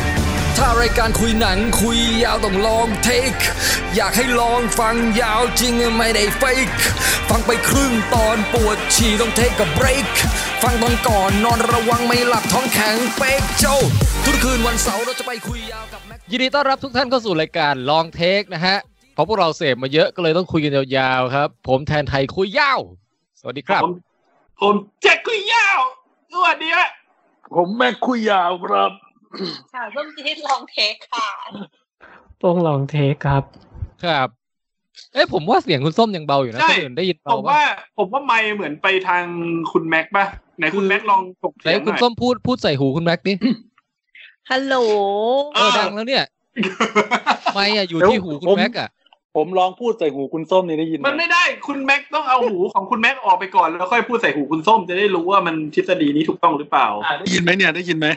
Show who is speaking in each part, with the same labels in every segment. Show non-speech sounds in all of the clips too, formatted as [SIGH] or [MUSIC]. Speaker 1: ายการคุยหนังคุยยาวต้องลองเทค อยากให้ลองฟังยาวจริงไม่ได้เฟกฟังไปครึ่งตอนปวดฉี่ต้องเทคกับเบรกฟังตอนก่อนนอนระวังไม่หลับท้องแข็งเป๊กเจ้า ทุกคืนวันเสาร์เราจะไปคุยยาวกับแม็ก
Speaker 2: ยินดีต้อนรับทุกท่านเข้าสู่รายการลองเทคนะฮะเพราะพวกเราเสพมาเยอะก็เลยต้องคุยกันยาวๆครับ ผมแทนไทยคุยยาว สวัสดีครับ
Speaker 3: ผมผมแจ็คคุยยาวสวัสดีฮะ
Speaker 4: ผมแม็กคุยยาวครับ
Speaker 5: ค่ะเพิ่มที่ลองเทคค่ะ
Speaker 6: ต้องลองเทคครับ
Speaker 2: ครับ เอ้ยผมว่าเสียงคุณส้มยังเบาอยู่นะ
Speaker 3: ใช่
Speaker 2: คนอื่นได้ยิน
Speaker 3: ผ
Speaker 2: เบาม ปะ
Speaker 3: ว่า ผมว่าไม่เหมือนไปทางคุณแม็กป่ะไหนคุณแม็กลองถก
Speaker 2: ไหน
Speaker 3: เถียงห
Speaker 2: คุณ
Speaker 3: น่อย
Speaker 2: ส้มพูดพูดใส่หูคุณแม็กดิ
Speaker 5: ฮัลโหล
Speaker 2: เอ
Speaker 3: เอ
Speaker 2: อ
Speaker 3: อ
Speaker 2: ดัง
Speaker 3: [LAUGHS]
Speaker 2: แล้วเนี่ยไม่อะอยู่ที่หูคุณแม็กอะ
Speaker 4: ผมลองพูดใส่หูคุณส้มนี่ได้ยินไห
Speaker 3: มันไม่ได้คุณแม็กต้องเอาหูของคุณแม็กออกไปก่อนแล้วค่อยพูดใส่หูคุณส้มจะได้รู้ว่ามันทฤษฎีนี้ถูกต้องหรือเปล่า
Speaker 4: อ่ะได้ยินไหมเนี่ยได้ยินไหม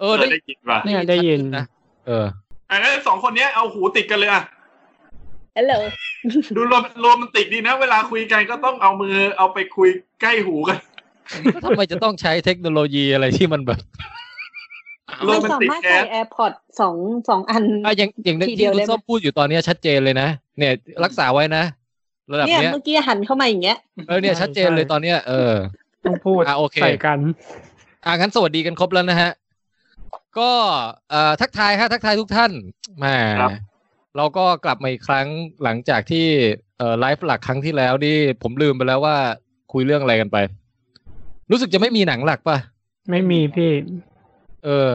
Speaker 2: เออได้
Speaker 3: ได้ยินป่ะ
Speaker 6: เนี่ยได้ยิน
Speaker 2: นะเออ
Speaker 3: อ่ะงั้นสองคนเนี้ยเอาหูติดกันเลยอ่ะ
Speaker 5: ฮัลโหล
Speaker 3: ดูโรแมโรแมนติกดีนะ เวลาคุยกันก็ต้องเอามือเอาไปคุยใกล้หูกัน
Speaker 2: ก็ทำไมจะต้องใช้เทคโนโลยีอะไรที่มันแบบ
Speaker 3: โร
Speaker 5: มัน
Speaker 3: แมน
Speaker 5: สา
Speaker 3: ติก
Speaker 5: มารถ
Speaker 3: แอ
Speaker 5: ใส่
Speaker 3: ด
Speaker 5: แอร์พอดสองสองอัน
Speaker 2: อ่ะอย่างอย่าง
Speaker 5: ทีเดี
Speaker 2: ที่
Speaker 5: ยว
Speaker 2: คุณ
Speaker 5: เลยไหม
Speaker 2: ส้มพูดอยู่ตอนเนี้ยชัดเจนเลยนะเนี่ยรักษาไว้นะระดับ
Speaker 5: เนี่ย
Speaker 2: เนี้ย
Speaker 5: เมื่อกี้หันเข้ามาอย่างเงี้ย
Speaker 2: เออเนี่ยชัดเจนเลยตอนเนี้ยเออ
Speaker 6: ต้องพูด
Speaker 2: อ่ะโอเค
Speaker 6: ใส่กัน
Speaker 2: อ่ะงั้นสวัสดีกันครบแล้วนะฮะ ก็เอ่อทักทายฮะทักทายทุกท่านแหมา
Speaker 3: ครับ
Speaker 2: เราก็กลับมาอีกครั้งหลังจากที่เอ่อไลฟ์หลักครั้งที่แล้วนี่ผมลืมไปแล้วว่าคุยเรื่องอะไรกันไป รู้สึกจะไม่มีหนังหลักป่ะ
Speaker 6: ไม่มีพี่
Speaker 2: เออ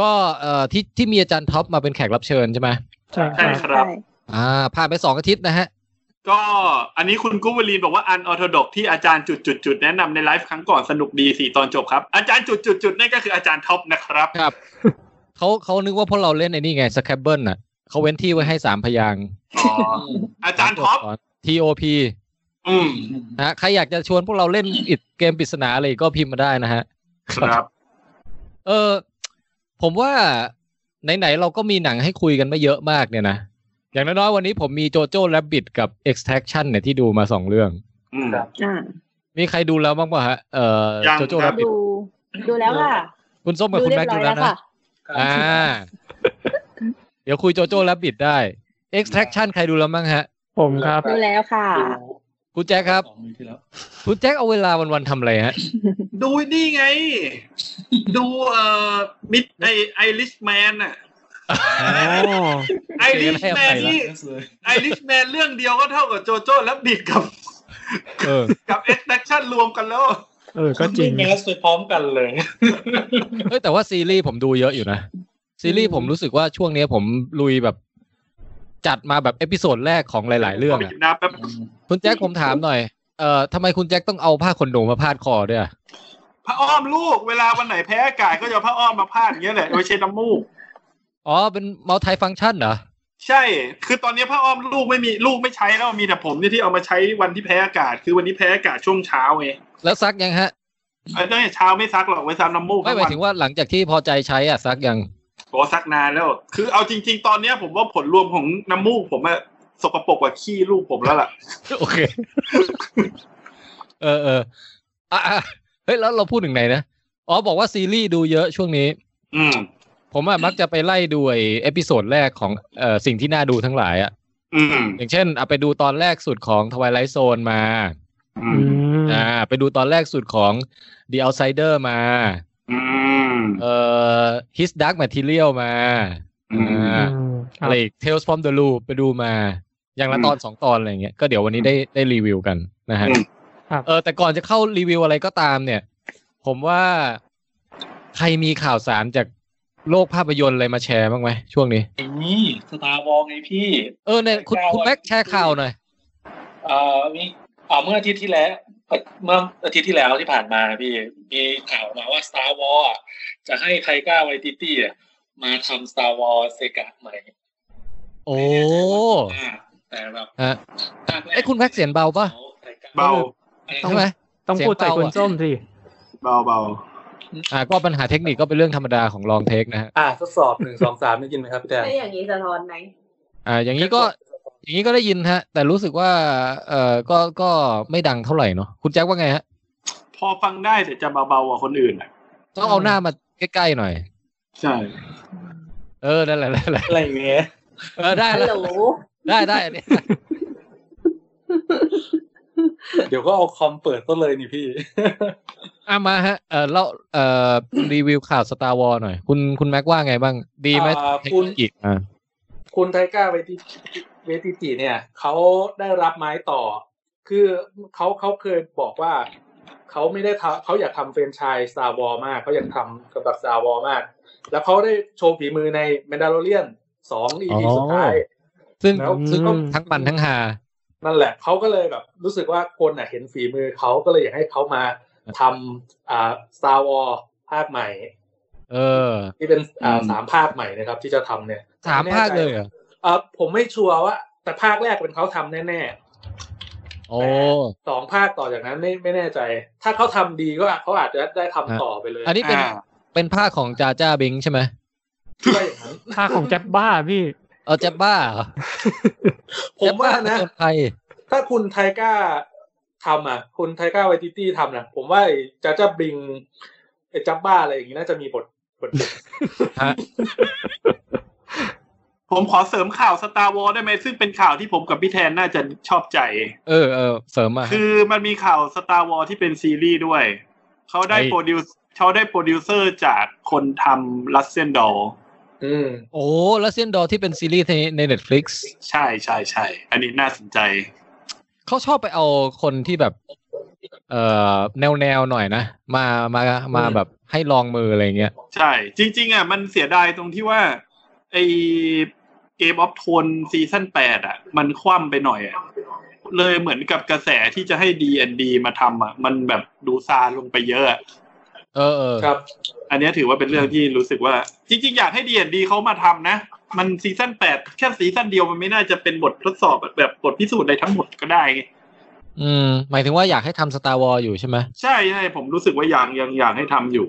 Speaker 2: ก็เอ่อที่ที่มีอาจารย์ท็อปมาเป็นแขกรับเชิญใช่ไหม
Speaker 6: ใช่ค
Speaker 3: ใช่
Speaker 6: รับ
Speaker 3: ครับ
Speaker 2: อ่าผ่านไปสองอาทิตย์นะฮะ
Speaker 3: ก็อันนี้คุณกุ้วลีนบอกว่าอันออร์โธดกที่อาจารย์จุดจุดจุดๆๆแนะนำในไลฟ์ครั้งก่อนสนุกดีสี่ตอนจบครับ อาจารย์จุดจุดจุดๆๆนั่นก็คืออาจารย์ท็อปนะครับ
Speaker 2: ครับ เขาเขานึกว่าพวกเราเล่นไอ้นี่ไงสแครบเบิลน่ะเขาเว้นที่ไว้ให้สามพยางค์
Speaker 3: อาจารย์ท็อป
Speaker 2: ทีโอพี
Speaker 3: อืม
Speaker 2: นะฮะใครอยากจะชวนพวกเราเล่นอิดเกมปริศนาอะไรก็พิมพ์มาได้นะฮะ
Speaker 3: ครับ
Speaker 2: เออ ผมว่าไหนๆเราก็มีหนังให้คุยกันไม่เยอะมากเนี่ยนะ อย่างน้อยๆวันนี้ผมมีโจโจ้และบิดกับ Extraction เนี่ยที่ดูมาสองเรื่อง
Speaker 3: อืม
Speaker 5: อ่า
Speaker 2: มีใครดูแล้วบ้างป่ะฮะเออ
Speaker 3: ยัง
Speaker 2: โจโจ้และบิด
Speaker 5: ดู ดูแล้วค่ะ
Speaker 2: คุณส้มกับ
Speaker 5: ดู
Speaker 2: คุณ
Speaker 5: เรีย
Speaker 2: แม็ก
Speaker 5: บร้
Speaker 2: ดู
Speaker 5: อย
Speaker 2: แล้
Speaker 5: แล้ว ว
Speaker 2: นะ
Speaker 5: ค่ะ
Speaker 2: อ่า เดี๋ยวคุยโจโจ้และบิดได้ Extraction ใครดูแล้วบ้างฮะ
Speaker 6: ผมครับ
Speaker 5: ดูแล้วค่ะ
Speaker 2: คุณแจ็คครับ
Speaker 4: สองปีที่แล้ว
Speaker 2: คุณแจ็คเอาเวลาวันๆทำอะไรฮะ
Speaker 3: ดูนี่ไง ดูเอ่อมิดไอไอริชแมนอะ
Speaker 6: อ๋อ
Speaker 3: ไอริ
Speaker 2: [LAUGHS]
Speaker 3: ชแมนนี่ไอริชแมนเรื่องเดียวก็เท่ากับโจโจ้และบิดกับ
Speaker 2: เออ
Speaker 3: กับเอ็กซ์แชั่นรวมกันแล้ว
Speaker 6: เออ ก็จริง
Speaker 4: แมสไปพร้อมกันเลย
Speaker 2: เฮ้ยแต่ว่าซีรีส์ผมดูเยอะอยู่นะ ซีรีส์ผมรู้สึกว่าช่วงเนี้ยผมลุยแบบ จัดมาแบบเอพิโซดแรกของหลาย ๆ เรื่อง
Speaker 3: ขไป
Speaker 2: อะ
Speaker 3: กินน้ำแป๊บ
Speaker 2: คุณแจ็คผมถามหน่อยเอ่อทำไมคุณแจ็คต้องเอาผ้าขนหนูมาพาดคอด้วยอะ
Speaker 3: พระอ้อมลูก เวลาวันไหนแพ้อากาศก็จะเอาพระอ้อมมาพาดอย่างเงี้ยแหละไม่ใช่น้ำมูก
Speaker 2: อ๋อเป็นมัล t ทฟัง c t ชันเหรอ
Speaker 3: ใช่ คือตอนนี้ผ้าอ้อมลูกไม่มีลูกไม่ใช้แล้วมีแต่ผมเนี่ยที่เอามาใช้วันที่แพ้อากาศ คือวันนี้แพ้อากาศช่วงเช้าไง
Speaker 2: แล้วซักยังฮะ
Speaker 3: เอ้ยตั้งแต่เช้าไม่ซักหรอกไว้ซักน้ำมูก
Speaker 2: ไม่หมายถึงว่าหลังจากที่พอใจใช้อ่ะซักยัง
Speaker 3: บอกว่าซักนานแล้ว คือเอาจริง ๆ ตอนเนี้ยผมว่าผลรวมของน้ำมูกผมอะสกปรกกว่าขี้ลูกผมแล้วล่ะ
Speaker 2: โอเค เออเอออ่ะอ่ะเฮ้ยแล้วเราพูดถึงไหนนะอ๋อบอกว่าซีรีส์ดูเยอะช่วงนี้
Speaker 3: อืม
Speaker 2: ผมอะมักจะไปไล่ดูไอ้เอพิโซดแรกของเอ่อสิ่งที่น่าดูทั้งหลายอะ
Speaker 3: อืม
Speaker 2: อย่างเช่นเอาไปดูตอนแรกสุดของ Twilight Zone มา
Speaker 3: อื
Speaker 6: อื
Speaker 3: ม
Speaker 6: ม
Speaker 2: อ่า ไปดูตอนแรกสุดของ The Outsider มา
Speaker 3: อืม
Speaker 2: เอ่อ His Dark Material มา
Speaker 3: อืม
Speaker 2: อ่า
Speaker 6: อืมค
Speaker 2: อะ
Speaker 6: รับ
Speaker 2: ไรอีก Tales from the Loop ไปดูมา อย่างละ
Speaker 3: อืม
Speaker 2: ตอนสองตอนอะไรอย่างเงี้ย ก็เดี๋ยววันนี้ได้ได้รีวิวกันนะฮะ
Speaker 3: อืม
Speaker 2: เออแต่ก่อนจะเข้ารีวิวอะไรก็ตามเนี่ย ผมว่าใครมีข่าวสารจากโลกภาพยนตร์อะไรมาแชร์บ้างไหมช่วงนี้
Speaker 4: ไอ้นี่สตาร์วอลไงพี่
Speaker 2: เออเนี่ยคุณคุณแม็กแชร์ข่าวหน่อย
Speaker 4: เอ่อมีอ่าเมื่ออาทิตย์ที่แล้วเอ่อเมื่ออาทิตย์ที่แล้วที่ผ่านมาพี่ มีข่าวมาว่า Star Wars อ่ะจะให้ไทก้าไวติตี้อ่ะมาทำ Star Wars เซกะใหม่
Speaker 2: โอ้
Speaker 4: อ่าแต่แบบ
Speaker 2: ฮะ
Speaker 4: ภาคร
Speaker 2: เอ้ยคุณแม็กเสียงเบาปะ
Speaker 4: ไทก้
Speaker 3: เบา
Speaker 4: อะไรนะ
Speaker 2: ใช่ไหม
Speaker 6: ต้องพูดใส่คุณส้มสิ
Speaker 3: เบาเบา
Speaker 2: อ่าก็ปัญหาเทคนิคก็เป็นเรื่องธรรมดาของลองเทคนะฮะ
Speaker 7: อ่าทดสอบหนึ่งสองสามได้ยินไหมครับพี่แดน
Speaker 5: ไม่อย่างนี้สะท้อนไหม
Speaker 2: อ่า อย่างนี้ก็ อย่างนี้ก็ได้ยินฮะ แต่รู้สึกว่า เอ่อ ก็ ก็ไม่ดังเท่าไหร่เนาะ คุณแจ็คว่าไงฮะ
Speaker 3: พอฟังได้แต่จะเบาเบากว่าคนอื่นอะ
Speaker 2: ต้องเอาหน้ามาใกล้ๆหน่อย
Speaker 3: ใช่
Speaker 2: เออนั่นแหละนั่นแหละ
Speaker 7: อะไรอย่างเงี้ย
Speaker 2: เออได้
Speaker 5: ฮัล
Speaker 2: แล้ว
Speaker 5: โหล
Speaker 2: ได้ได้อันนี้
Speaker 7: เดี๋ยวก็เอาคอมเปิดก็เลยนี่พี่
Speaker 2: อ่ะมาฮะเออเราเออรีวิวข่าวสตาร์วอลหน่อย คุณคุณแม็กว่าไงบ้าง ดีไหม
Speaker 7: อ่าคุณ
Speaker 2: อีกอ่า
Speaker 7: คุณไทก้าเวติเวติจิเนี่ยเขาได้รับไม้ต่อ คือเขาเขาเคยบอกว่าเขาไม่ได้ทำเขาอยากทำเฟรนไชายสตาร์วอลมากเขาอยากทำกับแบบสตาร์วอลมาก แล้วเขาได้โชว์ฝีมือในแมนดา l o เ i ียนสองอีพีสุดท้าย
Speaker 2: ซึ่ง
Speaker 7: แล้ว
Speaker 2: ซึ่งก็ทั้งมันทั้งหา
Speaker 7: นั่นแหละเขาก็เลยแบบรู้สึกว่าคนน่ะเห็นฝีมือเขาก็เลยอยากให้เขามาทำอ่าสตาร์วอลภาคใหม่
Speaker 2: เออ
Speaker 7: ที่เป็นอ่า
Speaker 3: อืม
Speaker 7: สามภาคใหม่นะครับ ที่จะทำเนี่ย
Speaker 2: สามภาคเลยเหรอ
Speaker 7: เอ่อผมไม่ชัวร์ว่า แต่ภาคแรกเป็นเขาทำแน่ๆ
Speaker 2: โอ้
Speaker 7: สองภาคต่อจากนั้นไม่ไม่แน่ใจ ถ้าเขาทำดีก็เขาอาจจะได้ทำ
Speaker 2: ฮะ
Speaker 7: ต่อไปเลย
Speaker 2: อันนี้เป็น
Speaker 3: อ่า
Speaker 2: เป็นภาคของจาจ้าบิงใช่ไหม
Speaker 7: ก็อย่างนั้น
Speaker 6: ภาคของแจ็บบ้าพี่
Speaker 2: เอาจะบ้าเหรอ
Speaker 7: ผมว่านะ
Speaker 2: จบ้เป็คไทย
Speaker 7: ถ้าคุณไทก้าทำอ่ะ คุณไทก้าไวติตี้ทำนะผมว่าไอ้จะจะบิงไอ้จับบ้าอะไรอย่างงี้น่าจะมีบทบท
Speaker 2: ฮะ
Speaker 3: ผมขอเสริมข่าวสตาร์วอลได้ไหมซึ่งเป็นข่าวที่ผมกับพี่แทนน่าจะชอบใจ
Speaker 2: เออเออเสริมมา
Speaker 3: คือมันมีข่าวสตาร์วอลที่เป็นซีรีส์ด้วย เขาได้
Speaker 2: ไอ้
Speaker 3: โปรดิวเขาได้โปรดิวเซอร์จากคนทำลัสเซนดอล
Speaker 7: อืม
Speaker 2: โอ้แล้วเซียนดอที่เป็นซีรีส์ในใน Netflix
Speaker 3: ใช่ใช่ใช่อันนี้น่าสนใจ
Speaker 2: เขาชอบไปเอาคนที่แบบ เอ่อแนวแนวๆหน่อยนะ มามามาแบบให้ลองมืออะไรเงี้ย
Speaker 3: ใช่ จริง ๆ อ่ะ มันเสียดายตรงที่ว่า ไอเกมออฟโทนซีซั่นแปดอ่ะ มันคว่ำไปหน่อยอ่ะ เลยเหมือนกับกระแสที่จะให้ดีแอนดีมาทำอ่ะ มันแบบดูซาลงไปเยอะอะ
Speaker 2: เออเออ
Speaker 7: ครับ
Speaker 3: อันเนี้ยถือว่าเป็นเรื่องที่รู้สึกว่า จริง ๆ อยากให้ดีแอนดีเขามาทำนะ มันซีซั่นแปดแค่ซีซั่นเดียวมันไม่น่าจะเป็นบททดสอบแบบบทพิสูจน์อะไรทั้งหมดก็ได้ไง
Speaker 2: อืม หมายถึงว่าอยากให้ทำสตาร์วอลอยู่ใช่ไหม
Speaker 3: ใช่ใช่ผมรู้สึกว่ายังยังอยากให้ทำอยู่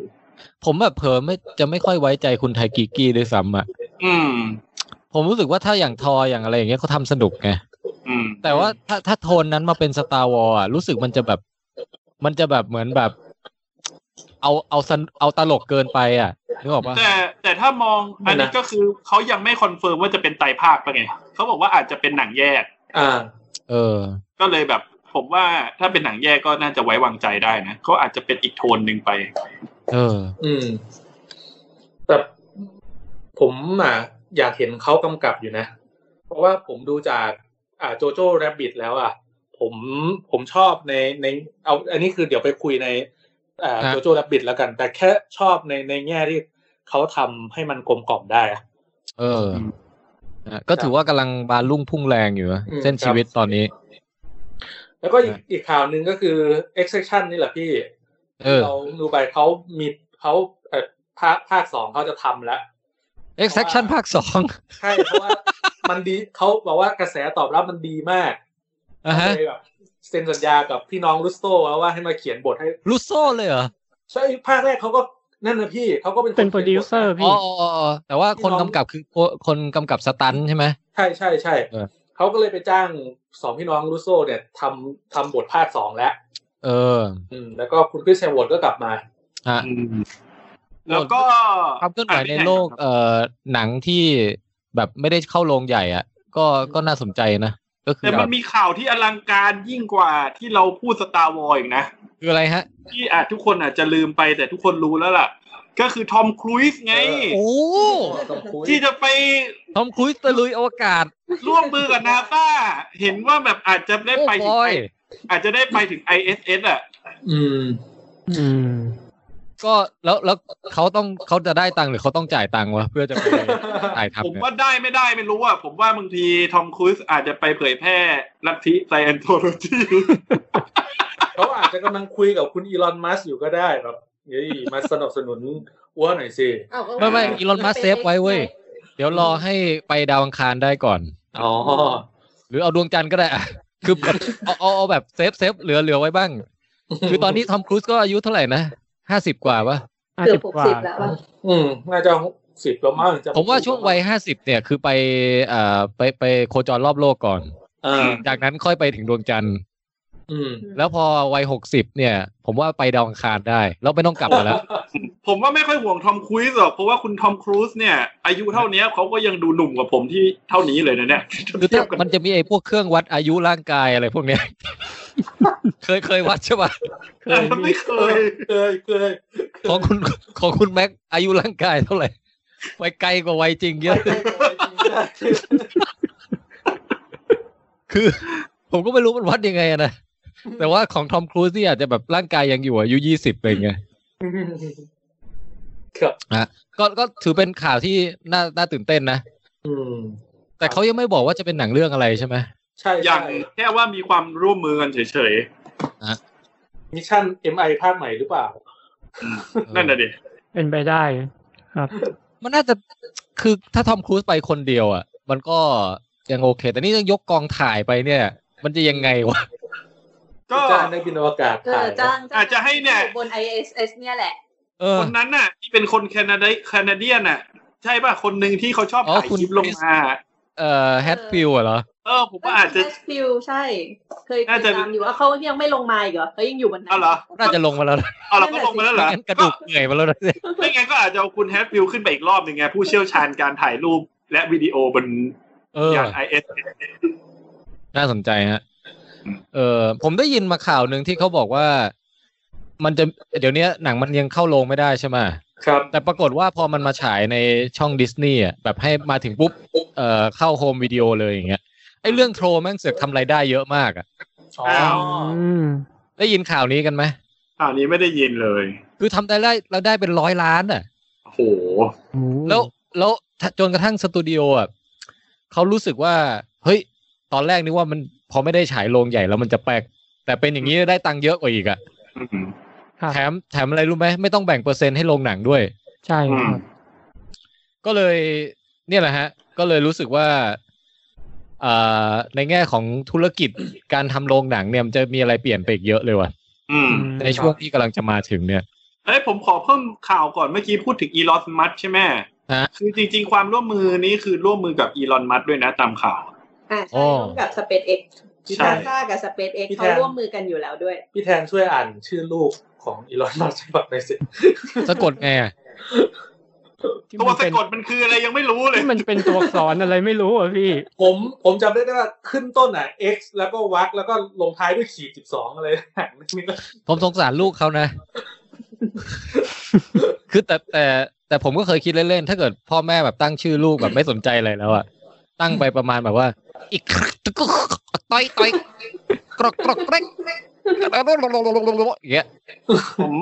Speaker 2: ผมแบบเผลอไม่จะไม่ค่อยไว้ใจคุณไทกิกี้ด้วยซ้ำอ่ะ
Speaker 3: อืม
Speaker 2: ผมรู้สึกว่าถ้าอย่างทออย่างอะไรอย่างเงี้ยเขาทำสนุกไง
Speaker 3: อืม
Speaker 2: แต่ว่าถ้าถ้าโทนนั้นมาเป็นสตาร์วอลอ่ะ รู้สึกมันจะแบบ มันจะแบบเหมือนแบบ เอาเอาสนเอาตลกเกินไปอ่ะนึกออกปะ
Speaker 3: แต่แต่ถ้ามองอันนี้
Speaker 7: นะ
Speaker 3: ก็คือเขายังไม่คอนเฟิร์มว่าจะเป็นไตรภาคปะไงเขาบอกว่าอาจจะเป็นหนังแยก
Speaker 7: อ่า
Speaker 2: เออ
Speaker 3: ก็เลยแบบ ผมว่าถ้าเป็นหนังแยกก็น่าจะไว้วางใจได้นะเขาอาจจะเป็นอีกโทนหนึ่งไป
Speaker 2: เออ
Speaker 7: อืม แต่ผมอ่ะอยากเห็นเขากำกับอยู่นะ เพราะว่าผมดูจาก อ่าโจโจ้แรบบิทแล้วอ่ะ ผมผมชอบในใน เอา อันนี้คือเดี๋ยวไปคุยใน อ่า
Speaker 2: ฮะ
Speaker 7: โจโจ้แรบบิทแล้วกัน แต่แค่ชอบในในแง่ที่เขาทำให้มันกลมกล่อมได้อะ
Speaker 2: เอออ่ะก็ถือว่ากำลังบานรุ่งพุ่งแรงอยู่นะ
Speaker 7: อืม
Speaker 2: เส้นชีวิตตอนนี้
Speaker 7: แล้วก็อีกอีกข่าวหนึ่งก็คือ e x c e p t i o n นี่แหละพี่
Speaker 2: เออ
Speaker 7: เราดูไปเขามีเขาเอ่อภาคภาคสองเขาจะทำแล้ว
Speaker 2: extraction ภาคสอง [LAUGHS]
Speaker 7: ใช่เพราะว่ามันดีเขาบอกว่ากระแสตอบรับมันดีมาก
Speaker 2: อ่ะฮะ
Speaker 7: เลยแบบเซ็นสัญญากับพี่น้องรุสโตแล้วว่าให้มาเขียนบทให้
Speaker 2: ลูโซ่เลยเหรอ
Speaker 7: ใช่ภาคแรกเขาก็นั่นนะพี่เขาก็เป็นค
Speaker 6: เป็นโปรดิวเซอร์
Speaker 2: อ๋
Speaker 6: พี่
Speaker 2: ออ๋ออ๋ออ๋อแต่ว่าคนกำกับคือคนกำกับสตันใช่ไหม
Speaker 7: ใช่ใช่ใช่
Speaker 2: เออ
Speaker 7: เขาก็เลยไปจ้างสองพี่น้องรุสโตเนี่ยทำทำบทภาคสองแล้ว
Speaker 2: เออ
Speaker 7: อืมแล้วก็คุณคริสเซนวอร์ดก็กลับมา
Speaker 2: ฮะ
Speaker 3: อืม แล้วก็
Speaker 2: ความเคลื่อนไหวในโลกเอ่อหนังที่แบบไม่ได้เข้าโรงใหญ่อ่ะ ก็ก็น่าสนใจนะ ก็คือ
Speaker 3: แต่มันมีข่าวที่อลังการยิ่งกว่าที่เราพูดสตาร์วอลอีกนะ
Speaker 2: คืออะไรฮะ
Speaker 3: ที่อาจทุกคนอาจจะลืมไปแต่ทุกคนรู้แล้วล่ะ ก็คือทอมครูซไง
Speaker 7: เอ
Speaker 2: โอ้
Speaker 7: ต้องคุย
Speaker 3: ที่จะไป
Speaker 2: ทอมครูซตะลุยอวกาศ
Speaker 3: ร่วมมือกับนาซาเห็นว่าแบบอาจจะได้
Speaker 2: โอ้
Speaker 3: ไป
Speaker 2: บ
Speaker 3: ถึง
Speaker 2: อย
Speaker 3: อาจจะได้ไปถึง ISS อ่ะ
Speaker 7: อืม
Speaker 6: อืม
Speaker 2: ก็แล้วแล้วเขาต้องเขาจะได้ตังค์หรือเขาต้องจ่ายตังค์วะเพื่อจะไปถ่าย
Speaker 3: ผ
Speaker 2: ทำ
Speaker 3: ม
Speaker 2: เนี่ย
Speaker 3: ว่าได้ไม่ได้ไม่รู้อ่ะ ผมว่าบางทีทอมครูซอาจจะไปเผยแพร่ลัทธิไซแอนโทโลจี
Speaker 7: [LAUGHS]
Speaker 3: [LAUGHS]
Speaker 7: เขาอาจจะกำลังคุยกับคุณอีลอนมัสอยู่ก็ได้แบบเฮ้ยมาสนับสนุนอ้วนหน่อยสิ
Speaker 5: เอ้าก็
Speaker 2: ไม่ไม่อีลอนมัสเซฟไว้เว้ย เดี๋ยวรอให้ไปดาวอังคารได้ก่อน
Speaker 7: อ๋อ
Speaker 2: หรือเอาดวงจันทร์ก็ได้อะ [LAUGHS] คือแบบเอาเอาเอาแบบเซฟเซฟเหลือเหลือไว้บ้าง คือตอนนี้ทอมครูซก็อายุเท่าไหร่นะห้าสิบกว่าปะ
Speaker 6: 50
Speaker 5: เกือบหก
Speaker 6: กว่า
Speaker 5: สิบแล้วอะ
Speaker 7: อืมน่าจะสิบแล้วมั้งจะ
Speaker 2: ผมว่าช่วงวัยห้าสิบเนี่ยคือไปเอ่อไปไปโคจรรอบโลกก่อน
Speaker 7: อ่า
Speaker 2: จากนั้นค่อยไปถึงดวงจันทร์
Speaker 7: อืม
Speaker 2: แล้วพอวัยหกสิบเนี่ย ผมว่าไปดาวอังคารได้ แล้วไม่ต้องกลับมาแล้ว
Speaker 3: ผมว่าไม่ค่อยห่วงทอมครูซหรอกเพราะว่าคุณทอมครูซเนี่ย อายุเท่าเนี้ยเขาก็ยังดูหนุ่มกว่าผมที่เท่านี้เลยนะเนี่ย
Speaker 2: คือ
Speaker 3: เที
Speaker 2: ถ้าย
Speaker 3: บกัน
Speaker 2: มันจะมีไอ้พวกเครื่องวัดอายุร่างกายอะไรพวกเนี้ย [LAUGHS] เคยเคยวัดใช่ปะ
Speaker 7: เคยพี่
Speaker 3: ไม่เคย
Speaker 7: เคยเคย
Speaker 2: ของคุณ [LAUGHS] ของคุณแม็กอายุร่างกายเท่าไหร่ [LAUGHS] ไปไกลกว่าวัยจริงเยอะ [LAUGHS] คือ ผมก็ไม่รู้มันวัดยังไงอะนะ
Speaker 3: [LAUGHS]
Speaker 2: แต่ว่าของทอมครูซนี่อาจจะแบบร่างกายยังอยู่อายุยี่สิบอะไรเงี้ย
Speaker 7: ครับ
Speaker 2: ก็ก็ถือเป็นข่าวที่น่าน่าตื่นเต้นนะ
Speaker 7: อืม
Speaker 2: แต่เขายังไม่บอกว่าจะเป็นหนังเรื่องอะไรใช่ไหม
Speaker 7: ใช่
Speaker 3: อย่างแค่ว่ามีความร่วมมือกันเฉย
Speaker 7: มิชชั่น MI ภาคใหม่หรือเปล่า
Speaker 3: ๆ นั่นน่ะดิ
Speaker 6: เป็นไปได้ครับ
Speaker 2: มันน่าจะคือถ้าทอมครูซไปคนเดียวอ่ะ มันก็ยังโอเค แต่นี่ยังยกกองถ่ายไปเนี่ย มันจะยังไงวะ
Speaker 3: ก็
Speaker 7: จ้างนักบินอวกาศ
Speaker 5: เอ
Speaker 7: ถ่า
Speaker 5: อย จ้าง
Speaker 3: อาจจะให้เนี่ย
Speaker 5: อยู่บน ISS เนี่ยแหละ
Speaker 2: เออ
Speaker 3: คนนั้นน่ะ ที่เป็นคนแคนาดาแคนาเดียนน่ะ ใช่ป่ะ คนหนึ่งที่เขาชอบ
Speaker 2: อ๋อ
Speaker 3: ถ่าย
Speaker 2: คุณ
Speaker 3: คลิปลง
Speaker 2: คริส
Speaker 3: มา
Speaker 2: เออแฮตฟิลเหรอ
Speaker 3: เออ ผมว่าอาจจะ
Speaker 5: ฟิลใช่ เคยติ
Speaker 3: น่า
Speaker 5: ด
Speaker 3: จะ
Speaker 5: ตามอยู่ว่าเขายังไม่ลงมาอีกเหรอเขายังอยู่บนนั้น
Speaker 3: เอาเหรอ
Speaker 2: น่าจะลงมาแล้วนะ
Speaker 3: เอาเหราก็ลงมาแล้วเหร
Speaker 2: ไม่
Speaker 3: อ
Speaker 2: งั้นกระดูกเหนื่อยมาแล้วนะเนี่ย
Speaker 3: ก็ไม่งั้นก็อาจจะเอาคุณแฮปฟิลขึ้นไปอีกรอบหนึ่งไง ผู้เชี่ยวชาญการถ่ายรูปและวิดีโอบน
Speaker 2: เออ
Speaker 3: ยานไอเอส
Speaker 2: น่าสนใจฮะ
Speaker 3: อืม
Speaker 2: เออผมได้ยินมาข่าวหนึ่งที่เขาบอกว่า มันจะเดี๋ยวเนี้ยหนังมันยังเข้าโรงไม่ได้ใช่ไหม
Speaker 7: ครับ
Speaker 2: แต่ปรากฏว่าพอมันมาฉายในช่องดิสนีย์อะแบบให้มาถึงปุ๊บ เอ่อเข้าโฮมวิดีโอเลยอย่างเงี้ย ไอ้เรื่องโทรแม่งเสือกทำรายได้เยอะมากอะ
Speaker 7: อ๋อ
Speaker 3: อ้าว
Speaker 6: อืม
Speaker 2: ได้ยินข่าวนี้กันไหม
Speaker 3: ข่าวนี้ไม่ได้ยินเลย
Speaker 2: คือทำได้ได้เราได้เป็นร้อยล้านอ่ะ
Speaker 3: โอ้โห
Speaker 2: แล้วแล้วถ้าจนกระทั่งสตูดิโออ่ะเขารู้สึกว่า เฮ้ย ตอนแรกนึกว่ามันพอไม่ได้ฉายโรงใหญ่แล้วมันจะแปลก แต่เป็นอย่างนี้ได้ตังค์เยอะกว่าอีกอ่ะ
Speaker 3: อืม
Speaker 6: ครับ
Speaker 2: แถมแถมอะไรรู้ไหม ไม่ต้องแบ่งเปอร์เซ็นต์ให้โรงหนังด้วย
Speaker 6: ใช่
Speaker 3: อืม
Speaker 6: ครับ
Speaker 2: ก็เลยเนี่ยแหละฮะ ก็เลยรู้สึกว่าอ่าในแง่ของธุรกิจการทำโรงหนังเนี่ยมันจะมีอะไรเปลี่ยนไปอีกเยอะเลยว่ะ
Speaker 3: อืม
Speaker 2: ในช่วงที่กำลังจะมาถึงเนี่ย
Speaker 3: เอ้ยผมขอเพิ่มข่าวก่อนเมื่อกี้พูดถึงอีลอนมัสใช่ไหม
Speaker 2: ฮะ
Speaker 3: คือจริง ๆ ความร่วมมือนี้คือร่วมมือกับอีลอนมัสด้วยนะตามข่าว
Speaker 5: อ่า
Speaker 2: อ๋อ
Speaker 5: ใช่ร่วมกับ SpaceX
Speaker 7: พี่
Speaker 3: ใช่
Speaker 7: แท
Speaker 5: นาน ซากับ SpaceX
Speaker 7: พี่แทน
Speaker 5: เขาร่วมมือกันอยู่แล้วด้วย
Speaker 7: พี่แทนช่วยอ่านชื่อลูกของอีลอนมัสฉบับในอยสิ
Speaker 2: สะกดไงอะ
Speaker 6: ที่
Speaker 3: ตัว
Speaker 6: มัน
Speaker 3: สะ
Speaker 6: เป็น
Speaker 3: กดมันคืออะไรยังไม่รู้เลย
Speaker 6: ที่มันเป็นตัวอักษรอะไรไม่รู้อ่ะพี่
Speaker 7: ผมผมจำได้ว่าขึ้นต้นอ่ะ X แล้วก็วักแล้วก็ลงท้ายด้วยขีดสิบสองอะไรอ่านไม่รู้
Speaker 2: ผมสงสารลูกเขานะ คือแต่แต่แต่ผมก็เคยคิดเล่นๆ ถ้าเกิดพ่อแม่แบบตั้งชื่อลูกแบบไม่สนใจอะไรแล้วอะตั้งไปประมาณแบบว่า อีกต่อยต่อยกรอกกรอกเกร็กอย่างเงี้ย
Speaker 3: ผม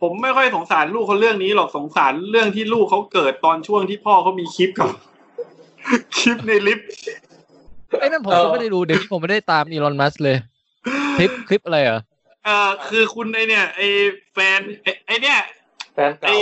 Speaker 3: ผมไม่ค่อยสงสารลูกเขาเรื่องนี้หรอกสงสารเรื่องที่ลูกเขาเกิดตอนช่วงที่พ่อเขามีคลิปกับ คลิปในลิฟต์
Speaker 2: ไอ้นั่นผมก็ไม่ได้ดูเดี๋ยวนี้ผมไม่ได้ตามอีลอนมัสเลย คลิปคลิปอะไรเหรอ
Speaker 3: เอ่อคือคุณไอเนี่ยไอแฟนไอ้ไอเนี่ย
Speaker 7: แฟนเก่า
Speaker 3: ไอ้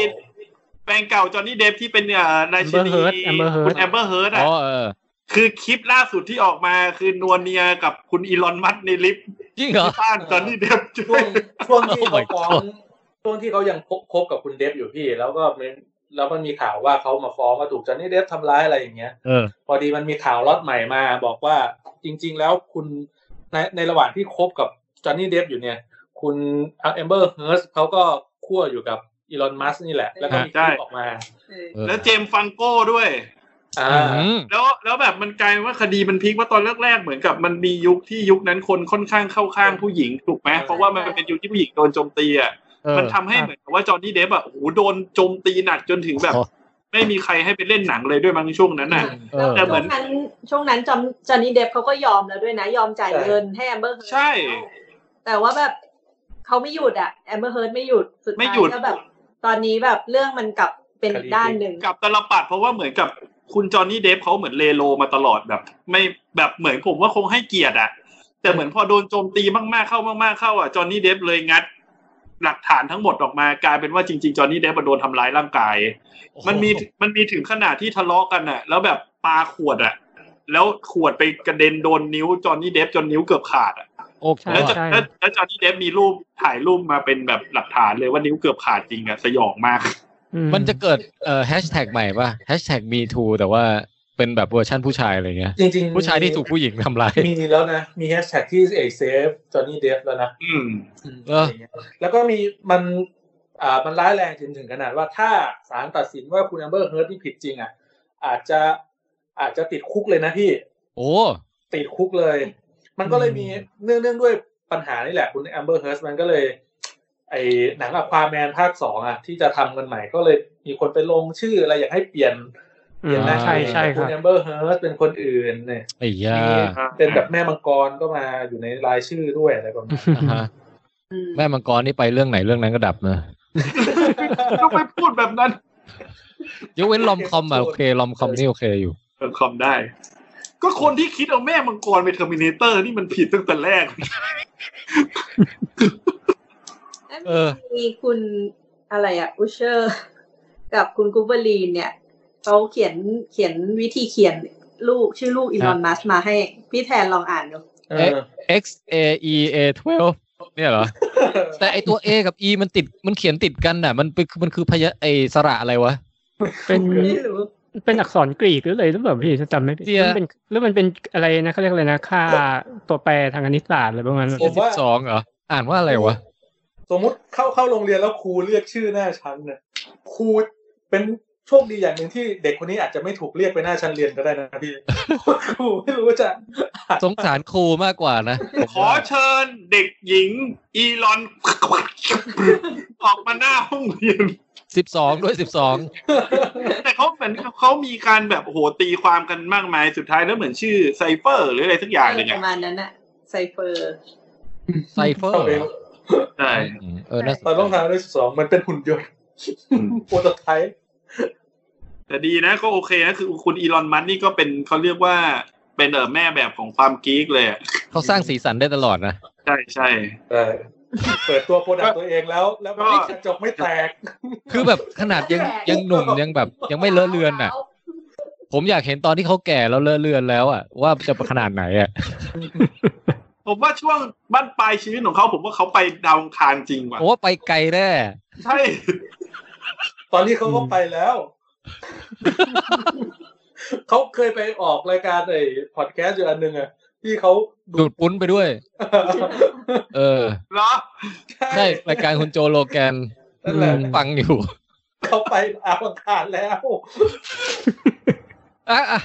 Speaker 3: แฟนเก่าจอห์นนี่เดฟที่เป็นเอ่อนายช
Speaker 6: Amber
Speaker 3: นี
Speaker 6: Heard Amber Heard
Speaker 3: คุณแอมเบอร์เฮิร์ด
Speaker 2: อ๋อ
Speaker 3: อ่ะ
Speaker 2: เออ
Speaker 3: คือคลิปล่าสุดที่ออกมาคือนวเนียกับคุณอีลอนมัสในลิฟต์
Speaker 2: จริงเหรอ
Speaker 3: ที่บ้านจอห์นนี่เดฟ
Speaker 7: ช่วงช่วงที่
Speaker 2: Oh my
Speaker 7: เขา
Speaker 3: [LAUGHS]
Speaker 7: ฟ้
Speaker 2: God
Speaker 7: องช่วงที่เขายังคบคบกับคุณเดฟอยู่พี่ แล้วก็มันแล้วมันมีข่าวว่าเขามาฟ้องว่าถูกจอห์นนี่เดฟทำร้ายอะไรอย่างเงี้ย
Speaker 2: เออ
Speaker 7: พอดีมันมีข่าวล็อตใหม่มาบอกว่าจริง ๆ แล้วคุณในในระหว่างที่คบกับจอห์นนี่เดฟอยู่เนี่ย คุณแอมเบอร์เฮิร์สเขาก็คั่วอยู่กับอีลอนมัสนี่แหละ แล้วก็มีคลิปออกมา
Speaker 5: เออ
Speaker 2: เออ
Speaker 3: แล้วเจมส์ฟังโก้ด้วย
Speaker 7: อ่า
Speaker 2: อืม
Speaker 3: แล้วแล้วแบบมันกลายเป็นว่าคดีมันพลิกว่าตอนแรกๆเหมือนกับมันมียุคที่ยุคนั้นคนค่อนข้างเข้าข้างผู้หญิงถูกไหมเพราะว่ามันเป็นยุคที่ผู้หญิงโดนโจมตีอ่ะ
Speaker 2: เออ
Speaker 3: มันทำให้เหมือนกับว่าจอห์นนี่เดฟอ่ะโอ้โหโดนโจมตีหนักจนถึงแบบ
Speaker 2: โอ้
Speaker 3: ไม่มีใครให้ไปเล่นหนังเลยด้วยมั้งช่วงนั้นน่ะ
Speaker 2: เอ
Speaker 5: แล้ว
Speaker 2: อ
Speaker 3: แต่เหมื
Speaker 5: ช่ว
Speaker 3: อน
Speaker 5: งนั้นช่วงนั้นจอมจอห์นนี่เดฟเขาก็ยอมแล้วด้วยนะ ยอมจ่าย
Speaker 7: ใช่
Speaker 5: เงินให้แอมเบอร์เฮิร์
Speaker 3: ใช่
Speaker 5: แต่ว่าแบบเขาไม่หยุดอะแอมเบอร์เฮิร์ไม่หยุดสุด
Speaker 3: ไม่
Speaker 5: ท้า
Speaker 3: หยุด
Speaker 5: ยก็แบบ ตอนนี้แบบเรื่องมันกลับเป็นอีกด้านหนึ่ง
Speaker 3: กับตลปัดเพราะว่าเหมือนกับคุณจอห์นนี่เดฟเขาเหมือนเลโลมาตลอดแบบ ไม่แบบเหมือนผมว่าคงให้เกียรติอ่ะ แต่เหมือนพอโดนโจมตีมากๆเข้ามากๆเข้าอ่ะจอห์นนี่เดฟเลยงัด หลักฐานทั้งหมดออกมากลายเป็นว่าจริงๆจอห์นนี่เดฟมาโดนทำร้ายร่างกาย มันมีมันมีถึงขนาดที่ทะเลาะกันอะแล้วแบบปาขวดอะแล้วขวดไปกระเด็นโดนนิ้วจอห์นนี่เดฟจนนิ้วเกือบขาดอะ
Speaker 2: โอ้โห
Speaker 6: ใช่
Speaker 3: แล้วจะ
Speaker 6: ใช่
Speaker 3: แล้วแล้วจอห์นนี่เดฟมีรูปถ่ายรูปมาเป็นแบบหลักฐานเลยว่านิ้วเกือบขาดจริงอะสยองมาก
Speaker 6: อื
Speaker 2: มันจะเกิดเอ่อแฮชแท็กใหม่ป่ะแฮชแท็กมีทูแต่ว่า เป็นแบบเวอร์ชั่นผู้ชายอะไรเงี้ย
Speaker 7: จริงๆ
Speaker 2: ผู้ชายที่ถูกผู้หญิงทำร้าย
Speaker 7: มีแล้วนะ มีแฮชแท็กที่เอกเซฟจอห์นนี่เดฟแล้วนะ
Speaker 3: อืม
Speaker 2: เออ
Speaker 7: แล้วก็มีมันอ่ามันร้ายแรงถึงถึงขนาดว่าถ้าศาลตัดสินว่าคุณแอมเบอร์เฮิร์ตที่ผิดจริงอ่ะ อาจจะอาจจะติดคุกเลยนะพี่
Speaker 2: โอ้
Speaker 7: ติดคุกเลย มันก็เลยมีเนื่องเนื่องด้วยปัญหานี่แหละคุณแอมเบอร์เฮิร์สมันก็เลย ไอหนังอะควาแมนภาคสองอ่ะ ที่จะทำกันใหม่ก็เลยมีคนไปลงชื่ออะไรอยากให้เปลี่ยนเปลี่ยนหน้า
Speaker 6: ใช่ใช่ค
Speaker 7: คุ
Speaker 6: รั
Speaker 7: ณ
Speaker 6: บ
Speaker 7: แอมเบอร์เฮิร์สเป็นคนอื่นเนี่ย
Speaker 2: ไอ้ยา
Speaker 7: มีเป็นแบบแม่มังกรก็มาอยู่ในรายชื่อด้วยอะไรประมาณนั้น
Speaker 2: อ่าฮะ
Speaker 5: อืม
Speaker 2: แม่มังกรนี่ไปเรื่องไหนเรื่องนั้นก็ดับนะ
Speaker 3: ก็ไปพูดแบบนั้น
Speaker 2: ยกเว้นลอมคอมอะโอเคลอมคอมนี่โอเคอยู่
Speaker 3: เออคอมได้ ก็คนที่คิดเอาแม่มังกรไปเทอร์มินเตอร์นี่มันผิดตั้งแต่แรก
Speaker 5: แล้ว
Speaker 2: เออ
Speaker 5: มีคุณอะไรอะอุเชอร์ กับคุณกูเบอรีนเนี่ยเขาเขียนเขียนวิธีเขียนลูกชื่อลูกอีลอนมัสมาให้พี่แทนลองอ่านดู
Speaker 7: เออ
Speaker 2: X A E A 12เนี่ย [LAUGHS] เหรอ แต่ไอตัว A กับ E มันติดมันเขียนติดกันน่ะ มันเป็นมันคือพยะไอสระอะไรวะ
Speaker 6: เป็น
Speaker 5: ไม่รู้
Speaker 6: เป็นอักษรกรีกหรืออะไรหรือเปล่าพี่จำไม่ผิด
Speaker 2: เจีย
Speaker 6: มันเป็นหรือมันเป็นอะไรนะเขาเรียกอะไรนะค่าตัวแปรทางคณิตศาสตร์อะไรประมาณนั้น
Speaker 7: ผมว่า
Speaker 2: สองเหรอ อ่านว่าอะไรวะ
Speaker 7: สมมุติเข้าเข้าโรงเรียนแล้วครูเรียกชื่อหน้าชั้นเนี่ยครูเป็นโชคดีอย่างหนึ่งที่เด็กคนนี้อาจจะไม่ถูกเรียกไปหน้าชั้นเรียนก็ได้นะพี่ [LAUGHS] ครูไม่รู้ว่าจะ
Speaker 2: สงสารครูมากกว่านะผม
Speaker 3: ขอ
Speaker 2: ว่า
Speaker 3: เชิญเด็กหญิง อีลอน [LAUGHS] ออกมาหน้าห้องเรียน
Speaker 2: สิบสองด้วยสิบสอง
Speaker 3: แต่เขาเหมือนเขามีการแบบโอ้โหตีความกันมากมายสุดท้ายแล้วเหมือนชื่อไซเฟอร์หรืออะไรสักอย่างหนึ่ง
Speaker 5: ป
Speaker 3: อ่ะ
Speaker 5: ระมาณนั้นอะไซเฟอร์
Speaker 2: ไซเฟอร์เหรอ
Speaker 3: ใช่
Speaker 2: อืมเออน่าสน
Speaker 7: ตอนต้อง
Speaker 2: ใจ
Speaker 7: ทำด้วยสองมันเป็นหุ่นยนต์โปรโตไทป์
Speaker 3: แต่ดีนะก็โอเคนะคือคุณอีลอนมัสก์นี่ก็เป็นเขาเรียกว่าเป็นเออแม่แบบของความกีกเลยอะ
Speaker 2: เขาสร้างสีสันได้ตลอดนะ
Speaker 3: ใช่ใช่
Speaker 7: เออเปิดตัวโปรดักต์ตัวเองแล้ว แล้ว
Speaker 3: ก็
Speaker 7: นี่กระจกไม่แตก
Speaker 2: คือแบบขนาดยังยังหนุ่มยังแบบ ยังไม่เลอะเลือนอ่ะ ผมอยากเห็นตอนที่เขาแก่แล้วเลอะเลือนแล้วอ่ะว่าจะขนาดไหนอ่ะ
Speaker 3: ผมว่าช่วงบ้านปลายชีวิตของเขาผมว่าเขาไปดาวอังคารจริงว่ะ
Speaker 2: โอ้ไปไกลแน่
Speaker 3: ใช่
Speaker 7: ตอนนี้เขาก็ไปแล้ว เขาเคยไปออกรายการไอ้พอดแคสต์อยู่อันหนึ่งอะที่เขา
Speaker 2: ดูดปุ้นไปด้วย เออ
Speaker 3: เหรอ
Speaker 2: ใช่รายการคุณโจโลแกน
Speaker 7: นั่นแหละ
Speaker 2: ฟังอยู่
Speaker 7: เขาไปอาวอังคารแล้ว
Speaker 2: อ่ะอ่ะ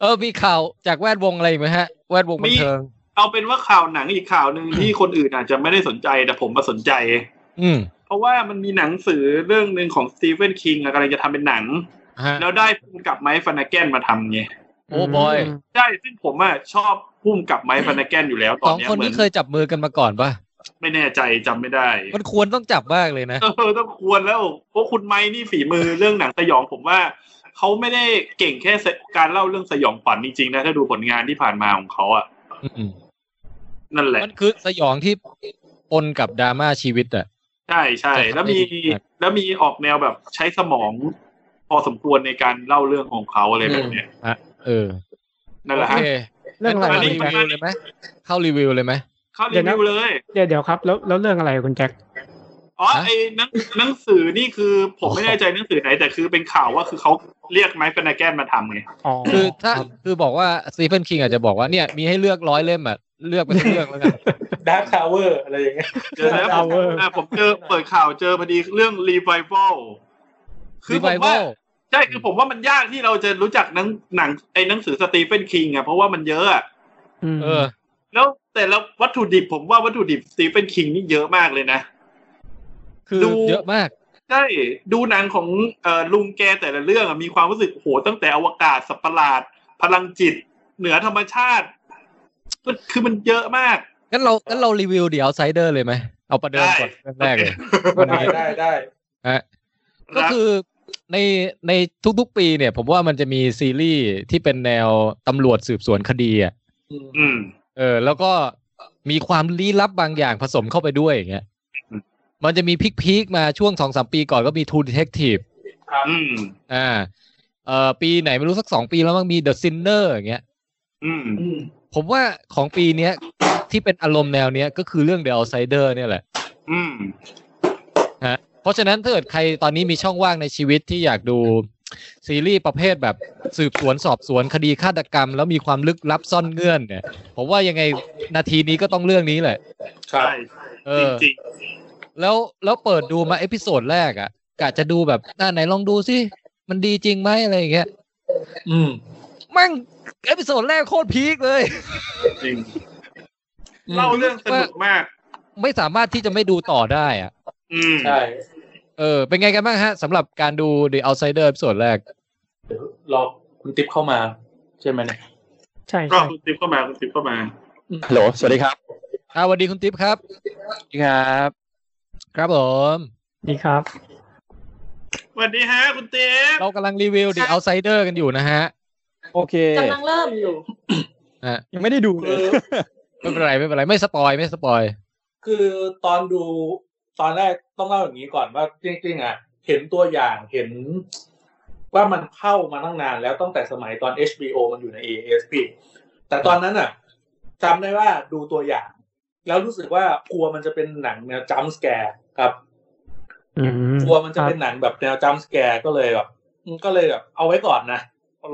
Speaker 2: เออมีข่าวจากแวดวงอะไรอีกไหมฮะ แวดวงบันเทิง
Speaker 3: เอาเป็นว่าข่าวหนังอีกข่าวหนึ่งที่คนอื่นอาจจะไม่ได้สนใจแต่ผมมาสนใจ
Speaker 2: อืม
Speaker 3: เพราะว่ามันมีหนังสือเรื่องหนึ่งของสตีเฟนคิงอะกำลังจะทำเป็นหนัง
Speaker 2: ฮะ
Speaker 3: แล้วได้พุ่มกับไมค์ฟานาแกนมาทำไง
Speaker 2: โอ้บอย
Speaker 3: ใช่ซึ่งผมอะชอบพุ่มกับไมค์ฟานาแกนอยู่แล้ว
Speaker 2: ส
Speaker 3: ตอน
Speaker 2: อง
Speaker 3: เนี้ย
Speaker 2: คน
Speaker 3: เหมือ
Speaker 2: นี้
Speaker 3: น
Speaker 2: เคยจับมือกันมาก่อนปะ
Speaker 3: ไม่แน่ใจจำไม่ได้
Speaker 2: มันควรต้องจับมากเลยนะ
Speaker 3: เออต้องควรแล้วเพราะคุณไมค์นี่ฝีมือเรื่องหนังสยองผมว่าเขาไม่ได้เก่งแค่การเล่าเรื่องสยองขวัญจริงๆนะถ้าดูผลงานที่ผ่านมาของเขาอะ
Speaker 2: อืม
Speaker 3: นั่นแหละ
Speaker 2: มันคือสยองที่ปนกับดราม่าชีวิตอ่ะ
Speaker 3: ใช่ใช่
Speaker 2: จะทำ
Speaker 3: แล้วมี
Speaker 2: ได้ดีมาก
Speaker 3: แล้วมีออกแนวแบบใช้สมอง พอสมควรในการเล่าเรื่องของเขาอะไรแบบเนี้ย
Speaker 2: เออ
Speaker 3: นั่นแห
Speaker 2: โอ
Speaker 3: ละฮะ
Speaker 2: เค
Speaker 6: เรื่องอะ
Speaker 2: งั้น
Speaker 6: ไร
Speaker 3: อันนี้
Speaker 2: เข้ารีวิวเลยไหมเข้ารีวิวเลยไหม
Speaker 3: เข้ารีวิวเลย
Speaker 6: เดี๋ยวเดี๋ยวครับ แล้วแล้วเรื่องอะไรคุณแจ็ค
Speaker 3: อ๋อ
Speaker 2: ฮะ
Speaker 3: ไอ้หนังหนังสือนี่คือผมไม่
Speaker 2: อ๋อ
Speaker 3: แน่ใจหนังสือไหน แต่คือเป็นข่าวว่าคือเขาเรียกไมค์เฟนาแกนมาทำไง
Speaker 2: คือถ้าคือบอกว่าสตีเฟนคิงอาจจะบอกว่าเนี่ยมีให้เลือกร้อยเล่มอ่ะเลือกไปสักเรื่องแล้วกัน
Speaker 7: ดาร์คทาวเวอร์อะไรอย่างเงี้ย
Speaker 3: เจอแล้วผม
Speaker 6: เออ
Speaker 3: อ่ะผมเจอเปิดข่าวเจอพอดีเรื่อง revival [LAUGHS] คือผมว่า
Speaker 2: Revival
Speaker 3: ใช่คือผมว่ามันยากที่เราจะรู้จักหนังหนังไอ้หนังสือสตีเฟนคิงอ่ะเพราะว่ามันเยอะอะ
Speaker 6: ม
Speaker 2: เออ
Speaker 3: แล้วแต่ละวัตถุดิบผมว่าวัตถุดิบสตีเฟนคิงนี่เยอะมากเลยนะ
Speaker 2: คือ
Speaker 3: ดู
Speaker 2: เยอะมาก
Speaker 3: ใช่ดูหนังของเอ่อลุงแกแต่ละเรื่องอะมีความรู้สึกโหตั้งแต่อวกาศสัตว์ประหลาด พลังจิต เหนือธรรมชาติมันคือมันเยอะมาก
Speaker 2: งั้นเรางั้นเรารีวิวเดี๋ยวไซเดอร์เลยไหมเอาประเดิมก่อนเรื่องแรกเลย วัน
Speaker 7: ได้
Speaker 2: นี้
Speaker 7: ได้ได้
Speaker 2: ก็คือในในทุกๆปีเนี่ย ผมว่ามันจะมีซีรีส์ที่เป็นแนวตำรวจสืบสวนคดีอ่ะ
Speaker 7: อืม
Speaker 3: อืม
Speaker 2: เออ แล้วก็มีความลี้ลับบางอย่างผสมเข้าไปด้วยอย่างเงี้ย
Speaker 3: อืม
Speaker 2: มันจะมีพีคๆมาช่วงสองสามปีก่อนก็มี True Detective
Speaker 3: อืม
Speaker 2: อ่าเออปีไหนไม่รู้สักสองปีแล้วมั้งมี The Sinner อย่างเงี้ย
Speaker 3: อืม
Speaker 7: อืม
Speaker 2: ผมว่าของปีเนี้ยที่เป็นอารมณ์แนวเนี้ยก็คือเรื่อง The Outsider เนี่ยแหละ
Speaker 3: อืม
Speaker 2: เพราะฉะนั้นถ้าเกิดใครตอนนี้มีช่องว่างในชีวิตที่อยากดู ซีรีส์ประเภทแบบสืบสวนสอบสวนคดีฆาตกรรม แล้วมีความลึกลับซ่อนเงื่อนเนี่ย ผมว่ายังไงนาทีนี้ก็ต้องเรื่องนี้แหละ
Speaker 7: ครับ
Speaker 3: ใช่
Speaker 2: เอ
Speaker 3: จ
Speaker 2: อ
Speaker 3: ริง
Speaker 2: แล้วแล้วเปิดดูมาเอพิโซดแรกอะ่ะกะจะดูแบบอ่าไหนลองดูสิมันดีจริงไหมอะไรอย่างเงี้ย
Speaker 7: อืม
Speaker 2: แมั่งเอพิโซดแรกโคตรพีคเลย
Speaker 3: ๆจริงเล่าเรื่องสนุกมาก
Speaker 2: ไม่สามารถที่จะไม่ดูต่อได้อะ่ะ
Speaker 3: อืม
Speaker 7: ใช่
Speaker 2: เออเป็นไงกันบ้างฮะสำหรับการดู The Outsider เอพิโซดแรก
Speaker 7: เดี๋ยวรอคุณติ๊บเข้ามาใช่ไหมเนี่ย
Speaker 6: ใช่
Speaker 3: ก็
Speaker 6: ใช่
Speaker 3: คุณติ๊บเข้ามาคุณติ๊บเข้ามา
Speaker 8: ฮัลโหล สวัสดีครับ
Speaker 2: อ่าสวัสดีคุณติ๊บครับ
Speaker 8: สวัสดีครับ
Speaker 2: ครับผม
Speaker 6: ดีครับ
Speaker 3: สวัสดีฮะคุณติ๊บ
Speaker 2: [LAUGHS] เรากำลังรีวิว The Outsider กันอยู่นะฮะ
Speaker 8: โอเค
Speaker 5: กำลังเริ่มอยู่
Speaker 8: ยังไม่ได้ดูเลย
Speaker 2: ไม่เป็นไรไม่เป็นไรไม่สปอยไม่สปอย
Speaker 7: คือตอนดูตอนแรกต้องเล่าอย่างนี้ก่อนว่าจริงๆอ่ะ เห็นตัวอย่างเห็น ว่ามันเข้ามาตั้งนานแล้วตั้งแต่สมัยตอน HBO มันอยู่ใน AS พี่แต่ตอนนั้นอ่ะจำได้ว่าดูตัวอย่าง แล้วรู้สึกว่ากลัวมันจะเป็นหนังแนวจัมสแกร์ครับ
Speaker 6: อืม
Speaker 7: กลัวมันจะ
Speaker 6: ครับ
Speaker 7: เป็นหนังแบบแนวจัมสแกร์ก็เลยแบบอืมก็เลยแบบเอาไว้ก่อนนะ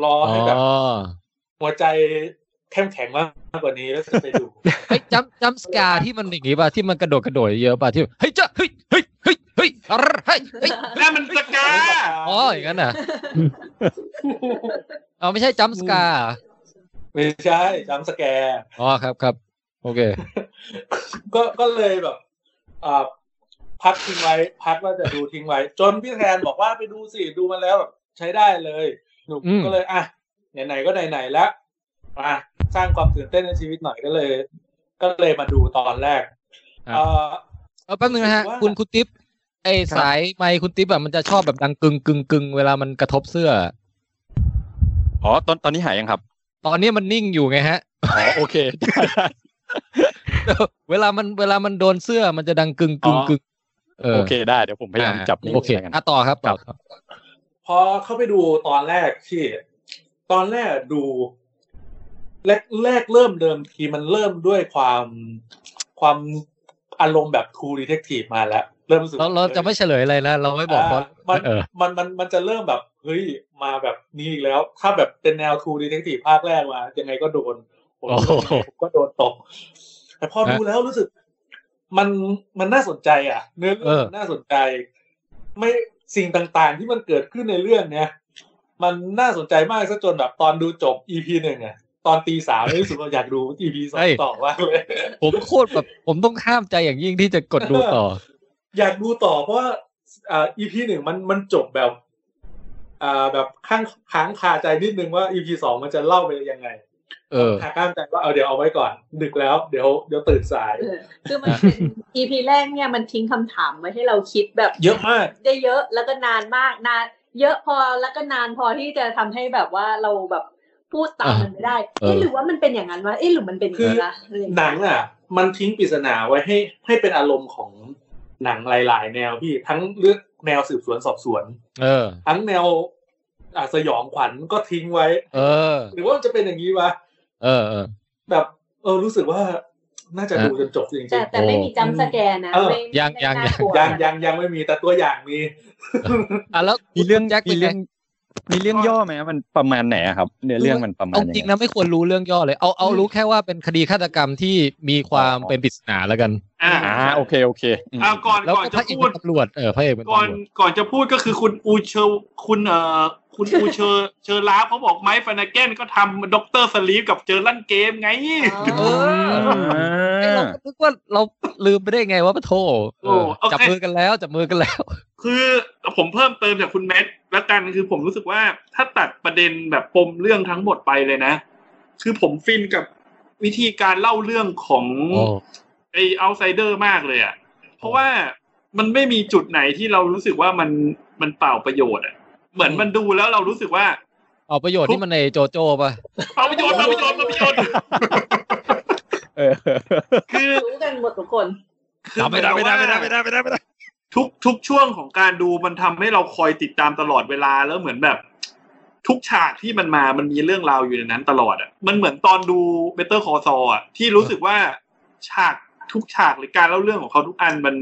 Speaker 7: รอ
Speaker 2: อ๋อ
Speaker 7: ให้แบบหัวใจเข้มแข็งมากกว่านี้แล้วจะไปดู
Speaker 2: ไอ้ยจัมจัมสกาที่มันอย่างงี้ป่ะที่มันกระโดดกระโดดเยอะป่ะที่เฮ้ยจ้าเฮ้ยเฮ้ยเฮ้ยเฮ้ยอะไรเฮ้ยเฮ้ย
Speaker 3: นั่นมันสกา
Speaker 2: อ๋ออย่างนั้นน่ [LAUGHS] ะเอาไม่ใช่จัมสกา
Speaker 7: ไม่ใช่จัมสแกร์
Speaker 2: อ๋อครับครับโอเค
Speaker 7: ก็ก็เลยแบบอ่าพักทิ้งไว้ พักว่าจะดูทิ้งไว้ จนพี่แทนบอกว่าไปดูสิดูมาแล้วแบบใช้ได้เลยหนุก
Speaker 2: อืม
Speaker 7: ก็เลยอ่ะไหนๆก็ไหนๆแล้วอ่ะสร้างความตื่นเต้นในชีวิตหน่อยก็เลย ก็เลยมาดูตอนแรกเอ่อ
Speaker 2: เอาแป๊บนึงนะฮะ
Speaker 7: ว่า
Speaker 2: คุณคุณติ๊บไอ้สายไมค์คุณติ๊บแบบมันจะชอบแบบดังกึ่งกึ่งกึ่งเวลามันกระทบเสื้อ
Speaker 8: อ๋อ ตอนตอนนี้หายยังครับ
Speaker 2: ตอนนี้มันนิ่งอยู่ไงฮะ
Speaker 8: อ๋อ โอเค
Speaker 2: เวลามันเวลามันโดนเสื้อมันจะดังกึ่งกึ่งกึ่งเออ
Speaker 8: โอเคได้ เดี๋ยวผมพยายามจับ
Speaker 2: โอเค
Speaker 8: แล้วกัน
Speaker 2: อ่ะต่อครับต่อครับ
Speaker 7: พอเข้าไปดูตอนแรกที่ ตอนแรกดูแรกแรกเริ่มเดิมทีมันเริ่มด้วยความความอารมณ์แบบ True Detective มาแล้ว เริ่มรู้สึก
Speaker 2: เราเราจะไม่เฉลยอะไรนะเราไม่บอกเพราะ
Speaker 7: มัน
Speaker 2: เออ
Speaker 7: มันมันมันจะเริ่มแบบเฮ้ยมาแบบนี้อีกแล้ว ถ้าแบบเป็นแนว True Detective ภาคแรกมา ยังไงก็โดนผม
Speaker 2: โอ้โห
Speaker 7: ผมก็โดนตก แต่พอดูแล้วรู้สึก มันมันน่าสนใจ อ่ะ เนื้อเรื่องมันน่าสนใจ ไม่สิ่งต่างๆ ที่มันเกิดขึ้นในเรื่องเนี้ยมันน่าสนใจมากซะจนแบบตอนดูจบ EP หนึ่งอ่ะ ตอนตีสามนี่รู้สึกว่าอยากดู EP สองต่อมากเลย
Speaker 2: ผมโคตรแบบผมต้องห้ามใจอย่างยิ่งที่จะกดดูต่อ
Speaker 7: อยากดูต่อเพราะว่าอ่า EP หนึ่งมันมันจบแบบ อ่าแบบข้างค้างคาใจนิดนึงว่า EP สองมันจะเล่าไปยังไง
Speaker 2: เออ
Speaker 7: หาข้ามใจว่าเอาเดี๋ยวเอาไว้ก่อน ดึกแล้วเดี๋ยวเดี๋ยวตื่นสาย
Speaker 5: เออคือมันเป็น EP แรกเนี่ยมันทิ้งคำถามไว้ให้เราคิดแบบ
Speaker 7: เยอะมาก
Speaker 5: ได้เยอะแล้วก็นานมากนาน เยอะพอแล้วก็นานพอที่จะทำให้แบบว่าเราแบบพูดตาม
Speaker 2: อ่ะ
Speaker 5: มันไม่ได้
Speaker 2: เออ
Speaker 5: เอ๊ะหรือว่ามันเป็นอย่างนั้นวะเอ๊ะหรือมันเป็นอย่างนี้วะอะไรอย่าง
Speaker 7: ห
Speaker 5: เงี้ย
Speaker 7: นังอ่ะ มันทิ้งปริศนาไว้ให้ให้เป็นอารมณ์ของหนังหลาย ๆ แนวพี่ทั้งเลือกแนวสืบสวนสอบสวน
Speaker 2: เออ
Speaker 7: ทั้งแนวอ่าสยองขวัญก็ทิ้งไว้
Speaker 2: เออ
Speaker 7: หรือว่ามันจะเป็นอย่างนี้วะ
Speaker 2: เออเออ
Speaker 7: แบบเออรู้สึกว่าน่าจะ
Speaker 2: อ่ะ
Speaker 7: ดูจนจบจริงๆ
Speaker 5: แต่แต่ไม่มีจำสแกนนะ
Speaker 7: เออ
Speaker 5: ไม่
Speaker 2: ยัง
Speaker 5: ไม่
Speaker 2: ยัง
Speaker 5: น่ากลัว
Speaker 7: ยังยังยังไม่มีแต่ตัวอย่างมี
Speaker 2: อ่ะแล้ว
Speaker 8: มีเรื่อง
Speaker 2: แจ็คเป็
Speaker 8: มี
Speaker 2: นไง
Speaker 8: เรื่อง มีเรื่องย่อไหมมันประมาณไหนอะครับ เนื้อเรื่องมันประมาณ
Speaker 2: เอา
Speaker 8: ยั
Speaker 2: จริง
Speaker 8: ไ
Speaker 2: นะไม่ควรรู้เรื่องย่อเลย เอาเอารู้แค่ว่าเป็นคดีฆาตกรรมที่มีความเป็นปริศนาแล้วกัน
Speaker 3: อ่า
Speaker 8: อ่า โอเค โอเคม
Speaker 3: อ่าก่อน
Speaker 2: แล้ว
Speaker 3: ก่อน
Speaker 2: ก็พ
Speaker 3: จะ
Speaker 2: ระเอก
Speaker 3: พู
Speaker 2: เป็
Speaker 3: ด
Speaker 2: นตำรวจเออพระเอกเป็น
Speaker 3: ก่อน
Speaker 2: ตำรวจ
Speaker 3: ก่อนจะพูดก็คือคุณอูเชอร์คุณเอ่อคุณอูเชอร์เชอร์ลาฟเขาบอกไมค์ฟานาแกนก็ทำด็อกเตอร์สลีฟกับเจอร์ลันเกมไง
Speaker 5: อ๋อ
Speaker 8: อ่
Speaker 2: เอ้ย
Speaker 8: า
Speaker 2: เราก็นึกว่าเราลืมไปได้ไงว่าปะโทเออ
Speaker 3: โอ้โอเค
Speaker 2: จับมือกันแล้วจับมือกันแล้ว
Speaker 3: คือผมเพิ่มเติมจากคุณแมทละกันคือผมรู้สึกว่าถ้าตัดประเด็นแบบปมเรื่องทั้งหมดไปเลยนะ คือผมฟินกับวิธีการเล่าเรื่องของ
Speaker 2: โอ้
Speaker 3: ไอเอาไซเดอร์มากเลยอ่ะ เพราะว่ามันไม่มีจุดไหนที่เรารู้สึกว่ามันมันเปล่าประโยชน์อ่ะ เหมือนมันดูแล้วเรารู้สึกว่า
Speaker 2: เอาประโยชน์ที่มันในโจโจ้ป่ะ
Speaker 3: เปล่าประโยชน์เปล่าประโยชน์เปล่าประโยชน์
Speaker 8: เออ
Speaker 3: คือ
Speaker 5: รู้กันหมดทุกคน
Speaker 3: คือไม่ได้ไม่ได้ไม่ได้ไม่ได้ไม่ได้ทุกทุกช่วงของการดูมันทำให้เราคอยติดตามตลอดเวลาแล้วเหมือนแบบ ทุกฉากที่มันมามันมีเรื่องราวอยู่ในนั้นตลอดอ่ะมันเหมือนตอนดูเบเตอร์คอซอ่ะที่รู้สึกว่าฉากทุกฉากหรือการเล่าเรื่องของเขาทุกอันมัน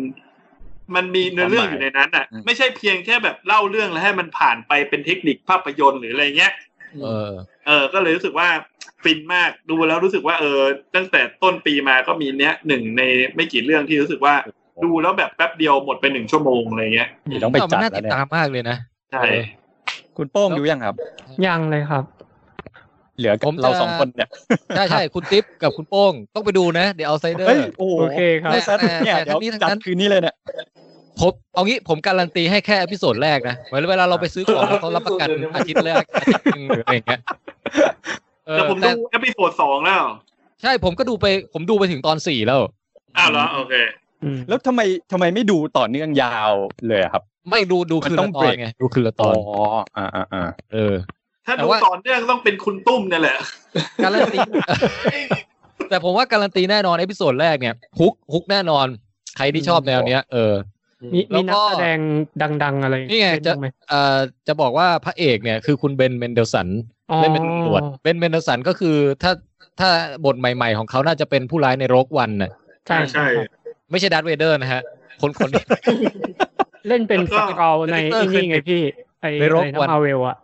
Speaker 3: มันมีเนื้อเรื่องอยู่ในนั้นอ่ะ
Speaker 8: อืม
Speaker 3: ไม่ใช่เพียงแค่แบบเล่าเรื่องแล้วให้มันผ่านไปเป็นเทคนิคภาพยนตร์หรืออะไรเงี้ย
Speaker 2: เออ
Speaker 3: เออ ก็เลยรู้สึกว่าฟินมากดูแล้วรู้สึกว่าเออ ตั้งแต่ต้นปีมาก็มีเนี้ยหนึ่งในไม่กี่เรื่องที่รู้สึกว่าดูแล้วแบบแป๊บเดียวหมดไปหนึ่งชั่วโมงอะไรเงี้ย
Speaker 8: เดี๋ยวต้องไป
Speaker 2: แต่มั
Speaker 8: จัด
Speaker 2: น่า
Speaker 8: แล้ว
Speaker 2: ติด
Speaker 8: เนี่ย
Speaker 2: ตามมากเลยนะ
Speaker 8: [LAUGHS]
Speaker 3: ใช่
Speaker 2: เออ
Speaker 8: คุณโป้งดูยังครับ
Speaker 6: ยังเลยครับ
Speaker 8: เหลือ
Speaker 2: ผมจะ
Speaker 8: เราสองคนเนี่ย
Speaker 2: ใช่ใช่คุณติ๊บกับคุณโป้งต้องไปดูนะเดี๋ยวเอาไซเดอร์
Speaker 8: เฮ้ยโอ้โห
Speaker 6: โอเคครับ
Speaker 8: ไม่ซัดเนี่ย
Speaker 2: แต่
Speaker 8: เดี๋ยว
Speaker 2: แต่ทั้งนี้ทั้งนั้น
Speaker 8: จัดคืนนี้เลยเนี่ย
Speaker 2: ผมเอางี้ผมการันตีให้แค่อพิโซดแรกนะเหมือนเวลาเราไปซื้อ
Speaker 8: [LAUGHS]
Speaker 2: ของแล้วเขารับประกันอาทิตย์แรกอาทิตย์หนึงหรืออะไรอย่างเงี้ยเออ
Speaker 3: แต่ผม
Speaker 2: แต่
Speaker 3: ดูเอพิโซดสองแล้ว
Speaker 2: ใช่ผมก็ดูไปผมดูไปถึงตอนสี่แล้ว
Speaker 3: อ้าวเหรอโอเค
Speaker 6: อืม
Speaker 8: แล้วทำไมทำไมไม่ดูต่อเนื่องยาวเลยอะครับ
Speaker 2: ไม่ดูดูคืน
Speaker 8: มันต้อ
Speaker 2: ละ
Speaker 8: ง
Speaker 2: ตอน
Speaker 8: break
Speaker 2: ไงดูคืนละตอน
Speaker 8: อ่าอ่าอ่า
Speaker 2: เออ
Speaker 3: ถ้า
Speaker 2: แต่
Speaker 3: ดู
Speaker 2: ว่า
Speaker 3: ต่อเนื่องต้องเป็นคุณตุ้มเนี่ยแหละ
Speaker 2: การันตี [LAUGHS] แต่ผมว่าการันตีแน่นอนเอพิโซดแรกเนี่ยฮุกฮุกแน่นอน ใครที่ชอบแนวเนี้ยเออ
Speaker 6: มี
Speaker 2: แล้วก็
Speaker 6: มีนักแสดงดังๆอะไร
Speaker 2: นี่ไง
Speaker 6: เป็
Speaker 2: จะ
Speaker 6: บ้าหม
Speaker 2: เอ่อจะบอกว่าพระเอกเนี่ยคือคุณเบนเมนเดลสัน
Speaker 6: อ๋อ
Speaker 2: เล่นเป็นตำรวจเบนเมนเดลสันก็คือถ้าถ้าบทใหม่ๆ ของเขาน่าจะเป็นผู้ร้ายในโรกวันน่ะ
Speaker 6: ใช่
Speaker 3: อ่าใช่
Speaker 6: ใช่ครับ
Speaker 2: ไม่ใช่ดัตเวเดอร์นะฮะ คนคน
Speaker 6: เล่นเป็น
Speaker 3: แล้วก็
Speaker 6: สเกาในไอ้นี่ไงพี่ไอ้
Speaker 2: ในโรค
Speaker 6: อะไร
Speaker 2: วัน
Speaker 6: มาเวลอะ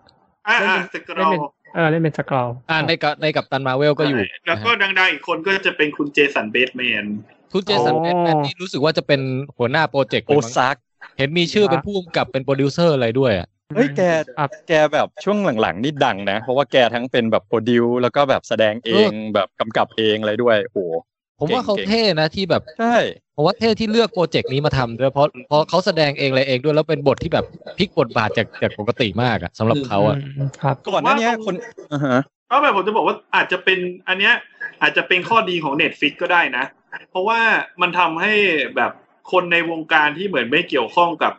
Speaker 3: อ่าอ่า
Speaker 6: เล่
Speaker 3: สก
Speaker 6: นเป็น
Speaker 3: รอ
Speaker 6: เล่นเป็น เออเล่นเป็นสเกา
Speaker 2: อ่าในกับในกับตันมาเวลก็อยู่
Speaker 3: แล้วก็ดังๆอีกคนก็จะเป็นคุณเจสันเบสแมน
Speaker 2: คุณเจสันเบทแมนนี่รู้สึกว่าจะเป็นหัวหน้าโปรเจกต์
Speaker 8: โอ
Speaker 2: เลยมั้ง
Speaker 8: ซัก
Speaker 2: เห็นมีชื่อเป็นผู้กำกับเป็นโปรดิวเซอร์อะไรด้วยอะ
Speaker 8: เฮ้ยแก
Speaker 6: อ่ะ
Speaker 8: แกแบบช่วงหลังๆนี่ดังนะ เพราะว่าแกทั้งเป็นแบบโปรดิวแล้วก็แบบแสดงเองแบบกำกับเองอะไรด้วยโอ้โห
Speaker 2: ผมว่า
Speaker 8: เก่งๆ
Speaker 2: เขาเท่นะที่แบบ
Speaker 8: ใช่
Speaker 2: ผมว่าเท่ที่เลือกโปรเจกต์นี้มาทำด้วยเพราะเพราะเขาแสดงเองอะไรเองด้วยแล้วเป็นบทที่แบบพลิกบทบาทจากจากปกติมากอะสำหรับเขาอะ
Speaker 6: มครับ
Speaker 8: ก่อนหน้านี้คนอ่าฮะ
Speaker 3: ก็แบบผมจะบอกว่าอาจจะเป็นอันเนี้ยอาจจะเป็นข้อดีของ Netflix ก็ได้นะ เพราะว่ามันทำให้แบบคนในวงการที่เหมือนไม่เกี่ยวข้องกับ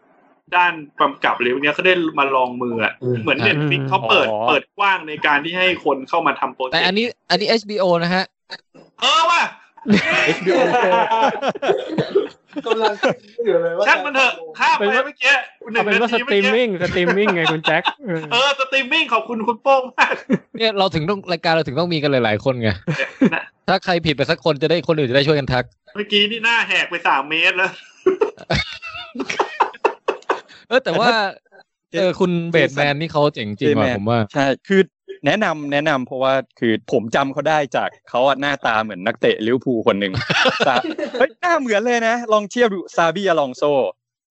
Speaker 3: ด้านกำกับหรือพวกเนี้ยเขาได้มาลองมืออะเหมือน Netflix เขาเปิด
Speaker 8: อ๋อ
Speaker 3: เปิดกว้างในการที่ให้คนเข้ามาทำโปรเจกต์
Speaker 2: แต่อันนี้อันนี้ HBO นะฮะ
Speaker 3: เออว่ะ
Speaker 7: กำลังคิดอยู่เลยว่า
Speaker 3: ช่างมันเถอะข้ามไปเมื่อกี้หนึ่ง
Speaker 6: เอาเป็น
Speaker 3: นา
Speaker 6: ว่าส
Speaker 3: ที
Speaker 6: ตรี
Speaker 3: เมื่อกี้
Speaker 6: มมิ่งสตรีมมิ่งไงคุณแจ็คเออ
Speaker 3: เออสตรีมมิ่งขอบคุณคุณโป้งมาก
Speaker 2: เนี่ยเราถึงต้องรายการเราถึงต้องมีกันหลายๆคนไง
Speaker 3: นะ
Speaker 2: ถ้าใครผิดไปสักคนจะได้คนอื่นจะได้ช่วยกันทัก
Speaker 3: เมื่อกี้นี่หน้าแหกไปสามเมตรแล้ว
Speaker 2: เออแต่ว่าเออคุณเบดแมนนี่เขาเจ๋งจริงว่ะ
Speaker 8: Batman
Speaker 2: ผมว่า
Speaker 8: ใช่ คือแนะนำแนะนำเพราะว่าคือผมจำเขาได้จากเขาอะหน้าตาเหมือนนักเตะลิเวอร์พูลคนหนึ่ง [LAUGHS] ซาเฮ้ยหน้าเหมือนเลยนะ ลองเทียบดูซาบีอลองโซ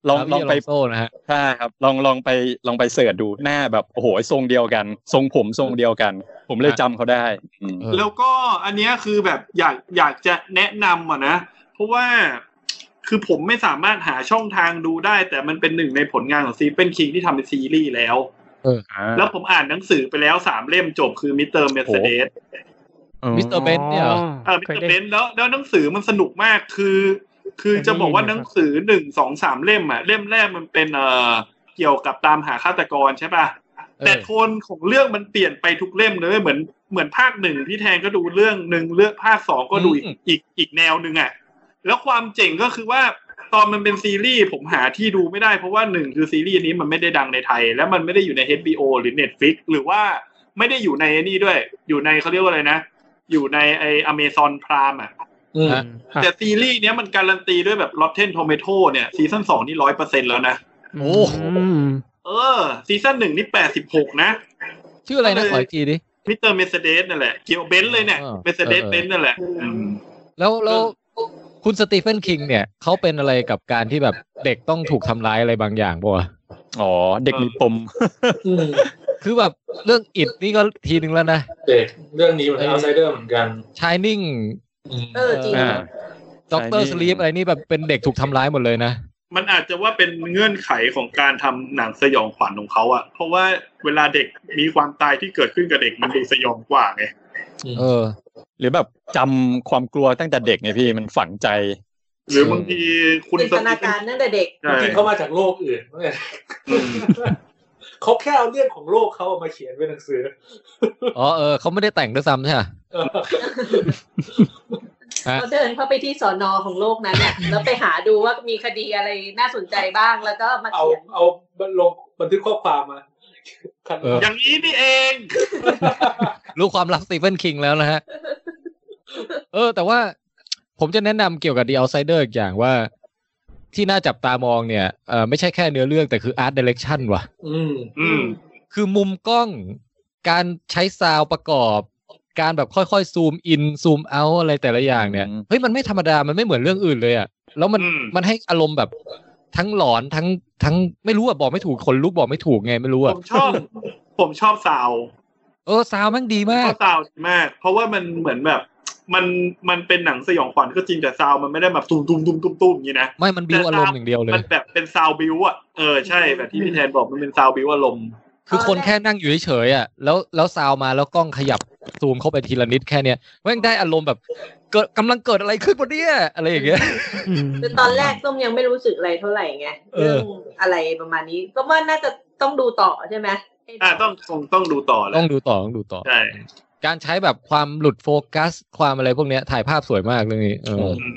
Speaker 8: ลอง
Speaker 2: Xabi
Speaker 8: ลองไป
Speaker 2: Alonso นะฮะ
Speaker 8: ใช่ครับ ลองลองไปลองไปเสิร์ชดูหน้าแบบโอ้โหทรงเดียวกัน ทรงผมทรงเดียวกัน ผมเลยจำเขาได้อืม
Speaker 2: เออ
Speaker 3: แล้วก็อันเนี้ยคือแบบอยากอยากจะแนะนำอ่ะนะ เพราะว่าคือผมไม่สามารถหาช่องทางดูได้ แต่มันเป็นหนึ่งในผลงานของซีเป็นคิงที่ทำเป็นซีรีส์แล้ว
Speaker 8: อ่า
Speaker 3: แล้วผมอ่านหนังสือไปแล้วสามเล่มจบคือมิสเตอร์เมสเซเดส
Speaker 2: มิสเตอร์เบนเนี่ยเหรอ
Speaker 3: เออมิส
Speaker 6: เคย
Speaker 3: เตอร์
Speaker 6: ได้
Speaker 3: เบนแล้วแล้วหนังสือมันสนุกมากคือ คือจะบอกว่าหนังสือหนึ่งสองสามเล่มอ่ะ เล่มแรกมันเป็นเอ่อเกี่ยวกับตามหาฆาตกรใช่ปะ
Speaker 2: เออ
Speaker 3: แต่โทนของเรื่องมันเปลี่ยนไปทุกเล่มเลยเหมือนเหมือนภาคหนึ่งพี่แทนก็ดูเรื่องหนึ่งเลือกภาคสองก็ดูอีก
Speaker 2: อืม
Speaker 3: อีกอีกแนวหนึ่งอ่ะแล้วความเจ๋งก็คือว่าตอนมันเป็นซีรีส์ผมหาที่ดูไม่ได้เพราะว่าหนึ่งคือซีรีส์นี้มันไม่ได้ดังในไทย และมันไม่ได้อยู่ใน HBO หรือ Netflix หรือว่าไม่ได้อยู่ในนี่ด้วย อยู่ในเขาเรียกว่าอะไรนะ อยู่ในไออเมซอนพรามอ่ะ
Speaker 6: อืมครับ
Speaker 3: แต่ซีรีส์เนี้ยมันการันตีด้วยแบบ Rotten Tomato เนี่ยซีซั่นสองนี่ร้อยเปอร์เซ็นต์แล้วนะ
Speaker 2: โอ้
Speaker 6: ม
Speaker 3: เออซีซั่นหนึ่งนี่แปดสิบหกนะ
Speaker 2: ชื่ออะไรนะขออีกทีดิ
Speaker 3: มิสเตอร์เมสเซเดสนั่นแหละ เกี่ยวเบนซ์เลยเนี่ย
Speaker 2: เออ
Speaker 3: เมสเซเดส
Speaker 2: เออ
Speaker 3: เบนซ์นั่นแหละอืม
Speaker 2: แล้วแล้วคุณสตีเฟนคิงเนี่ยเขาเป็นอะไรกับการที่แบบเด็กต้องถูกทำร้ายอะไรบางอย่างป่ะวะ
Speaker 8: อ๋อ เด็กมีปม
Speaker 2: คือแบบเรื่องอิดนี่ก็ทีนึงแล้วนะ
Speaker 7: เด็กเรื่องนี้มันเอาไซเดอร์เหมือนกัน
Speaker 2: ชายนิ่ง
Speaker 5: เออจริง
Speaker 8: อ่า
Speaker 2: ด็อกเตอร์ส
Speaker 8: Shining
Speaker 2: ลีปอะไรนี่แบบเป็นเด็กถูกทำร้ายหมดเลยนะ
Speaker 3: มันอาจจะว่าเป็นเงื่อนไขของการทำหนังสยองขวัญของเขาอะเพราะว่าเวลาเด็กมีความตายที่เกิดขึ้นกับเด็กมันดูสยองกว่าไง
Speaker 2: เออ
Speaker 8: หรือแบบจำความกลัวตั้งแต่เด็กไงพี่มันฝังใจ
Speaker 3: หรือบางทีคุณ
Speaker 5: จินตนาการตั้งแต่เด็ก
Speaker 3: ใช่
Speaker 7: จริงๆเขามาจากโลกอื่น
Speaker 3: อืม
Speaker 7: เขาแค่เอาเรื่องของโลกเขาเอามาเขียนเป็นหนังสือ
Speaker 2: อ๋อเออเขาไม่ได้แต่งด้วยซ้ำใช่ไหม
Speaker 7: เออ
Speaker 2: ฮะ
Speaker 5: เขาเดินเข้าไปที่สอนอของโลกนั้นน่ะ แล้วไปหาดูว่ามีคดีอะไรน่าสนใจบ้าง แล้วก็มา
Speaker 7: เอา
Speaker 5: เขียน
Speaker 7: เอาลงบันทึกข้อความมาคัน
Speaker 2: เออ
Speaker 3: อย่างนี้นี่เอง
Speaker 2: รู้ความลับสตีเฟนคิงแล้วนะ
Speaker 8: [LAUGHS]
Speaker 2: ฮะ เออ แต่ว่าผมจะแนะนำเกี่ยวกับ The Outsider อีกอย่างว่า ที่น่าจับตามองเนี่ยเอ่อไม่ใช่แค่เนื้อเรื่องแต่คืออาร์ตเดเรคชั่นว่ะ
Speaker 7: อืม
Speaker 3: อืม
Speaker 2: คือมุมกล้องการใช้ซาวด์ประกอบ การแบบค่อยๆซูมอินซูมเอาอะไรแต่ละอย่างเนี่ย
Speaker 8: อืม
Speaker 2: เฮ้ยมันไม่ธรรมดามันไม่เหมือนเรื่องอื่นเลยอะ่ะแล้วมัน
Speaker 3: อืม
Speaker 2: มันให้อารมณ์แบบทั้งหลอนทั้งทั้งไม่รู้อะบอกไม่ถูกคนลุกบอกไม่ถูกไงไม่รู้
Speaker 3: ผ
Speaker 2: อะ
Speaker 3: มชอบ ผมชอบซาวด์
Speaker 2: เออซาวด์แมันดีมา
Speaker 3: ช
Speaker 2: ก
Speaker 3: อบซาวด์มาก เพราะว่ามันเหมือนแบบ มันมันเป็นหนังสยองขวัญก็จริงแต่ซาวด์มันไม่ได้แบบตุ้มตุ้มตุ้มตุ้มตุ้มอย่างนี้นะ
Speaker 2: ไม่มันบิวอารมณ์อย่างเดียวเล
Speaker 3: มั
Speaker 2: ย
Speaker 3: นแบบเป็นซาวด์บิวอะเออใช่แบบที่พี่แทนบอกมันเป็นซาวด์บิวอารมณ์
Speaker 2: คือคนแค่นั่งอยู่เฉยๆอ่ะแล้วแล้วซาวมาแล้วกล้องขยับซูมเข้าไปทีละนิดแค่เนี้ยแม่งได้อารมณ์แบบเกิดกำลังเกิดอะไรขึ้นบนเนี้ยอะไรอย่างเงี้ย
Speaker 6: อืม
Speaker 5: คือตอนแรกส้มยังไม่รู้สึกอะไรเท่าไหร่ไง
Speaker 2: เออ
Speaker 5: เรื่องอะไรประมาณนี้ก็ว่าน่าจะต้องดูต่อใช่ไหม
Speaker 3: อ่าต้องคงต้องดูต่อแหล้
Speaker 2: ต้
Speaker 3: ว
Speaker 2: องดูต่อต้องดูต่อ
Speaker 3: ใช่
Speaker 2: การใช้แบบความหลุดโฟกัส ความอะไรพวกเนี้ยถ่ายภาพสวยมากเรื่องนี้เออ
Speaker 8: อืม
Speaker 3: อืม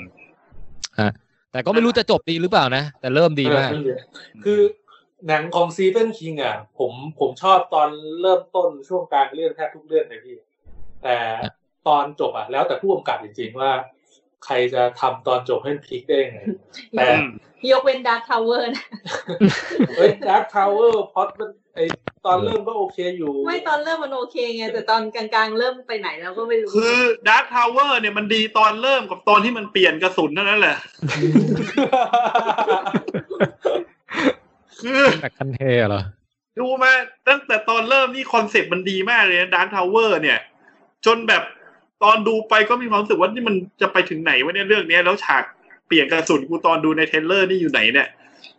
Speaker 2: แต่ก็ไม่รู้จะจบดีหรือเปล่านะ แต่เริ่มดีมาก
Speaker 7: เออเรื่องเดียวคือหนังของซีเ n นคิงอ่ะ ผมผมชอบตอนเริ่มต้นช่วงกลางเรื่องแทบทุกเรื่องเลยพี่ แต่ตอนจบอ่ะ แล้วแต่ผู้กำกับจริงๆว่า ใครจะทำตอนจบให้มันพลิกได้ยังไง แต่
Speaker 5: ยกเว้นดาร์คทาวเวอร์นะ
Speaker 7: เอ้ยดาร์คทาวเวอร์พอดมันไอตอนเริ่มก็โอเคอยู่
Speaker 5: ไม่ตอนเริ่มมันโอเคไง แต่ตอนกลางๆ เริ่มไปไหนเราก็ไม่รู้
Speaker 3: คือดาร์ t ทาวเวอร์เนี่ยมันดีตอนเริ่มกับตอนที่มันเปลี่ยนกระสุนเท่านั้นแหละ คือ
Speaker 2: จากคันเทเหรอ
Speaker 3: ดูมาตั้งแต่ตอนเริ่มนี่คอนเซปต์มันดีมากเลยนะดาร์ t ทาวเวอร์เนี่ย จนแบบตอนดูไปก็มีความรู้สึกว่านี่มันจะไปถึงไหนวะเนี่ยเรื่องเนี้ยแล้วฉากเปลี่ยนกระสุนกูตอนดูในเทรลเลอร์นี่อยู่ไหนเนี่ย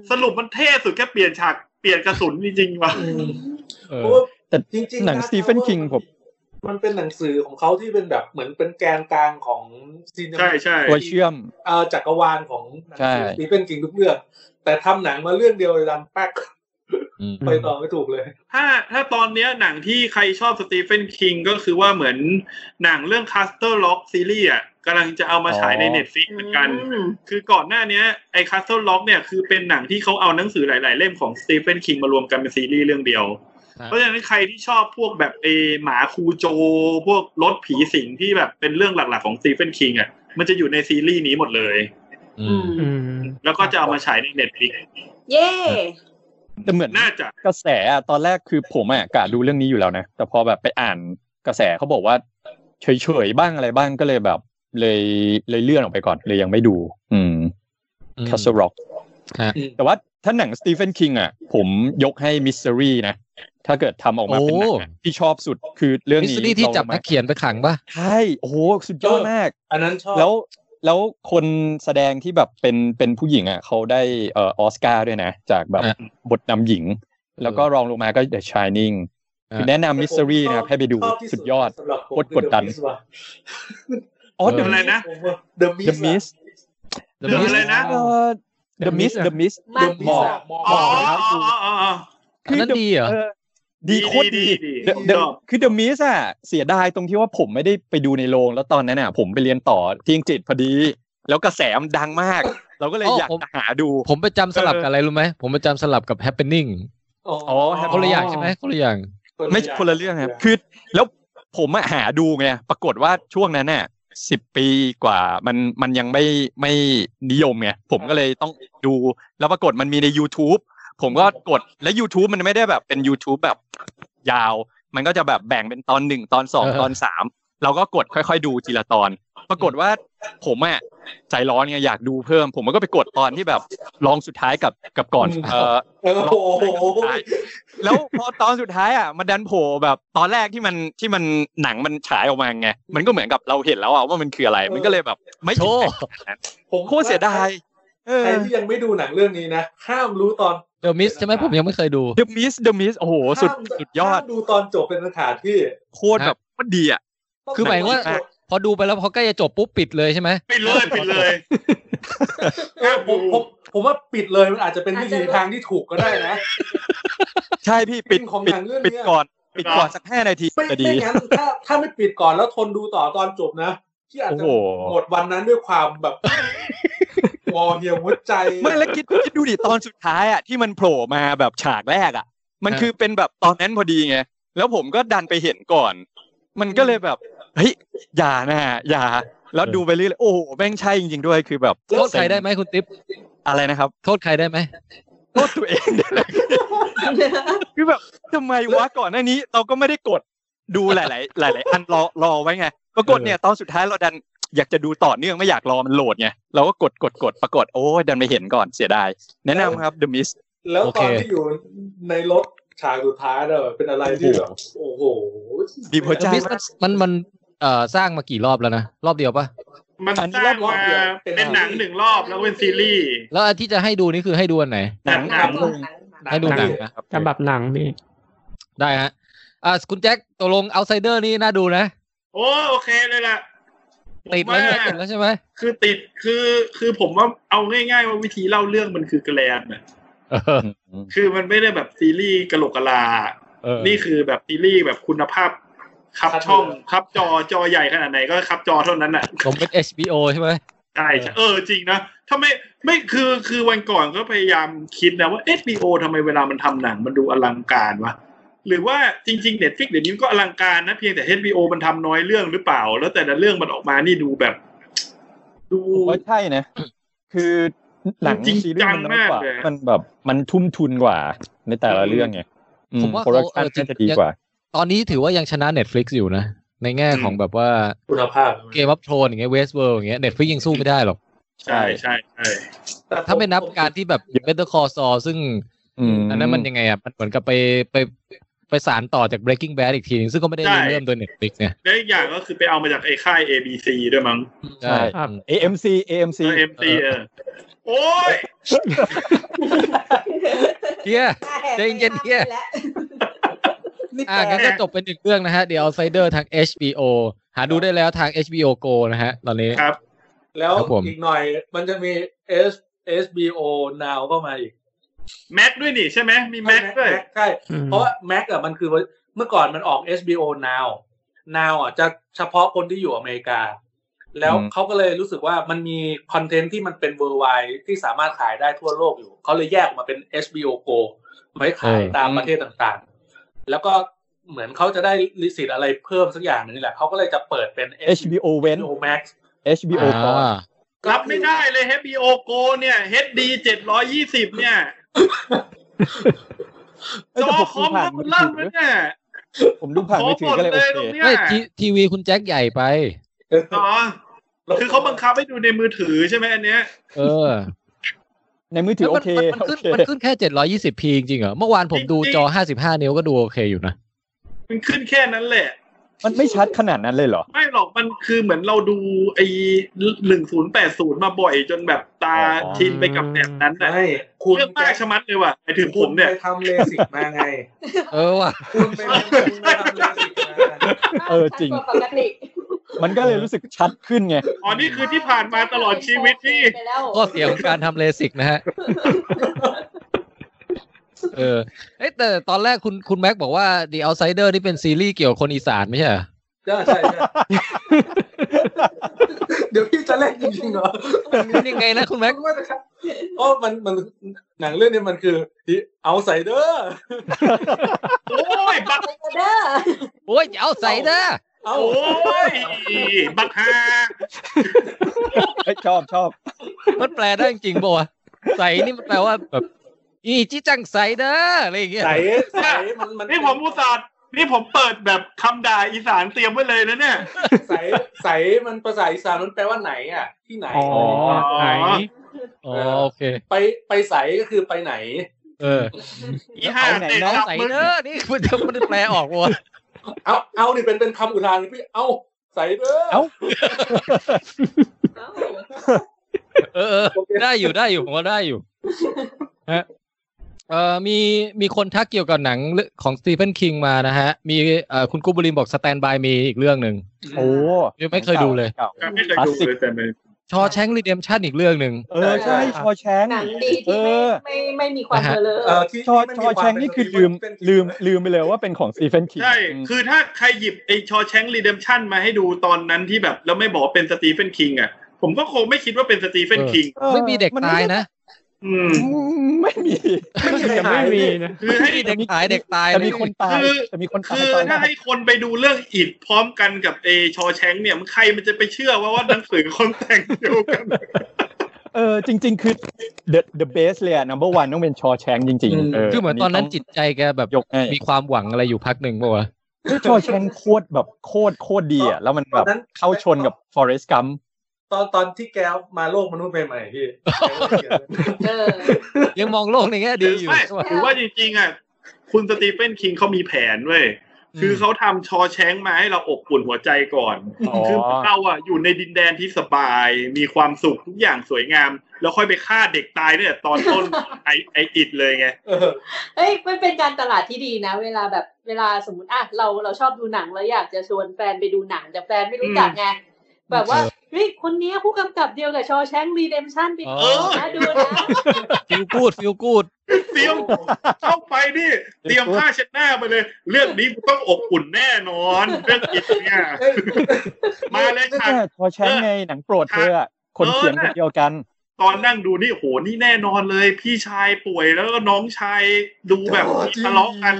Speaker 3: สรุปมันเท่สุดแค่เปลี่ยนฉากเปลี่ยนกระสุนจริงๆว่ะ
Speaker 7: ม
Speaker 2: เอ
Speaker 7: เพราะ
Speaker 2: อ
Speaker 7: ว่า
Speaker 8: แต่หนัง
Speaker 7: Dark
Speaker 8: Stephen
Speaker 7: Tower
Speaker 8: King ผม
Speaker 7: มันเป็นหนังสือของเขาที่เป็นแบบเหมือนเป็นแกนกลางของซีน
Speaker 3: ใช่ใช่
Speaker 8: ตัวเชื่อม
Speaker 7: เอ่อจักรวาลของหนัง
Speaker 8: ใช่
Speaker 7: สือสตีเฟนกิงทุกเรื่อง แต่ทำหนังมาเรื่องเดียวเลยดันแป๊ก
Speaker 2: อืม
Speaker 7: ไปต่อไม่ถูกเลย
Speaker 3: ถ้าถ้าตอนเนี้ยหนังที่ใครชอบสตีเฟนคิงก็คือว่าเหมือนหนังเรื่องคัสเตอร์ล็อกซีรีส์อ่ะกำลังจะเอามาฉายในเน็ตฟิกเหมือนกัน
Speaker 5: อืม
Speaker 3: คือก่อนหน้าเนี้ยไอ้คัสเตอร์ล็อกเนี่ยคือเป็นหนังที่เขาเอาหนังสือหลาย ๆ เล่มของสตีเฟนคิงมารวมกันเป็นซีรีส์เรื่องเดียว
Speaker 2: ครับ
Speaker 3: เพราะฉะนั้นใครที่ชอบพวกแบบเอหมาคูโจ พวกรถผีสิงที่แบบเป็นเรื่องหลัก ๆ ของสตีเฟนคิงอ่ะมันจะอยู่ในซีรีส์นี้หมดเลย
Speaker 2: อื
Speaker 5: อื
Speaker 2: ม
Speaker 5: ม
Speaker 6: อืม
Speaker 3: แล้วก็จะเอามาฉายในเน็ตฟิก
Speaker 5: เย่
Speaker 8: แต่เหมือน
Speaker 3: น่าจะ
Speaker 8: กระแสอะตอนแรกคือผมอะกะดูเรื่องนี้อยู่แล้วนะ แต่พอแบบไปอ่านกระแสเขาบอกว่า เฉยๆบ้างอะไรบ้างก็เลยแบบ เลยเลยเลื่อนออกไปก่อนเลยยังไม่ดู อืม
Speaker 2: อืม
Speaker 8: คาสร็อก
Speaker 2: ฮะ
Speaker 8: แต่ว่าถ้าหนังสตีเฟนคิงอะผมยกให้มิสซ e รีนะ ถ้าเกิดทำออกมาเป็นหนังอะที่ชอบสุดคือเรื่อง
Speaker 2: มิส
Speaker 8: นี้
Speaker 2: ซิลี่ที่จับนักเขียนไปขังป่ะ
Speaker 8: ใช่โอ้โหสุดยอดมาก
Speaker 7: อันนั้นชอบ
Speaker 8: แล้วแล้วคนแสดงที่แบบเป็นเป็นผู้หญิงอ่ะเขาได้เอ่อออสการ์ด้วยนะ จากแบบ
Speaker 2: อ่ะ
Speaker 8: บทนำหญิง แล้วก็รองลงมาก็ The Shining
Speaker 2: อ่ะ
Speaker 8: คือแนะนำมิสซิรี่นะครับ ให้ไปดู
Speaker 7: ชอบที่
Speaker 8: สุดยอด
Speaker 7: สำหรับผม
Speaker 8: โคตรกดดัน
Speaker 7: คือ The Mist ว่ะ
Speaker 8: อ๋อ The
Speaker 3: อะไรนะ
Speaker 7: เดอะมิ
Speaker 8: The Mist
Speaker 3: เรื่องอะไรนะ
Speaker 8: เอ่อ The Mist The Mist
Speaker 5: มัน
Speaker 7: ห
Speaker 8: หม
Speaker 7: มอ
Speaker 8: อก ก
Speaker 7: หมอก
Speaker 3: อ๋ออ๋ออ๋ออ๋อ
Speaker 2: อันนั้นดีเหรอ
Speaker 8: เออดีโคตรดี
Speaker 3: ดี
Speaker 8: The-
Speaker 3: ดี
Speaker 8: The- คือ The Mist อ่ะเสียดายตรงที่ว่าผมไม่ได้ไปดูในโรงแล้วตอนนั้นอ่ะ ผมไปเรียนต่อที่อังกฤษพอดี แล้วกระแสมันดังมาก เราก็เลย
Speaker 2: อ๋อ
Speaker 8: อ
Speaker 2: อ
Speaker 8: ยากหาดู
Speaker 2: ผมไปจำสลับกับอะไรรู้ไหมผมไปจำสลับกับ happening
Speaker 7: อ๋อ
Speaker 8: อ๋อ
Speaker 2: คนละอย่างใช่ไหมคนละอย่าง
Speaker 8: ไม่ใช่คนละเรื่องครับ คือแล้วผมอะหาดูไง ปรากฏว่าช่วงนั้นน่ะสิบปีกว่า มันมันยังไม่ไม่นิยมไง ผมก็เลยต้องดู แล้วปรากฏมันมีใน YouTube ผมก็กด และ YouTube มันไม่ได้แบบเป็น YouTube แบบยาว มันก็จะแบบแบ่งเป็นตอนหนึ่งตอนสอง
Speaker 2: เออ
Speaker 8: ตอนสาม เราก็กดค่อยๆดูทีละตอน ปรากฏว่าผมอะใจร้อนไงอยากดูเพิ่ม ผมก็ไปกดตอนที่แบบลองสุดท้ายกับกับก่อนเอ่อ
Speaker 7: เออโอ้โห
Speaker 8: แล้วพอตอนสุดท้ายอ่ะมันดันโผล่แบบตอนแรกที่มันที่มันหนังมันฉายออกมาไงมันก็เหมือนกับเราเห็นแล้วอ่ะว่ามันคืออะไร มันก็เลยแบบ ไม่
Speaker 2: โชว์
Speaker 7: ผม
Speaker 8: โคตรเสียดายเออ
Speaker 7: ใครที่ยังไม่ดูหนังเรื่องนี้นะห้ามรู้ตอน
Speaker 2: The Mist ใช่ไหมผมยังไม่เคยดู
Speaker 8: The Mist The Mist โอ้โหสุด
Speaker 7: ห้าม
Speaker 8: สุดยอด
Speaker 7: ห้ามดูตอนจบเป็นสถานที่
Speaker 8: โคตรแบบโคตรดีอ่ะ
Speaker 7: ต้อง
Speaker 2: คือหมายว่า
Speaker 7: ดูตอนจบ
Speaker 2: พอดูไปแล้วพอใกล้จะจบปุ๊บปิดเลยใช่ไหม
Speaker 3: ปิดเลยปิดเลย
Speaker 7: เออผมผมผมว่าปิดเลยมันอาจจะเป็นวิธีทางที่ถูกก็ได้นะ
Speaker 8: ใช่พี่ปิด
Speaker 7: ของ
Speaker 8: ปิ
Speaker 7: ห
Speaker 8: ด
Speaker 7: นังเรื่องเนี้ย
Speaker 8: ปิดก่อนปิดก่อนสักห้านาที
Speaker 7: ไม่
Speaker 8: จะดี
Speaker 7: ไม่งั้นถ้าถ้าไม่ปิดก่อนแล้วทนดูต่อตอนจบนะที่อาจจะ
Speaker 8: โอ้โห
Speaker 7: หมดวันนั้นด้วยความแบบ [LAUGHS] งอเหี่ยวหัวใจ
Speaker 8: ไม่แล้วคิดคิดดูดิตอนสุดท้ายอ่ะที่มันโผล่มาแบบฉากแรกอ่ะ มันคือเป็นแบบตอนนั้นพอดีไงแล้วผมก็ดันไปเห็นก่อน มันก็เลยแบบเฮ้ยอย่านะอย่า แล้วดูไปเรื่อยๆโอ้โหแม่งใช่จริงๆด้วยคือแบบ
Speaker 2: โทษใครได้ไหมคุณติ๊บ
Speaker 8: อะไรนะครับ
Speaker 2: โทษใครได้ไหม
Speaker 8: โทษตัวเองเนี่ยแหละคือแบบทำไมวะก่อนหน้านี้ เราก็ไม่ได้กดดูหลาย ๆ หลาย ๆ อันรอรอไว้ไง ปรากฏเนี่ยตอนสุดท้ายเราดันอยากจะดูต่อเนื่องไม่อยากรอมันโหลดไงเราก็กดกดกดปรากฏโอ้ยดันไม่เห็นก่อนเสียดาย แนะนำครับ The Mist
Speaker 7: แล้วตอน
Speaker 2: โอเค
Speaker 7: ที่อยู่ในรถฉากสุดท้ายเนี่ยเป็นอะไรที่แบบโอ้โห
Speaker 8: บีบหัวใจ
Speaker 2: The Mist มันมันเอ่อสร้างมากี่รอบแล้วนะ รอบเดียวปะ
Speaker 3: มันสร้างมาเป็นหนังหนึ่งรอบแล้วเป็นซีรีส์
Speaker 2: แล้วอันที่จะให้ดูนี่คือให้ดูอันไหน
Speaker 8: หนัง
Speaker 3: หนัง
Speaker 8: หนึ่ง
Speaker 2: ให้ดูหนังนะ
Speaker 6: ฉบับหนังพี่
Speaker 2: ได้ฮะอ่าคุณแจ็คตกลงเอาไซเดอร์นี่น่าดูนะ
Speaker 3: โอ้โอเคเลยล่ะ
Speaker 2: ติด
Speaker 3: ผม
Speaker 2: แล้วใช่ไหมติด
Speaker 3: ว่า
Speaker 2: แล้วใช่ไหม
Speaker 3: คือติดคือคือผมว่าเอาง่าย ๆ ว่าวิธีเล่าเรื่องมันคือแกลนน่ะ
Speaker 2: เออ
Speaker 3: คือมันไม่ได้แบบซีรีส์กะโหลกกะลา
Speaker 2: เออ
Speaker 3: นี่คือแบบซีรีส์แบบคุณภาพครับช่องครับจอจอใหญ่ขนาดไหนก็ครับจอเท่านั้นน่ะ
Speaker 2: ผมเป็น HBO ใช่ไหม
Speaker 3: ใช่ใช่เออจริงนะถ้าไม่ไม่คือคือวันก่อนก็พยายามคิดนะว่า HBO ทำไมเวลามันทำหนังมันดูอลังการวะหรือว่าจริงๆ Netflix เดี๋ยวนี้มันก็อลังการนะ เพียงแต่ HBO มันทำน้อยเรื่องหรือเปล่า แล้วแต่ละเรื่องมันออกมานี่ดูแบบ ดู
Speaker 8: ผมว่าใช่นะ คือหนัง
Speaker 3: จริง
Speaker 8: ซีรีส์
Speaker 3: จัง
Speaker 8: มันน้อย
Speaker 3: มาก
Speaker 8: กว่า
Speaker 3: เลย
Speaker 8: มันแบบมันทุ่มทุนกว่า ในแต่ละเรื่องไง
Speaker 2: ผมว่า
Speaker 8: โปรดักชัน
Speaker 2: เขาเออจริง
Speaker 8: น่าจะดีกว่า
Speaker 2: ตอนนี้ถือว่ายังชนะ Netflix อยู่นะ ในแง่ของแบบว่า
Speaker 7: คุณภาพ
Speaker 2: เกมวัฟโทนอย่างเงี้ยเวสเวิร์อย่างเงี้ย Netflix ยังสู้ไม่ได้หรอก
Speaker 3: ใช่ใช่ใช่
Speaker 7: แต่ผ
Speaker 2: ถ้าไม่นับการที่แบบ Better Call Saul ซึ่ง
Speaker 8: อืม
Speaker 2: อันนั้นมันยังไงอ่ะ มันเหมือนกับไปไปไปสารต่อจาก Breaking Bad อีกทีนึงซึ่งก็ไม่ได้เริ่มโดย Netflix เนี่ย
Speaker 3: และอีกอย่างก็คือไปเอามาจากไอ้ค่าย ABC ด้วยมั้ง
Speaker 8: ใช่
Speaker 6: ครับ
Speaker 8: AMC AMC
Speaker 3: เออ MC เออโอ้ย
Speaker 2: เฮีย ใจเย็นๆเหี้ย
Speaker 5: นี่
Speaker 2: อ่ะ
Speaker 5: แปล
Speaker 2: งั้นก็จบเป็นหนึ่งเรื่องนะฮะ The Outsider ทาง HBO หาดูได้แล้วทาง HBO Go นะฮะ ตอนนี้
Speaker 3: ครับ
Speaker 7: แล้ว
Speaker 2: ครับผม
Speaker 7: อีกหน่อยมันจะมี S HBO Now ก็มาอีก
Speaker 3: แม็กด้วยนี่ใช่ไหมมีแม็กด้วย
Speaker 7: ใช่ Max ใช่
Speaker 6: อืม
Speaker 7: เพราะว่า Max อ่ะมันคือเมื่อก่อนมันออก HBO Now Now อ่ะจะเฉพาะคนที่อยู่อเมริกา แล้ว
Speaker 8: อืม
Speaker 7: เขาก็เลยรู้สึกว่ามันมีคอนเทนต์ที่มันเป็น worldwide ที่สามารถขายได้ทั่วโลกอยู่ เขาเลยแยกออกมาเป็น HBO Go ไว้ขาย
Speaker 2: เออ
Speaker 7: ตามประเทศต่างๆ แล้วก็เหมือนเขาจะได้ลิสิทธิ์อะไรเพิ่มสักอย่างหนึงนี่แหละเขาก็เลยจะเปิดเป็น
Speaker 8: HBO เว้น
Speaker 7: HBO Max
Speaker 8: HBO
Speaker 2: อ่า
Speaker 8: ก่อน
Speaker 3: รับไม่ได้เลย HBO Go เนี่ย HD 720 เนี่ย
Speaker 8: เอ้ย
Speaker 3: จ
Speaker 8: แต่
Speaker 3: อ
Speaker 8: ผม
Speaker 3: คอม
Speaker 8: ผ่าน
Speaker 3: รับ
Speaker 8: มือถือ
Speaker 3: ลั่นไหมเนี่ย
Speaker 8: ผมดูผ่าน
Speaker 3: ขอ
Speaker 8: มือถื
Speaker 3: หม
Speaker 8: อ
Speaker 3: ด
Speaker 8: ก็เลย
Speaker 3: เลย
Speaker 8: โอเค
Speaker 3: ตรงเนี้ย
Speaker 2: ไม่ทีทีวีคุณแจ็คใหญ่ไป
Speaker 3: อ๋อคือเขาบังคับให้ดูในมือถือใช่ไหมอันเนี้ย
Speaker 2: เออ
Speaker 8: ในมือ [LAUGHS] ถือโอ
Speaker 2: มัน
Speaker 8: เค
Speaker 2: มันมันขึ้น
Speaker 8: โอเค
Speaker 2: มันขึ้นแค่ 720p จริงๆเหรอ เมื่อวานผมดูจอ 55 นิ้วก็ดูโอเคอยู่นะ
Speaker 3: มันขึ้นแค่นั้นแหละ
Speaker 8: มันไม่ชัดขนาดนั้นเลยเหรอ
Speaker 3: ไม่หรอกมันคือเหมือนเราดูไอ้หนึ่งศูนย์แปดศูนย์มาบ่อยจนแบบตา
Speaker 8: อ๋อ
Speaker 3: ชินไปกับแบบนั้นนะ
Speaker 7: ใช่คุณ
Speaker 3: เรื่องมากชะมัดเลยว่ะไปถึงผ
Speaker 7: คุณ
Speaker 3: ม
Speaker 7: ไป
Speaker 3: เนี่ย
Speaker 7: ทำเลสิกมาไง
Speaker 2: เออว่ะ
Speaker 7: คุณไปทำคุณไปทำเลสิกมา
Speaker 8: เออจริง
Speaker 5: ปกติ
Speaker 8: มันก็เลยรู้สึกชัดขึ้นไง
Speaker 3: อ๋อนี่คือที่ผ่านมาตลอดชีวิตนี่
Speaker 5: ไปแล้ว
Speaker 2: ข้อเสียของการทำเลสิกนะฮะ [LAUGHS] เออ เอ้ยแต่ตอนแรกคุณคุณแม็กบอกว่า The Outsider นี่เป็นซีรีส์เกี่ยวกับคนอีสานไม่ใช่เหรอ
Speaker 7: ใช่ใช่ใช่เดี๋ยวพี่จะเล่นจริงๆเหรอ
Speaker 2: มันยังไงนะคุณแม็ก
Speaker 7: ไม่นะครับอ๋อมันมันหนังเรื่องนี้มันคือ The Outsider
Speaker 3: โอ้ยบัก
Speaker 5: เด้อ
Speaker 2: โอ้ย Outsider
Speaker 7: เอา
Speaker 3: โอ้ยบักฮา
Speaker 8: เฮ้ยชอบชอบ
Speaker 2: มันแปลได้จริงป่าวะใสนี่มันแปลว่าแบบอีจิจังใสเด้ออะไรอย่างเงี้ย
Speaker 7: ใสใสมันมัน
Speaker 3: นี่ผมอุตส่าห์นี่ผมเปิดแบบคำด่าอีสานเตรียมไว้เลยนะเนี่ย
Speaker 7: ใสใสมันภาษาอีสานมันแปลว่าไหนอ่ะ ที่ไหน
Speaker 6: อ๋อไหน
Speaker 2: อ๋อโอเค
Speaker 7: ไปไปใสก็คือไปไหน
Speaker 2: เออ
Speaker 3: อีห้า
Speaker 8: เอาไหน
Speaker 3: เตะ
Speaker 2: น้อง
Speaker 3: กลับ
Speaker 2: ใส
Speaker 3: มึง
Speaker 2: เด้อนี่มันจะมันจะแปลออกป่าวะ
Speaker 7: เอาเอานี่เป็นเป็นคำอุทานพี่ เอาใสเด้อ
Speaker 8: เอ้า
Speaker 2: เออเออได้อยู่ได้อยู่ผมว่าได้อยู่ฮะเออมีมีคนทักเกี่ยวกับหนังเรื่องของสตีเฟนคิงมานะฮะ มีเอ่อคุณกุบุรินบอกสแตนบายมีอีกเรื่องหนึ่ง
Speaker 8: โอ้
Speaker 2: ยังไม่เคยดูเลย
Speaker 8: ก่า
Speaker 3: ไม่เคยดูเลยแต่ไม่
Speaker 2: ชอแชงรีเดมชันอีกเรื่องหนึ่ง
Speaker 8: เออใช่ชอแชง
Speaker 5: หนังดีที่
Speaker 8: เออ
Speaker 5: ไม่ไม่ไม่มีความเบลอ
Speaker 7: เออที่
Speaker 8: ชอ
Speaker 7: ที่
Speaker 8: ช
Speaker 7: ไม่มี
Speaker 8: อ
Speaker 7: วา
Speaker 8: แชง
Speaker 7: เป็
Speaker 8: นี่คือ
Speaker 7: สตี
Speaker 8: ลืม
Speaker 7: เวน
Speaker 8: ลืมลืมไปเลยว่าเป็นของสตีเฟนคิง
Speaker 3: ใช่ คือถ้าใครหยิบไอ้ชอแชงรีเดมชันมาให้ดูตอนนั้นที่แบบแล้วไม่บอกเป็นสตีเฟนคิงอ่ะ ผมก็คงไม่คิดว่าเป็นสตีเฟน
Speaker 2: เออ
Speaker 3: คิง
Speaker 2: ไม่มีเด็กตายนะ
Speaker 3: อืม
Speaker 8: ไม่มี
Speaker 7: ไม่มีใครหา
Speaker 6: ไม่
Speaker 7: ย
Speaker 6: มีนะ
Speaker 3: คือ
Speaker 2: ไม่
Speaker 3: [LAUGHS] ให้
Speaker 2: มีเด็กตายเด็กตาย
Speaker 8: แต่มีคนตาย
Speaker 3: คือ
Speaker 8: แต่มีคนตาย
Speaker 3: คือ
Speaker 8: ตอนนั้
Speaker 3: ถ้าน ให้คนไปดูเรื่องอิดพร้อมกันกับเอชอแชงเนี่ยมันใครมันจะไปเชื่อว่าว่าหนังสือคนแต่งเดียวกัน
Speaker 8: เออจริง ๆ คือ the the best เลยอะ number one ต้องเป็นชอแชงจริง
Speaker 7: อืม
Speaker 8: ๆ
Speaker 2: คือเหมือนตอนนั้นจิตใจแกแบบ
Speaker 8: ยกให้
Speaker 2: มีความหวังอะไรอยู่พักหนึ่งป่าวะ
Speaker 8: ชอแชงโคตรแบบโคตรโคตรดีอ่ะแล้วมัน
Speaker 7: ต
Speaker 8: แบ
Speaker 7: อน
Speaker 8: บ
Speaker 7: นั้น
Speaker 8: เข้าชนกับ forest gump
Speaker 7: ตอนตอนที่แกมาโลกมนุษย์ใหม่ๆพี่
Speaker 5: เออ
Speaker 2: ยังมองโลกในแง่ดีอยู่
Speaker 3: ไม่
Speaker 2: ใช่ปะ
Speaker 3: หรือว่าจริงๆอ่ะคุณสตีเฟนคิงเขามีแผนเว้ยคือเขาทำชอแชงมาให้เราอบอุ่นหัวใจก่อน
Speaker 8: อ๋อ
Speaker 3: คือเราอ่ะอยู่ในดินแดนที่สบาย มีความสุขทุกอย่างสวยงาม แล้วค่อยไปฆ่าเด็กตายเนี่ยตอนต้น [LAUGHS] ไอไออิดเลยไง
Speaker 7: เออ
Speaker 5: เอ้ยมันเป็นการตลาดที่ดีนะ เวลาแบบเวลาสมมติอ่ะเราเราชอบดูหนังแล้วอยากจะชวนแฟนไปดูหนัง แต่แฟนไม่รู้จักไงแบบว่าเฮ้ยคนเนี้ยผู้กำกับเดียวกับชอแชงรีเดมชั่นไปดูนะดูนะ
Speaker 2: ฟิลกูดฟิลกูด
Speaker 3: เตรียมเข้าไปนี่ เตรียมผ้าเช็ดหน้าไปเลย เรื่องนี้กูต้องอบอุ่นแน่นอน เรื่องอิดเนี่ย มาเลย
Speaker 8: นี่
Speaker 3: ฉาก
Speaker 8: ไงชอแชงไงหนังโปรดเธออะคนเขียนคนเดียวกัน
Speaker 3: ตอนนั่งดูนี่โหนี่แน่นอนเลย พี่ชายป่วยแล้วก็น้องชายดูแบบทะเลาะกัน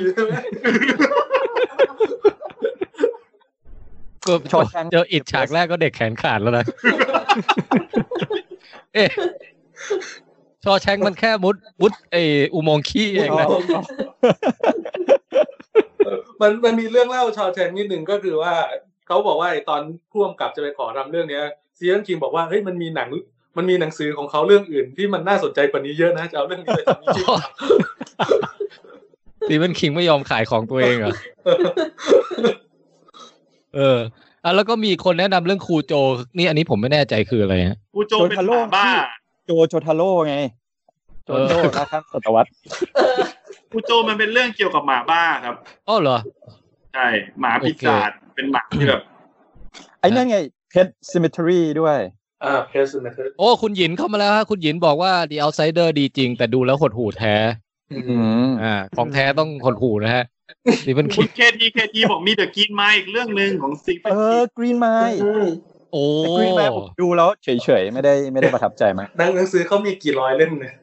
Speaker 2: ก็
Speaker 8: ชอแชง
Speaker 2: เจออิดฉากแรกก็เด็กแขนขาดแล้วนะเอ๊ะชอแชงมันแค่มุดมุดไออุโมงค์ขี้เองนะ
Speaker 7: [LAUGHS] มันมันมีเรื่องเล่าชาวแชงนิดหนึ่งก็คือว่าเขาบอกว่าไอ้ตอนพ่วงกับจะไปขอทำเรื่องเนี้ยซีเรนคิงบอกว่าเฮ้ยมันมีหนัง มันมีหนังสือของเขาเรื่องอื่นที่มันน่าสนใจกว่านี้เยอะนะจะเอาเรื่องนี้ไปทำจริง
Speaker 2: ซีเวนคิงไม่ยอมขายของตัวเองเหรอ เอออ่ะแล้วก็มีอีกคนแนะนำเรื่องครูโจ นี่อันนี้ผมไม่แน่ใจคืออะไรฮะ
Speaker 3: กูโจเป็นหมาบ้า
Speaker 8: โจโจทาโร่ไง โจโจนะครับศตวรรษ
Speaker 3: กูโจมันเป็นเรื่องเกี่ยวกับหมาบ้าครับ
Speaker 2: อ้อเหรอ
Speaker 3: ใช่หมาปีศาจเป็นหมาที่แบบ
Speaker 8: ไอ้นั่นไงเพชรซิมเมทรีด้วย
Speaker 7: ๆอ่าเพสเมท
Speaker 2: โอ้ คุณหยินเข้ามาแล้วฮะ คุณหยินบอกว่า The Outsider ดีจริง แต่ดูแล้วหดหู่แท้
Speaker 8: อืม
Speaker 2: อ่า ของแท้ต้องหดหู่นะฮะซีเวน
Speaker 3: คุ
Speaker 2: คิ
Speaker 3: ณ
Speaker 2: ง
Speaker 3: เคทีเคทีบอกมีเดอะกินมาอีกเรื่องหนึ่งของซีเฟ
Speaker 8: เอนอ กรีนไมล์
Speaker 2: โอ้
Speaker 8: แต่กรีนไมล์ผมดูแล้วเฉยๆ ไม่ได้ไม่ได้ประทับใจมาก
Speaker 7: หนังหนังสือเขามีกี่ร้อยเล่มเนี่ย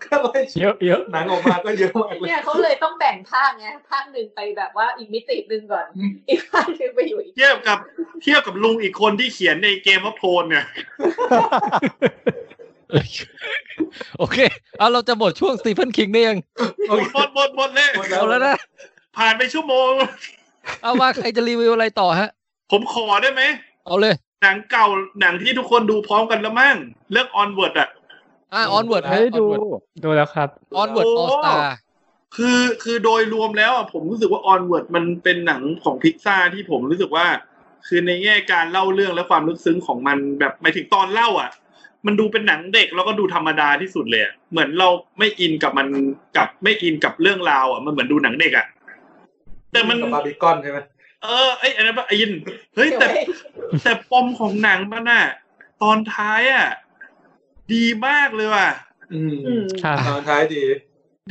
Speaker 7: [LAUGHS] ก็ร้อย
Speaker 6: เยอะเยอะ
Speaker 7: หนังออกมาก็เยอะมากเลย
Speaker 5: เนี่ยเขาเลยต้องแบ่งภาคไงภาคหนึ่งไปแบบว่าอีกมิติหนึ่งก่อน อีกภาคหนึ่งไปอยู่อีก
Speaker 3: เทียบกับเทียบกับลุงอีกคนที่เขียนในเกมวัฟโทนเนี่ย
Speaker 2: โอเค เอาเราจะหมดช่วงซีเวนคิงได้ยัง
Speaker 3: หมดหมดหมดหมดเลย
Speaker 2: เอาแล้วนะ
Speaker 3: ผ่านไปชั่วโมง
Speaker 2: เอาว่าใครจะรีวิวอะไรต่อฮะ
Speaker 3: ผมขอได้ไหม
Speaker 2: เอาเลย
Speaker 3: หนังเก่าหนังที่ทุกคนดูพร้อมกันแล้วมั้งเรื่องออนเวิร์ดอะ
Speaker 2: อ่าออนเวิร์ด
Speaker 8: เฮ้ยดู
Speaker 6: ดูแล้วครับ
Speaker 2: ออนเวิร์ด
Speaker 3: โอ้
Speaker 2: ออสตา
Speaker 3: คือคือโดยรวมแล้วอะผมรู้สึกว่าออนเวิร์ดมันเป็นหนังของพิกซาที่ผมรู้สึกว่า คือในแง่การเล่าเรื่องและความลึกซึ้งของมันแบบหมายถึงตอนเล่าอะมันดูเป็นหนังเด็กแล้วก็ดูธรรมดาที่สุดเลยอะเหมือนเราไม่อินกับมันกับไม่อินกับเรื่องราวอะมันเหมือนดูหนังเด็กอะแต่มัน
Speaker 7: กับบาร์บีคอนใช่ไหม
Speaker 3: เออไอ้อันนั้นปะไอ้ยินเฮ้ยแต่ แต่ปมของหนังมันอะตอนท้ายอะดีมากเลยว่ะ
Speaker 7: อืม
Speaker 5: อืม
Speaker 6: ครับ
Speaker 7: ตอนท้ายดี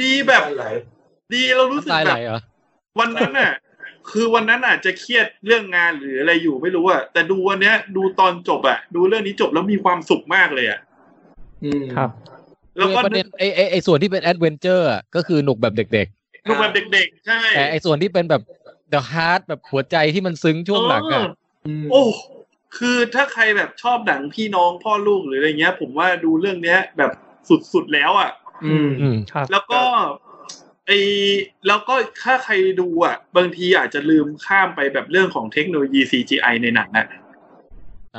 Speaker 3: ดีแบบ
Speaker 7: ไหล
Speaker 3: ดีเรารู้สึก
Speaker 2: ตาย
Speaker 3: แบ
Speaker 2: ไหล
Speaker 3: บ
Speaker 2: เหรอ
Speaker 3: วันนั้นน่ะ คือวันนั้นอาจจะเครียดเรื่องงานหรืออะไรอยู่ไม่รู้อะแต่ดูวันเนี้ย ดูตอนจบอะดูเรื่องนี้จบแล้วมีความสุขมากเลยอะ
Speaker 7: อืม
Speaker 6: ครับ
Speaker 3: แล้วก็
Speaker 2: คือประเด็นไอไอไอส่วนที่เป็นแอดเวนเจอร์ก็คือหนุกแบบเด็ก
Speaker 3: ดูแบบเด็กๆ ใช่
Speaker 2: ๆ แต่ไอส่วนที่เป็นแบบเดอะฮาร์ดแบบหัวใจที่มันซึ้งช่วงหลังอ่ะ
Speaker 3: เ
Speaker 7: อืม
Speaker 3: โอ้คือถ้าใครแบบชอบหนังพี่น้องพ่อลูกหรืออะไรเงี้ย ผมว่าดูเรื่องเนี้ย แบบสุดๆแล้วอะ
Speaker 7: อืม
Speaker 2: อืม
Speaker 6: ครับ
Speaker 3: แล้วก็ไอแล้วก็ถ้าใครดูอ่ะ บางทีอาจจะลืมข้ามไปแบบเรื่องของเทคโนโลยี CGI ในหนังอ่ะ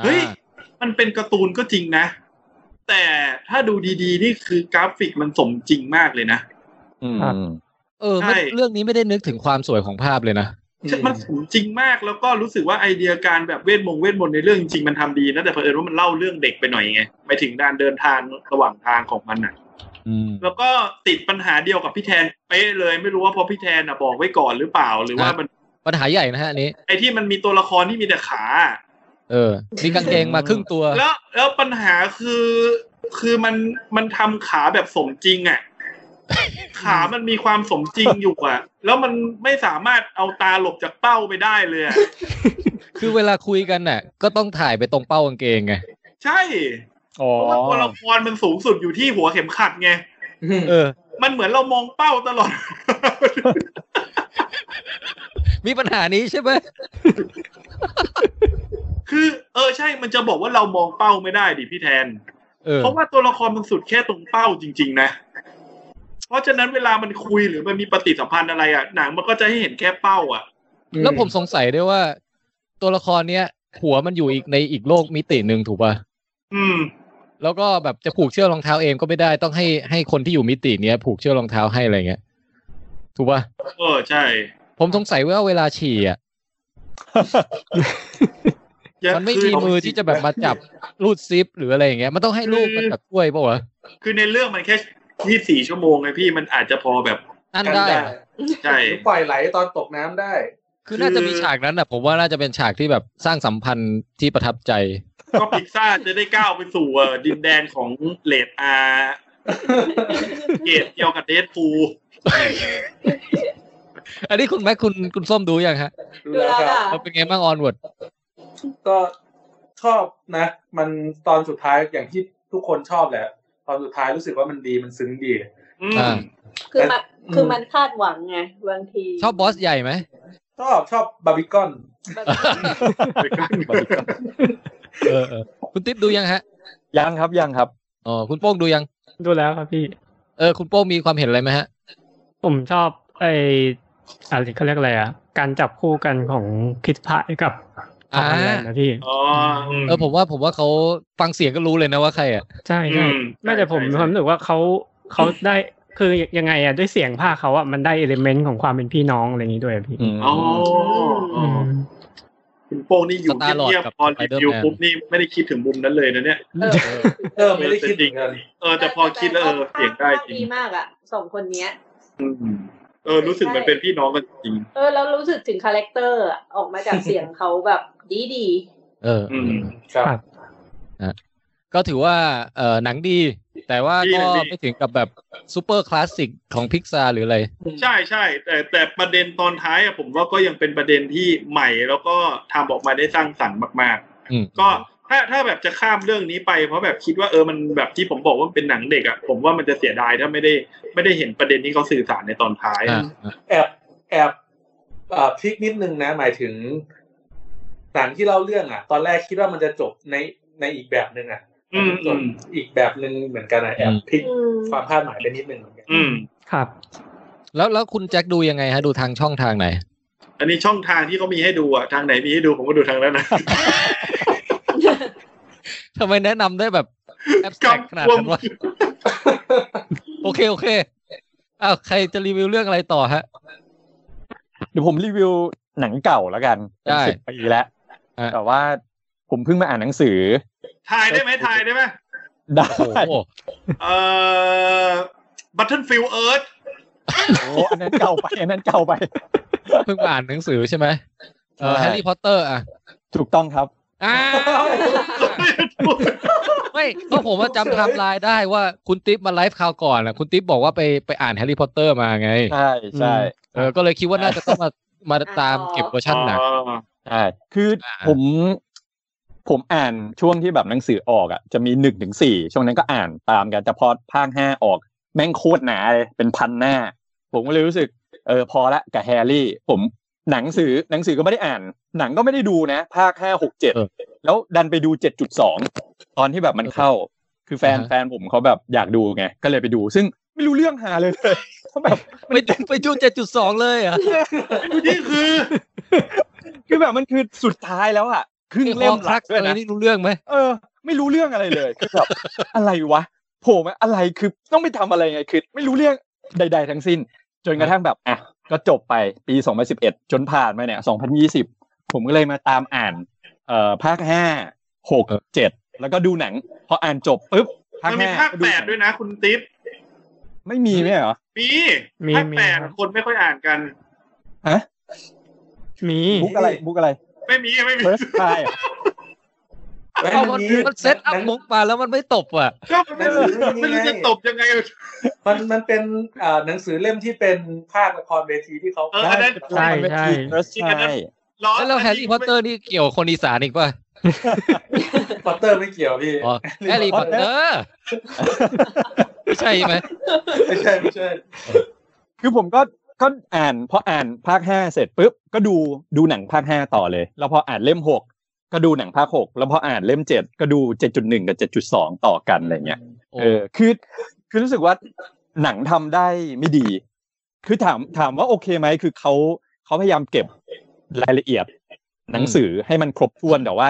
Speaker 3: เฮ้ย มันเป็นการ์ตูนก็จริงนะ แต่ถ้าดูดีๆ นี่คือกราฟิกมันสมจริงมากเลยนะ
Speaker 8: อืม
Speaker 2: เออไม่
Speaker 3: ใช่
Speaker 2: เรื่องนี้ไม่ได้นึกถึงความสวยของภาพเลยนะ
Speaker 3: มันสมจริงมากแล้วก็รู้สึกว่าไอเดียการแบบเวทมงเวทมนต์ในเรื่องจริงๆมันทำดีนะ แต่เผอิญว่ามันเล่าเรื่องเด็กไปหน่อยไงไปถึงการเดินทางระหว่างทางของมันอ่ะ
Speaker 2: อืม
Speaker 3: แล้วก็ติดปัญหาเดียวกับพี่แทนเป๊ะเลย ไม่รู้ว่าเพอพี่แทนอ่ะบอกไว้ก่อนหรือเปล่าหรือว่า
Speaker 2: ครับ
Speaker 3: มัน
Speaker 2: ปัญหาใหญ่นะฮะอันนี้
Speaker 3: ไอ้ที่มันมีตัวละครที่มีแต่ขาอะ
Speaker 2: เออ มีกางเกงมาครึ่งตัว
Speaker 3: แล้วแล้วปัญหาคือคือมันมันทำขาแบบสมจริงอะ่ะ ขามันมีความสมจริงอยู่อะ่ะ แล้วมันไม่สามารถเอาตาหลบจากเป้าไปได้เลยอะ
Speaker 2: คือเวลาคุยกันน่ะ ก็ต้องถ่ายไปตรงเป้ากางเกงไง
Speaker 3: ใช่
Speaker 8: อ๋อ
Speaker 3: เพราะว่าตัวละครมันสูงสุดอยู่ที่หัวเข็มขัดไง
Speaker 2: เออ
Speaker 3: มันเหมือนเรามองเป้าตลอด
Speaker 2: มีปัญหานี้ใช่ไหม
Speaker 3: คือ เออใช่มันจะบอกว่าเรามองเป้าไม่ได้ดิพี่แทน
Speaker 2: เออ
Speaker 3: เพราะว่าตัวละครมันสุดแค่ตรงเป้าจริง ๆ นะ เพราะฉะนั้นเวลามันคุยหรือมันมีปฏิสัมพันธ์อะไรอ่ะหนังมันก็จะให้เห็นแค่เป้าอ่ะ
Speaker 2: แล้วผมสงสัยด้วยว่า ตัวละครเนี้ยหัวมันอยู่อีกในอีกโลกมิติหนึ่งถูกป่ะ
Speaker 3: อืม
Speaker 2: แล้วก็แบบจะผูกเชือกรองเท้าเองก็ไม่ได้ต้องให้ให้คนที่อยู่มิติเนี้ยผูกเชือกรองเท้าให้อะไรเงี้ยถูกป่ะ
Speaker 3: เออใช่
Speaker 2: ผมสงสัยว่าเวลาฉี่อ่ะ มันไม่มีมือที่จะแบบมาจับรูดซิปหรืออะไรอย่างเงี้ยมันต้องให้ลูกมันแบบช่วยป่ะวะ
Speaker 3: คือในเรื่องมันแค่ 24 ชั่วโมงไงพี่มันอาจจะพอแบบ
Speaker 2: อันได้อะ
Speaker 3: ใช่ [LAUGHS]
Speaker 7: หรือปล่อยไหลตอนตกน้ำได้
Speaker 2: คือน่าจะมีฉากนั้นอ่ะ ผมว่าน่าจะเป็นฉากที่แบบสร้างสัมพันธ์ที่ประทับใจ
Speaker 3: ก็พิกซ่าจะได้ก้าวไปสู่เอ่อดินแดนของเลดอาเกตเดียวกับเดดพูล
Speaker 2: อันนี้คุณแม็กคุณคุณส้มดูยังฮะ
Speaker 7: ดู
Speaker 5: ดู
Speaker 7: แล้ว
Speaker 5: แล้ว
Speaker 7: ครับ
Speaker 5: ค่ะ
Speaker 2: เราเป็นไงบ้างออนว r d
Speaker 7: ก็ชอบนะ มันตอนสุดท้ายอย่างที่ทุกคนชอบแหละ ตอนสุดท้ายรู้สึกว่ามันดีมันซึ้งดี
Speaker 3: อื
Speaker 2: อ่า
Speaker 3: ม
Speaker 5: คือมันคือมันคาดหวังไงบางที
Speaker 2: ชอบบอสใหญ่ไหม
Speaker 7: ชอบชอบบาร์บิคอน
Speaker 2: เออเออคุณติ๊บดูยังฮะ
Speaker 8: ยังครับยังครับ
Speaker 2: อ๋อคุณโป้งดูยัง
Speaker 6: ดูแล้วครับพี่
Speaker 2: เออคุณโป้งมีความเห็นอะไรไหมฮะ
Speaker 6: ผมชอบไออะไรเขาเรียกอะไรอ่ะ การจับคู่กันของคิดพายกับข
Speaker 2: อ่า
Speaker 6: องอะไรนะพี่
Speaker 3: อ๋ออืม
Speaker 2: เออผมว่าผมว่าเขาฟังเสียงก็รู้เลยนะว่าใครอ่ะ
Speaker 6: ใช่
Speaker 3: อื
Speaker 6: ใช่
Speaker 3: ม
Speaker 6: ไม่แต่ผม
Speaker 3: ใช่
Speaker 6: มี
Speaker 3: ใช่
Speaker 6: ความรู้สึกว่าเขาเขาได้คือยังไงอ่ะด้วยเสียงภาคเขาอ่ะมันได้เอลิเมนต์ของความเป็นพี่น้องอะไรอย่างนี้ด้วยอะพี่
Speaker 3: อ๋ออ๋อ
Speaker 6: อืม
Speaker 3: คุณโป้งนี่อยู่
Speaker 2: สตาร์ลอร์ด
Speaker 3: เงียบ
Speaker 2: กับ
Speaker 3: ๆพอรีวิว
Speaker 2: Spider-Man
Speaker 3: ปุ๊บนี่ไม่ได้คิดถึงมุมนั้นเลยนะเนี่ย
Speaker 5: เอ
Speaker 2: [LAUGHS]
Speaker 5: อ
Speaker 7: เออไม่ได้คิดเหมือนกัน
Speaker 3: เออแต่พอคิดแล้วเออเสียงได้จริ
Speaker 5: ดี
Speaker 3: ง
Speaker 5: มากอ่ะสองคนเนี้ย
Speaker 3: อืมเออรู้สึกเหมันเป็นพี่น้องกันจริง
Speaker 5: เออแล้วรู้สึกถึงคาแรคเตอร์อะออกมาจากเสียงเขาแบบดีดี
Speaker 2: เออเออ
Speaker 3: อืม
Speaker 7: ครับ
Speaker 2: ก็ถือว่าเออหนังดี แต่ว่า
Speaker 3: ดี
Speaker 2: ก็
Speaker 3: หนังดี
Speaker 2: ไม่ถึงกับแบบซูเปอร์คลาสสิกของพิกซาหรืออะไร
Speaker 3: ใช่ใช่แต่แต่ประเด็นตอนท้ายอะผมว่าก็ยังเป็นประเด็นที่ใหม่แล้วก็ทำออกมาได้สร้างสรรค์มาก
Speaker 2: อืม
Speaker 3: ๆ ก็ถ้าถ้าแบบจะข้ามเรื่องนี้ไป เพราะแบบคิดว่าเออมันแบบที่ผมบอกว่ามันเป็นหนังเด็กอะผมว่ามันจะเสียดายถ้าไม่ได้ไม่ได้เห็นประเด็นที่เขาสื่อสารในตอนท้าย
Speaker 2: อ่าอ่า
Speaker 7: แอบแอบเอ่อพลิกนิดนึงนะ หมายถึงหนังที่เล่าเรื่องอ่ะ ตอนแรกคิดว่ามันจะจบในในอีกแบบหนึ่งอ่ะ
Speaker 3: อืม
Speaker 7: จ
Speaker 3: อื
Speaker 7: บ
Speaker 3: ม
Speaker 7: อีกแบบหนึ่งเหมือนกันอ่ะแอบพลิก
Speaker 5: ๆอืม
Speaker 7: ความคาดหมายไปนิดนึงเหมือนกัน
Speaker 3: อืม
Speaker 6: ครับ
Speaker 2: แล้วแล้วคุณแจ็คดูยังไงฮะ ดูทางช่องทางไหน
Speaker 3: อันนี้ช่องทางที่เขามีให้ดูอะทางไหนมีให้ดูผมก็ดูทาง
Speaker 2: [LAUGHS]
Speaker 3: นั้นนะ
Speaker 2: ทำไมแนะนำได้แบบแอบแตกขนาดนั้นวะ โอเค โอเค อ้าว ใครจะรีวิวเรื่องอะไรต่อฮะ
Speaker 8: เดี๋ยวผมรีวิวหนังเก่าแล้วกันเป็น
Speaker 2: ได้
Speaker 8: สิบปีแล้ว
Speaker 2: อ่ะ
Speaker 8: แต่ว่าผมเพิ่งมาอ่านหนังสือ
Speaker 3: ถ่ายได้ไหมถ่ายได้ไหม
Speaker 8: ได้
Speaker 2: โอ้โห
Speaker 3: เอ่อ Battlefield Earth
Speaker 8: โอ้อันนั้นเก่าไปอันนั้นเก่าไป
Speaker 2: เพิ่งมาอ่านหนังสือใช่ไหมเออ
Speaker 8: ใช่
Speaker 2: แฮร์รี่พอตเตอร์อ่ะ
Speaker 8: ถูกต้องครับ
Speaker 2: อ้าวไม่ก็ผมว่าจำไทำลายได้ว่าคุณติ๊บมาไลฟ์คราวก่อนอ่ะ คุณติ๊บบอกว่าไปไปอ่านแฮร์รี่พอตเตอร์มาไง
Speaker 8: ใช่ใช่
Speaker 2: เออ ก็เลยคิดว่าน่าจะต้องมามาตามเก็บเวอร์ชันหนัง
Speaker 3: อ๋อ
Speaker 8: ใช่คืออา ผมผมอ่านช่วงที่แบบหนังสือออกอ่ะจะมีหนึ่งถึงสี่ช่วงนั้นก็อ่านตามกันแต่พอภาคห้าออก แม่งโคตรหนาเลยเป็นพันหน้า ผมก็เลยรู้สึก เออพอละกับแฮร์รี่ ผมหนังสือหนังสือก็ไม่ได้อ่าน หนังก็ไม่ได้ดูนะ ภาคห้าหกเจ็ดแล้วดันไปดูเจ็ดจุดสองตอนที่แบบมันเข้า คือแฟน
Speaker 2: อ่าฮะ
Speaker 8: แฟนผมเขาแบบอยากดูไงก็เลยไปดู ซึ่งไม่รู้เรื่องหาเลย [LAUGHS] เลยเขาแบบ
Speaker 2: ไปไปจูเจ็ดจุดสองเลยเหรอ่ะ
Speaker 3: นี่คือ
Speaker 8: คือแบบมันคือสุดท้ายแล้วอะครึ่ง
Speaker 2: เล่
Speaker 8: เล่
Speaker 2: ม
Speaker 8: ม
Speaker 2: ค
Speaker 8: ห
Speaker 2: ลั
Speaker 8: ลั
Speaker 2: ก
Speaker 8: ก
Speaker 2: อะ
Speaker 8: ด้วย
Speaker 2: ไร
Speaker 8: นะ
Speaker 2: นี่รู้เรื่องไหม
Speaker 8: เออ ไม่รู้เรื่องอะไรเลยคือแบบ อะไรวะโผล่มาอะไรคือต้องไปทำอะไรไงคือ ไม่รู้เรื่องใด ๆ ทั้งสิ้น จนกระทั่งแบบอ่ะก็จบไปปี 2011 จนผ่านมาเนี่ย 2020 ผมก็เลยมาตามอ่าน เอ่อภาคห้าหกเจ็ดแล้วก็ดูหนัง พออ่านจบปุ๊บภาค
Speaker 3: มันมี
Speaker 8: ห้า
Speaker 3: ภาค
Speaker 8: ก็
Speaker 3: แป
Speaker 8: ห
Speaker 3: ด
Speaker 8: นัง
Speaker 3: ด้วยนะคุณติ๊บ
Speaker 8: ไม่มีไหมเหรอ
Speaker 3: มี
Speaker 6: มี
Speaker 3: ภาค
Speaker 6: มี
Speaker 3: แปด
Speaker 6: ครับ
Speaker 3: คนไม่ค่อยอ่านกัน
Speaker 8: ฮะ
Speaker 6: มี
Speaker 8: บุ๊กอะไรบุ๊กอะไร
Speaker 3: ไม่มีไม่มี
Speaker 8: first try อะ
Speaker 7: แล้ว
Speaker 2: เอา
Speaker 7: มั
Speaker 2: มัน น
Speaker 7: มี
Speaker 2: มันเซตอัพมุกมาแล้วมันไม่ตบอ่ะ
Speaker 3: ก็ไม่รู้ไม่รู้จะตบยังไง
Speaker 7: มันมันเป็นอ่าหนังสือเล่มที่เป็นภาคละครเวทีที่เขา
Speaker 3: เอออันนั้น
Speaker 6: ใช่ใช่
Speaker 8: first try
Speaker 3: ร้อน
Speaker 2: แล้วแฮร์รี่พอตเตอร์นี่เกี่ยวคนอีสานอีกป่ะ
Speaker 7: พอตเตอร์ไม่เกี่ยวพี่
Speaker 2: อ๋อแฮร์รี่พอตเตอร์ไม่ใช่ไหม
Speaker 7: ไม่ใช่ไม่ใช่
Speaker 8: คือผมก็ก็อ่านพออ่านภาคห้าเสร็จปุ๊บก็ดูดูหนังภาคห้าต่อเลย แล้วพออ่านเล่มหก ก็ดูหนังภาคหกแล้วพออ่านเล่มเจ็ดก็ดูเจ็ดจุดหนึ่งกับเจ็ดจุดสองต่อกันอะไรเงี้ย
Speaker 2: โอ้
Speaker 8: เออคือคือรู้สึกว่าหนังทำได้ไม่ดี คือถามถามว่าโอเคไหมคือเขาเขาพยายามเก็บรายละเอียด หนังสือให้มันครบถ้วนแต่ว่า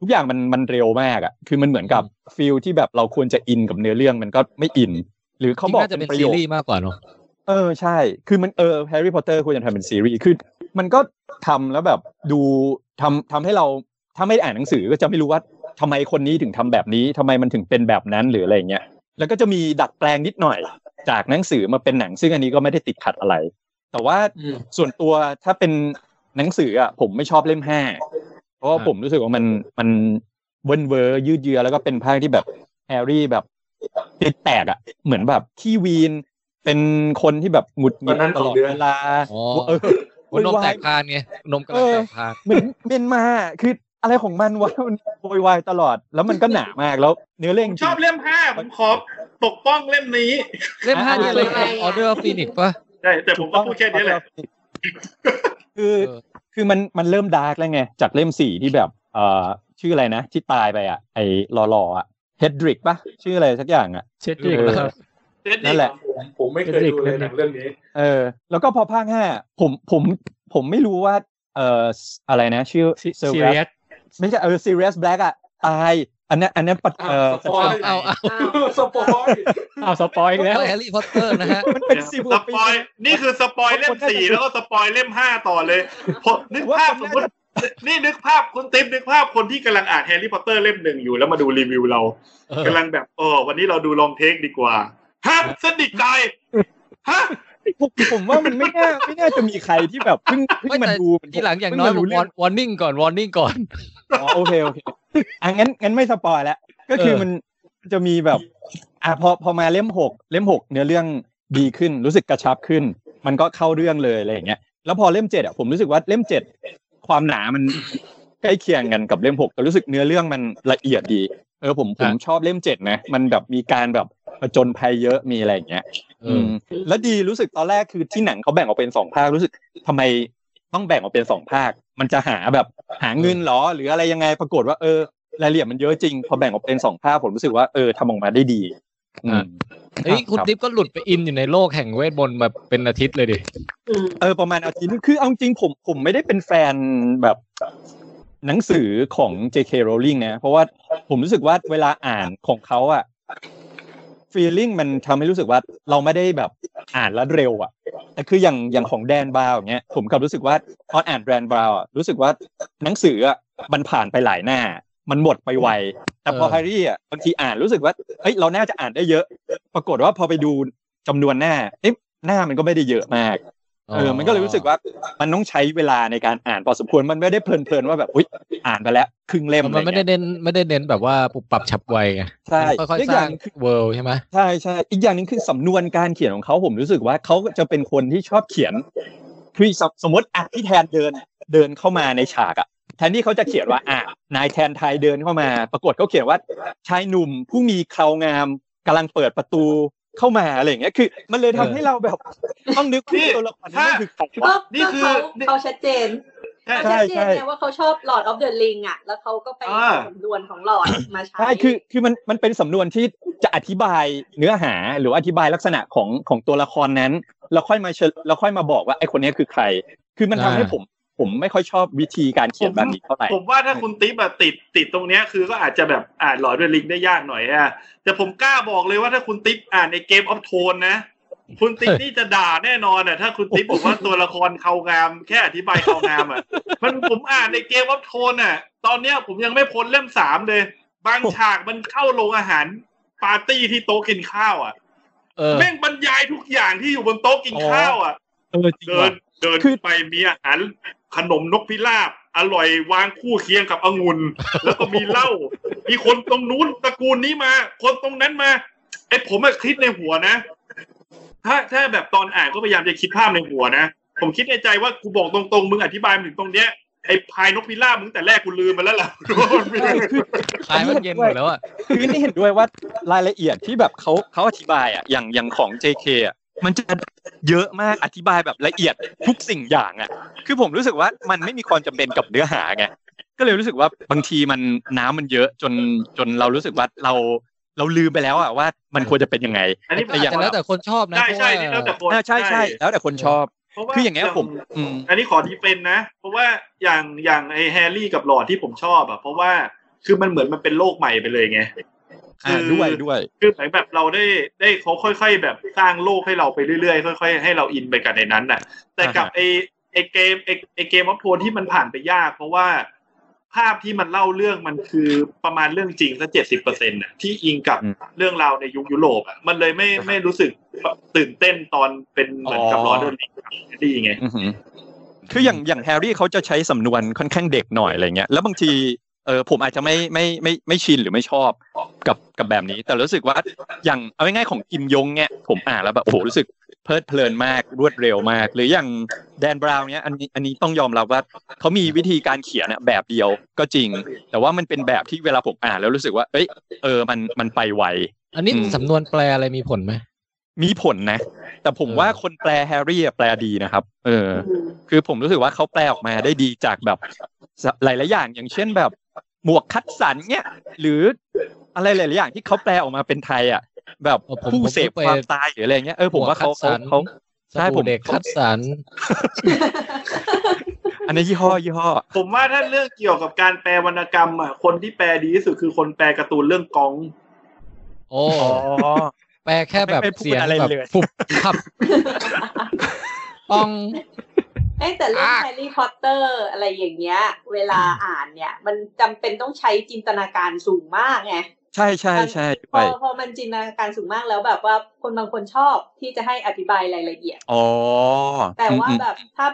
Speaker 8: ทุกอย่างมันมันเร็วมากอ่ะ คือมันเหมือนกับฟิลที่แบบเราควรจะอินกับเนื้อเรื่องมันก็ไม่อิน หรือเขาบอก
Speaker 2: จริงน่จะเป็น
Speaker 8: ประ
Speaker 2: ซี
Speaker 8: โยค
Speaker 2: รีส์มากกว่าเนาะ
Speaker 8: เออใช่ คือมันเออแฮร์รี่พอตเตอร์ควรจะทำเป็นซีรีส์ คือมันก็ทำแล้วแบบดูทำทำให้เราถ้าไม่ได้อ่านหนังสือก็จะไม่รู้ว่าทำไมคนนี้ถึงทำแบบนี้ทำไมมันถึงเป็นแบบนั้นหรืออะไรเงี้ย แล้วก็จะมีดัดแปลงนิดหน่อย จากหนังสือมาเป็นหนังซึ่งอันนี้ก็ไม่ได้ติดขัดอะไร แต่ว่า
Speaker 7: อืม
Speaker 8: ส่วนตัวถ้าเป็นหนังสืออ่ะผมไม่ชอบเล่มห้าเพราะว่าผมรู้สึกว่ามันมันเวินเวอร์ยืดเยื้อแล้วก็เป็นภาคที่แบบแฮร์รี่แบบติดแตกอ่ะ เหมือนแบบขี้วีน เป็นคนที่แบบหงุดหงิด
Speaker 7: วันนั้น
Speaker 8: ตลอ
Speaker 7: ขอ
Speaker 8: ด
Speaker 7: งเดือน
Speaker 8: เวลา
Speaker 2: อ๋อ
Speaker 8: เออ
Speaker 2: นมแตกพานไงนมกำลังแตกพาน
Speaker 8: เหมือนเมียนมาคืออะไรของมันวะมันโวยวายตลอด แล้วมันก็หนามากแล้ว เนื้อเรื่อง
Speaker 3: ผม
Speaker 8: จ
Speaker 3: ช
Speaker 8: ริ
Speaker 3: อง บเล่มห้าผมขอปกป้องเล่มนี้
Speaker 2: เล่มห้านี่อะไร
Speaker 5: อะไรอะ
Speaker 2: ออเดอร์ฟีนิกป่ะ
Speaker 3: ใช่แต่ผมก็พูดแค่นี้แหละ
Speaker 8: คือ
Speaker 2: เออ
Speaker 8: คือมันมันเริ่มดาร์กแล้วไง จากเล่มสี่ที่แบบเอ่อชื่ออะไรนะที่ตายไปอ่ะไอ้หล่อๆอ่ะเฮดริกปะชื่ออะไรสักอย่างอ่ะ
Speaker 6: เช็ดดิก
Speaker 8: เออ
Speaker 6: นะครับ
Speaker 8: นั่นแหละ
Speaker 7: ผมผมไม่เคยดูเลยหนังเรื่องนี้
Speaker 8: เออ แล้วก็พอภาคห้าผมผมผมไม่รู้ว่า เอ่ออะไรนะ ชื่อ
Speaker 6: ซีเ
Speaker 8: Sylvester
Speaker 6: รียส
Speaker 8: ไม่ใช่เออซีเรียสแบล็กอ่ะ ตาย อันนั้นอันนั้นปะเออ
Speaker 7: สปย
Speaker 2: เอาเอาเอา
Speaker 5: อ้าว
Speaker 7: สปอยล์
Speaker 6: เอาสปอยอีกแล้ว
Speaker 2: แฮร์รี่พอตเตอร์นะฮะ
Speaker 8: มันเป็นสิบก
Speaker 3: ส
Speaker 8: ว่าปี
Speaker 3: ปอยนี่คือสปอยเล่มสี่แล้วก็สปอยเล่มห้าต่อเลยผมนึกภาพสมมตินี่นึกภาพคุณติ๊บนึกภาพคนที่กำลังอ่านแฮร์รี่พอตเตอร์เล่มหนึ่งอยู่แล้วมาดูรีวิวเรา
Speaker 2: เออ
Speaker 3: กำลังแบบเออวันนี้เราดูลองเทคดีกว่าฮะสนิทใจฮะ
Speaker 8: ผมผมว่ามันไม่น่าไม่น่าจะมีใครที่แบบเพิ่งเพิ่ง
Speaker 2: ไม่
Speaker 8: มา
Speaker 2: แต่
Speaker 8: ดู
Speaker 2: ทีหลังอย่างน้อยผม
Speaker 8: เพิ่มรู้เรื่
Speaker 2: วอร์นิ่งก่อนวอร์นิ่งก่อน
Speaker 8: อ๋อโอเคโอเคอ่ะงั้นงั้นไม่สปอยแล้วก็คือ
Speaker 2: เออ
Speaker 8: มันจะมีแบบ อ่ะพอพอมาเล่มหกเล่มหกเนื้อเรื่องดีขึ้นรู้สึกกระชับขึ้น มันก็เข้าเรื่องเลยอะไรอย่างเงี้ยแล้วพอเล่มเจ็ดอ่ะผมรู้สึกว่าเล่มเจ็ดความหนามันใกล้เคียงกันกับเล่มหกแต่รู้สึกเนื้อเรื่องมันละเอียดดี เออผมผมชอบเล่มเจ็ดนะมันแบบมีการแบบผจญภัยเยอะมีอะไรอย่างเงี้ย
Speaker 2: เอ
Speaker 8: อื
Speaker 2: อ
Speaker 8: มแล้วดีรู้สึกตอนแรกคือที่หนังเขาแบ่งออกเป็นสองภาครู้สึกทำไมต้องแบ่งออกเป็นสองภาค มันจะหาแบบหาเงินเหรอ หรืออะไรยังไงปรากฏว่าเออรายละเอียดมันเยอะจริง พอแบ่งออกเป็นสองภาคผมรู้สึกว่าเออทำออกมาได้ดีอืม
Speaker 2: เฮ้ยคุณ
Speaker 8: รับ
Speaker 2: ติ๊บก็หลุดไปอินอยู่ในโลกแห่งเวทมนต์แบบเป็นอาทิตย์เลยดิ
Speaker 5: อืม
Speaker 8: เออประมาณอาทิตย์นึงคือเอาจริงผมผมไม่ได้เป็นแฟนแบบหนังสือของ J.K. Rowling นะ เพราะว่าผมรู้สึกว่าเวลาอ่านของเขาอะ feeling มันทำให้รู้สึกว่าเราไม่ได้แบบอ่านแล้วเร็วอะ แต่คืออย่างอย่างของแดนบราวน์อย่างเงี้ยผมกลับรู้สึกว่าตอนอ่านแดนบราวน์อะรู้สึกว่าหนังสืออ่ะมันผ่านไปหลายหน้า มันหมดไปไว แต่พอ
Speaker 2: เออ
Speaker 8: แฮร์รี่อ่ะบางทีอ่านรู้สึกว่าเอ้ยเราน่าจะอ่านได้เยอะ ปรากฏว่าพอไปดูจำนวนหน้าเอ๊ะหน้ามันก็ไม่ได้เยอะมากเออมันก็เลยรู้สึกว่ามันต้องใช้เวลาในการอ่านพอสมควรมันไม่ได้เพลินๆว่าแบบอุ๊ยอ่านไปแล้วครึ่งเล่ม
Speaker 2: มันไม่ได้
Speaker 8: อะรเงี้ย
Speaker 2: เน้นไม่ได้เน้นแบบว่าปรับปรับฉับไวไง
Speaker 8: ใช่
Speaker 2: ค่อย
Speaker 8: อี
Speaker 2: ๆส
Speaker 8: กอ
Speaker 2: ร้า
Speaker 8: ย่าง
Speaker 2: ง
Speaker 8: คือ
Speaker 2: เวิลด์ใช่ไหม
Speaker 8: ใช่ใช่อีกอย่างหนึ่งคือสำนวนการเขียนของเขาผมรู้สึกว่าเขาจะเป็นคนที่ชอบเขียน คือสมสมมติอ่ะที่แทนเดินเดินเข้ามาในฉากอะแทนที่เขาจะเขียนว่าอ่ะนายแทนไทยเดินเข้ามา ปรากฏเขาเขียนว่าชายหนุ่มผู้มีเคราวงามกำลังเปิดประตูเข้ามาอะไรอย่างเงี้ยคือ มันเลยทำให้เราแบบ ต้องนึก
Speaker 3: นี่
Speaker 8: ว่าตัวละครนี้มันคือใครวะ
Speaker 5: ก็
Speaker 3: นี่
Speaker 5: นี่
Speaker 3: คื
Speaker 5: คือ อเขาเขาชัดเจน
Speaker 3: ใช่
Speaker 5: เขา
Speaker 8: ใช่
Speaker 5: ชัดเจนไงว่าเขาชอบ Lord of the Ring อ่ะ แล้วเขาก็ไป
Speaker 3: อ่า
Speaker 5: เอาสำนวนของ Lord มาใช้
Speaker 8: ใช่คือคือมันมันเป็นสำนวนที่จะอธิบายเนื้อหาหรืออธิบายลักษณะของของตัวละครนั้น แล้วค่อยมาเชญแล้วค่อยมาบอกว่าไอคนนี้คือใคร คือมันทำ
Speaker 2: อ่า
Speaker 8: ให้ผมผมไม่ค่อยชอบวิธีการเขียนแบบนี้เท่าไหร่
Speaker 3: ผมว่าถ้าคุณติ๊บอะติดติดตรงเนี้ยคือก็อาจจะแบบอ่านหลอดด้วยลิงก์ได้ยากหน่อยอะแต่ผมกล้าบอกเลยว่าถ้าคุณติ๊บอ่านในเกมออฟโทนนะ คุณติ๊บนี่จะด่าแน่นอนอะถ้าคุณติ๊บบอกว่าตัวละครเขางาม แค่อธิบายเขางามอะมันผมอ่านในเกมออฟโทนอะตอนเนี้ยผมยังไม่พ้นเล่มสามเลย บางฉากมันเข้าโรงอาหารปาร์ตี้ที่โต๊ะกินข้าวอะ
Speaker 2: เออ
Speaker 3: แม่งบรรยายทุกอย่างที่อยู่บนโต๊ะกินข้าวอะ
Speaker 8: เออจริง
Speaker 3: เดิ
Speaker 8: ว่ะ
Speaker 3: นเดิน
Speaker 8: คือ
Speaker 3: ไปมีอาหารขนมนกพิราบ อร่อยวางคู่เคียงกับองุ่น [LAUGHS] แล้วก็มีเหล้ามีคนตรงนู้นตระกูลนี้มา คนตรงนั้นมาไอผมอะคิดในหัวนะ ถ้าถ้าแบบตอนอ่านก็พยายามจะคิดภาพในหัวนะ ผมคิดในใจว่ากูบอกตรงๆ มึงอธิบายมาถึงตรงเนี้ยไอพายนกพิราบมึงแต่แรกกูลืมไปแล้ว
Speaker 8: [LAUGHS]
Speaker 3: ล่ะ
Speaker 8: ใช่คือ
Speaker 2: ขายมันเย็นหมดแล้วอ่ะ
Speaker 8: คือนี่เห็นด้วยว่ารายละเอียดที่แบบเขาเขาอธิบายอ่ะอย่างอย่างของ JK อ่ะมันจะเยอะมากอธิบายแบบละเอียดทุกสิ่งอย่างอ่ะ คือผมรู้สึกว่ามันไม่มีความจำเป็นกับเนื้อหาไง ก็เลยรู้สึกว่าบางทีมันน้ำมันเยอะจนจนเรารู้สึกว่าเราเราลืมไปแล้วอะว่ามันควรจะเป็นยังไง
Speaker 3: อันนี้
Speaker 8: แต่
Speaker 2: อาจ
Speaker 8: อย่าง
Speaker 2: จะแล้วแต่คนชอบนะ
Speaker 3: ใช่ใช่
Speaker 2: เพ
Speaker 3: นี่
Speaker 2: ราะ
Speaker 3: แล้วแต่
Speaker 2: ว่า
Speaker 3: คน
Speaker 8: อ่าใช่ใช่แล้วแต่คนชอบ
Speaker 3: เพระว่
Speaker 8: คืออย่างเงี้ยผมอืม
Speaker 3: อันนี้ขอดีเฟนนะ เพราะว่าอย่างอย่างไอแฮร์รี่กับหลอดที่ผมชอบอะเพราะว่าคือมันเหมือนมันเป็นโลกใหม่ไปเลยไง
Speaker 8: อ่าด้วยด้วย
Speaker 3: คือเหมือนแบบเราได้ได้เขาค่อย ๆ แบบสร้างโลกให้เราไปเรื่อยๆค่อย ๆ ให้เราอินไปกับในนั้นน่ะ แต่กับ
Speaker 8: อ่าฮะ
Speaker 3: ไอไอเกมไอไอเกมออฟทวนที่มันผ่านไปยาก เพราะว่าภาพที่มันเล่าเรื่องมันคือประมาณเรื่องจริงซะเจ็ดสิบเปอร์เซ็นต์่ะที่อิงกับเรื่องราวในยุคยุโรปอ่ะมันเลยไม่ไม่รู้สึกตื่นเต้นตอนเป็นเหมือนกับรอดนลิงดีไง
Speaker 8: อือหือคืออย่างอย่างแฮร์รี่เขาจะใช้สำนวนค่อนข้างเด็กหน่อยอะไรเงี้ย แล้วบางทีเออผมอาจจะไม่ไม่ไม่ไม่ชินหรือไม่ชอบกับกับแบบนี้ แต่รู้สึกว่าอย่างเอาง่ายๆของกิมยงเนี่ยผมอ่านแล้วแบบโอ้โหรู้สึกเพลิดเพลินมากรวดเร็วมาก หรืออย่างแดนบราวน์เนี่ยอันนี้อันนี้ต้องยอมรับว่าเขามีวิธีการเขียนอะแบบเดียวก็จริง แต่ว่ามันเป็นแบบที่เวลาผมอ่านแล้วรู้สึกว่าเอ้ยเออมันมันไปไว
Speaker 2: อันนี้
Speaker 8: อืม
Speaker 2: สำนวนแปลอะไรมีผลไหม
Speaker 8: มีผลนะ แต่ผม
Speaker 2: เออ
Speaker 8: ว่าคนแปลแฮร์รี่อะแปลดีนะครับ เออ
Speaker 5: อืม
Speaker 8: คือผมรู้สึกว่าเขาแปลออกมาได้ดีจากแบบสหลาย ๆ อย่างอย่างเช่นแบบหมวกคัดสรรเนี่ยหรืออะไรหลาย ๆ อย่างที่เขาแปลออกมาเป็นไทยอ่ะ แบบ
Speaker 2: เออผม
Speaker 8: ผู้เสพ
Speaker 2: ผมก็ไป
Speaker 8: ความตายหรืออะไรเงี้ยเออผมว่าเขา
Speaker 2: คัดสร
Speaker 8: เขา
Speaker 2: รส
Speaker 8: เขาใช่ผ
Speaker 2: บู่
Speaker 8: ม
Speaker 2: เด็กคัดสรร
Speaker 8: อันนี้ยี่ห้อยี่ห้อ
Speaker 3: ผมว่าถ้าเรื่องเกี่ยวกับการแปลวรรณกรรมอ่ะคนที่แปลดีที่สุดคือคนแปลการ์ตูนเรื่องกอง
Speaker 2: โอ้แปลแค่แบบ
Speaker 8: ไม่ไม่พูด
Speaker 2: เสียง
Speaker 8: อะไร
Speaker 2: แบบ
Speaker 8: เลย
Speaker 2: ฟุบขับปอง
Speaker 5: เอ้ยแต่เรื่อง
Speaker 2: อ่ะ
Speaker 5: แฮร์รี่พอตเตอร์อะไรอย่างเงี้ย เวลาอ่านเนี่ย มันจำเป็นต้องใช้จินตนาการสูงมากไง
Speaker 8: ใช่ใช่ใช่
Speaker 5: พ
Speaker 8: ไป
Speaker 5: อพอมันจินตนาการสูงมากแล้วแบบว่าคนบางคนชอบที่จะให้อธิบายรายละเอียด
Speaker 8: อ๋อ
Speaker 5: แต่ว่า
Speaker 8: อืม
Speaker 5: แบบถ้า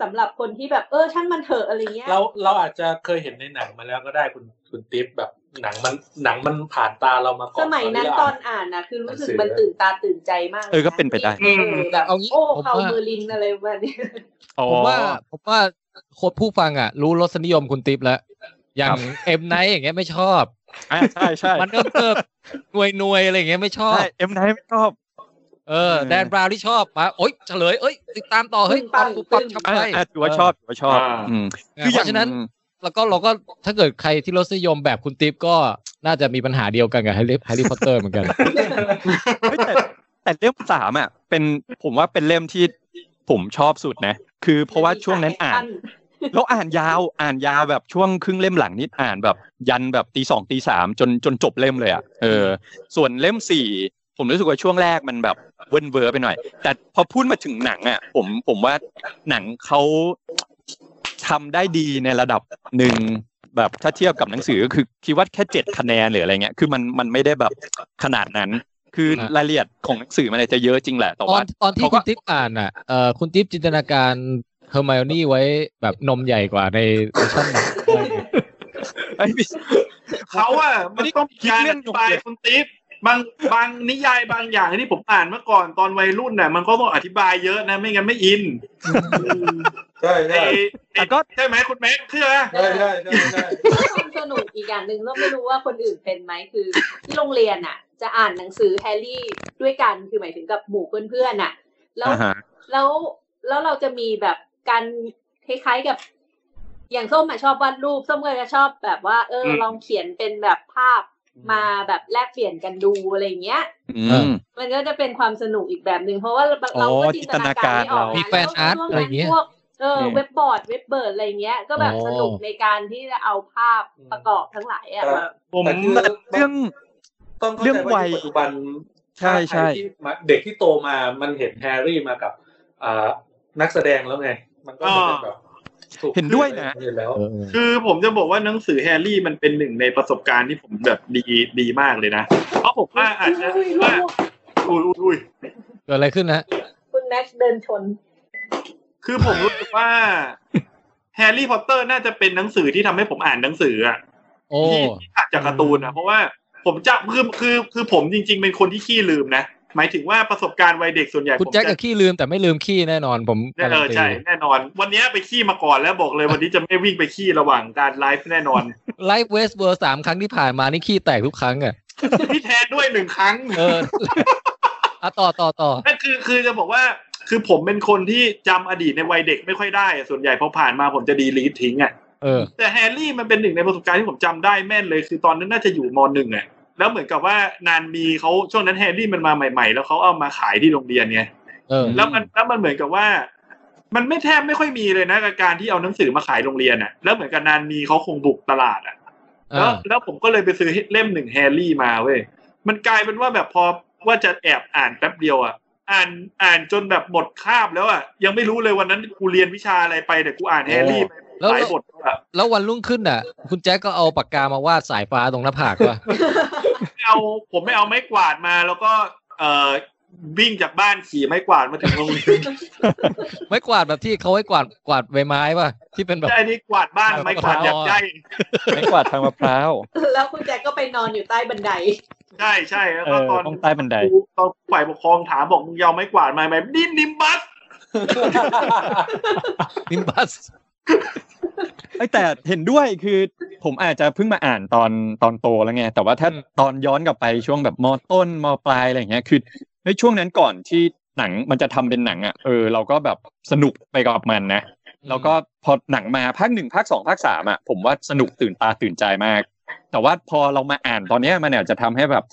Speaker 5: สำหรับคนที่แบบเออช่างมันเถอะอะไรเงี้ย
Speaker 7: เราเราอาจจะเคยเห็นในหนังมาแล้วก็ได้คุณคุณติ๊บแบบหนังมันหนังมันผ่านตาเรามาก่อน
Speaker 5: สมัยนั้นต
Speaker 7: เราได้า
Speaker 5: อนอ่านนะคือรู้สึก
Speaker 7: หนังสือ
Speaker 5: มันตื่นตาตื่นใจมาก
Speaker 8: เออก็เป็นไปได้
Speaker 5: เออแบบ
Speaker 2: เอางี้
Speaker 5: โอ้
Speaker 2: ผมว่า
Speaker 5: เขาเบอร์ลินอะไรแบบนี้
Speaker 8: อ๋อ
Speaker 2: ผมว่าผมว่าคนผู้ฟังอ่ะ รู้รสนิยมคุณติ๊บแล้ว อย่าง
Speaker 8: ครับ
Speaker 2: เอ็มไนท์อย่างเงี้ยไม่ชอบ
Speaker 8: อ่าใช่ใช่
Speaker 2: มันเริ่มเติบหน่วยหน่วยๆอะไรอย่างเงี้ยไม่ชอบ
Speaker 8: ใช่เอ็มไนท์ชอบ
Speaker 2: เออ
Speaker 8: เออ
Speaker 2: แดนบราวน์ที่ชอบมาโอ๊ยเฉลยเอ้ยติดตามต่อเฮ้ย
Speaker 5: ปั
Speaker 2: ปั
Speaker 5: ง
Speaker 2: ง
Speaker 5: ปัง
Speaker 2: ปุ๊บปับชับ
Speaker 8: อ่า
Speaker 2: ไป
Speaker 8: อ่าถือว่าชอบถือว่าชอบ
Speaker 3: อ่า
Speaker 8: อืม
Speaker 2: คือเพราะฉะนั้น แล้วก็เราก็ถ้าเกิดใครที่รสนิยมแบบคุณติ๊บก็น่าจะมีปัญหาเดียวกันกับแฮร์รี่แฮร์รี่พอตเตอร์เหมือนกัน
Speaker 8: เฮ้ยแต่แต่เล่มสามอ่ะเป็นผมว่าเป็นเล่มที่ผมชอบสุดนะ คือเพราะว่าช่วงนั้นอ่าน แล้วอ่านยาวอ่านยาวแบบช่วงครึ่งเล่มหลังนิดอ่านแบบยันแบบตีสองตีสามจนจนจบเล่มเลยอ่ะเออ ส่วนเล่มสี่ผมรู้สึกว่าช่วงแรกมันแบบเวินเวอร์ไปหน่อย แต่พอพูดมาถึงหนังอ่ะ ผมผมว่าหนังเขาทำได้ดีในระดับหนึ่งแบบถ้าเทียบกับหนังสือก็คือคิดว่าแค่เจ็ดคะแนนหรืออะไรเงี้ยคือมันมันไม่ได้แบบขนาดนั้น คือ
Speaker 2: ฮะ
Speaker 8: รายละเอียดของหนังสือมันอาจจะเยอะจริงแหละแต่
Speaker 2: ตอ
Speaker 8: ว่า
Speaker 2: นตอนที่
Speaker 8: เขาก็
Speaker 2: คุณติ๊บอ่านอ่ะเออคุณติ๊บจินตนาการเฮอร์ไมโอนี่ไว้แบบนมใหญ่กว่าในเวอร์ชันหนัง
Speaker 8: เอ้ย
Speaker 3: เขาอะมันต้อง
Speaker 8: คิด
Speaker 3: การ
Speaker 8: เรื่
Speaker 3: อ
Speaker 8: อง
Speaker 3: ธิบาย
Speaker 8: เลย
Speaker 3: คุณติ๊บบางบางนิยายบางอย่างที่ผมอ่านเมื่อก่อนตอนวัยรุ่นน่ะ มันก็ต้องอธิบายเยอะนะ ไม่งั้นไม่อิน
Speaker 7: ใช่ใช่
Speaker 3: ไอ้
Speaker 8: แต่
Speaker 3: ไอ้
Speaker 8: ก็
Speaker 3: ใช่ไหมคุณแม็กซ์ใช่ไหม
Speaker 7: ใช่ใช่ใช่ใช่
Speaker 5: ความสนุกอีกอย่างหนึ่งเราไม่รู้ว่าคนอื่นเป็นไหมคือ ที่โรงเรียนอ่ะ จะอ่านหนังสือแฮร์รี่ด้วยกันคือหมายถึงกับหมู่เพื่อนๆอ่ะ แล้ว
Speaker 8: อ่าฮะ
Speaker 5: แล้วแล้วเราจะมีแบบการคล้ายๆกับ อย่างส้มอะชอบวาดรูปส้มก็จะชอบแบบว่า เออ ลองเขียนเป็นแบบภาพมาแบบแลกเปลี่ยนกันดูอะไรอย่างเงี้ย
Speaker 8: อืม
Speaker 5: มันก็จะเป็นความสนุกอีกแบบหนึ่งเพราะว่าเรา
Speaker 8: อ๋อ
Speaker 5: เราก็จินตนาการไม่ออก
Speaker 8: จิ
Speaker 5: นะ
Speaker 8: นตนาการ
Speaker 2: แฟนอา
Speaker 8: เรามี
Speaker 2: ร์ตอะไรเงี้ย
Speaker 5: พวกเออ
Speaker 8: อืม
Speaker 5: เว็บบอร์ดเว็บเบิร์ดอะไรเงี้ย ก็แบบ
Speaker 2: อ๋อ
Speaker 5: สนุกในการที่จะเอาภาพประกอบทั้งหลายอ่ะ
Speaker 7: แต่
Speaker 5: มา
Speaker 3: ผม
Speaker 7: แต่คือ
Speaker 8: เรื่อง
Speaker 7: ต้องเข้า
Speaker 8: เรื่อง
Speaker 7: ใจว่า
Speaker 8: วัย
Speaker 7: ในปัจจุบัน
Speaker 8: ใช่ใช่
Speaker 7: ภาพไทยที่มาเด็กที่โตมามันเห็นแฮร์รี่มากับอ่านักแสดงแล้วไง มันก็เหมือนเป็นแบบถูก
Speaker 8: เห็นด้วยนะ
Speaker 7: เห็นแล้ว
Speaker 2: เออ
Speaker 3: คือผมจะบอกว่าหนังสือแฮร์รี่มันเป็นหนึ่งในประสบการณ์ที่ผมแบบดีดีมากเลยนะ เพราะผมว่าอาจจะว่าอุ้ยอุ้ยอุ้ย
Speaker 2: เกิดอะไรขึ้นนะ
Speaker 5: คุณแม็กซ์เดินชน
Speaker 3: คือผมรู้สึกว่าแฮร์รี่พอตเตอร์น่าจะเป็นหนังสือที่ทำให้ผมอ่านหนังสืออะ
Speaker 2: โอ้
Speaker 3: ที่ที่ถัดจากการ์ตูนนะเพราะว่าผมจะคือคือคือผมจริง ๆ เป็นคนที่ขี้ลืมนะ หมายถึงว่าประสบการณ์วัยเด็กส่วนใหญ่
Speaker 2: คุณ
Speaker 3: ผม
Speaker 2: แจ็ค
Speaker 3: จะ
Speaker 2: กับขี้ลืมแต่ไม่ลืมขี้แน่นอนผม
Speaker 3: แน่
Speaker 2: การั
Speaker 3: เอน อ
Speaker 2: ตี
Speaker 3: ใช่แน่นอน วันนี้ไปขี้มาก่อนแล้วบอกเลยวันนี้จะไม่วิ่งไปขี้ระหว่างการไลฟ์แน่นอน
Speaker 2: ไลฟ์เวสเวิร์สามครั้งที่ผ่านมานี่ขี้แตกทุกครั้งอ่ะ
Speaker 3: [LAUGHS] ที่แทนด้วยหนึ่งครั้ง
Speaker 2: เอออ่ะต่อต่อต่อ
Speaker 3: นั่นคือคือจะบอกว่าคือผมเป็นคนที่จำอดีตในวัยเด็กไม่ค่อยได้อะส่วนใหญ่พอผ่านมาผมจะดีลีททิ้งอ่ะ
Speaker 2: เออ
Speaker 3: แต่แฮร์รี่มันเป็นหนึ่งในประสบการณ์ที่ผมจำได้แม่นเลย คือตอนนั้นน่าจะอยู่มหนึ่งอะแล้วเหมือนกับว่านานมีเขาช่วงนั้นแฮร์รี่มันมาใหม่ๆ แล้วเขาเอามาขายที่โรงเรียนไง
Speaker 2: เออ
Speaker 3: แล้วมันแล้วมันเหมือนกับว่า มันไม่แทบไม่ค่อยมีเลยนะกับการที่เอาหนังสือมาขายโรงเรียนอ่ะ แล้วเหมือนกับนานมีเขาคงบุกตลาดอ่ะ
Speaker 2: เอ
Speaker 3: แล้ว
Speaker 2: อ
Speaker 3: แล้วผมก็เลยไปซื้อเล่มหนึ่งแฮร์รี่มาเว้ย มันกลายเป็นว่าแบบพอว่าจะแอบอ่านแป๊บเดียวอ่ะ อ่านอ่านจนแบบหมดคาบแล้วอ่ะ ยังไม่รู้เลยวันนั้นกูเรียนวิชาอะไรไปแต่กูอ่านแฮร์รี่ไป
Speaker 2: แล้ว
Speaker 3: หลายบทแล้วอะ
Speaker 2: แล้ววันรุ่งขึ้นน่ะ คุณแจ็คก็เอาปากกามาวาดสายฟ้าตรงหน้าผากว่ะ
Speaker 3: ไม่เอาผมไม่เอาไม้กวาดมา แล้วก็เอ่อวิ่งจากบ้านขี่ไม้กวาดมาถึงโรงเรียน
Speaker 2: ไม่กวาดแบบที่เขาให้กวาดกวาดใบไม้ป่ะ ที่เป็นแบบ
Speaker 3: แต่อันนี้กวาดบ้านไม้กวาดยักษ์ใหญ่
Speaker 8: ไม่กวาดทางมะพร้าว
Speaker 5: แล้วคุณแจ็คก็ไปนอนอยู่ใต้บันได
Speaker 3: ใช่ใช่แล้ว
Speaker 8: เอ
Speaker 3: ก็
Speaker 8: อ
Speaker 3: ตอน
Speaker 8: ต้องใต้บันได
Speaker 3: ครูตอนฝ่ายปกครองถามบอกมึงยาวไม้กวาดมาไหมนี่นิมบัส
Speaker 2: นิมบัส
Speaker 8: ไอยแต่เห็นด้วยคือผมอาจจะเพิ่งมาอ่านตอนตอนโตแล้วไง แต่ว่าถ้า
Speaker 2: อืม
Speaker 8: ตอนย้อนกลับไปช่วงแบบมต้นมปลายอะไรอย่างเงี้ยคือในช่วงนั้นก่อนที่หนังมันจะทำเป็นหนังอ่ะเออเราก็แบบสนุกไปกับมันนะ แล้วก็พอหนังมาภาคหนึ่งภาคสองภาคสามอ่ะผมว่าสนุกตื่นตาตื่นใจมาก แต่ว่าพอเรามาอ่านตอนเนี้ยมันเนี่ยจะทำให้แบบ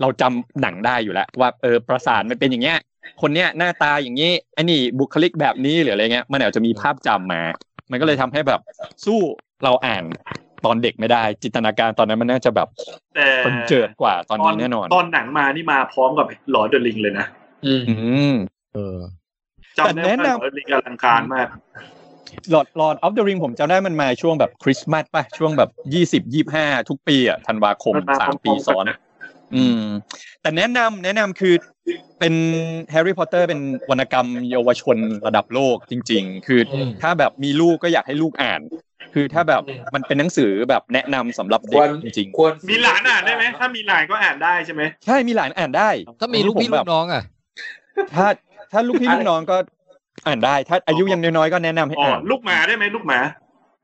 Speaker 8: เราจำหนังได้อยู่แล้วว่าเออประสานมันเป็นอย่างเงี้ย คนเนี้ยหน้าตาอย่างนี้ไอ้นี่บุคลิกแบบนี้หรืออะไรเงี้ยมันเนี่ยจะมีภาพจำมา มันก็เลยทำให้แบบสู้เราอ่านตอนเด็กไม่ได้ จินตนาการตอนนั้นมันน่าจะแบบ
Speaker 3: แต่
Speaker 8: เปินเจิดกว่าตอนนี้แน่นอน
Speaker 3: ตอนหนังมานี่มาพร้อมกับหลอเดอะลิงเลยนะ
Speaker 7: อืม
Speaker 8: อืม
Speaker 2: เออ
Speaker 3: จำได้ว่า
Speaker 8: แต่แนะนำ
Speaker 3: หลอเดอะลิงอลังการมาก
Speaker 8: หลอดหลอดออฟเดอะริงผมจำได้มันมาช่วงแบบคริสต์มาสป่ะ ช่วงแบบยี่สิบยี่ห้าทุกปีอ่ะธันวาคม
Speaker 3: มันมา
Speaker 8: สามปี
Speaker 3: พร้อมๆกัน
Speaker 8: ซ้อน
Speaker 3: นะ
Speaker 8: อืม แต่แนะนำแนะนำคือเป็นแฮร์รี่พอตเตอร์เป็นวรรณกรรมเยาวชนระดับโลกจริง ๆ คืออ
Speaker 2: ม
Speaker 8: ถ้าแบบมีลูกก็อยากให้ลูกอ่าน คือถ้าแบบมันเป็นหนังสือแบบแนะนำสำหรับเด็
Speaker 7: คว
Speaker 8: ก
Speaker 7: ร
Speaker 8: จริง
Speaker 7: ควร
Speaker 3: มีหลานอ่านได้ไหมถ้ามีหลานก็อ่านได้ใช่ไหม
Speaker 8: ๆ ใช่มีหลานอ่านได้
Speaker 2: ถ้ามีลูกพี่
Speaker 8: ผ
Speaker 2: ลู
Speaker 8: มแบบ
Speaker 2: กน้องอ่ะ
Speaker 8: ถ้าถ้าลูกพี่ลูกน้องก็อ่านได้ ถ้าอายุยังน้อยๆก็แนะนำให้
Speaker 3: อ๋อ
Speaker 8: อ่าน
Speaker 3: ลูกหมาได้ไหมลูกหมา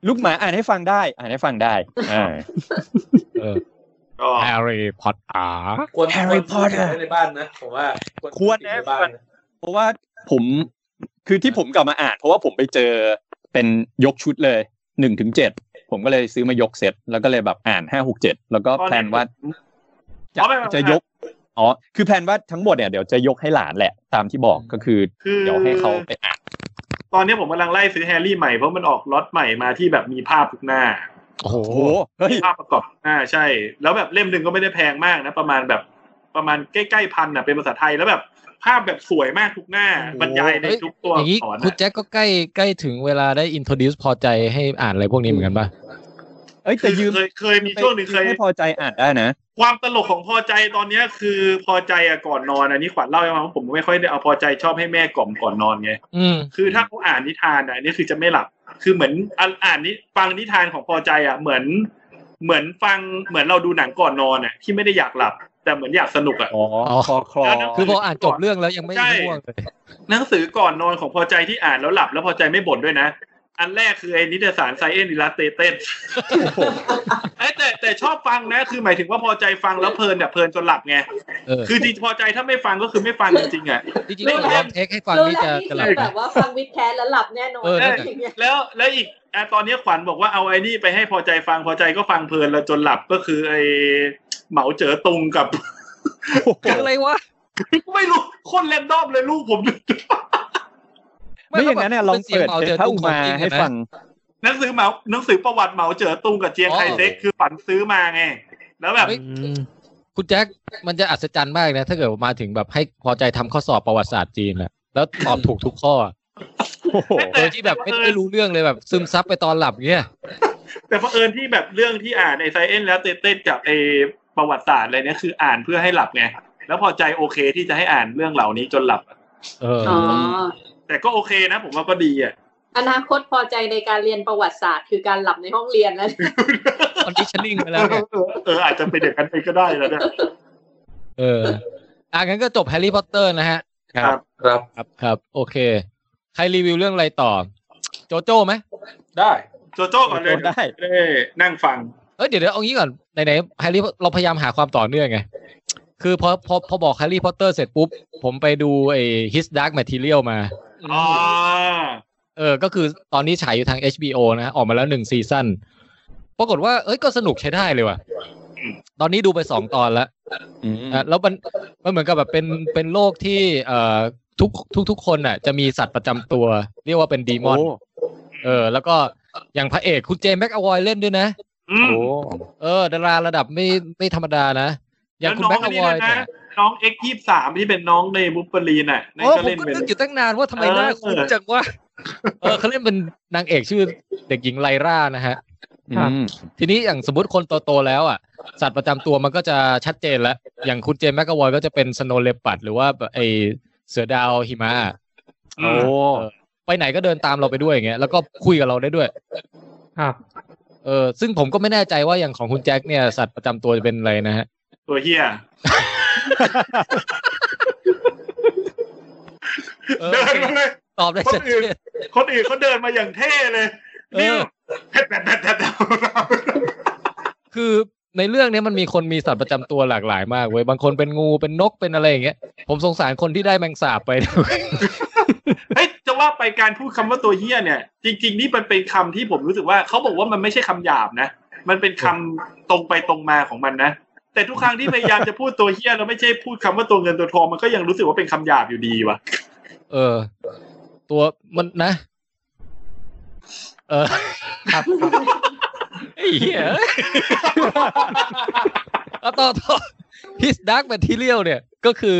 Speaker 8: ลูกหมาอ่านให้ฟังได้ อ่านให้ฟังได้อ่า
Speaker 2: เออ
Speaker 3: ก็
Speaker 2: แฮร์รี่พอตเตอร์
Speaker 7: ควร
Speaker 8: Harry Potter
Speaker 7: ควรซื้อในบ้านนะผมว่า
Speaker 8: ควรนะ
Speaker 7: ซื้อในบ้านนะ
Speaker 8: เพราะว่าผมคือที่ผมกลับมาอ่าน เพราะว่าผมไปเจอเป็นยกชุดเลยหนึ่งถึงเจ็ดผมก็เลยซื้อมายกเซตแล้วก็เลยแบบอ่านห้าหกเจ็ดแล้วก็แพลนว่าจะ
Speaker 3: เอาไปเอาไป
Speaker 8: จะยกอ๋อคือแพลนว่าทั้งหมดเนี่ยเดี๋ยวจะยกให้หลานแหละ ตามที่บอกก็คือ
Speaker 3: คือ
Speaker 8: เดี๋ยวให้เขาไปอ่าน
Speaker 3: ตอนนี้ผมกำลังไล่ซื้อแฮร์รี่ใหม่เพราะมันออกล็อตใหม่มาที่แบบมีภาพทุกหน้า
Speaker 2: โอ้โห
Speaker 8: โอ้โหเฮ้ย
Speaker 3: ภาพประกอบอ่าใช่ แล้วแบบเล่มหนึ่งก็ไม่ได้แพงมากนะ ประมาณแบบประมาณใกล้ๆพันนะเป็นภาษาไทยแล้วแบบภาพแบบสวยมากทุกหน้า
Speaker 2: โอ้โห
Speaker 3: บรรยายในทุกตัว
Speaker 2: อย่างนี้
Speaker 3: สอน
Speaker 2: คุณ
Speaker 3: นะ
Speaker 2: แจ็คก็ใกล้ใกล้ถึงเวลาได้ introduce พอใจให้อ่านอะไรพวกนี้เหมือนกันป่ะ
Speaker 8: เอ้ย
Speaker 3: คื
Speaker 8: แต่
Speaker 3: อ
Speaker 8: ยืม
Speaker 3: เคยเคยมีช่วงหนึ่งเคย
Speaker 8: ไม่พอใจอ่านได้นะ
Speaker 3: ความตลกของพอใจตอนเนี้ยคือพอใจอะก่อนนอนอันนี้ขวัญเล่าให้ฟังว่าผมไม่ค่อยได้เอาพอใจชอบให้แม่กล่อมก่อนนอนไง
Speaker 2: อืม
Speaker 3: คือถ้าเขาอ่านนิทานอะอันนี้คือจะไม่หลับ คือเหมือนอ่านอ่านนิฟังนิทานของพอใจอะเหมือน เหมือนฟังเหมือนเราดูหนังก่อนนอนอะที่ไม่ได้อยากหลับ แต่เหมือนอยากสนุกอะ
Speaker 8: อ๋อคอคลอ
Speaker 3: แล้วน้ำ
Speaker 2: คือพออ่านจบเรื่องแล้วยังไม่
Speaker 3: ใช่
Speaker 2: ง่วงเลย
Speaker 3: หนังสือก่อนนอนของพอใจที่อ่านแล้วหลับแล้วพอใจไม่บ่นด้วยนะ อันแรกคือไอ้นิตยสารไซเอ็นอิลัสเตเต็ดแต่แต่ชอบฟังนะ คือหมายถึงว่าพอใจฟังแล้วเพลินแบบเพลินจนหลับไง
Speaker 2: เออ
Speaker 3: คือจริงพอใจถ้าไม่ฟังก็คือไม่ฟังจริงๆอ่ะ
Speaker 2: จริงๆผมลองเทคให้ฟัง
Speaker 5: รู้
Speaker 2: นี่
Speaker 5: แล้ว
Speaker 2: จะ
Speaker 5: นี่
Speaker 2: จะห
Speaker 5: คื
Speaker 2: ลับนะ
Speaker 5: อแบบว่าฟังวิดแคสแล้วหลับแน่นอน
Speaker 2: เออนั่นแหละ
Speaker 5: ไรอย่างเงี้ย
Speaker 3: แล้วแล้วอีกอะตอนนี้ขวัญบอกว่าเอาไอ้นี่ไปให้พอใจฟังพอใจก็ฟังเพลินแล้วจนหลับก็คือไอ้เหมาเจ๋อตุงกับ
Speaker 2: อะไรวะ
Speaker 3: ไม่รู้คนแรนดอมเลยลูกผม
Speaker 8: ไม่อย่างนั้นเนี่ยลองเปิด
Speaker 2: สียหมา
Speaker 8: เซ
Speaker 2: จ๋
Speaker 8: นทรัล
Speaker 2: ตุ้ง
Speaker 8: มา
Speaker 2: จริ
Speaker 8: ให้
Speaker 2: เน
Speaker 8: ฟัง
Speaker 3: หนังสือเหมาหนังสือประวัติเหมาเจ๋อตุงกับเจียงไคเซ็กคือฝันซื้อมาไง แล้วแบบ
Speaker 2: เฮ้ย
Speaker 6: อืม
Speaker 2: คุณแจ็คมันจะอัศจรรย์มากนะ ถ้าเกิดมาถึงแบบให้พอใจทำข้อสอบประวัติศาสตร์จีนน่ะแล้วตอบถูกทุกข้อ
Speaker 5: [LAUGHS]
Speaker 2: โดยที่แบบไม่ไม่รู้เรื่องเลยแบบ ซึมซับไปตอนหลับเงี้ย
Speaker 3: แต่เพอเอิญที่แบบเรื่องที่อ่านในไซเอนแล้วเต้นกับไอประวัติศาสตร์อะไรเนี่ยคืออ่านเพื่อให้หลับไงแล้วพอใจโอเคที่จะให้อ่านเรื่องเหล่านี้จนหลับอะ
Speaker 2: เออ
Speaker 5: อ๋อ
Speaker 3: แต่ก็โอเคนะ ผมว่าก็ดีอ่ะ
Speaker 5: อนาคตพอใจในการเรียนประวัติศาสตร์ คือการหลับในห้องเรียน
Speaker 2: [LAUGHS]
Speaker 5: แล้ว
Speaker 2: ตอนที่ชันนิ่งไปแล้วไง
Speaker 3: เอออาจจะเป็นเด็กกันไปก็ได้แล้วเนี่ย
Speaker 2: เอออ่ะงั้นก็จบแฮร์รี่พอตเตอร์นะฮะ
Speaker 3: ครับ
Speaker 7: ครับ
Speaker 2: ครับครับ โอเค ใครรีวิวเรื่องอะไรต่อ โจโจ้ไหม
Speaker 7: ได้
Speaker 3: โจโจ้ก่อนเลย
Speaker 8: โจโจ้ได้
Speaker 3: ได้นั่งฟัง
Speaker 2: เอ้ยเดี๋ยวเดี๋ยวเอางี้ก่อนไหนๆแฮร์รี่เราพยายามหาความต่อเนื่องไง คือพอพอพอบอกแฮร์รี่พอตเตอร์เสร็จปุ๊บ ผมไปดูไอ้ His Dark Material มา
Speaker 3: อ๋อ
Speaker 2: เออ ก็คือตอนนี้ฉายอยู่ทาง HBO นะ ออกมาแล้วหนึ่งซีซั่น ปรากฏว่า เอ้ย ก็สนุกใช้ได้เลยว่ะ ตอนนี้ดูไปสองตอนแล้ว
Speaker 8: อืม
Speaker 2: อ่ะแล้วมัน มันเหมือนกับแบบเป็น เป็นโลกที่ เอ่อ ทุก ทุกทุกคนน่ะ จะมีสัตว์ประจำตัว เรียกว่าเป็นดีมอน
Speaker 8: โอ้
Speaker 2: เออ แล้วก็ อย่างพระเอกคุณเจมส์แม็กอวอยเล่นด้วยนะ
Speaker 3: อืม
Speaker 8: โอ้
Speaker 2: เออ ดาราระดับไม่ ไม่ธรรมดานะ อย่างคุณ
Speaker 3: ล้ว
Speaker 2: แม็ก
Speaker 3: น้
Speaker 2: อ
Speaker 3: นี่
Speaker 2: วอย
Speaker 3: ด้วย
Speaker 2: เนี่
Speaker 3: นะ
Speaker 2: ย
Speaker 3: น้องเอ็กยี่สามที่เป็นน้องในบุปเปอรีน่ะนั่น
Speaker 2: โอ้
Speaker 3: ก็
Speaker 2: ผม
Speaker 3: เล่น
Speaker 2: ก็
Speaker 3: เป็น
Speaker 2: นึกอยู่ตั้งนานว่าทำไม
Speaker 3: เออ
Speaker 2: หน้าคุ้นจังวะเออเขาเล่นเป็นนางเอกชื่อเด็กหญิงไลร่านะฮะ
Speaker 8: อืม
Speaker 2: ทีนี้อย่างสมมติคนโตๆแล้วอ่ะ สัตว์ประจำตัวมันก็จะชัดเจนแล้ว อย่างคุณเจมส์แมกกาวอยก็จะเป็นสโนเลปัด หรือว่าไอเสือดาวหิมะอะ
Speaker 3: อืม
Speaker 8: โอ้
Speaker 2: ไปไหนก็เดินตามเราไปด้วยอย่างเงี้ยแล้วก็คุยกับเราได้ด้วย
Speaker 6: ครับ
Speaker 2: เออซึ่งผมก็ไม่แน่ใจว่าอย่างของคุณแจ็คเนี่ยสัตว์ประจำตัวจะเป็นอะไรนะฮะ
Speaker 3: ตัวเฮีย
Speaker 2: เออ
Speaker 3: เดินมาเลย
Speaker 2: ตอบได้ชัดเจน
Speaker 3: คนอื่นเขาเดินมาอย่างเท่เลย
Speaker 2: เออ
Speaker 3: นี่แบบแบบแบบแบบ
Speaker 2: คือในเรื่องเนี้ยมันมีคนมีสัตว์ประจำตัวหลากหลายมากเว้ยบางคนเป็นงูเป็นนกเป็นอะไรอย่างเงี้ยผมสงสารคนที่ได้แมงสาบไป [LAUGHS]
Speaker 3: เฮ้ยจะว่าไปการพูดคำว่าตัวเฮี้ยเนี่ย จริง ๆ นี่มันเป็นคำที่ผมรู้สึกว่าเขาบอกว่ามันไม่ใช่คำหยาบนะ มันเป็นคำตรงไปตรงมาของมันนะ แต่ทุกครั้งที่พยายามจะพูดตัวเฮี้ยแล้วไม่ใช่พูดคำว่าตัวเงินตัวทองมันก็ยังรู้สึกว่าเป็นคำหยาบอยู่ดีว่ะ
Speaker 2: เออ ตัวมันนะ เออ
Speaker 6: ครับครับ
Speaker 2: [LAUGHS] ไอ้เหี้ย [LAUGHS] เอาต่อต่อ his dark material เนี่ย ก็คือ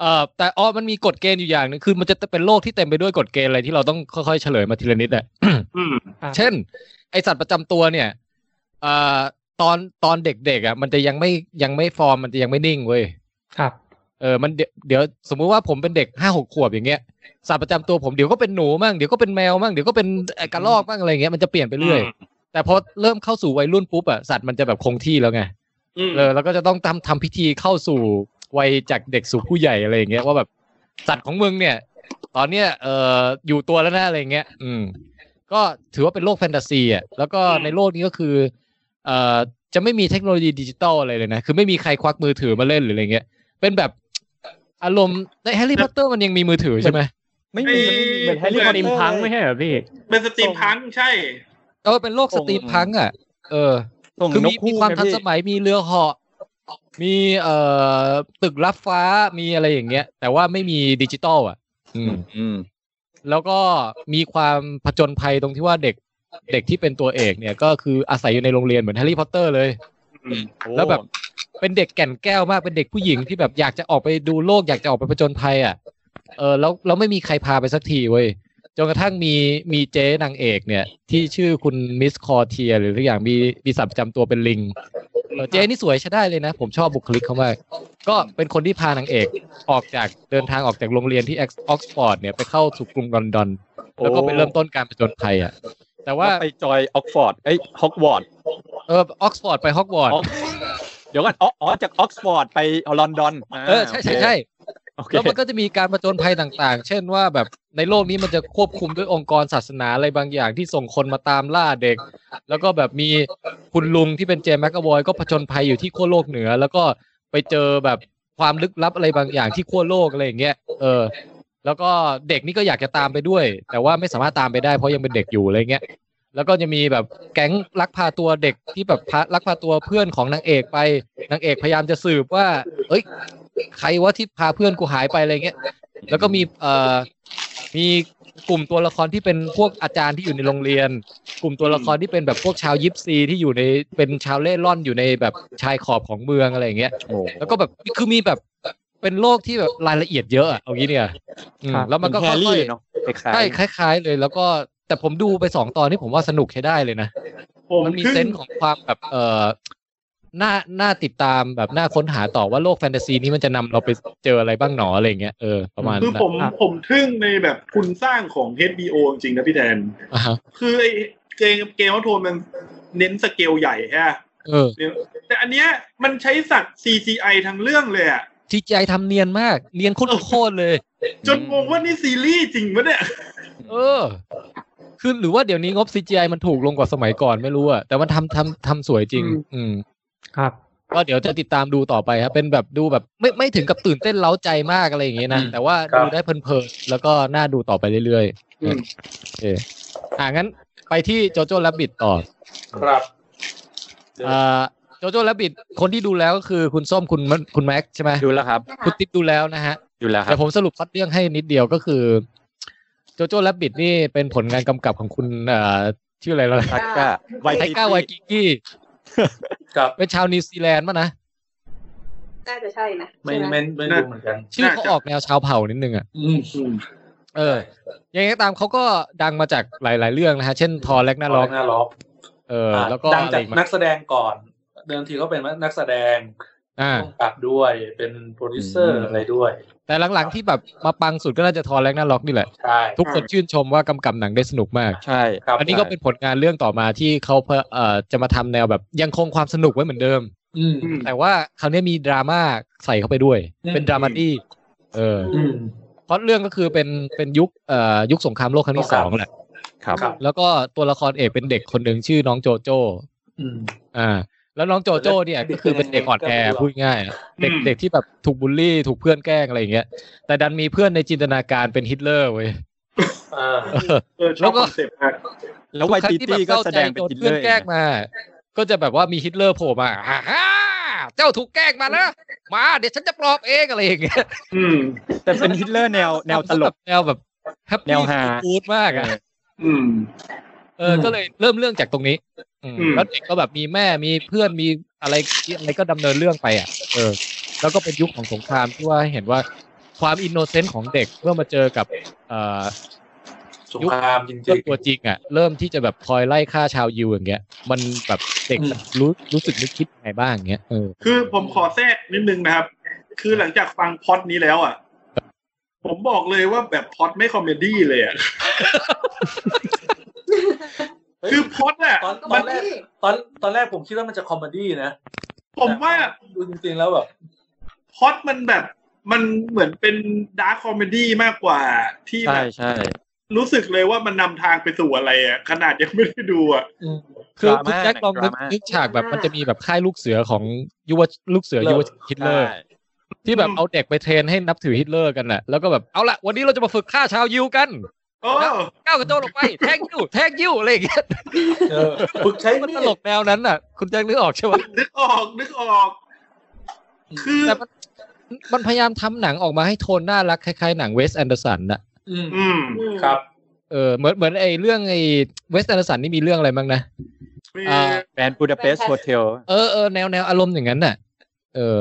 Speaker 2: เอ่อ แต่อ๋อมันมีกฎเกณฑ์อยู่อย่างหนึงคือมันจะเป็นโลกที่เต็มไปด้วยกฎเกณฑ์อะไรที่เราต้องค่อยๆเฉลยมาทีละนิดอ่ะ
Speaker 3: อืม
Speaker 6: ครับ
Speaker 2: เช่น ไอสัตว์ประจำตัวเนี่ยเอ่อตอนตอนเด็กๆอ่ะ มันจะยังไม่ยังไม่ฟอร์มมันจะยังไม่นิ่งเว้ย
Speaker 6: ครับ
Speaker 2: เออ มันเดี๋ยวเดี๋ยวสมมุติว่าผมเป็นเด็กห้าหกขวบอย่างเงี้ยสัตว์ประจำตัวผมเดี๋ยวก็เป็นหนูมั่งเดี๋ยวก็เป็นแมวมั่งเดี๋ยวก็เป็นเอ่อกระรอกมั่งอะไรเงี้ยมันจะเปลี่ยนไปเรื่อย
Speaker 3: อืม
Speaker 2: แต่พอเริ่มเข้าสู่วัยรุ่นปุ๊บอะสัตว์มันจะแบบคงที่แล้วไง
Speaker 3: อืม
Speaker 2: เออแล้วก็จะต้องทำทำพิธีเข้าสู่วัยจากเด็กสู่ผู้ใหญ่อะไรอย่างเงี้ยว่าแบบสัตว์ของมึงเนี่ย ตอนเนี้ยเอออยู่ตัวแล้วนะอะไรเงี้ย อืม ก็ถือว่าเป็นโลกแฟนตาซีอะแล้วก็ในโลกนี้ก็คือเอ่อจะไม่มีเทคโนโลยีดิจิตอลอะไรเลยนะคือไม่มีใครควักมือถือมาเล่นหรืออะไรเงี้ย เป็นแบบอารมณ์ในแฮร์รี่พอตเตอร์มันยังมีมือถือใช่ไหม
Speaker 8: ไม่มี
Speaker 6: เหมือนแฮร์รี่พอตเตอร์พังไม่ใช่เหรอพี่
Speaker 3: เป็นสตรีมพังก์ใช่
Speaker 2: เออเป็นโลกสตรีมพังก์อ่ะ เออ
Speaker 8: ส่ง
Speaker 2: คือน มี
Speaker 8: กคู่
Speaker 2: มีความ
Speaker 8: ไง
Speaker 2: ทัน
Speaker 8: พี่
Speaker 2: สมัยมีเรือเหาะมีเอ่อตึกรับฟ้ามีอะไรอย่างเงี้ย แต่ว่าไม่มีดิจิตอลอ่ะ อืม
Speaker 8: อืม
Speaker 2: แล้วก็มีความผจญภัยตรงที่ว่าเด็กเด็กที่เป็นตัวเอกเนี่ย ก็คืออาศัยอยู่ในโรงเรียนเหมือนแฮร์รี่พอตเตอร์เลย
Speaker 3: อืม
Speaker 2: แล้วแบบเป็นเด็กแก่นแก้วมากเป็นเด็กผู้หญิ
Speaker 8: [LAUGHS]
Speaker 2: งที่แบบอยากจะออกไปดูโลกอยากจะออกไปผจญภัยอ่ะเออแล้วแล้วไม่มีใครพาไปสักทีเว้ยจนกระทั่งมีมีเจ๊นางเอกเนี่ย ที่ชื่อคุณมิสคอเทีย หรือทุกอย่างมีมีสับจำตัวเป็นลิงเออเจ๊นี่สวยใช้ได้เลยนะ ผมชอบบุคลิกเขามากก็เป็นคนที่พานางเอกออกจากเดินทางออกจากโรงเรียนที่ออกซฟอร์ดเนี่ยไปเข้าสู่กรุงลอนดอนแล้วก็ไปเริ่มต้นการผจญภัยอ่ะแต่ว่า
Speaker 8: แล้วไปจอยออกฟอร์ดเอ้ยฮอกวอตส์
Speaker 2: เออออกซฟอร์ดไปฮอกวอตส์
Speaker 8: เดี๋ยวก่อนอ๋ออ๋อจากออกฟอร์ดไปลอนดอนมา
Speaker 2: เออใช่ใช่ใช่
Speaker 8: โอเค
Speaker 2: แล้วมันก็จะมีการประจนภัยต่างๆ เช่นว่าแบบในโลกนี้มันจะควบคุมด้วยองค์กรศาสนาอะไรบางอย่างที่ส่งคนมาตามล่าเด็ก แล้วก็แบบมีคุณลุงที่เป็นเจมส์แมกกาวอยก็ผจญภัยอยู่ที่ขั้วโลกเหนือ แล้วก็ไปเจอแบบความลึกลับอะไรบางอย่างที่ขั้วโลกอะไรอย่างเงี้ย เออ แล้วก็เด็กนี่ก็อยากจะตามไปด้วย แต่ว่าไม่สามารถตามไปได้เพราะยังเป็นเด็กอยู่อะไรเงี้ย แล้วก็จะมีแบบแก๊งลักพาตัวเด็กที่แบบพาลักพาตัวเพื่อนของนางเอกไป นางเอกพยายามจะสืบว่า เอ้ย ใครวะที่พาเพื่อนกูหายไปอะไรเงี้ย แล้วก็มีเอ่อมีกลุ่มตัวละครที่เป็นพวกอาจารย์ที่อยู่ในโรงเรียน กลุ่มตัวละครที่เป็นแบบพวกชาวยิปซีที่อยู่ในเป็นชาวเล่ร่อนอยู่ในแบบชายขอบของเมืองอะไรอย่างเงี้ย
Speaker 8: โอ้
Speaker 2: แล้วก็แบบคือมีแบบเป็นโลกที่แบบรายละเอียดเยอะอะเอางี้เนี่ยอืม
Speaker 6: ครับ
Speaker 2: แล้วมันก็
Speaker 8: แฮ
Speaker 2: ค่
Speaker 8: ร์รี่
Speaker 2: อย
Speaker 8: เนาะคล้ายๆ
Speaker 2: ๆใช่คล้าย ๆ เลย แล้วก็แต่ผมดูไปสองตอนที่ผมว่าสนุกใช้ได้เลยนะ
Speaker 3: ผม
Speaker 2: มันมี
Speaker 3: ครึ่ง
Speaker 2: เซนส์ของความแบบเออน่าน่าติดตามแบบน่าค้นหาต่อว่าโลกแฟนตาซีนี้มันจะนำเราไปเจออะไรบ้างหนออะไรอย่างเงี้ยเออประมาณ
Speaker 3: คือ
Speaker 2: นั้น
Speaker 3: ผม
Speaker 6: อ่ะ
Speaker 3: ผมทึ่งในแบบคุณสร้างของ HBO จริงๆนะพี่แดน
Speaker 2: อ่ะฮะ
Speaker 3: คือไอ้เกมเกมวัตโทนมันเน้นสเกลใหญ่ฮะ
Speaker 2: เออ
Speaker 3: แต่อันเนี้ยมันใช้สัตว์ CGI ทั้งเรื่องเลยอะ
Speaker 2: ทีจทำเนียนมาก เนียนโคตรๆเลย
Speaker 3: จนงงว่านี่ซีรีส์จริงปะเนี่ย
Speaker 2: เออ คือหรือว่าเดี๋ยวนี้งบ CGI มันถูกลงกว่าสมัยก่อนไม่รู้อะแต่มันทำทำทำสวยจริง
Speaker 3: อืม
Speaker 2: อืม
Speaker 6: ครับ
Speaker 2: ก็เดี๋ยวจะติดตามดูต่อไปครับ เป็นแบบดูแบบไม่ไม่ถึงกับตื่นเต้นเล้าใจมากอะไรอย่างเงี้ยนะ แต่ว่า
Speaker 7: ครับ
Speaker 2: ดูได้เพลินๆแล้วก็น่าดูต่อไปเรื่อย
Speaker 7: อืม
Speaker 2: โอเคอ่างั้นไปที่โจโจ้แลบบิทต่อ
Speaker 7: ครับ
Speaker 2: เอ่อโจโจ้และบิดคนที่ดูแล้วก็คือคุณส้มคุณมันคุณแม็กซ์ใช่ไหม
Speaker 8: ดูแล้วครับ
Speaker 2: คุณติ๊บดูแล้วนะฮะ
Speaker 8: ดูแล้วครั
Speaker 2: แต่
Speaker 8: บ
Speaker 2: ผมสรุปพล็อดเรื่องให้นิดเดียวก็คือ โจโจ้และบิดนี่เป็นผลงานกำกับของคุณเอ่อชื่ออะไรแล้ว
Speaker 8: ไทก้าไว
Speaker 2: ไท
Speaker 8: ตี้
Speaker 2: ก้าไวกิกี้
Speaker 7: ครับ
Speaker 2: เป็นชาวนิวซีแลนด์มั้งนะ
Speaker 5: น่าจะใช่นะ
Speaker 7: ไม่
Speaker 5: ใช่ห
Speaker 7: ไม่ไม่รู้เหมือนกัน
Speaker 2: ชื่อเขาออกแนวชาวเผ่านิดนึงอ่ะ
Speaker 7: อืมอืม
Speaker 2: เออยังไงก็ตามเขาก็ดังมาจากหลาย ๆ เรื่องนะฮะ เช่นทอแลกนาล็อก
Speaker 7: หน้าล็อก
Speaker 2: เออ แล้วก็
Speaker 7: ดัง
Speaker 2: อะไร
Speaker 7: จาก
Speaker 2: อีกมั้
Speaker 7: นั
Speaker 2: ง
Speaker 7: กแสดงก่อน เดิมทีเขาเป็นนักแสดง
Speaker 2: อ่า
Speaker 7: ต้องตัดด้วยเป็นโปรดิวเซอร์
Speaker 2: อืม
Speaker 7: อะไรด้วย
Speaker 2: แต่หลัง ๆ ที่แบบมาปังสุดก็น่าจะทอแลกนาล็อกนี่แหละ
Speaker 7: ใช่
Speaker 2: ทุกคนชื่นชมว่ากำกับหนังได้สนุกมาก
Speaker 8: ใช่
Speaker 7: ครับ
Speaker 2: อันนี้ก็เป็นผลงานเรื่องต่อมาที่เขาเพอเอ่อจะมาทำแนวแบบยังคงความสนุกไว้เหมือนเดิม
Speaker 7: อืม
Speaker 3: อืม
Speaker 2: แต่ว่าคราวนี้มีดราม่าใส่เข้าไปด้วย
Speaker 7: อืม
Speaker 2: เป็นดรามาดี้เออ
Speaker 7: อืม
Speaker 2: เพราะเรื่องก็คือเป็นเป็นยุคเอ่อยุคสงครามโลกครั้งที่สองแหละ
Speaker 8: ครับ
Speaker 7: ครับ
Speaker 2: แล้วก็ตัวละครเอกเป็นเด็กคนหนึ่งชื่อน้องโจโจ้
Speaker 7: อืม
Speaker 2: อ่า แล้วน้องโจโจ้เนี่ยก็คือเป็นเด็กอ่อนแอพูดง่ายอะเด็ก
Speaker 3: อืม
Speaker 2: เด็กที่แบบถูกบูลลี่ถูกเพื่อนแกล้งอะไรอย่างเงี้ยแต่ดันมีเพื่อนในจินตนาการเป็นฮิตเลอร์เว้ย
Speaker 7: อ่า
Speaker 3: เออชอบคอนเซ็ปต์มาก
Speaker 8: แล้วไวตี้ตี้ก็แสดงเป็น
Speaker 2: ทุ
Speaker 8: ฮิ
Speaker 2: ค
Speaker 8: ต
Speaker 2: รั้ที่แบบศร้าใจโดนเพื่
Speaker 8: เลอ
Speaker 2: อน
Speaker 8: ร์
Speaker 2: แกล้งมา ก็จะแบบว่ามีฮิตเลอร์โผล่มาอ่าฮ่าเจ้าถูกแกล้งมานะมาเดี๋ยวฉันจะปลอบเองอะไรอย่างเงี้ย
Speaker 3: อืม
Speaker 8: แต่เป็นฮิตเลอร์แนวแนวตลก
Speaker 2: แนวแบบแฮป
Speaker 8: แน
Speaker 2: ปี้
Speaker 8: วฮา
Speaker 2: ฟูดมากอ่ะ
Speaker 3: อืม
Speaker 2: เออก็เลยเริ่มเรื่องจากตรงนี้อืม
Speaker 3: อืม
Speaker 2: แล้วเด็กก็แบบมีแม่มีเพื่อนมีอะไรอะไรก็ดำเนินเรื่องไปอ่ะเออ แล้วก็เป็นยุคของสงครามที่ว่าเห็นว่าความอินโนเซนต์ของเด็กเมื่อมาเจอกับเอ่อ
Speaker 7: สงครามจ
Speaker 2: เรื่
Speaker 7: ริ
Speaker 2: อง งตัวจริงอ่ะเริ่มที่จะแบบคอยไล่ฆ่าชาวยิวอย่างเงี้ย มันแบบเด็กรู้รู้สึกนึกคิดยังไงบ้างอย่างเงี้ยเออ
Speaker 3: คือผมขอแทรกนิดนึงนะครับ คือหลังจากฟังพล็อดนี้แล้วอ่ะ ผมบอกเลยว่าแบบพล็อดไม่คอมเมดี้เลยอ่ะ คือพล็อดอ่ะ
Speaker 7: ๆ ตอนต
Speaker 5: มั
Speaker 7: อ
Speaker 5: น
Speaker 7: นแรกตอนตอนแรกผมคิดว่ามันจะคอมเมดี้นะ
Speaker 3: ผมว่า
Speaker 7: ดูจริงๆแล้วแบบ
Speaker 3: พล็อดมันแบบ มันเหมือนเป็นดาร์คคอมเมดี้มากกว่า ที่แบ
Speaker 8: ใช่
Speaker 3: บ
Speaker 8: ใช่
Speaker 3: รู้สึกเลยว่ามันนำทางไปสู่อะไรอ่ะ ขนาดยังไม่ได้ดูอ่ะ
Speaker 7: อืม
Speaker 2: คือ
Speaker 8: ด
Speaker 2: คุณ
Speaker 8: ราม่า
Speaker 2: แจ็คลอง
Speaker 8: ด
Speaker 2: นึ
Speaker 8: ราก ม่า
Speaker 2: นึกฉากแบบมันจะมีแบบค่ายลูกเสือของยุวลูกเสือยุวชนฮิตเลอร์
Speaker 8: ใช่
Speaker 2: ที่แบบ
Speaker 3: อืม
Speaker 2: เอาเด็กไปเทรนให้นับถือฮิตเลอร์กันแหละแล้วก็แบบเอาละวันนี้เราจะมาฝึกฆ่าชาวยิวกัน
Speaker 3: โอ้
Speaker 2: ก้าวกระโจนออกไปแทงยิวแทงยิวอะไรอย่างเงี้ย
Speaker 7: เออฝึกใช้
Speaker 2: มัน
Speaker 7: มี
Speaker 2: ต
Speaker 7: ด
Speaker 2: ลกแนวนั้นอ่ะ คุณแจ็คนึกออกใช่ไหม
Speaker 3: นึกออก นึกออก คือ
Speaker 2: แต่มันมันพยายามทำหนังออกมาให้โทนน่ารักคล้ายๆหนังเวสแอนเดอร์สันน่ะ
Speaker 7: อืม
Speaker 3: อืม
Speaker 5: อืม
Speaker 7: ครับ
Speaker 2: เออเหมือนเหมือนไอ้เรื่องไอ้เวสต์แอนเดอร์สันนี่มีเรื่องอะไรบ้างนะ
Speaker 3: มี
Speaker 2: อ่า
Speaker 8: แบรนด์บูดาเปสต์โฮเทล
Speaker 2: เออเออแนวแนวอารมณ์อย่างนั้นน่ะ เออ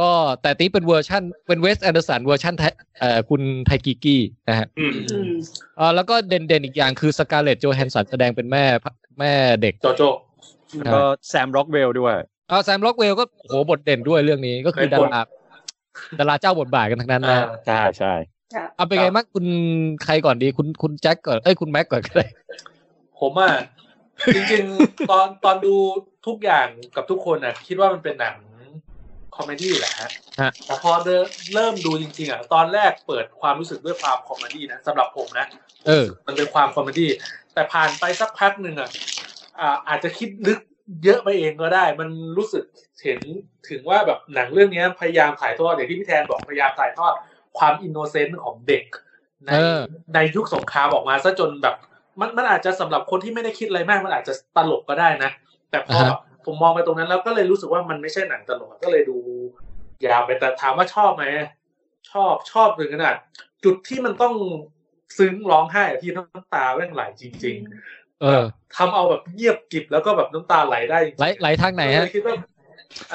Speaker 2: ก็แต่นี้เป็นเวอร์ชันเป็นเวสต์แอนเดอร์สันเวอร์ชันไทเอ่อคุณไทกิกี้นะฮะ
Speaker 3: อืม
Speaker 5: อืม
Speaker 2: เออแล้วก็เด่นเด่นอีกอย่างคือสกาเลตโจแฮนสันแสดงเป็นแม่แม่เด็ก
Speaker 7: โจโจ
Speaker 8: แล้วก็แซมร็อกเวลด้วย
Speaker 2: เออแซมล็อกเวลก็โหบทเด่นด้วยเรื่องนี้ก็คือดาราดาราเจ้าบทบาทกันทั้งนั้น
Speaker 7: อ่า
Speaker 2: นะ
Speaker 8: ใช่ใช่
Speaker 2: เอาเป็นไงบ้างคุณใครก่อนดีคุณคุณแจ็คก่อนเอ้ยคุณแม็กก่อนก็ได้
Speaker 7: ผมอ่ะ จริงๆ ตอนตอนดูทุกอย่างกับทุกคนอ่ะ คิดว่ามันเป็นหนังคอมเมดี้แหละฮะแต่พอเริ่มเริ่มดูจริงๆอ่ะ ตอนแรกเปิดความรู้สึกด้วยความคอมเมดี้นะสำหรับผมนะ
Speaker 2: เออ
Speaker 7: มันเป็นความคอมเมดี้แต่ผ่านไปสักพักหนึ่งอ่ะอ่าอาจจะคิดลึกเยอะไปเองก็ได้ มันรู้สึกเห็นถึงว่าแบบหนังเรื่องเนี้ยพยายามถ่ายทอดอย่างที่พี่แทนบอกพยายามถ่ายทอดความอินโนเซนต์ของเด็ก ใน
Speaker 2: เออ
Speaker 7: ในยุคสงครามออกมาซะจนแบบ มันมันอาจจะสำหรับคนที่ไม่ได้คิดอะไรมาก มันอาจจะตลกก็ได้นะ แต่พอแบบผมมองไปตรงนั้นแล้วก็เลยรู้สึกว่ามันไม่ใช่หนังตลกก็เลยดู ยาวไปแต่ถามว่าชอบไหมชอบชอบถึงขนาดจุดที่มันต้องซึ้งร้องไห้อะที่น้ำตาแม่งไหลจริง
Speaker 2: เออ
Speaker 7: ๆทำเอาแบบเงียบกริบแล้วก็แบบน้ำตาไหลได้จริงๆ
Speaker 2: ไหลไหลทางไหน
Speaker 7: ก็
Speaker 2: ฮะ
Speaker 7: เลยคิดว่า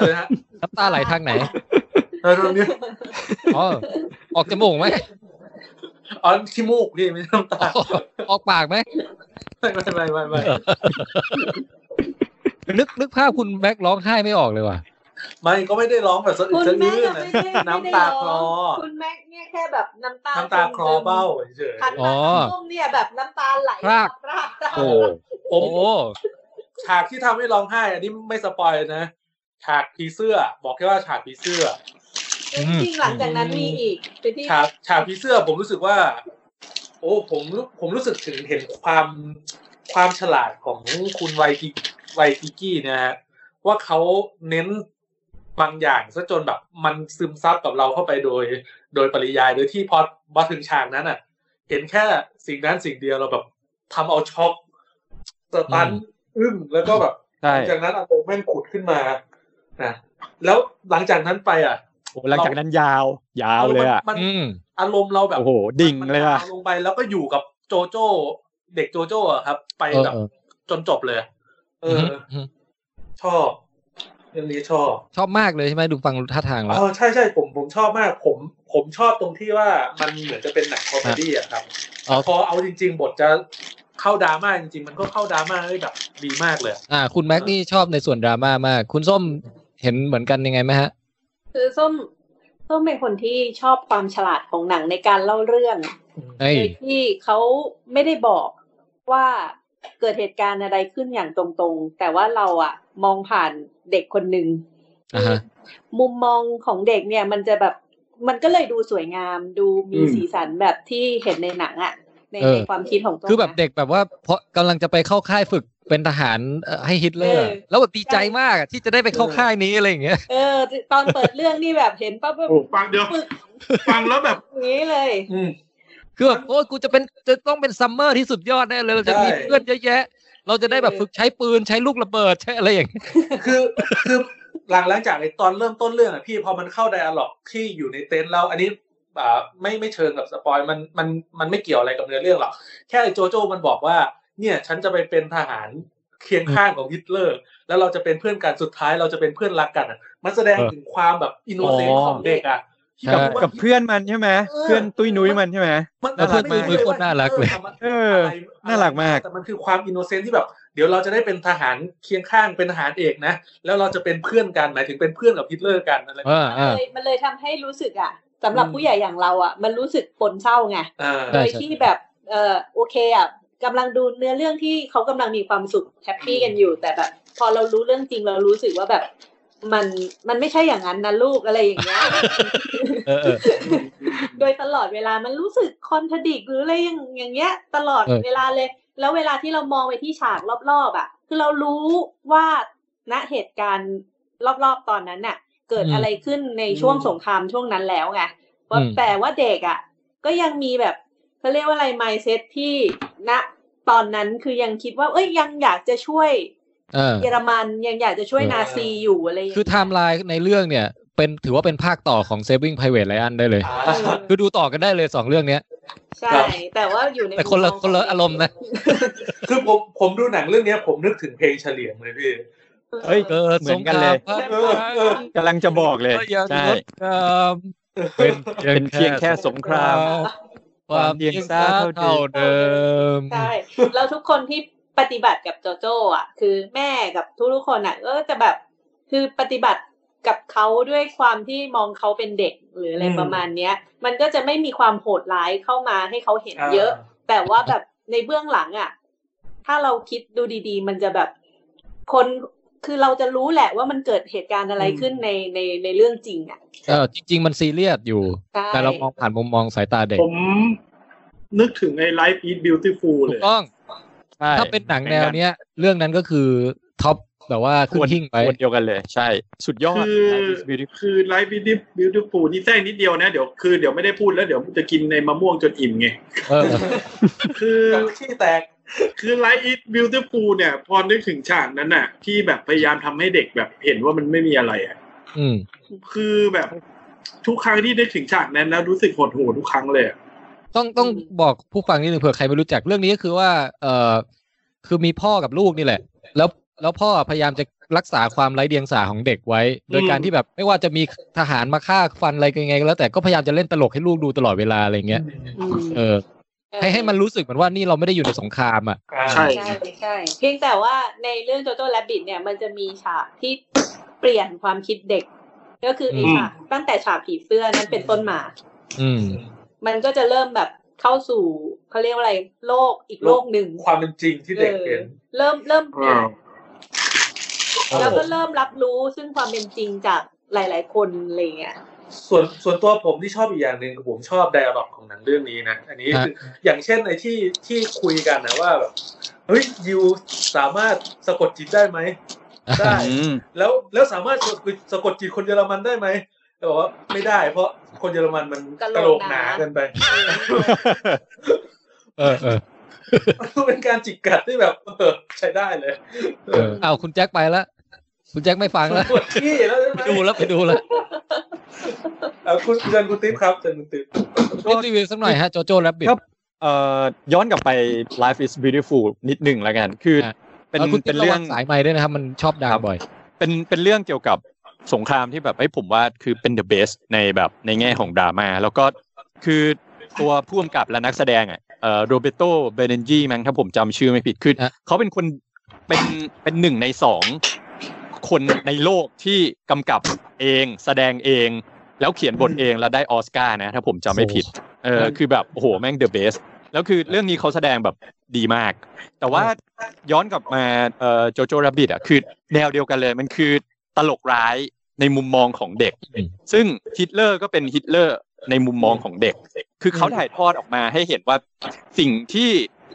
Speaker 7: อะไรนะฮะ
Speaker 2: น้ำตาไหลทางไหน
Speaker 7: เออตรงนี้
Speaker 2: อ๋อออกจมูกไหม
Speaker 7: อ๋อขี้มูกพี่ไม่ใช่น้ำตา
Speaker 2: ออกปากไหม
Speaker 7: ไม่ไม่ไม่ไม่ไม่
Speaker 2: นึกนึกภาพคุณแบ็คร้องไห้ไม่ออกเลยว่ะ
Speaker 7: ไม่ก็ไม่ได้ร้องแบบสะอึก
Speaker 5: คุณ
Speaker 7: สะ
Speaker 5: แม่
Speaker 7: อื้น
Speaker 5: ก็
Speaker 7: นะ
Speaker 5: ไม่ได้ไม่ได้
Speaker 7: น้ำตาคลอ
Speaker 5: ร้งคุณแม่เนี่ยแค่แบบน้ำตา
Speaker 7: น้ำตาคลอเบ้าเฉย
Speaker 5: หัน
Speaker 2: อ๋
Speaker 5: มา
Speaker 2: อ
Speaker 5: ส้มเนี่ยแบบน้ำตาไหล
Speaker 2: ครับ
Speaker 5: รากราก
Speaker 8: โอ้
Speaker 7: ๆผ
Speaker 2: โอ้
Speaker 7: ม ฉากที่ทำให้ร้องไห้ อันนี้ไม่สปอยนะ ฉากผีเสื้อ บอกแค่ว่าฉากผีเสื้อ
Speaker 5: จริงๆหลังจากนั้นมีอีกไปที่
Speaker 7: ฉากฉากผีเสื้อผมรู้สึกว่า โอ้ผมรู้ผมรู้สึกถึงเห็นความความฉลาดของคุณไวกิไวกิกี้นะฮะว่าเขาเน้นบางอย่างซะจนแบบ มันซึมซับกับเราเข้าไปโดย โดยปริยายโดยที่พอมาถึงฉากนั้นอ่ะ เห็นแค่สิ่งนั้นสิ่งเดียวเราแบบทำเอาช็อกสตันอึ้งแล้วก็แบบ
Speaker 8: ใช่
Speaker 7: หลังจากนั้นอาโตแม่งขุดขึ้นมานะแล้วหลังจากนั้นไปอ่ะ
Speaker 8: โอ้หลังจากนั้นยาว ยาวเลยอ่ะ
Speaker 7: มัน
Speaker 2: อืม
Speaker 7: อารมณ์เราแบบ
Speaker 8: โอ้โหดิ่งเลยอ่ะ
Speaker 7: มันาวลงไปแล้วก็อยู่กับโจโจ้เด็กโจโจ้อะครับ ไปแบบ
Speaker 2: เออ
Speaker 7: จนจบเลย เอออ
Speaker 2: อืม
Speaker 7: ชอบเรื่องนี้ชอบ
Speaker 2: ชอบมากเลยใช่ไหมดูฟังท่าทางแล้ว
Speaker 7: เออใช่ใช่ผมผมชอบมาก ผมผมชอบตรงที่ว่ามันเหมือนจะเป็นหนังคอมเมดี้อะครับ
Speaker 2: อ๋อ
Speaker 7: พอเอาจริง ๆ บทจะเข้าดราม่าจริง ๆ มันก็เข้าดราม่าได้แบบดีมากเลย
Speaker 2: อ่า คุณแม็กนี่ชอบในส่วนดราม่ามาก คุณส้มเห็นเหมือนกันยังไงไหมฮะ
Speaker 5: คือส้มส้มเป็นคนที่ชอบความฉลาดของหนังในการเล่าเรื่อง
Speaker 2: เฮ้ย
Speaker 5: โดยที่เขาไม่ได้บอกว่าเกิดเหตุการณ์อะไรขึ้นอย่างตรงๆ แต่ว่าเราอะมองผ่านเด็กคนหนึ่ง
Speaker 2: อ่าฮะ
Speaker 5: มุมมองของเด็กเนี่ย มันจะแบบมันก็เลยดูสวยงามดูมี
Speaker 3: อืม
Speaker 5: สีสันแบบที่เห็นในหนังอะในในความคิดของตัว
Speaker 2: คือแบบเด็กแบบว่าเพราะกำลังจะไปเข้าค่ายฝึกเป็นทหารเอ่อให้ฮิตเลอร์
Speaker 5: เออ
Speaker 2: แล้วแบบดีใจมากอะที่จะได้ไปเข้าค่ายนี้อะไรอย่างเงี้ย
Speaker 5: เออ ตอนเปิดเรื่องนี่แบบเห็นปั๊บแบบ
Speaker 3: ฟังเดี๋ยว
Speaker 5: ปึก
Speaker 3: ฟังแล้วแบบ
Speaker 5: อย่างนี้เลย
Speaker 7: อืม
Speaker 2: คือแบบโอ้ยกูจะเป็นจะต้องเป็นซัมเมอร์ที่สุดยอดแน่เลยเราจะ
Speaker 7: ใช่
Speaker 2: มีเพื่อนเยอะแยะ เราจะได้แบบฝึกใช้ปืนใช้ลูกระเบิดใช้อะไรอย่างเงี้ย
Speaker 7: คือคือหลังหลังจากไอ้ตอนเริ่มต้นเรื่องอ่ะพี่พอมันเข้าไดอะล็อกที่อยู่ในเต็นท์เราอันนี้อ่าไม่ไม่เชิงกับสปอยมันมันมันไม่เกี่ยวอะไรกับเนื้อเรื่องหรอกแค่ไอ้โจโจ้มันบอกว่า เนี่ยฉันจะไปเป็นทหารเคียงข้างของฮิตเลอร์ แล้วเราจะเป็นเพื่อนกันสุดท้ายเราจะเป็นเพื่อนรักกันอ่ะ มันแสดงถึงความแบบอินโนเซน
Speaker 8: อ๋
Speaker 7: ต์
Speaker 8: อ
Speaker 7: ของเด็กอ่ะที่
Speaker 2: ใช่
Speaker 7: แบบว่า
Speaker 8: กับเพื่อนมันใช่ไหม
Speaker 7: เออ
Speaker 8: เพื่อนตุ้ยนุ้ยมันใช่ไหม
Speaker 7: มัน
Speaker 2: แล้วเพื่อน
Speaker 7: มัไม่
Speaker 2: มือ
Speaker 7: ใช่
Speaker 2: คนน่ารักเลย
Speaker 7: ว่า
Speaker 8: เอ
Speaker 7: เอ
Speaker 8: อ
Speaker 7: อทำะไร
Speaker 8: น่ารักมาก
Speaker 7: แต่มันคือความอินโนเซนต์ที่แบบ เดี๋ยวเราจะได้เป็นทหารเคียงข้างเป็นทหารเอกนะ แล้วเราจะเป็นเพื่อนกันหมายถึงเป็นเพื่อนกับฮิตเลอร์กันอะไรแบบ
Speaker 2: เออเออ
Speaker 5: เลยมันเลยทำให้รู้สึกอ่ะสำหรับผู้ใหญ่อย่างเราอ่ะ มันรู้สึกปนเศร้าไง
Speaker 7: อ่า
Speaker 2: ใช่
Speaker 5: โดย
Speaker 2: ใช่
Speaker 5: ที่แบบเออโอเคอ่ะกำลังดูเนื้อเรื่องที่เขากำลังมีความสุขแฮปปี้กันอยู่ แต่แบบ พอเรารู้เรื่องจริงเรารู้สึกว่าแบบ มันมันไม่ใช่อย่างนั้นนะลูกอะไรอย่างเงี้ย
Speaker 2: เออเออ
Speaker 5: [LAUGHS] โดยตลอดเวลามันรู้สึกคอนทดิกหรืออะไรอย่างอย่างเงี้ย ตลอด
Speaker 2: เออ
Speaker 5: เวลาเลย แล้วเวลาที่เรามองไปที่ฉากรอบๆอ่ะ คือเรารู้ว่าณเหตุการณ์รอบๆตอนนั้นน่ะ เกิดอะไรขึ้นในช่วงสงครามช่วงนั้นแล้วไงว่า
Speaker 2: อืม
Speaker 5: แต่ว่าเด็กอ่ะ ก็ยังมีแบบเขาเรียกว่าอะไรไมเซ็ตที่ณตอนนั้นคือยังคิดว่า เอ้ยยังอยากจะช่วย
Speaker 2: เออ
Speaker 5: เยอรมันยังอยากจะช่วย
Speaker 2: เออ
Speaker 5: นาซีอยู่อะไรอย่าง
Speaker 2: คือ
Speaker 5: เงี้ย
Speaker 2: ไทม์ไลน์ในเรื่องเนี่ย เป็นถือว่าเป็นภาคต่อของ Saving Private Ryan ได้เลย
Speaker 5: เออ
Speaker 2: คือดูต่อกันได้เลยสองเรื่องเนี้ย
Speaker 5: ใช่ แต่ว่าอยู่ใน
Speaker 2: แต่คนละ
Speaker 5: มุมมง
Speaker 2: คนละ
Speaker 5: ง
Speaker 2: อารมณ์นะ
Speaker 7: คือผมผมดูหนังเรื่องเนี้ยผมนึกถึงเพลงเฉลี่ยงเลยพี่
Speaker 8: เฮ้ย
Speaker 2: เกิด
Speaker 8: เหมือนกันเลย
Speaker 2: สงคราม
Speaker 7: เออเออ
Speaker 8: กำลังจะบอกเลย
Speaker 2: ก็ยัง
Speaker 8: ใช่
Speaker 2: งดงามเป็น
Speaker 8: เป็นเพียงแค่สงคราม
Speaker 2: ความเพียงแค่เท่าเดิม
Speaker 5: ใช่ แล้วทุกคนที่ปฏิบัติกับโจโจ้อ่ะ คือแม่กับทุกๆคนอ่ะก็จะแบบคือปฏิบัติกับเขาด้วยความที่มองเขาเป็นเด็กหรืออะไร
Speaker 7: อืม
Speaker 5: ประมาณเนี้ย มันก็จะไม่มีความโหดร้ายเข้ามาให้เขาเห็นเยอะ แต่ว่าแบบในเบื้องหลังอะ่ะ ถ้าเราคิดดูดีๆ มันจะแบบคนคือเราจะรู้แหละว่ามันเกิดเหตุการณ์อะไรขึ้นในในในเรื่องจริงอะ่ะ
Speaker 2: เออจริง ๆ มันซีเรียสอยู่
Speaker 5: ใช่
Speaker 2: แต่เรามองผ่านมุมมองสายตาเด็ก
Speaker 3: ผมนึกถึงไอ้ Life is Beautiful
Speaker 2: ถู
Speaker 3: เล
Speaker 2: ก
Speaker 3: ย
Speaker 2: ต้อง
Speaker 8: ใช่
Speaker 2: ถ้าเป็นหนังแนวเนี้ย เรื่องนั้นก็คือท็อปแบบว่า
Speaker 8: ค
Speaker 2: ขึ้น
Speaker 8: วร
Speaker 2: หิ้งไป
Speaker 8: ควรเดียวกันเลย ใช่ สุดยอด
Speaker 3: คือ
Speaker 8: Life is beautiful
Speaker 3: คือ Life is Beautiful นี่แทรกนิดเดียวนะเดี๋ยวคือเดี๋ยวไม่ได้พูดแล้วเดี๋ยวจะกินในมะม่วงจนอิ่มไง
Speaker 2: เออ
Speaker 3: คือ
Speaker 7: กับขี้แตก
Speaker 3: คือ Life is Beautiful เนี่ย พอนึกถึงฉากนั้นน่ะ ที่แบบพยายามทำให้เด็กแบบเห็นว่ามันไม่มีอะไรอ่ะ
Speaker 2: อืม
Speaker 3: คือแบบทุกครั้งที่นึกถึงฉากนั้นแล้วรู้สึกหดหู่ทุกครั้งเลยอะ
Speaker 2: ต้องต้องบอกผู้ฟังนิดนึงเผื่อใครไม่รู้จักเรื่องนี้ก็คือว่า เออคือมีพ่อกับลูกนี่แหละ แล้วแล้วพ่อพยายามจะรักษาความไร้เดียงสาของเด็กไว้ โดยการที่แบบไม่ว่าจะมีทหารมาฆ่าฟันอะไรกันยังไงก็แล้วแต่ก็พยายามจะเล่นตลกให้ลูกดูตลอดเวลาอะไรเงี้ย
Speaker 5: อืม
Speaker 2: เออให้ให้มันรู้สึกเหมือนว่านี่เราไม่ได้อยู่ในสงครามอ่ะ
Speaker 3: ใช่
Speaker 5: ใช่ใช่เพียงแต่ว่าในเรื่องโจโจ้แรบบิทเนี่ยมันจะมีฉากที่เปลี่ยนความคิดเด็ก ก็คือไอ้
Speaker 3: อืม
Speaker 5: ฉากตั้งแต่ฉากผีเสื้อนั้นเป็นต้นมา
Speaker 2: อืม
Speaker 5: มันก็จะเริ่มแบบเข้าสู่เขาเรียกว่าอะไรโลกอีกโลกหนึ่ง
Speaker 7: ความเป็นจริงที่เด็กเห็น
Speaker 5: ออเริ่มเริ่ม
Speaker 3: อ้าว
Speaker 5: แล้วก็เริ่มรับรู้ซึ่งความเป็นจริงจากหลาย ๆ คนอะไรเงี้ย
Speaker 7: ส่วนส่วนตัวผมที่ชอบอีกอย่างหนึ่งคือผมชอบไดอะล็อกของหนังเรื่องนี้นะ อันนี้
Speaker 2: ฮะ
Speaker 7: คืออย่างเช่นในที่ที่คุยกันนะว่าแบบเฮ้ยยูสามารถสะกดจิตได้ไหมได้
Speaker 8: อืม
Speaker 7: แล้วแล้วสามารถสะกดสะกดจิตคนเยอรมันได้ไหม แต่บอกว่าไม่ได้เพราะคนเยอรมันมัน
Speaker 5: กะโหลก
Speaker 7: กะโหลกหนา
Speaker 5: หนา
Speaker 7: เกินไป
Speaker 2: เออเออ
Speaker 7: [LAUGHS] เป็นการจิกกัดที่แบบเออใช้ได้เลย
Speaker 2: เออเอาคุณแจ็คไปละคุณแจ็คไม่ฟังละ
Speaker 7: ปวดขี้แล้วใช่ไหม
Speaker 2: ไปดูแล้วไปดูแล้ว
Speaker 7: เอาคุณเชิญคุณติ๊บครับเชิญคุณติ๊บ
Speaker 2: รีบรีวิวสักหน่อยฮะโจโจ้แรบบิท
Speaker 8: ครับ เอ่อย้อนกลับไป Life is Beautiful นิดหนึ่งแล้วกัน คือ
Speaker 2: ฮะ
Speaker 8: เป็น
Speaker 2: คุณ
Speaker 8: เป็
Speaker 2: ติ๊
Speaker 8: น
Speaker 2: บ
Speaker 8: เรื่
Speaker 2: เรื่
Speaker 8: อ
Speaker 2: อง งสายไม้ด้วยนะครับ มันชอบด่า
Speaker 8: ครับ
Speaker 2: บ่อย
Speaker 8: เป็นเป็นเรื่องเกี่ยวกับสงครามที่แบบไอ้ยผมว่าคือเป็น the best ในแบบในแง่ของดราม่าแล้วก็คือตัวผู้กำกับและนักแสดงอ่ะเอ่อโรเบโตเบเนนจีมั้งถ้าผมจำชื่อไม่ผิดคือ
Speaker 2: ฮะ
Speaker 8: เขาเป็นคนเป็นเป็นหนึ่งในสองคนในโลกที่กำกับเองแสดงเอง แล้วเขียนบทเองแล้วได้ออสการ์นะ ถ้าผมจำไม่ผิดเออคือแบบโอ้โหแม่ง the best แล้วคือเรื่องนี้เขาแสดงแบบดีมาก แต่ว่าย้อนกลับมาเอ่อโจโจรับบิดอ่ะคือแนวเดียวกันเลยมันคือตลกร้ายในมุมมองของเด็ก
Speaker 2: อืม
Speaker 8: ซึ่งฮิตเลอร์ก็เป็นฮิตเลอร์ในมุมมองของเด็ก คือเขาถ่ายทอดออกมาให้เห็นว่าสิ่งที่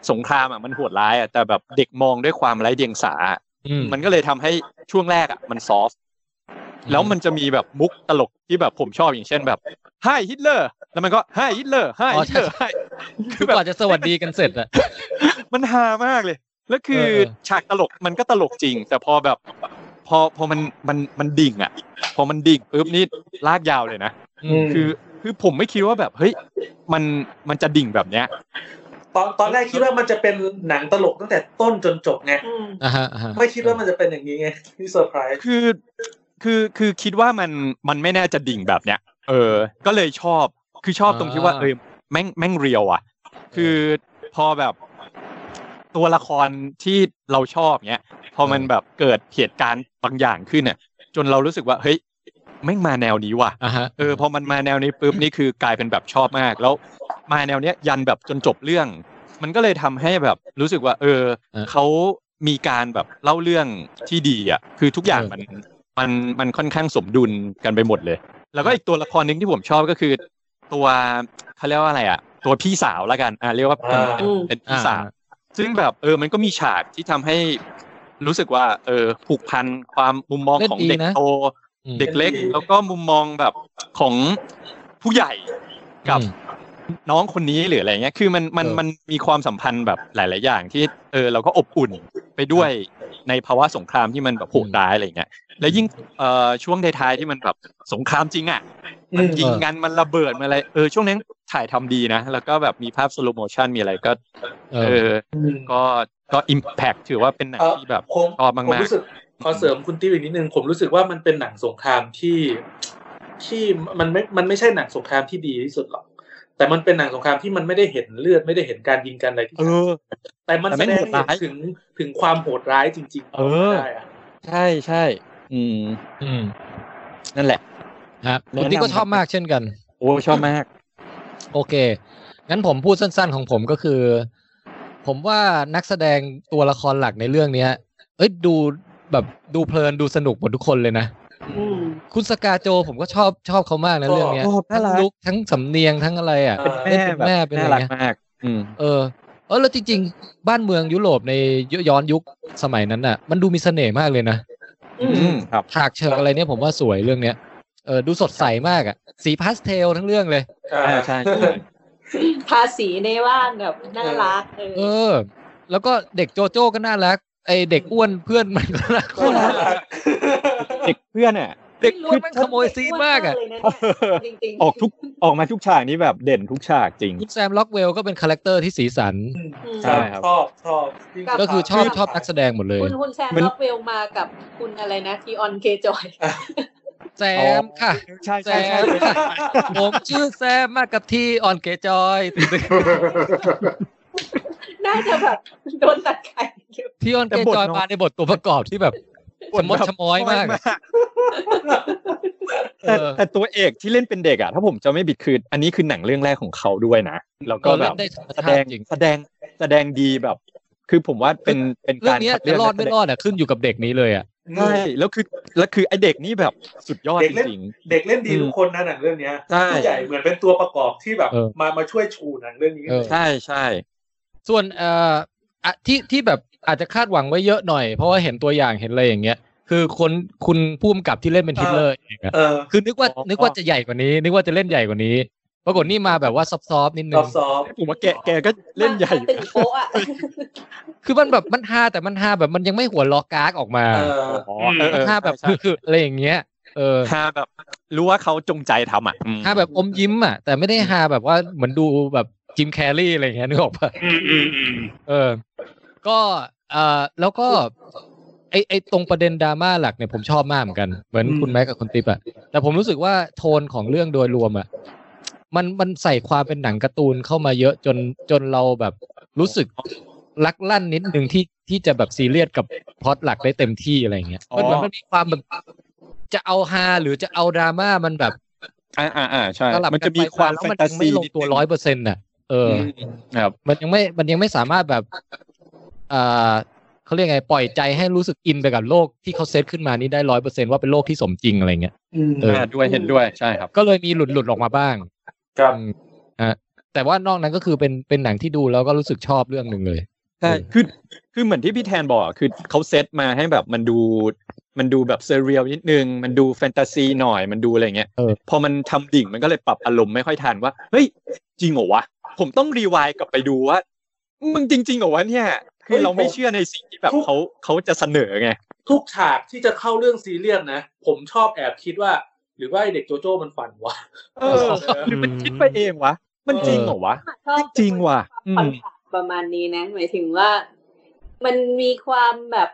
Speaker 8: สงครามอ่ะมันโหดร้ายอ่ะแต่แบบเด็กมองด้วยความไร้เดียงสา
Speaker 2: ๆอืม
Speaker 8: มันก็เลยทำให้ช่วงแรกอ่ะมันซอฟแล้วมันจะมีแบบมุกตลกที่แบบผมชอบอย่างเช่นแบบไฮฮิตเลอร์แล้วมันก็ไฮฮิตเลอร์ไฮ
Speaker 2: อ๋อ
Speaker 8: ฮิต
Speaker 2: ใช่
Speaker 8: เลอร์
Speaker 2: คื
Speaker 8: คือ อแบบ
Speaker 2: กว่าจะสวัสดีกันเสร็จอะ
Speaker 8: มันฮามากเลย แล้วคือ
Speaker 2: เออเออ
Speaker 8: ฉากตลกมันก็ตลกจริง แต่พอแบบ พอพอมันมันมันดิ่งอ่ะ พอมันดิ่งปุ๊บนี่ลากยาวเลยนะ
Speaker 2: อืม
Speaker 8: คือคือผมไม่คิดว่าแบบเฮ้ยมันมันจะดิ่งแบบเนี้ย
Speaker 7: ตอนตอนแรกคิดว่ามันจะเป็นหนังตลกตั้งแต่ต้นจนจบไง
Speaker 5: อืม
Speaker 2: อ่าฮะอ่าฮะ
Speaker 7: ไม่คิดว่ามันจะเป็นอย่างนี้ไงที่เซอร์ไพรส์
Speaker 8: คือคือคือคิดว่ามันมันไม่น่าจะดิ่งแบบเนี้ย เออ ก็เลยชอบคือชอบตรงที่ว่าเออแม่งแม่งเรียวอ่ะ คือพอแบบตัวละครที่เราชอบเนี้ย พอมันแบบเกิดเหตุการณ์บางอย่างขึ้นเนี่ยจนเรารู้สึกว่าเฮ้ยแม่งมาแนวนี้ว่ะ
Speaker 2: อ่าฮะ
Speaker 8: เออพอมันมาแนวนี้ปุ๊บนี่คือกลายเป็นแบบชอบมาก แล้วมาแนวเนี้ยยันแบบจนจบเรื่อง มันก็เลยทำให้แบบรู้สึกว่า เออเขามีการแบบเล่าเรื่องที่ดีอ่ะคือทุกอย่างมันมันมันค่อนข้างสมดุลกันไปหมดเลย แล้วก็อีกตัวละครหนึ่งที่ผมชอบก็คือ ตัวเขาเรียกว่าอะไรอ่ะ ตัวพี่สาวละกันอ่ะเรียกว่าเป็น
Speaker 5: อืม
Speaker 8: เป็นพี่สาว ซึ่งแบบเออมันก็มีฉากที่ทำให้รู้สึกว่า เออผูกพันความมุมมองของเด็กโต
Speaker 2: อืม
Speaker 8: เด็กเล็กแล้วก็มุมมองแบบของผู้ใหญ่กับ
Speaker 2: อืม
Speaker 8: น้องคนนี้หรืออะไรเงี้ย คือมันมัน
Speaker 2: เออ
Speaker 8: มันมีความสัมพันธ์แบบหลาย ๆ อย่างที่เออเราก็อบอุ่นไปด้วยในภาวะสงครามที่มันแบบโหดร้ายอะไรเงี้ยแล้วยิ่งเอ่อช่วงท้ายๆที่มันแบบสงครามจริงอ่ะมันยิงกันมันระเบิดมันอะไรเออช่วงนั้นถ่ายทำดีนะ แล้วก็แบบมีภาพสโลโมชันมีอะไรก็
Speaker 2: เอ
Speaker 8: เอ
Speaker 2: อ
Speaker 8: อ
Speaker 7: อืม
Speaker 8: ก็ก็อิมแพคถือว่าเป็นหนัง
Speaker 7: เอ่อ
Speaker 8: ที่แบบ
Speaker 7: ผม
Speaker 8: ชอบมากๆ
Speaker 7: ผมรู้สึกขอเสริมคุณติ้วอีกนิดนึงผมรู้สึกว่ามันเป็นหนังสงครามที่ที่มันไม่มันไม่ใช่หนังสงครามที่ดีที่สุดหรอก แต่มันเป็นหนังสงครามที่มันไม่ได้เห็นเลือดไม่ได้เห็นการยิงกันอะไรที่
Speaker 8: เออ
Speaker 7: แต่มัน
Speaker 8: แต่
Speaker 7: แส
Speaker 8: แม่ง
Speaker 7: ดง
Speaker 8: โหดร้าย
Speaker 7: ให้เห็นถึงถึงความโหดร้ายจริงๆ
Speaker 8: เออ
Speaker 7: ได้อะ
Speaker 8: ใช่ใช่อืม
Speaker 2: อืม
Speaker 8: นั่นแหละ
Speaker 2: ฮะคุณติ๊กก็ชอบมากเช่นกัน
Speaker 8: โอ้ชอบมาก
Speaker 2: โอเค งั้นผมพูดสั้นๆของผมก็คือ ผมว่านักแสดงตัวละครหลักในเรื่องเนี้ย เอ้ยดูแบบดูเพลินดูสนุกหมดทุกคนเลยนะ
Speaker 5: อืม
Speaker 2: คุณสกาโจผมก็ชอบชอบเขามากนะเรื่องเนี้ย
Speaker 8: โอ้โหน่า
Speaker 2: ทั้ง
Speaker 8: รัก
Speaker 2: ลุกทั้งสำเนียงทั้งอะไรอ่ะ
Speaker 7: อ่า
Speaker 2: เป็นแม่เป็นอะไร
Speaker 8: น่ารั
Speaker 2: เงี้
Speaker 8: ก
Speaker 2: ย
Speaker 8: มาก อืม
Speaker 2: เออ เออแล้วจริงๆ บ้านเมืองยุโรปในย้อนยุคสมัยนั้นน่ะ มันดูมีเสน่ห์มากเลยนะ
Speaker 5: อื
Speaker 8: อื
Speaker 5: ม
Speaker 8: มครับ
Speaker 2: ฉากเชิงอะไรเนี่ยผมว่าสวยเรื่องเนี้ย เออดูสดใสมากอะสีพาสเทลทั้งเรื่องเลย
Speaker 7: อ่า
Speaker 8: ใช่ใช่ใช่
Speaker 5: ภาษีในว่านแบบน่ารักเอ
Speaker 2: เอ
Speaker 5: อ
Speaker 2: อ แล้วก็เด็กโจโจ้ก็น่ารัก ไอเด็กอ้วนเพื่อนมันก็น่า
Speaker 7: ก็น่ารัก
Speaker 8: เด็กเพื่อนอ่ะ
Speaker 2: เด็กอ้วนมันขโมยซีนมากอะ
Speaker 5: จริง
Speaker 8: ออกทุกออกมาทุกฉากนี้แบบเด่นทุกฉากจริง
Speaker 2: คุณแซมล็อกเวลก็เป็นคาแรคเตอร์ที่สีสัน
Speaker 8: ใช่ครับ
Speaker 7: ชอบชอบ
Speaker 2: ก็คือชอบชอบนักแสดงหมดเลย
Speaker 5: คุณคุณแซมล็อกเวลมากับคุณอะไรนะทีออนเคจอย
Speaker 2: แซมค่ะ
Speaker 8: ใช่
Speaker 2: แซ
Speaker 8: ใช่
Speaker 2: มค่ะผมชื่อแซมมากับที่ออนเกจอย
Speaker 5: น่าจะแบบ [LAUGHS] โดนตัดไข่อยู่
Speaker 2: ที่ออนเกจอยมาในบทตัวประกอบที่แบบชะมดชะม้อยมากอะเอ
Speaker 8: แต่
Speaker 2: อ
Speaker 8: แต่ตัวเอกที่เล่นเป็นเด็กอ่ะ ถ้าผมจะไม่บิดคืออันนี้คือหนังเรื่องแรกของเขาด้วยนะ แล้วก็
Speaker 2: เรา
Speaker 8: แบ
Speaker 2: เล่
Speaker 8: บ
Speaker 2: นได้ธรรม
Speaker 8: แส
Speaker 2: ชา
Speaker 8: ด
Speaker 2: ติ
Speaker 8: ง
Speaker 2: จริง
Speaker 8: แสดงแสดงดีแบบ คือผมว่าเป็นเป็น
Speaker 2: เรื่อก
Speaker 8: าง ร
Speaker 2: เนี้ย
Speaker 8: คัดเลื
Speaker 2: จะ
Speaker 8: อก
Speaker 2: รอด
Speaker 8: นักแส
Speaker 2: ไม่
Speaker 8: ดง
Speaker 2: รอดอ่ะขึ้นอยู่กับเด็กนี้เลยอ่ะ
Speaker 8: ใช่แล้วคือแล้วคือไอเด็กนี่แบบสุดยอด
Speaker 7: เด็ก
Speaker 8: จ
Speaker 7: เล่น
Speaker 8: ริง
Speaker 7: เด็กเล่นดี
Speaker 8: อืม
Speaker 7: ทุกคนนะหนังเรื่องเนี้ย
Speaker 8: ใช่
Speaker 7: ผู้ใหญ่เหมือนเป็นตัวประกอบที่แบบ
Speaker 2: เออ
Speaker 7: มามาช่วยชูหนังเรื่องนี้
Speaker 2: เออ
Speaker 8: ใช่ใช่
Speaker 2: ส่วนเอ่ออะที่ที่แบบอาจจะคาดหวังไว้เยอะหน่อย เพราะว่าเห็นตัวอย่างเห็นอะไรอย่างเงี้ย คือคนคุณผู้กำกับที่เล่นเป็นทิลเลอร์เองอะ
Speaker 9: เออ
Speaker 2: คือนึกว่า
Speaker 6: อ๋อ
Speaker 2: นึกว่าจะใหญ่กว่านี้ นึกว่าจะเล่นใหญ่กว่านี้ ปรากฏนี่มาแบบว่าซอฟๆนิดนึ
Speaker 9: ซอง ฟซอฟ
Speaker 8: ผมว่าแกแกก็เล่นใหญ่
Speaker 5: มันตื่นโป๊ะอะ
Speaker 2: คือมันแบบมันฮาแต่มันฮาแบบมันยังไม่หัวลอกากออกมา
Speaker 9: เออ
Speaker 8: อ๋อเออเออ
Speaker 2: ฮาแบบ
Speaker 8: ใช่
Speaker 2: คืออะไรอย่างเงี้ย เออ
Speaker 8: ใช่ฮาแบบ รู้ว่าเขาจงใจทำอ่ะอืม
Speaker 2: ฮาแบบอมยิ้มอ่ะ แต่ไม่ได้ฮาแบบว่าเหมือนดูแบบจิมแคร์รี่อะไรอย่างเงี้ยนึกออกปะ
Speaker 3: อืมอืมอืม
Speaker 2: เออ ก็เออแล้วก็ ไอไอตรงประเด็นดราม่าหลักเนี่ยผมชอบมากเหมือนกัน เหมือนคุณแม็กกับคุณติ๊บอะแต่ผมรู้สึกว่าโทนของเรื่องโดยรวมอะมันมันใส่ความเป็นหนังการ์ตูนเข้ามาเยอะจนจนเราแบบรู้สึกลักลั่นนิดนึงที่ที่จะแบบซีเรียสกับพล็อตหลักได้เต็มที่อะไรอย่างเงี้ยมันเหมือนมันมีความแบบจะเอาฮาหรือจะเอาดราม่ามันแบบ
Speaker 8: อ่าอ่าอ่าใช่
Speaker 2: สลับ
Speaker 8: มันจะมี
Speaker 2: กัไป
Speaker 8: ความ
Speaker 2: แล้ว
Speaker 8: แฟ
Speaker 2: มัน
Speaker 8: ตา
Speaker 2: ยัง
Speaker 8: ซี
Speaker 2: ไม่ลงตัวร้อยเปอร์เซ็นต์อะเอออ
Speaker 8: ครับ
Speaker 2: มันยังไม่ มันยังไม่สามารถแบบเอ่อเขาเรียกไง ปล่อยใจให้รู้สึกอินไปกับโลกที่เขาเซตขึ้นมานี้ได้ร้อยเปอร์เซ็นว่าเป็นโลกที่สมจริงอะไรเงี้ย
Speaker 9: อืม
Speaker 2: เออ
Speaker 8: อ่าด้วยเห็นด้วยใช่ครับ
Speaker 2: ก็เลยมีหลุดหลุดๆออกมาบ้าง
Speaker 9: ครับ
Speaker 2: อืมฮะแต่ว่านอกนั้นก็คือเป็น เป็นหนังที่ดูแล้วก็รู้สึกชอบเรื่องหนึ่งเลย
Speaker 8: ใช่
Speaker 2: เออ
Speaker 8: คือ คือเหมือนที่พี่แทนบอกอะคือเขาเซตมาให้แบบมันดู มันดูแบบเซเรียลนิดนึง มันดูแฟนตาซีหน่อย มันดูอะไรเงี้ย
Speaker 2: เออ
Speaker 8: พอมันทำดิ่งมันก็เลยปรับอารมณ์ไม่ค่อยทันว่า เฮ้ย จริงเหรอวะ ผมต้องรีวายกลับไปดูว่า มึงจริงๆเหรอวะเนี่ย คือเราไม่เชื่อในสิ่งที่แบบเขาเขาจะเสนอไง
Speaker 7: ทุกฉากที่จะเข้าเรื่องซีเรียสนะ ผมชอบแอบคิดว่า หรือว่าไอ้เด็กโจโจ้มันฝันวะ
Speaker 8: เออหรือมันคิดไปเองวะ มันจริงเหรอวะ
Speaker 5: ชอบ
Speaker 8: [LAUGHS] จริงว่ะอื
Speaker 5: ความ
Speaker 8: ม
Speaker 5: ฝันประมาณนี้นะ หมายถึงว่า มันมีความแบบ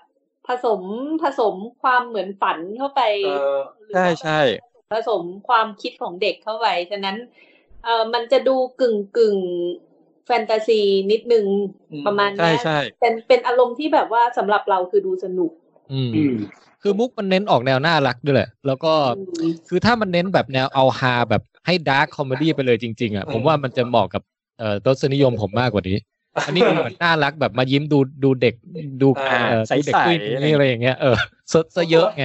Speaker 5: ผสมผสมความเหมือนฝันเข้าไป
Speaker 7: เออ
Speaker 8: ใช่ใช่
Speaker 5: ผสมความคิดของเด็กเข้าไป ฉะนั้น เออมันจะดูกึ่งกึ่งๆแฟนตาซีนิดนึง
Speaker 7: อืม
Speaker 5: ประมาณ
Speaker 8: ใช่
Speaker 5: เนี้ย
Speaker 8: ใช่
Speaker 5: เป็นเป็นอารมณ์ที่แบบว่าสำหรับเราคือดูสนุก
Speaker 2: อืม
Speaker 3: อืม
Speaker 2: คือมุกมันเน้นออกแนวน่ารักด้วยแหละ แล้วก็
Speaker 5: อืม
Speaker 2: คือถ้ามันเน้นแบบแนวเอาฮาแบบให้ดาร์คคอมเมดี้ไปเลยจริงๆอ่ะ
Speaker 7: อืม
Speaker 2: ผมว่ามันจะเหมาะกับเอ่อรสนิยมผมมากกว่านี้ อันนี้มันเหมือนน่ารักแบบมายิ้มดูดูเด็กดู
Speaker 7: อ่า
Speaker 2: เอ่อ
Speaker 8: ใสๆ
Speaker 2: ดูเด็กตุ้ย
Speaker 8: อะ
Speaker 2: นี่อะ
Speaker 8: ไร
Speaker 2: ไรอย่างเงี้ยเออซะซะเยอะไง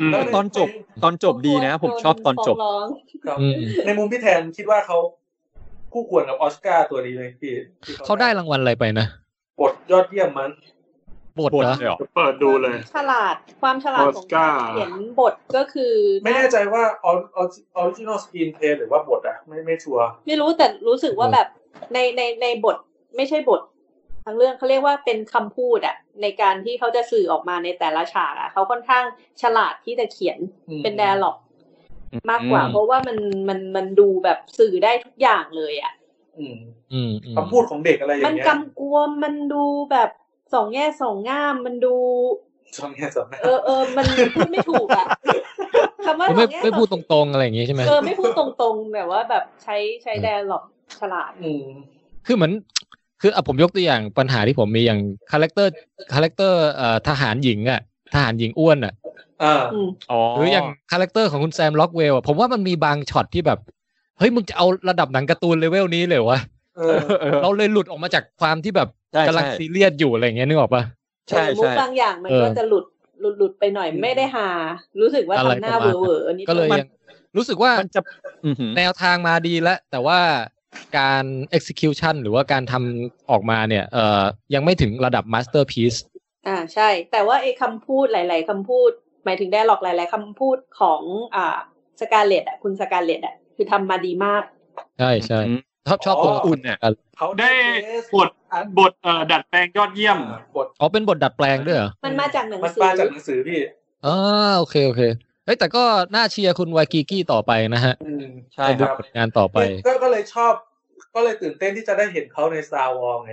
Speaker 3: อืม
Speaker 8: ตอนจบ ตอนจบดีนะ ผมชอบตอนจบ
Speaker 5: ฟ้งร้อง
Speaker 7: ครับ
Speaker 2: อืม
Speaker 7: ในมุมพี่แทนคิดว่าเขาคู่ควรกับออสการ์ตัวนี้เลยพี่ที่
Speaker 2: เขาได้รางวัลอะไรไปนะ
Speaker 7: บทยอดเยี่ยมมั้ง
Speaker 2: บทเหรอ
Speaker 8: เลยเหรอ
Speaker 3: เปิดดูเลย
Speaker 5: ฉลาดความฉลาดขอ
Speaker 3: ออส
Speaker 5: ง
Speaker 3: การ์
Speaker 5: เขียนบทก็คือ
Speaker 7: ไม่แน่ใจว่าออออริจินอลสกรีนเพลย์หรือว่าบทอะไม่ไม่ชัวร์
Speaker 5: ไม่รู้แต่รู้สึกว่าแบบในในในบทไม่ใช่บททั้งเรื่องเขาเรียกว่าเป็นคำพูดอะในการที่เขาจะสื่อออกมาในแต่ละฉากอะเขาค่อนข้างฉลาดที่จะเขียน
Speaker 7: อืม
Speaker 5: เป็น d ด a l ล็อกมากกว่า เพราะว่ามันมันมันดูแบบสื่อได้ทุกอย่างเลยอะ่ะ
Speaker 7: อืม
Speaker 2: อืมอืม
Speaker 7: คำพูดของเด็กอะไรอย่า
Speaker 5: มัน
Speaker 7: งเงี้ย
Speaker 5: กำกวมมันดูแบบสองแง่สองง่ามมันดู
Speaker 7: สองแง่สองหน้า
Speaker 5: เออเออมันพูดไม่ถู
Speaker 7: [LAUGHS]
Speaker 5: กอะ่ะคำว่าส
Speaker 2: ไม่
Speaker 5: องแง่
Speaker 2: ไม่
Speaker 5: สอง
Speaker 2: พูดตรงๆอะไรอย่างงี้ใช่ไหม
Speaker 5: เออไม่พูดตรงๆแบบว่าแบบใช้ใช้ d ด a l ล็อกฉลาด
Speaker 7: อืม
Speaker 2: คือเหมือน คืออ่ะผมยกตัวอย่างปัญหาที่ผมมีอย่างคาแรคเตอร์คาแรคเตอร์เอ่อทหารหญิงอ่ะทหารหญิงอ้วนอ่ะ
Speaker 7: อ่า
Speaker 5: อืม
Speaker 8: อ๋อ
Speaker 2: หรืออย่างคาแรคเตอร์ของคุณแซมล็อกเวลอะผมว่ามันมีบางช็อตที่แบบ เฮ้ย มึงจะเอาระดับหนังการ์ตูนเลเวลนี้เลยวะ
Speaker 7: เอ
Speaker 8: เอ
Speaker 7: อ
Speaker 8: อเออ
Speaker 2: เราเลยหลุดออกมาจากความที่แบบ
Speaker 8: ใช่
Speaker 2: กำลัง
Speaker 8: ใช่
Speaker 2: ซีเรียสอยู่อะไรอย่างเงี้ยนึกออกปะ
Speaker 8: ใช่
Speaker 5: เออมุก
Speaker 8: ใช่
Speaker 5: บางอย่างมัน
Speaker 2: เออ
Speaker 5: ก็จะหลุดหลุดหลุดไปหน่อยไม่ได้หา รู้สึกว่า
Speaker 2: อะไร
Speaker 5: ทำหน้า
Speaker 2: ประมาณ
Speaker 5: เวอร์เวอร์ๆนิด
Speaker 2: ก็เลย
Speaker 5: นึง
Speaker 2: ยังรู้สึกว่า
Speaker 8: มันจะอือหือ
Speaker 2: แนวทางมาดีแล้ว แต่ว่าการ execution หรือว่าการทำออกมาเนี่ยเอ่อยังไม่ถึงระดับ masterpiece
Speaker 5: อ่าใช่ แต่ว่าไอ้คำพูดหลาย ๆคำพูด หมายถึง d ด a l ล็อกหลาย ๆคำพูดของอ่าสกาเลตอ่ะคุณสกาเลตอ่ะคือทำมาดีมาก
Speaker 2: ใช่ใช่
Speaker 8: อืม
Speaker 2: ชอบชอบตัวละค
Speaker 7: อุ่
Speaker 2: ร
Speaker 7: น
Speaker 2: เนี่ย
Speaker 7: เขา
Speaker 3: ได้
Speaker 7: เคส
Speaker 3: บท
Speaker 7: อัน
Speaker 3: บทเอ่อดัดแปลงยอดเยี่ยม
Speaker 7: อ่าบท
Speaker 2: อ๋อเป็นบทดัดแปลงด้วยเหรอ
Speaker 5: มันมาจากหนัง
Speaker 7: มัน
Speaker 5: สือ
Speaker 7: มาจากหนังสือพี่
Speaker 2: อ๋อโอเคโอเคเฮ้ยแต่ก็น่าเชียร์คุณวากิกี้ต่อไปนะฮะ
Speaker 7: อืม
Speaker 8: ใช่
Speaker 2: ไป
Speaker 8: ค
Speaker 2: ดู
Speaker 8: รับ
Speaker 2: ผลงานต่อไป
Speaker 7: ก็ก็เลยชอบ ก็เลยตื่นเต้นที่จะได้เห็นเขาในซาวองไง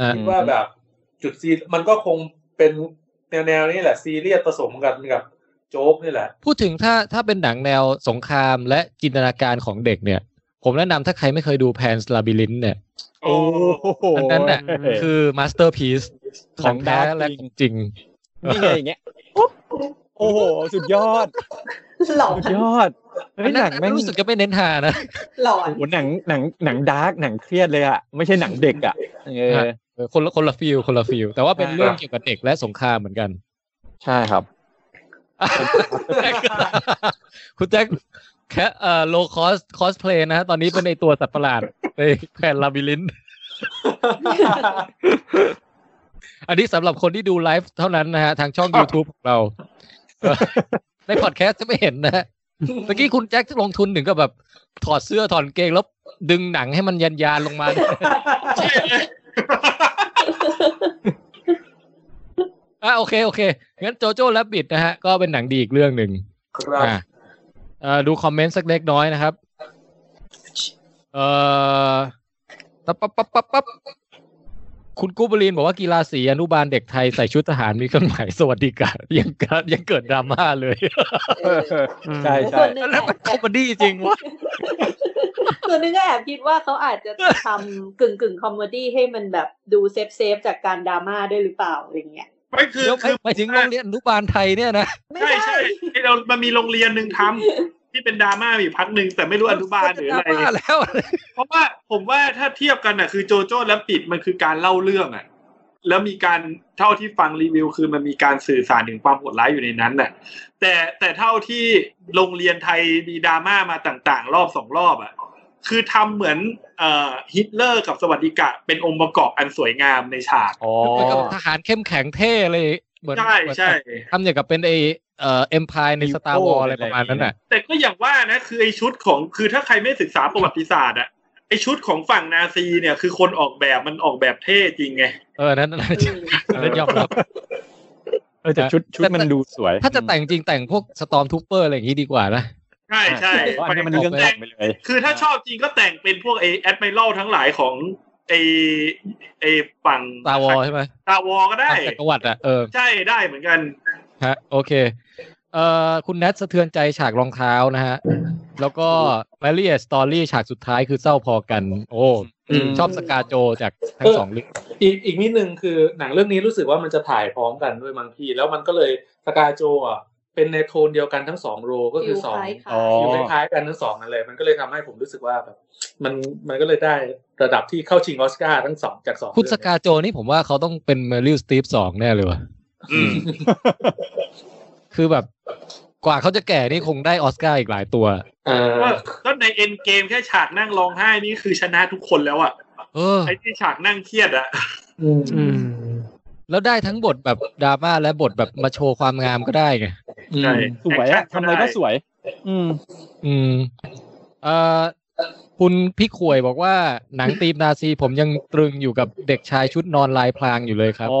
Speaker 2: อ่า
Speaker 7: คิดว่าแบบจุดซีมันก็คงเป็นแนวแนวๆนี้แหละซีเรียสผสมกันกับโจ๊กนี่แหละ
Speaker 2: พูดถึงถ้าถ้าเป็นหนังแนวสงครามและจินตนาการของเด็กเนี่ย ผมแนะนำถ้าใครไม่เคยดูแพนสลาบิลินเนี่ย
Speaker 8: โอ้โห
Speaker 2: อันนั้นน่ะคือมาสเตอร์พี e ของแท้และของจริง
Speaker 8: นี่ไงอย่างเงี้ยปุ๊บโอ้โห สุดยอด
Speaker 5: หลอ
Speaker 8: สุ
Speaker 5: น
Speaker 8: ดยอดเฮ้ยหนังแม่ง
Speaker 2: รู้สึกจะไม่เน้นหานะ [LAUGHS]
Speaker 5: หลอ
Speaker 7: [LAUGHS]
Speaker 8: โอ้
Speaker 5: น
Speaker 8: โหหนังหนังหนังดาร์กหนังเครียดเลยอะไม่ใช่หนังเด็กอะเออ
Speaker 2: เออคนละคนละฟิลคนละฟิลแต่ว่าเป็น
Speaker 8: ใช่
Speaker 2: เรื่องเกี่ยวกับเด็กและสงครามเหมือนกัน
Speaker 8: ใช่ครับ
Speaker 2: คุณแจ็ค [LAUGHS] แค่เอ่อโลคอสคอสเพลย์นะฮะตอนนี้เป็นในตัวสัตว์ประหลาดในแพนลาบิลิน อันนี้สำหรับคนที่ดูไลฟ์เท่านั้นนะฮะ [LAUGHS] ทางช่อง YouTube ของเรา ในพอดแคสต์จะไม่เห็นนะฮะตะกี้คุณแจ็คลงทุนถึงกับแบบ ถอดเสื้อถอดกางเกงแล้วดึงหนังให้มันยันยานๆลงมา อ่ะโอเคโอเคงั้นโจโจ้และบิดนะฮะ ก็เป็นหนังดีอีกเรื่องหนึ่ง
Speaker 7: ครับ
Speaker 2: อ่ะเอ่อดูคอมเมนต์สักเล็กน้อยนะครับเอ่อปั๊บปั๊บปั๊บปั๊บปั๊บคุณกูบลีนบอกว่ากีฬาสีอนุบาลเด็กไทยใส่ชุดทหารมีเครื่องหมายสวัสดิการยังเกิดยังเกิดดราม่าเลย
Speaker 5: เออ
Speaker 6: อืม
Speaker 7: ใช่
Speaker 2: [LAUGHS]
Speaker 5: ส่
Speaker 7: ใช่
Speaker 5: วนหนึ่ง
Speaker 2: แล้วมันคอมเมดี้จริงวะ
Speaker 5: ส่วนหนึ่งก็แอบคิดว่าเขาอาจ
Speaker 3: [LAUGHS]
Speaker 5: จะทำกึ่งกึ่งคอมเมดี้ให้มันแบบดูเซฟเซฟจากการดราม่าด้วยหรือเปล่าอะไรเงี้ย
Speaker 3: ไม่คือ
Speaker 2: เดี๋ยว
Speaker 3: คือ
Speaker 2: ไปถึงโรงเรียนอนุบาลไทยเนี่ยนะ
Speaker 5: ไม่
Speaker 3: ใช่
Speaker 5: ได้
Speaker 3: ใช่ไอ้เรามันมีโรงเรียนหนึ่งทำที่เป็นดราม่าอยู่พักหนึ่งแต่ไม่รู้อนุบาลหรืออะไร
Speaker 2: ดาม่าแล้ว
Speaker 3: เพราะว่าผมว่าถ้าเทียบกันอ่ะคือโจโจ้และปิดมันคือการเล่าเรื่องอ่ะ แล้วมีการเท่าที่ฟังรีวิว คือมันมีการสื่อสารถึงความโหดร้ายอยู่ในนั้นน่ะ แต่แต่เท่าที่โรงเรียนไทยมีดราม่ามาต่างๆ รอบสองรอบอ่ะคือทำเหมือนเอ่อฮิตเลอร์กับสวัสดิกะเป็นองค์ประกอบอันสวยงามในฉาก
Speaker 8: อ๋อ
Speaker 2: เหมือนกับทหารเข้มแข็งเท่เลยเหมือน
Speaker 3: ใช่
Speaker 2: เหมือน
Speaker 3: ใช่
Speaker 2: ทำอย่างกับเป็นไอเอ่อเอ็มพายในสตาร์วอ
Speaker 8: Evo
Speaker 2: ลอะไรประมาณนั้นน่ะ
Speaker 3: แต่ก็อย่างว่านะคือไอชุดของคือถ้าใครไม่ศึกษาประวัติศาสตร์อ่ะไอชุดของฝั่งนาซีเนี่ยคือคนออกแบบมันออกแบบเท่จริงไง
Speaker 2: เออนั้นนั้น
Speaker 5: อืม
Speaker 2: [LAUGHS] นั้นยอมรับ
Speaker 8: เออแต่ชุดชุดมันดูสวย
Speaker 2: [LAUGHS] ถ้าจะแต่งจริงแต่งพวกสตอมทูเปอร์อะไรอย่างนี้ดีกว่านะ
Speaker 3: ใช่ใช่
Speaker 8: เพราะอันนี้มันเรื่องแต่งไปเลย
Speaker 3: คือถ้าชอบจริงก็แต่งเป็นพวกไอแอดไมล่ทั้งหลายของไอไอฝั่ง
Speaker 2: สตาร์วอลใช่ไหม
Speaker 3: ตาวอก็ได้
Speaker 2: ตามจักรวรรดิอ่ะเออ
Speaker 3: ใช่ได้เหมือนกัน
Speaker 2: ฮะโอเคเอ่อคุณแนทสะเทือนใจฉากรองเท้านะฮะ แล้วก็แมรี่สตอรี่ฉากสุดท้ายคือเศร้าพอกัน โอ้
Speaker 8: อืม
Speaker 2: ชอบสกาโจจากทั้งสองเรื่อง
Speaker 7: อีกอีกนิดนึงคือหนังเรื่องนี้รู้สึกว่ามันจะถ่ายพร้อมกันด้วยบางที แล้วมันก็เลยสกาโจอ่ะเป็นในโทนเดียวกันทั้งสองโรก็คือสอง
Speaker 5: ฟิลคล้ายๆ
Speaker 8: อ๋อ
Speaker 7: อยู่คล้ายๆกันทั้งสองนั่นเลย มันก็เลยทำให้ผมรู้สึกว่าแบบมันมันก็เลยได้ระดับที่เข้าชิงออสการ์ทั้งสองจากสอง
Speaker 2: คุณส
Speaker 7: เรื่อง
Speaker 2: กาโจนี่ผมว่าเขาต้องเป็นเมลิลสตีฟสองแน่เลยว่ะ
Speaker 3: อืม
Speaker 2: คือแบบกว่าเขาจะแก่นี่คงได้ออสการ์อีกหลายตัว
Speaker 7: เออ
Speaker 3: ก็ก็ในเอ็นเกมแค่ฉากนั่งร้องไห้นี่คือชนะทุกคนแล้วอ่ะ
Speaker 2: เออ
Speaker 3: ไอที่ฉากนั่งเครียดอ่ะ
Speaker 7: อืม
Speaker 6: อืม
Speaker 2: แล้วได้ทั้งบทแบบดราม่าและบทแบบมาโชว์ความงามก็ได้ไง
Speaker 3: ใช่
Speaker 8: สวยอะทำอะไรก็สวย อืม
Speaker 2: อืมเอ่อคุณพี่ขวยบอกว่าหนังตีมนาซีผมยังตรึงอยู่กับเด็กชายชุดนอนลายพรางอยู่เลยครับ
Speaker 8: อ๋อ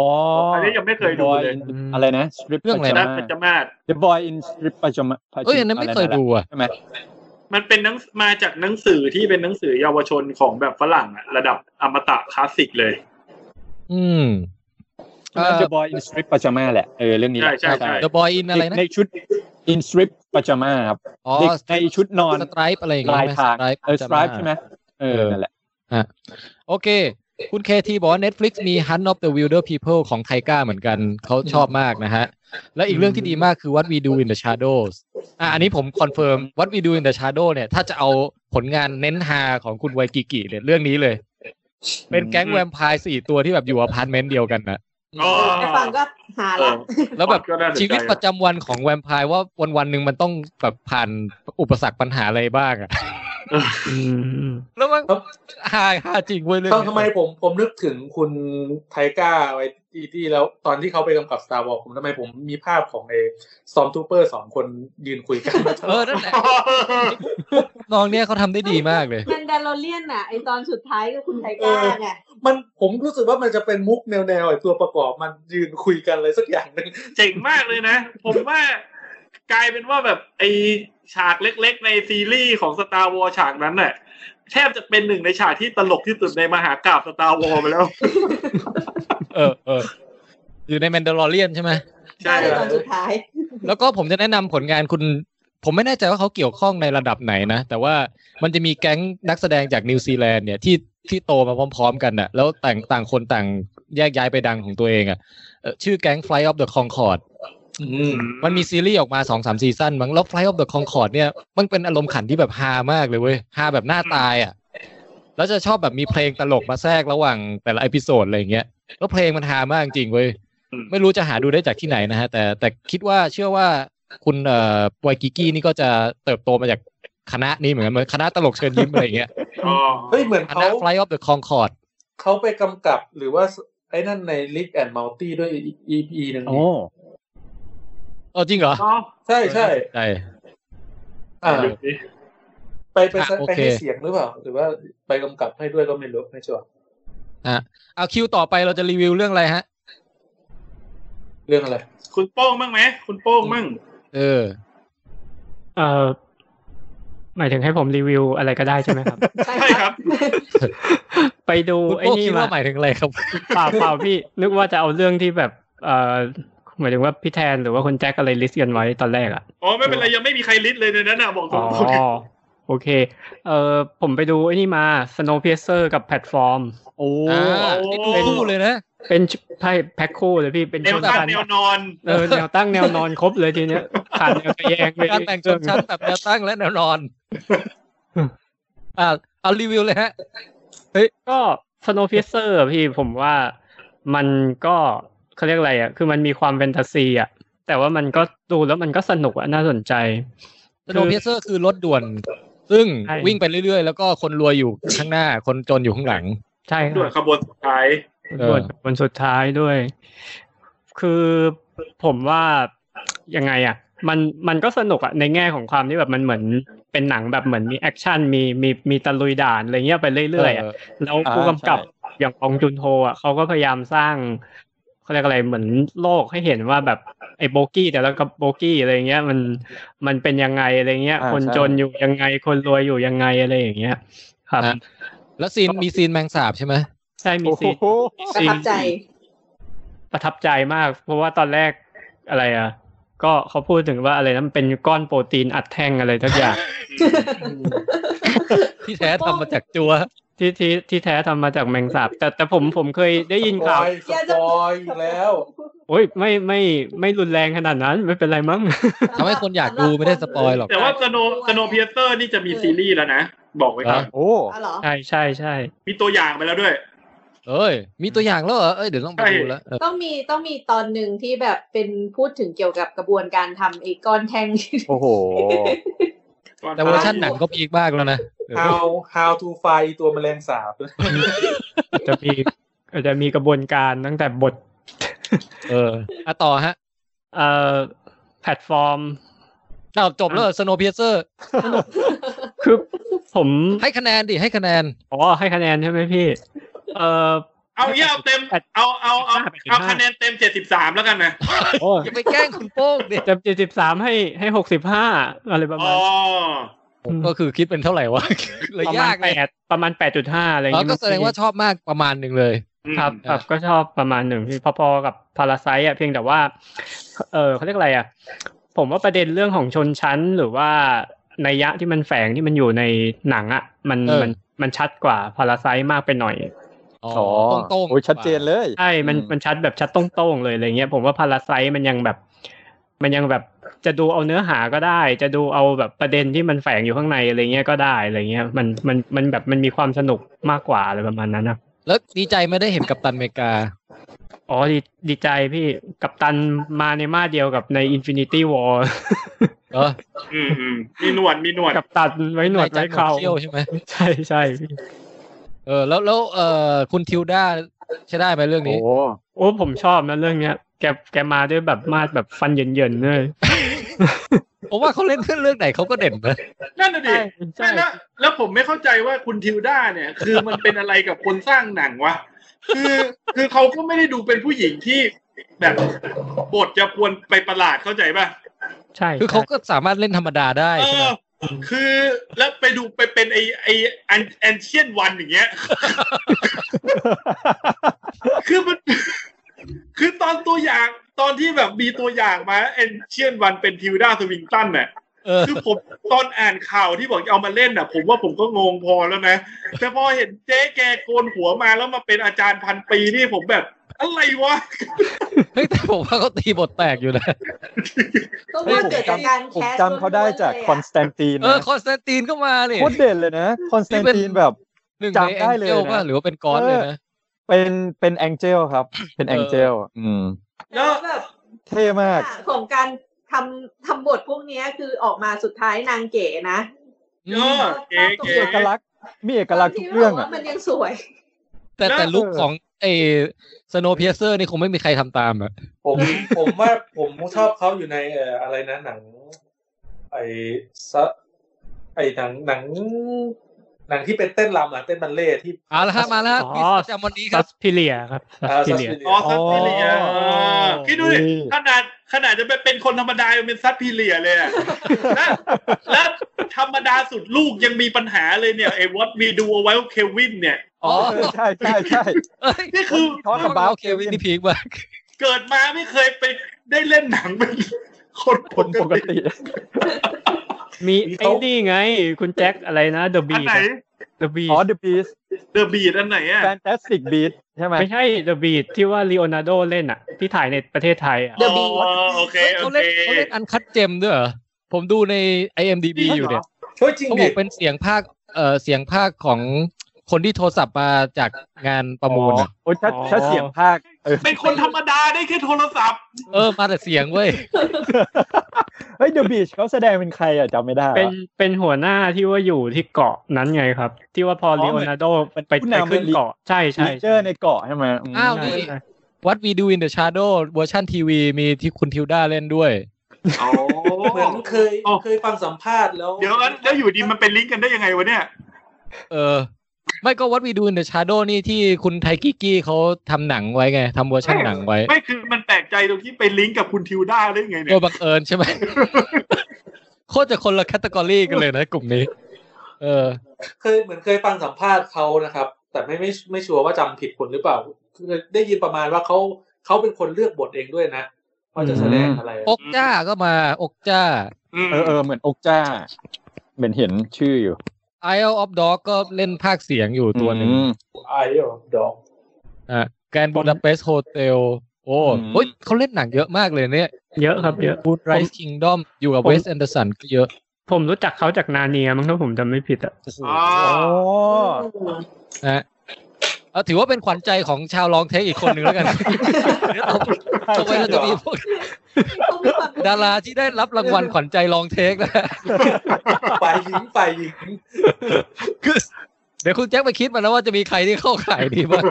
Speaker 8: อั
Speaker 3: นนี้ยังไม่เคยดูเลย
Speaker 8: อะไรนะ strip
Speaker 2: เรื่องอะไร
Speaker 3: ชนะ
Speaker 8: ป
Speaker 3: เป
Speaker 8: จ
Speaker 3: น
Speaker 8: จ
Speaker 3: จ
Speaker 8: มา
Speaker 3: มาศ
Speaker 8: The boy in strip ปจจมา
Speaker 2: เอ้ยอันนั้นไม่เคยดูอ่ะ
Speaker 8: ใช่ไหม
Speaker 3: มันเป็นหนังมาจากหนังสือที่เป็นหนังสือเยาวชนของแบบฝรั่งอะระดับอมตะคลาสสิกเลย
Speaker 2: อืมเอ่
Speaker 8: นั่น
Speaker 2: อ
Speaker 8: The boy in strip ปจจมาแหละเออเรื่องนี้แหละ
Speaker 3: ใช่ใช่
Speaker 2: The Boy in อะไรนะ
Speaker 8: ในชุด in strip ปจจมาครับ
Speaker 2: อ๋อ
Speaker 8: เด็กในชุดนอน
Speaker 2: สไตรป์อะไรอย่างเงี้
Speaker 8: ลาย
Speaker 2: ย
Speaker 8: ทางเออ
Speaker 2: ใช่
Speaker 8: stripe ใช่ไหมเออนั่นแหละ
Speaker 2: โอเค คุณเคทีบอกว่า Netflix มี Hunt of the Wilder People ของไทก้าเหมือนกัน เขาชอบมากนะฮะ และอีกเรื่องที่ดีมากคือ What We Do in the Shadows อ่ะอันนี้ผมคอนเฟิร์ม What We Do in the Shadows เนี่ย ถ้าจะเอาผลงานเน้นฮาของคุณไวกิกิเนี่ย เรื่องนี้เลย เป็นแก๊งแวมไพร์สี่ตัวที่แบบอยู่อพาร์ตเมนต์เดียวกันนะ
Speaker 3: อ๋อ
Speaker 5: แค่ฟังก็หาละ
Speaker 2: แล้วแบบ
Speaker 3: ก็น่าสนใจ
Speaker 2: ชีวิต
Speaker 3: [LAUGHS]
Speaker 2: ประจำวันของแวมไพร์ว่าวันวันๆหนึ่งมันต้องแบบผ่านอุปสรรคปัญหาอะไรบ้างอะ
Speaker 6: อืม
Speaker 2: แล้วมันฮาฮาจริงเว้ยเรื่อง
Speaker 7: ต้อง
Speaker 2: นี้
Speaker 7: ทำไมผมผมนึกถึงคุณไทก้าไว้ที่ที่แล้วตอนที่เขาไปกำกับ Star Wars ผมทำไมผมมีภาพของไอ้ซอมทูเปอร์สองคนยืนคุยกัน [LAUGHS]
Speaker 2: เออนั่นแหละน้องเนี่ยเขาทำได้ดีมากเลย
Speaker 5: แมนดาโลเลียนน่ะไอตอนสุดท้ายก็คุณไทก้าไง
Speaker 7: มันผมรู้สึกว่ามันจะเป็นมุกแนวๆไอ้ตัวประกอบมันยืนคุยกันอะไรสักอย่างหนึ่ง
Speaker 3: เจ๋งมากเลยนะ ผมว่ากลายเป็นว่าแบบไอฉากเล็กๆ ในซีรีส์ของ Star War ฉากนั้นน่ะแทบจะเป็นหนึ่งในฉากที่ตลกที่สุดในมหากราบ Star War ไปแล้ว
Speaker 2: เออเอออยู่ในแมนดาร์เลียนใช่ไหม
Speaker 3: ใช่
Speaker 5: ได้เลย
Speaker 3: ค
Speaker 5: ต
Speaker 3: รั
Speaker 5: อบ นสุดท้าย
Speaker 2: แล้วก็ผมจะแนะนำผลงานคุณ ผมไม่แน่ใจว่าเขาเกี่ยวข้องในระดับไหนนะ แต่ว่ามันจะมีแก๊งนักแสดงจากนิวซีแลนด์เนี่ยที่ที่โตมาพร้อมๆกันน่ะ แล้วแต่างต่างคนต่างแยกย้ายไปดังของตัวเองอ่ะเอ่อชื่อแก๊ง Fly of the Concord มันมีซีรีส์ออกมาสองสามซีซั่นมั้งแล้ว Fly of the Concord เนี่ยมันเป็นอารมณ์ขันที่แบบฮามากเลยเว้ยฮาแบบหน้าตายอ่ะแล้วจะชอบแบบมีเพลงตลกมาแทรกระหว่างแต่ละเอพิโซดอะไรอย่างเงี้ยแล้วเพลงมันฮามากจริงเว้ย ไม่รู้จะหาดูได้จากที่ไหนนะฮะ แต่แต่คิดว่าเชื่อว่าคุณเอ่อไวกิกี้นี่ก็จะเติบโตมาจากคณะนี้เหมือนกันเหมือนคณะตลกเชิญยิ้มอะไรอย่างเงี้ย
Speaker 3: อ๋อ
Speaker 7: เฮ้ยเหมือน
Speaker 2: ค
Speaker 7: เขา
Speaker 2: ณะ Fly of the Concord
Speaker 7: เขาไปกำกับหรือว่าไอ้นั่นใน Lick and Multi ด้วย EP หนึ่ง
Speaker 8: โอ้
Speaker 2: เออจริงเหรอ
Speaker 3: เนาะ
Speaker 7: ใช่ใช่
Speaker 2: ใช่
Speaker 7: อ่า
Speaker 3: เดี๋ยวสิ
Speaker 7: ไปไป
Speaker 2: อ่ะโอ
Speaker 7: ไป
Speaker 2: เค
Speaker 7: ให้เสียงหรือเปล่า หรือว่าไปกำกับให้ด้วยก็ไม่รู้ไม่ชัวร์
Speaker 2: เอาคิวต่อไปเราจะรีวิวเรื่องอะไรฮะ
Speaker 7: เรื่องอะไร
Speaker 3: คุณโป้งมั่งไหมคุณโป้งมั่ง
Speaker 2: เออ
Speaker 6: เอ่อหมายถึงให้ผมรีวิวอะไรก็ได้ใช่ไหมครับ
Speaker 3: ใช่ครับ
Speaker 6: ไปดู
Speaker 2: คุณ
Speaker 6: ไอ้
Speaker 2: โป้
Speaker 6: นี่
Speaker 2: คิด
Speaker 6: มา
Speaker 2: ว่าหมายถึงอะไรครับ
Speaker 6: เปล่าเปล่าพี่ นึกว่าจะเอาเรื่องที่แบบเอ่อหมายถึงว่าพี่แทนหรือว่าคุณแจ็คอะไรลิสต์กันไว้ตอนแรกอ่ะ
Speaker 3: อ๋อไม่เป็นไรยังไม่มีใครลิสต์เลยในนั้นน่ะบอกตร
Speaker 6: อ๋
Speaker 3: ง
Speaker 6: อ
Speaker 3: ๆเนี่ย
Speaker 6: โอเค เอ่อผมไปดูไอ้นี่มา Snowpiercer กับแพลตฟอร์ม
Speaker 8: โอ้
Speaker 2: อ่านี่ดูคู่เลยนะ
Speaker 6: เป็นไพ่แพ็คคู่เลยพี่เป็น
Speaker 3: แนว
Speaker 6: ช
Speaker 3: ตั้ง
Speaker 6: ชั้
Speaker 3: แนวนอน
Speaker 6: เออแนวตั้งแนวนอนครบเลยทีเนี้ยขาดแนวทะแยงไป
Speaker 2: การแต่งชนชั้นแบบแนวตั้งและแนวนอน อ่าเอารีวิวเลยฮะ
Speaker 6: ก็ Snowpiercer อะพี่ผมว่ามันก็เขาเรียกอะไรอ่ะ คือมันมีความแฟนตาซีอ่ะ แต่ว่ามันก็ดูแล้วมันก็สนุกอ่ะน่าสนใจ
Speaker 2: สโนว์เพเซอร์คือรถด่วน ซึ่ง
Speaker 6: ใช่
Speaker 2: วิ่งไปเรื่อยๆ แล้วก็คนรวยอยู่ข้างหน้า คนจนอยู่ข้างหลัง
Speaker 6: ใช่ค
Speaker 3: ด่วน
Speaker 6: รับ
Speaker 3: ขบวนสุดท้าย
Speaker 2: เออ
Speaker 6: บทวันสุดท้ายด้วย คือผมว่ายังไงอ่ะ มันมันก็สนุกอ่ะในแง่ของความที่แบบมันเหมือนเป็นหนังแบบเหมือนมีแอคชั่นมีมีมีตะลุยด่านอะไรเงี้ยไปเรื่อยๆอ่ะแล้วผู้กำกับอย่างองจุนโฮอ่ะเขาก็พยายามสร้างเขาเรียกอะไรเหมือนโลกให้เห็นว่าแบบไอ้โบกี้แต่ละกับโบกี้อะไรเงี้ย มันมันเป็นยังไงอะไรเงี้ย
Speaker 8: อ่า
Speaker 6: คน
Speaker 8: ใช่
Speaker 6: จนอยู่ยังไง คนรวยอยู่ยังไงอะไรอย่างเงี้ย ครับ
Speaker 2: อ่ะ แล้วซีนมีซีนแมงสาบใช่ไหม
Speaker 6: ใช่มีซีน
Speaker 8: โอ้โห
Speaker 5: ประทับใจ
Speaker 6: ประทับใจมาก เพราะว่าตอนแรกอะไรอ่ะ ก็เขาพูดถึงว่าอะไรนะมันเป็นก้อนโปรตีนอัดแท่งอะไรทักอย่าง [LAUGHS]
Speaker 2: ที่แท้ทำมาจากจัว
Speaker 6: ที่ที่ที่แท้ทำมาจากแมงสาบ แต่แต่ผมผมเคยได้ยินข่าว
Speaker 7: สปอยอีกแล้ว
Speaker 6: โอ้ยไม่ไม่ไม่รุนแรงขนาดนั้น ไม่เป็นไรมั้ง [LAUGHS]
Speaker 2: ทำให้คนอยากดูไม่ได้สปอยหรอก
Speaker 3: แต่ว่าสโนสโนเพียเซอร์นี่จะมีซีรีส์แล้วนะ บอกไว้ก่อน
Speaker 2: เหรอ
Speaker 8: โอ้
Speaker 5: อ๋อเหรอ
Speaker 6: ใช่ใช่ใช่
Speaker 3: มีตัวอย่างไปแล้วด้วย
Speaker 2: เอ้ย มีตัวอย่างแล้วเหรอ เอ้ย เดี๋ยวต้องไปดูแล้วเออ
Speaker 5: ต้องมีต้องมีตอนหนึ่งที่แบบเป็นพูดถึงเกี่ยวกับกระบวนการทำไอ้ก้อนแท่ง [LAUGHS]
Speaker 8: โอ้โห
Speaker 2: แต่เวอร์ชันหนังก็พีคมากแล้วนะเออ
Speaker 7: ฮาวฮาวทูไฟตัวแมลงสาบด้วย
Speaker 6: อาจจะมีอาจจะมีกระบวนการตั้งแต่บท
Speaker 2: เอออ่ะต่อฮะ
Speaker 6: เอ่อแพลตฟอร์ม
Speaker 2: อ้าวจบแล้วสโนว์เพเซอร์
Speaker 6: คือผม
Speaker 2: ให้คะแนนดิ ให้คะแนน
Speaker 6: อ๋อให้คะแนนใช่ไหมพี่ เอ่อ
Speaker 3: เอาเงี้ยเอาเต็ม เอาเอาเอาเอาคะแนนเต็มเจ็ดสิบสามแล้วกันนะ
Speaker 6: โอ้ย
Speaker 2: อย่าไปแกล้งคุณโป้งดิ
Speaker 6: เจ็ดสิบสามให้ให้หกสิบห้าอะไรประมา
Speaker 3: อ๋
Speaker 6: ณ
Speaker 3: อ
Speaker 2: ก็คือคิดเป็นเท่าไหร่วะ เลย
Speaker 6: ประมาณ
Speaker 2: ยาก
Speaker 6: แป
Speaker 2: เลย
Speaker 6: ดประมาณแปดจุดห้าอะไรอย่า
Speaker 2: อ๋
Speaker 6: ง
Speaker 2: อ
Speaker 6: เงี้ย
Speaker 2: ก็แสดงว่าชอบมากประมาณหนึ่งเลย
Speaker 6: ครับครับก็ชอบประมาณหนึ่งที่พอๆกับพาราไซอ่ะเพียงแต่ว่า เออเขาเรียกอะไรอ่ะ ผมว่าประเด็นเรื่องของชนชั้นหรือว่านัยยะที่มันแฝงที่มันอยู่ในหนังอ่ะ มัน
Speaker 2: เออ
Speaker 6: มันมันชัดกว่าพาราไซมากไปหน่อย
Speaker 2: อ๋อ
Speaker 8: อ๋อ
Speaker 2: ตรงๆ
Speaker 8: โอ้ยชัดเจนเลย
Speaker 6: ใช่มันมันชัดแบบชัดตรงๆเลยอะไรเงี้ย ผมว่าพาราไซมันยังแบบ มันยังแบบจะดูเอาเนื้อหาก็ได้ จะดูเอาแบบประเด็นที่มันแฝงอยู่ข้างในอะไรเงี้ยก็ได้อะไรเงี้ย มันมันมันแบบมันมีความสนุกมากกว่าอะไรประมาณนั้นนะ
Speaker 2: แล้วดีใจไม่ได้เห็นกัปตันอเมริกา
Speaker 6: อ๋อดีดีใจพี่กับตันมาในมาเดียวกับใน Infinity War [LAUGHS]
Speaker 2: เออ
Speaker 3: อืมอืมมีหนวดมีหนวด
Speaker 6: กับตันไว้หนวดไว้เขา
Speaker 2: ใจัดหมดเขี้ยวใช่ไหม
Speaker 6: ใช่ใช่พี่
Speaker 2: เออแล้วแล้วเออคุณทิวด้าใช้ได้ไหมเรื่อง
Speaker 8: โอ้
Speaker 2: นี้
Speaker 8: โห
Speaker 6: โอ้ผมชอบนะเรื่องเนี้ย แกแกมาด้วยแบบมาดแบบฟันเย็นๆเลย
Speaker 2: ผมว่าเขาเล่นเรื่องไหนเขาก็เด่นนะ
Speaker 3: นั่นน่ะดิ
Speaker 6: ใช่ใช่
Speaker 3: ไม่แล้วแล้วผมไม่เข้าใจว่าคุณทิวด้าเนี่ย คือมันเป็นอะไรกับคนสร้างหนังวะ คือคือเขาก็ไม่ได้ดูเป็นผู้หญิงที่แบบบทจะควรไปประหลาดเข้าใจป่ะ
Speaker 6: ใช่
Speaker 2: คือเขาก็สามารถเล่นธรรมดาได้
Speaker 3: เอ
Speaker 2: ใช่ไหม
Speaker 3: อ คือแล้วไปดูไปเป็นไอไอแอนเชียนวันอย่างเงี้ย
Speaker 2: [LAUGHS]
Speaker 3: คือมัน คือตอนตัวอย่างตอนที่แบบมีตัวอย่างมาแอนเชียนวันเป็นทิวด้าสวิงตันเนี่ย
Speaker 2: เออ
Speaker 3: คือผมตอนอ่านข่าวที่บอกจะเอามาเล่นอ่ะ ผมว่าผมก็งงพอแล้วนะ แต่พอเห็นเจ๊แกโกนหัวมาแล้วมาเป็นอาจารย์พันปีนี่ผมแบบ อะไรวะ
Speaker 2: เฮ้ยแต่ผมว่าเขาตีบทแตกอยู่นะ
Speaker 5: ก็
Speaker 8: เฮ้ย
Speaker 5: ว่า
Speaker 8: ผม
Speaker 5: เกิดจากการ
Speaker 8: จำผ
Speaker 5: แค
Speaker 8: ม
Speaker 5: ส
Speaker 8: จำเขาได้จากคอนสแตนติน
Speaker 2: เออ
Speaker 8: นะ
Speaker 2: คอนสแตนตินก็มาเนี่ย
Speaker 8: โคตรเด่นเลยนะคอนสแตน
Speaker 2: นี่เป็น
Speaker 8: ตินแบบ
Speaker 2: หนึ่งใน
Speaker 8: จำ
Speaker 2: แอ
Speaker 8: ได้
Speaker 2: ง
Speaker 8: เลย
Speaker 2: เจิลป่ะ
Speaker 8: นะ
Speaker 2: หรือว่าเป็นกอนเลยนะ
Speaker 8: เป็นเป็นแองเจลครับ เป็นแองเจลอืม
Speaker 5: แล้วแบบ
Speaker 8: เท่มาก
Speaker 5: ของการทำทำบทพวกเนี้ยคือออกมาสุดท้ายนางเก๋นะ
Speaker 3: เออเก๋
Speaker 8: มี
Speaker 3: เก๋
Speaker 8: เอกลักษณ์มีเอกลักษณ์ทุกเรื่องอ่ะ
Speaker 5: ที่บว่ามันยังสวย
Speaker 2: แต่แต่
Speaker 8: น่า
Speaker 2: ลุคของ ไอ้สโนว์เพียเซอร์นี่คงไม่มีใครทำตามอะ
Speaker 7: ผมผมว่าผมชอบเขาอยู่ในเอ่ออะไรนะหนัง ไอซะไอหนังหนัง หนังที่เป็นเต้นรำอ่ะเต้นบัลเล่ที่
Speaker 2: เอาละครับมาแล้ว
Speaker 6: อ๋อ
Speaker 2: พี่จำวันนี้ค
Speaker 6: ซั
Speaker 2: รับ
Speaker 6: สพิเลียครับซัสพิเลีย
Speaker 7: เลีย
Speaker 3: อ๋อซัดพีเลีย
Speaker 6: อ๋อ
Speaker 3: เออคิดดูดิขนาดขนาดจะเป็นคนธรรมดายังเป็นซัดพีเลียเลยอะแล้วแล้วธรรมดาสุดลูกยังมีปัญหาเลยเนี่ยไอ้วอตมีดูเอาไว้เควินเนี่ย
Speaker 2: อ๋อ
Speaker 8: ใช่ใช่ใช่
Speaker 2: เอ้ย
Speaker 3: นี่คือ
Speaker 8: ทอด
Speaker 2: เบาเควินนี่พีกมาก
Speaker 3: เกิดมาไม่เคยไปได้เล่นหนังเป็นคนป
Speaker 8: คนป
Speaker 3: ก
Speaker 8: ก
Speaker 3: ติ
Speaker 8: ติ
Speaker 6: มีไอ้นี่ไง คุณแจ็คอะไรนะเดอะ
Speaker 3: อั
Speaker 6: บี
Speaker 3: นไหน
Speaker 6: เดอะบี
Speaker 8: อ๋อ The Beast
Speaker 3: เดอะบีดอันไหนอ่ะ
Speaker 8: Fantastic Beast ใช่ไหม
Speaker 6: ไม่ใช่เดอะบีทที่ว่าลีโอนาร์โดเล่นอ่ะ ที่ถ่ายในประเทศไทยอ่ะ
Speaker 5: The Beat
Speaker 3: อ๋อโอเค
Speaker 2: เฮ้ย
Speaker 3: โอ
Speaker 2: เขา
Speaker 3: เค
Speaker 2: เล่นเขาเล่นอันคัดเจมด้วยเหรอผมดูใน IMDB อยู่เนี่ย
Speaker 7: เฮ้ยจริง
Speaker 2: เขาบ
Speaker 7: ดิ
Speaker 2: อกเป็นเสียงภาคเอ่อเสียงภาคของคนที่โทรศัพท์มาจากงานประมูลอะ
Speaker 8: โอ้ยถ้า
Speaker 6: อ๋อ
Speaker 8: ถ้าเสียงภาคเออ
Speaker 3: เป็นคนธรรมดาได้แค่โทรศัพท์
Speaker 2: เออมาแต่เสียงเว้ย
Speaker 8: เฮ้ย The Beach เขาแสดงเป็นใครอ่ะจำไม่ได้
Speaker 6: เป็นเป็นหัวหน้าที่ว่าอยู่ที่เกาะนั้นไงครับ ที่ว่าพอลีโอนาร์โดไปไปขึ้นเกาะใช่ใช่
Speaker 8: ลีเจอร์ในเกาะใช่ไหมม
Speaker 2: อ้าวนี่
Speaker 6: ใช่ใช่
Speaker 2: What We Do in the Shadow เวอร์ชันทีวีมีที่คุณทิวด้าเล่นด้วย
Speaker 3: อ๋อ
Speaker 7: เหมือนเคย
Speaker 3: อ๋อ
Speaker 7: เคยฟังสัมภาษณ์แล้ว
Speaker 3: เดี๋ยวอันแล้วอยู่ดีมันเป็นลิงก์กันได้ยังไงวะเนี่ย
Speaker 2: เออ ไม่ก็ What We Do in the Shadow นี่ที่คุณไทกิกกี้เขาทำหนังไว้ไงทำเวอร์ชันหนังไว้
Speaker 3: ไม่คือมันแปลกใจตรงที่ไปลิงก์กับคุณทิวด้าได้ไงเนี่
Speaker 2: ตัวย บังเอิญใช่ไหม โคตรจะคนละแคตตากรีกันเลยนะกลุ่มนี้ เออ
Speaker 7: เคยเหมือนเคยฟังสัมภาษณ์เขานะครับ แต่ไม่ไม่ไม่ชัวร์ว่าจำผิดคนหรือเปล่าคือได้ยินประมาณว่าเขาเขาเป็นคนเลือกบทเองด้วยนะว่าจะแสดงอะไร
Speaker 2: อกจ้าก็มา อกจ้า
Speaker 3: อืม
Speaker 8: เออเออเหมือนอกจ้า เหมือนเห็นชื่ออยู่
Speaker 2: Isle of Dog ก็เล่นภาคเสียงอยู่ตัวหนึ่ง
Speaker 8: อืม
Speaker 7: ไอ้ดอก
Speaker 2: อ่ะแกนบูดาเปสโฮเทลโอ้
Speaker 8: อืม
Speaker 2: เฮ้ยเขาเล่นหนังเยอะมากเลยเนี่ย
Speaker 6: เยอะครับเยอะ
Speaker 2: บูดไรส์คิงดอมอยู่กับ
Speaker 6: ผม
Speaker 2: เวสแอนเดอร์สันก็เยอะ
Speaker 6: ผมรู้จักเขาจากนาเนียมั้งถ้าผมจำไม่ผิดอ่ะ
Speaker 3: อ๋อ
Speaker 8: อ๋อ
Speaker 2: นะฮะเออถือว่าเป็นขวัญใจของชาวลองเทคอีกคนหนึ่งแล้วกัน เดี๋ยวต่อไปต่อไปเราจะมีพวก
Speaker 5: เขามีความ
Speaker 2: ดาราที่ได้รับรางวัลขวัญใจลองเทคนะฮ [LAUGHS] ะ
Speaker 7: ฝ่ายหญิงฝ่ายหญิง
Speaker 2: คือเดี๋ยวคุณแจ็คไปคิดมาแล้วว่าจะมีใครที่เข้าข่ายดีบ้าง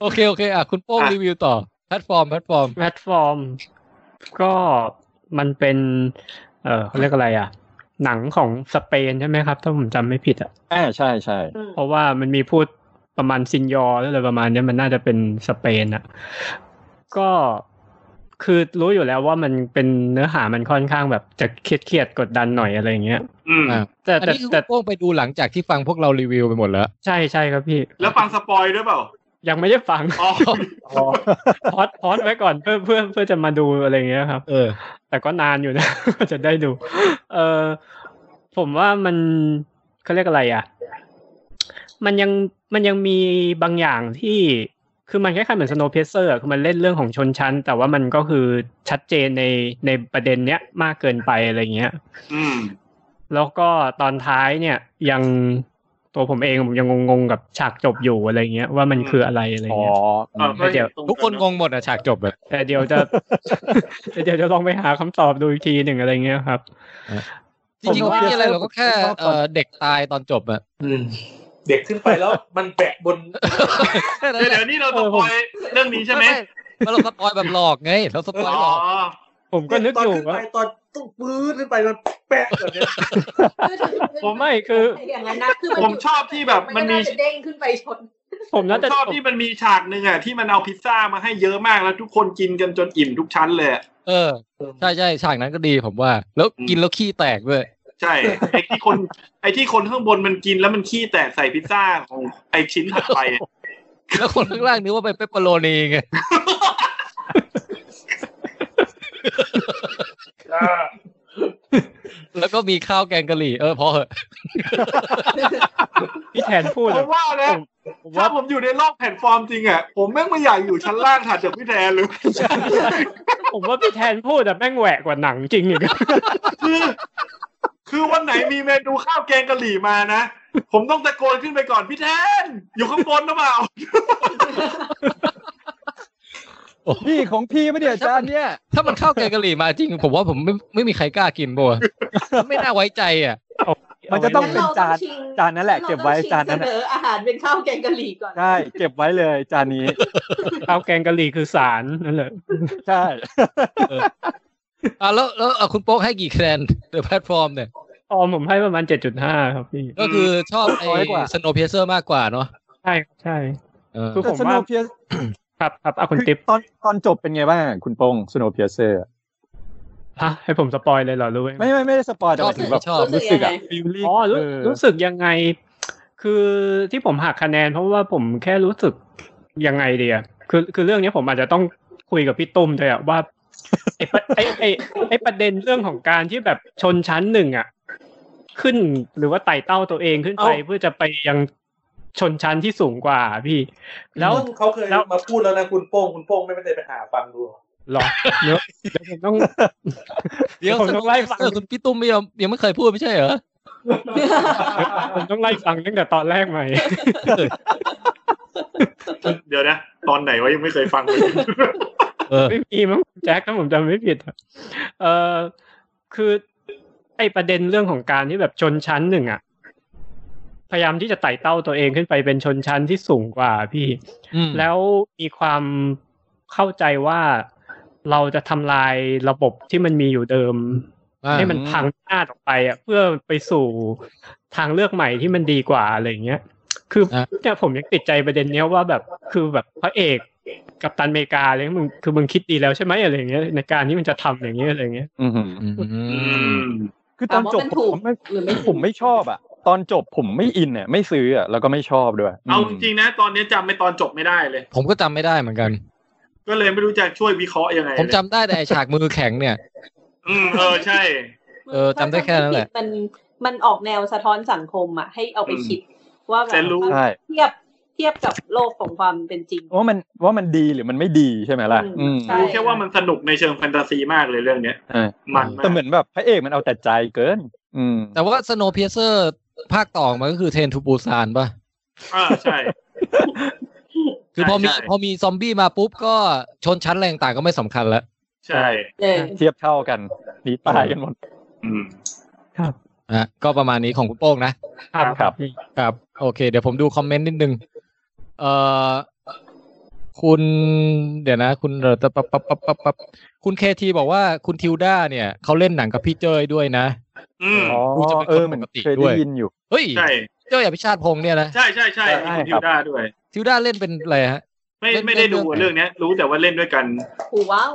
Speaker 2: โอเคโอเคอ่ะคุณโป้งรีวิวต่อแพลตฟอร์มแพลตฟอร์ม
Speaker 6: แพลตฟอร์มก็มันเป็น เออเขาเรียกอะไรอ่ะ หนังของสเปนใช่ไหมครับ ถ้าผมจำไม่ผิดอ่ะ
Speaker 8: อ่าใช่ใช่
Speaker 6: เพราะว่ามันมีพูดประมาณซินยอร์อะไรประมาณเนี้ยมันน่าจะเป็นสเปนอ่ะ ก็คือรู้อยู่แล้วว่ามันเป็นเนื้อหามันค่อนข้างแบบจะเครียดๆกดดันหน่อยอะไรอย่างเงี้ย
Speaker 3: อืม
Speaker 2: อ่ะ
Speaker 6: แต่
Speaker 2: อัน
Speaker 6: แต่
Speaker 2: นี้คือ
Speaker 6: แต่
Speaker 2: คุณโป้งไปดูหลังจากที่ฟังพวกเรารีวิวไปหมดแล้ว
Speaker 6: ใช่ใช่ครับพี่
Speaker 3: แล้วฟังสปอยด้วยเปล่า
Speaker 6: ยังไม่ได้ฟัง
Speaker 3: อ๋อ
Speaker 8: อ๋อ
Speaker 6: พอดพอดไว้ก่อนเพื่อเพื่อเพื่อจะมาดูอะไรอย่างเงี้ยครับ
Speaker 2: เออ
Speaker 6: แต่ก็นานอยู่นะ [LAUGHS] จะได้ดู เออผมว่ามันเขาเรียกอะไรอ่ะ มันยังมันยังมีบางอย่างที่คือมันคล้ายๆเหมือนสโนว์เพเซอร์คือมันเล่นเรื่องของชนชั้น แต่ว่ามันก็คือชัดเจนในในประเด็นเนี้ยมากเกินไปอะไรเงี้ย
Speaker 3: อืม
Speaker 6: แล้วก็ตอนท้ายเนี่ยยังตัวผมเองผมยังงงๆกับฉากจบอยู่อะไรเงี้ยว่ามันคืออะไรอะไร
Speaker 8: อ๋อ
Speaker 6: เงี้ย
Speaker 8: อืม
Speaker 6: เออเดี๋ยว
Speaker 2: ทุกคนงงหมดอ่ะฉากจบแบบ
Speaker 6: แต่เดี๋ยวจะ [LAUGHS] แต่เดี๋ยวจะลองไปหาคำตอบดูอีกทีหนึ่งอะไรเงี้ยครับ
Speaker 2: จริงๆก็ไม่มีอะไรหรอกก็แค่เอ่อเด็กตายตอนจบอ่ะ
Speaker 7: เด็กขึ้นไปแล้ว [LAUGHS] มันแปะบน
Speaker 2: แค่นั้นแห
Speaker 3: เดี๋ยวเดี๋
Speaker 2: ละ
Speaker 3: ยวนี่เราสปอยเรื่องนี้ใช่ไหม
Speaker 2: ไม่เราสปอยแบบหลอกไงเราสปอย
Speaker 3: อ๋อ
Speaker 2: หลอก
Speaker 6: ผมก็นึกอยู่
Speaker 7: ตขึ้น
Speaker 6: ว่า
Speaker 7: ไปตอนตุ้งปื้ดขึ้นไปมันแปะแบบเนี้ย
Speaker 6: ผมไม่คือ
Speaker 5: อย่างนั้นนะคือมัน
Speaker 3: ผมชอบที่แบบมันมี
Speaker 5: ไาจะเด้งขึ้นไปชน
Speaker 6: ผม
Speaker 3: ผ
Speaker 6: น่ามจะ
Speaker 3: ชอบที่มันมีฉากหนึ่งอ่ะที่มันเอาพิซซ่ามาให้เยอะมากแล้วทุกคนกินกันจนอิ่มทุกชั้นเลยอะ
Speaker 2: เออ ใช่ใช่ฉากนั้นก็ดีผมว่า แล้วกินแล้วขี้แตกด้วย
Speaker 3: ใช่ ไอ้ที่คน ไอ้ที่คนข้างบนมันกินแล้วมันขี้แตกใส่พิซซ่าของไอ้ชิ้นถัดไปอะ
Speaker 2: แล้วคนข้างล่างนึกว่าเป็นเปปเปอโรนีไง แล้วก็มีข้าวแกงกะหรี่ เออพอเหอะ
Speaker 6: พี่แทนพูด
Speaker 3: ผ
Speaker 6: อะ
Speaker 3: มว่านะ
Speaker 6: ผมผม
Speaker 3: ถ้า
Speaker 6: ว่า
Speaker 3: ผมอยู่ในโลกแพลตฟอร์มจริงอ่ะผมแม่งไม่อยากอยู่ชั้นล่างถัดจากพี่แทนเลย
Speaker 6: ผมว่าพี่แทนพูดแต่แม่งแหวกกว่าหนังจริงอีก
Speaker 3: คือคือวันไหนมีเมนูข้าวแกงกะหรี่มานะ ผมต้องตะโกนขึ้นไปก่อนพี่แทน อยู่ข้างบนหรือเปล่า
Speaker 8: นี่ของพี่ไม่เดี๋ยวจานเนี่ย
Speaker 2: ถ้ามันข้าวแกงกะหรี่มาจริง ผมว่าผมไม่ไม่มีใครกล้ากินบัวะไม่น่าไว้ใจอ่ะ
Speaker 9: มันจะต้องเป็น
Speaker 5: งั้
Speaker 9: จาน
Speaker 5: เรต้องชิง
Speaker 9: จานนั้นแหละ
Speaker 5: งั้
Speaker 9: เก็บไว้
Speaker 5: รต้
Speaker 9: จาน
Speaker 5: องชิง
Speaker 9: นั้น
Speaker 5: เส
Speaker 9: น่ะ
Speaker 5: นออาหารเป็นข้าวแกงกะหรี่ก่อน
Speaker 9: ใช่เก็บไว้เลยจานนี้
Speaker 6: ข้าวแกงกะหรี่คือสารนั่นแหละ
Speaker 9: ใช่
Speaker 2: อ่ะแล้วแล้วอ่ะคุณโป๊กให้กี่คะแนนเดอะแพลตฟอร์มเนี่ย
Speaker 6: ออมผมให้ประมาณเจ็ดจุดห้าครับพี่
Speaker 2: ก็คือชอบไอ้
Speaker 9: น้อยกว่า
Speaker 2: สโนว์เพเซอร์มากกว่าเนาะ
Speaker 6: ใช่ครับใช่
Speaker 2: เออ
Speaker 6: คือผม
Speaker 9: สโน
Speaker 6: ว่า
Speaker 9: เพีย
Speaker 6: ครับครับอ่ะคุณติ๊บ
Speaker 8: ตอนตอนจบเป็นไงบ้างคุณโป้งสโนว์เพียเซอร์
Speaker 6: ฮะให้ผมสปอยเลยเหรอรู้ไหม
Speaker 8: ไม่ไม่ไม่ได้สปอยแต่
Speaker 2: ช
Speaker 8: ห
Speaker 2: อบ
Speaker 8: มาย
Speaker 2: ห
Speaker 8: ถึ
Speaker 2: รือง
Speaker 8: แบบ
Speaker 2: ไม่ชอบ
Speaker 5: รู้
Speaker 8: รู้
Speaker 5: สึ
Speaker 8: สึ
Speaker 5: ก
Speaker 8: ก
Speaker 5: ยัง
Speaker 8: อะ
Speaker 5: ไง
Speaker 8: ฟิลลิ่ง
Speaker 6: อ๋อรู้
Speaker 8: เออ
Speaker 6: รู้สึกยังไง คือที่ผมหักคะแนน เพราะว่าผมแค่รู้สึกยังไงเดียคือคือเรื่องเนี้ยผมอาจจะต้องคุยกับพี่ตุ้มด้วยอะว่าไอประไอไอไอประเด็นเรื่องของการที่แบบชนชั้นหนึ่งอะขึ้นหรือว่าไต่เต้าตัวเองขึ้นไป
Speaker 7: เอ้า
Speaker 6: เพื่อจะไปยังชนชั้นที่สูงกว่าพี่ แล้ว
Speaker 7: ซึ่งเขาเคย
Speaker 6: แล้ว
Speaker 7: มาพูดแล้วนะคุณโป้งคุณโป้งไม่ได้ไปหาฟังดู
Speaker 6: หรอเนอะเดี๋ยวผมต้อง
Speaker 2: เดี๋ยว
Speaker 6: ผม
Speaker 2: ส
Speaker 6: ต้
Speaker 2: โน
Speaker 6: อง
Speaker 2: ว์
Speaker 6: ไล่
Speaker 2: เพ
Speaker 6: ฟัง
Speaker 2: เซอร์คุณพี่ตุ้มไม่ยอมยังไม่เคยพูดไม่ใช่เหรอ
Speaker 6: ผมต้องไล่ฟังตั้งแต่ตอนแรกใหม่
Speaker 3: เดี๋ยวนะ ตอนไหนวะยังไม่เคยฟังเลย
Speaker 2: เออ
Speaker 6: ไม่มีมั้งแจ็คถ้าผมจำไม่ผิดอะเออคือไอประเด็นเรื่องของการที่แบบชนชั้นหนึ่งอะพยายามที่จะไต่เต้าตัวเองขึ้นไปเป็นชนชั้นที่สูงกว่าพี่
Speaker 2: อืม
Speaker 6: แล้วมีความเข้าใจว่าเราจะทำลายระบบที่มันมีอยู่เดิม
Speaker 2: อ่า
Speaker 6: ให้มันพังหน้าดออกไปอ่ะเพื่อไปสู่ทางเลือกใหม่ที่มันดีกว่าอะไรอย่างเงี้ย คืออะ เนี่ยผมยังติดใจประเด็นเนี้ยว่าแบบคือแบบพระเอกกับตันอเมริกาเลยมึงคือมึงคิดดีแล้วใช่ไหมอะไรอย่างเงี้ยในการที่มันจะทำอย่างเงี้ยอะไรอย่างเงี้ย
Speaker 8: อือหือ
Speaker 2: อื
Speaker 3: อื
Speaker 2: ม
Speaker 3: ม
Speaker 8: คือตอนจบ
Speaker 5: ถามว่ามันถูก
Speaker 8: ผมไม่
Speaker 5: หรือไม่ถูก
Speaker 8: ผมไม่ชอบอ่ะ ตอนจบผมไม่อินอ่ะไม่ซื้ออ่ะแล้วก็ไม่ชอบด้วย
Speaker 3: เอาจริงๆนะ ตอนนี้จำไม่ตอนจบไม่ได้เลย
Speaker 2: ผมก็จำไม่ได้เหมือนกัน
Speaker 3: ก็เลยไม่รู้จะช่วยวิเคราะห์ยังไง
Speaker 2: ผมจำ
Speaker 3: เลย
Speaker 2: ได้แต่ไอ้ฉากมือแข็งเนี่ย
Speaker 3: อืมเออใช่
Speaker 2: เออจำได้แค่นั้นแหละ
Speaker 5: มันมันออกแนวสะท้อนสังคมอ่ะ ให้เอาไปคิดว่าแบบ
Speaker 3: แต่รู้
Speaker 8: ใช่
Speaker 5: เทียบเทียบกับโลกของความเป็นจริง
Speaker 8: ว่ามันว่ามันดีหรือมันไม่ดีใช่ไหมล่ะ
Speaker 5: อื
Speaker 8: อื
Speaker 5: ม
Speaker 8: ม
Speaker 5: ใช่
Speaker 3: รู้แค่ว่ามันสนุกในเชิงแฟนตาซีมากเลยเรื่องเนี้ย
Speaker 8: ใช่
Speaker 3: มัน
Speaker 8: แต่เหมือนแบบพระเอกมันเอาแต่ใจเกิน อืม
Speaker 2: แต่ว่าสโนว์เพเซอร์ภาคต่อมาก็คือเทนทูปูซานป่ะ
Speaker 3: อ่าใช่
Speaker 2: คือพอมี
Speaker 3: ใช่
Speaker 2: พอมีซอมบี้มาปุ๊บก็ชนชั้นอะไรต่างๆก็ไม่สำคัญแล้ว
Speaker 3: ใช่
Speaker 5: เออ
Speaker 8: เทียบเท่ากันหนีตายกันหมด
Speaker 3: อืม
Speaker 2: อ่ะก็ประมาณนี้ของคุณโป้งนะ
Speaker 6: ครับ
Speaker 8: ครับ
Speaker 2: ครับ โอเค เดี๋ยวผมดูคอมเมนต์นิดนึง เอ่อ คุณ เดี๋ยวนะ คุณเอ่อปั๊บปั๊บปั๊บปั๊บปั๊บคุณเคทีบอกว่าคุณทิวด้าเนี่ยเขาเล่นหนังกับพี่เจยด้วยนะ
Speaker 3: อืม
Speaker 8: อ๋อ
Speaker 2: ดูจะเป็นคน
Speaker 8: เออเหมือน
Speaker 2: ปกติ
Speaker 8: เคย
Speaker 2: ด้
Speaker 8: ได้
Speaker 2: วย
Speaker 8: ยินอยู่
Speaker 2: เฮ้ย
Speaker 3: ใช่
Speaker 2: เจ้าอภิชาติพงษ์เนี่ยนะ
Speaker 3: ใช่ใช่ใช่มีคุณ
Speaker 8: ใช่
Speaker 3: ทิ
Speaker 8: ครั
Speaker 3: ว
Speaker 8: บ
Speaker 3: ด้าด้วย
Speaker 2: ทิวด้าเล่นเป็นอะไรฮะ
Speaker 3: ไม่
Speaker 2: เล่น
Speaker 3: ไม่ได้ดู
Speaker 2: เล่นเรื่องไหน
Speaker 3: เรื่องเนี้ย รู้แต่ว่าเล่นด้วยกัน
Speaker 5: โอ้ว้าว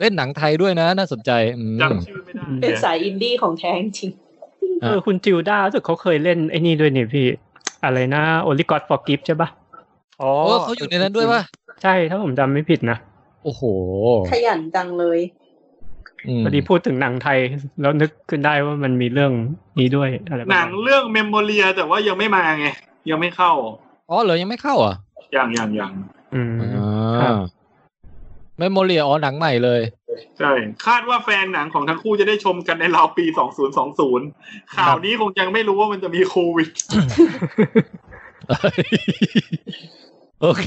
Speaker 2: เล่นหนังไทยด้วยนะ น่าสนใจอืม
Speaker 3: จำชื่อไม่ได้
Speaker 6: อืม
Speaker 5: เป็นสายอินดี้ของแท้จริง
Speaker 6: เออคุณจิวด้ารู้สึกเขาเคยเล่นไอ้นี่ด้วยนี่พี่ อะไรนะโอลิกอตฟอร์กิฟใช่ปะ
Speaker 8: อ๋อ
Speaker 2: โอ้เขาอยู่ในนั้นด้วยป่ะ
Speaker 6: ใช่ถ้าผมจำไม่ผิดนะ
Speaker 2: โอ้โห
Speaker 5: ขยันจังเลย
Speaker 2: ม
Speaker 6: พอดีพูดถึงหนังไทย แล้วนึกขึ้นได้ว่ามันมีเรื่องนี้ด้วยอะไรประ
Speaker 3: ห
Speaker 6: มา
Speaker 3: นั
Speaker 6: ณ
Speaker 3: ง
Speaker 6: นั้น
Speaker 3: เรื่องเมมโมเรียแต่ว่ายังไม่มาไง ยังไม่เข้า
Speaker 2: อ๋อเหรอยังไม่เข้าเหรอ่ะ
Speaker 3: อย่างอย่างอย่าง
Speaker 6: อืม ครั
Speaker 2: อ่า
Speaker 6: บ
Speaker 2: เมมโมเรียอ๋อหนังใหม่เลย
Speaker 3: ใช่ คาดว่าแฟนหนังของทั้งคู่จะได้ชมกันในราวปี 2020 ข่าวนี้คงยังไม่รู้ว่ามันจะมีโควิด
Speaker 2: โอเค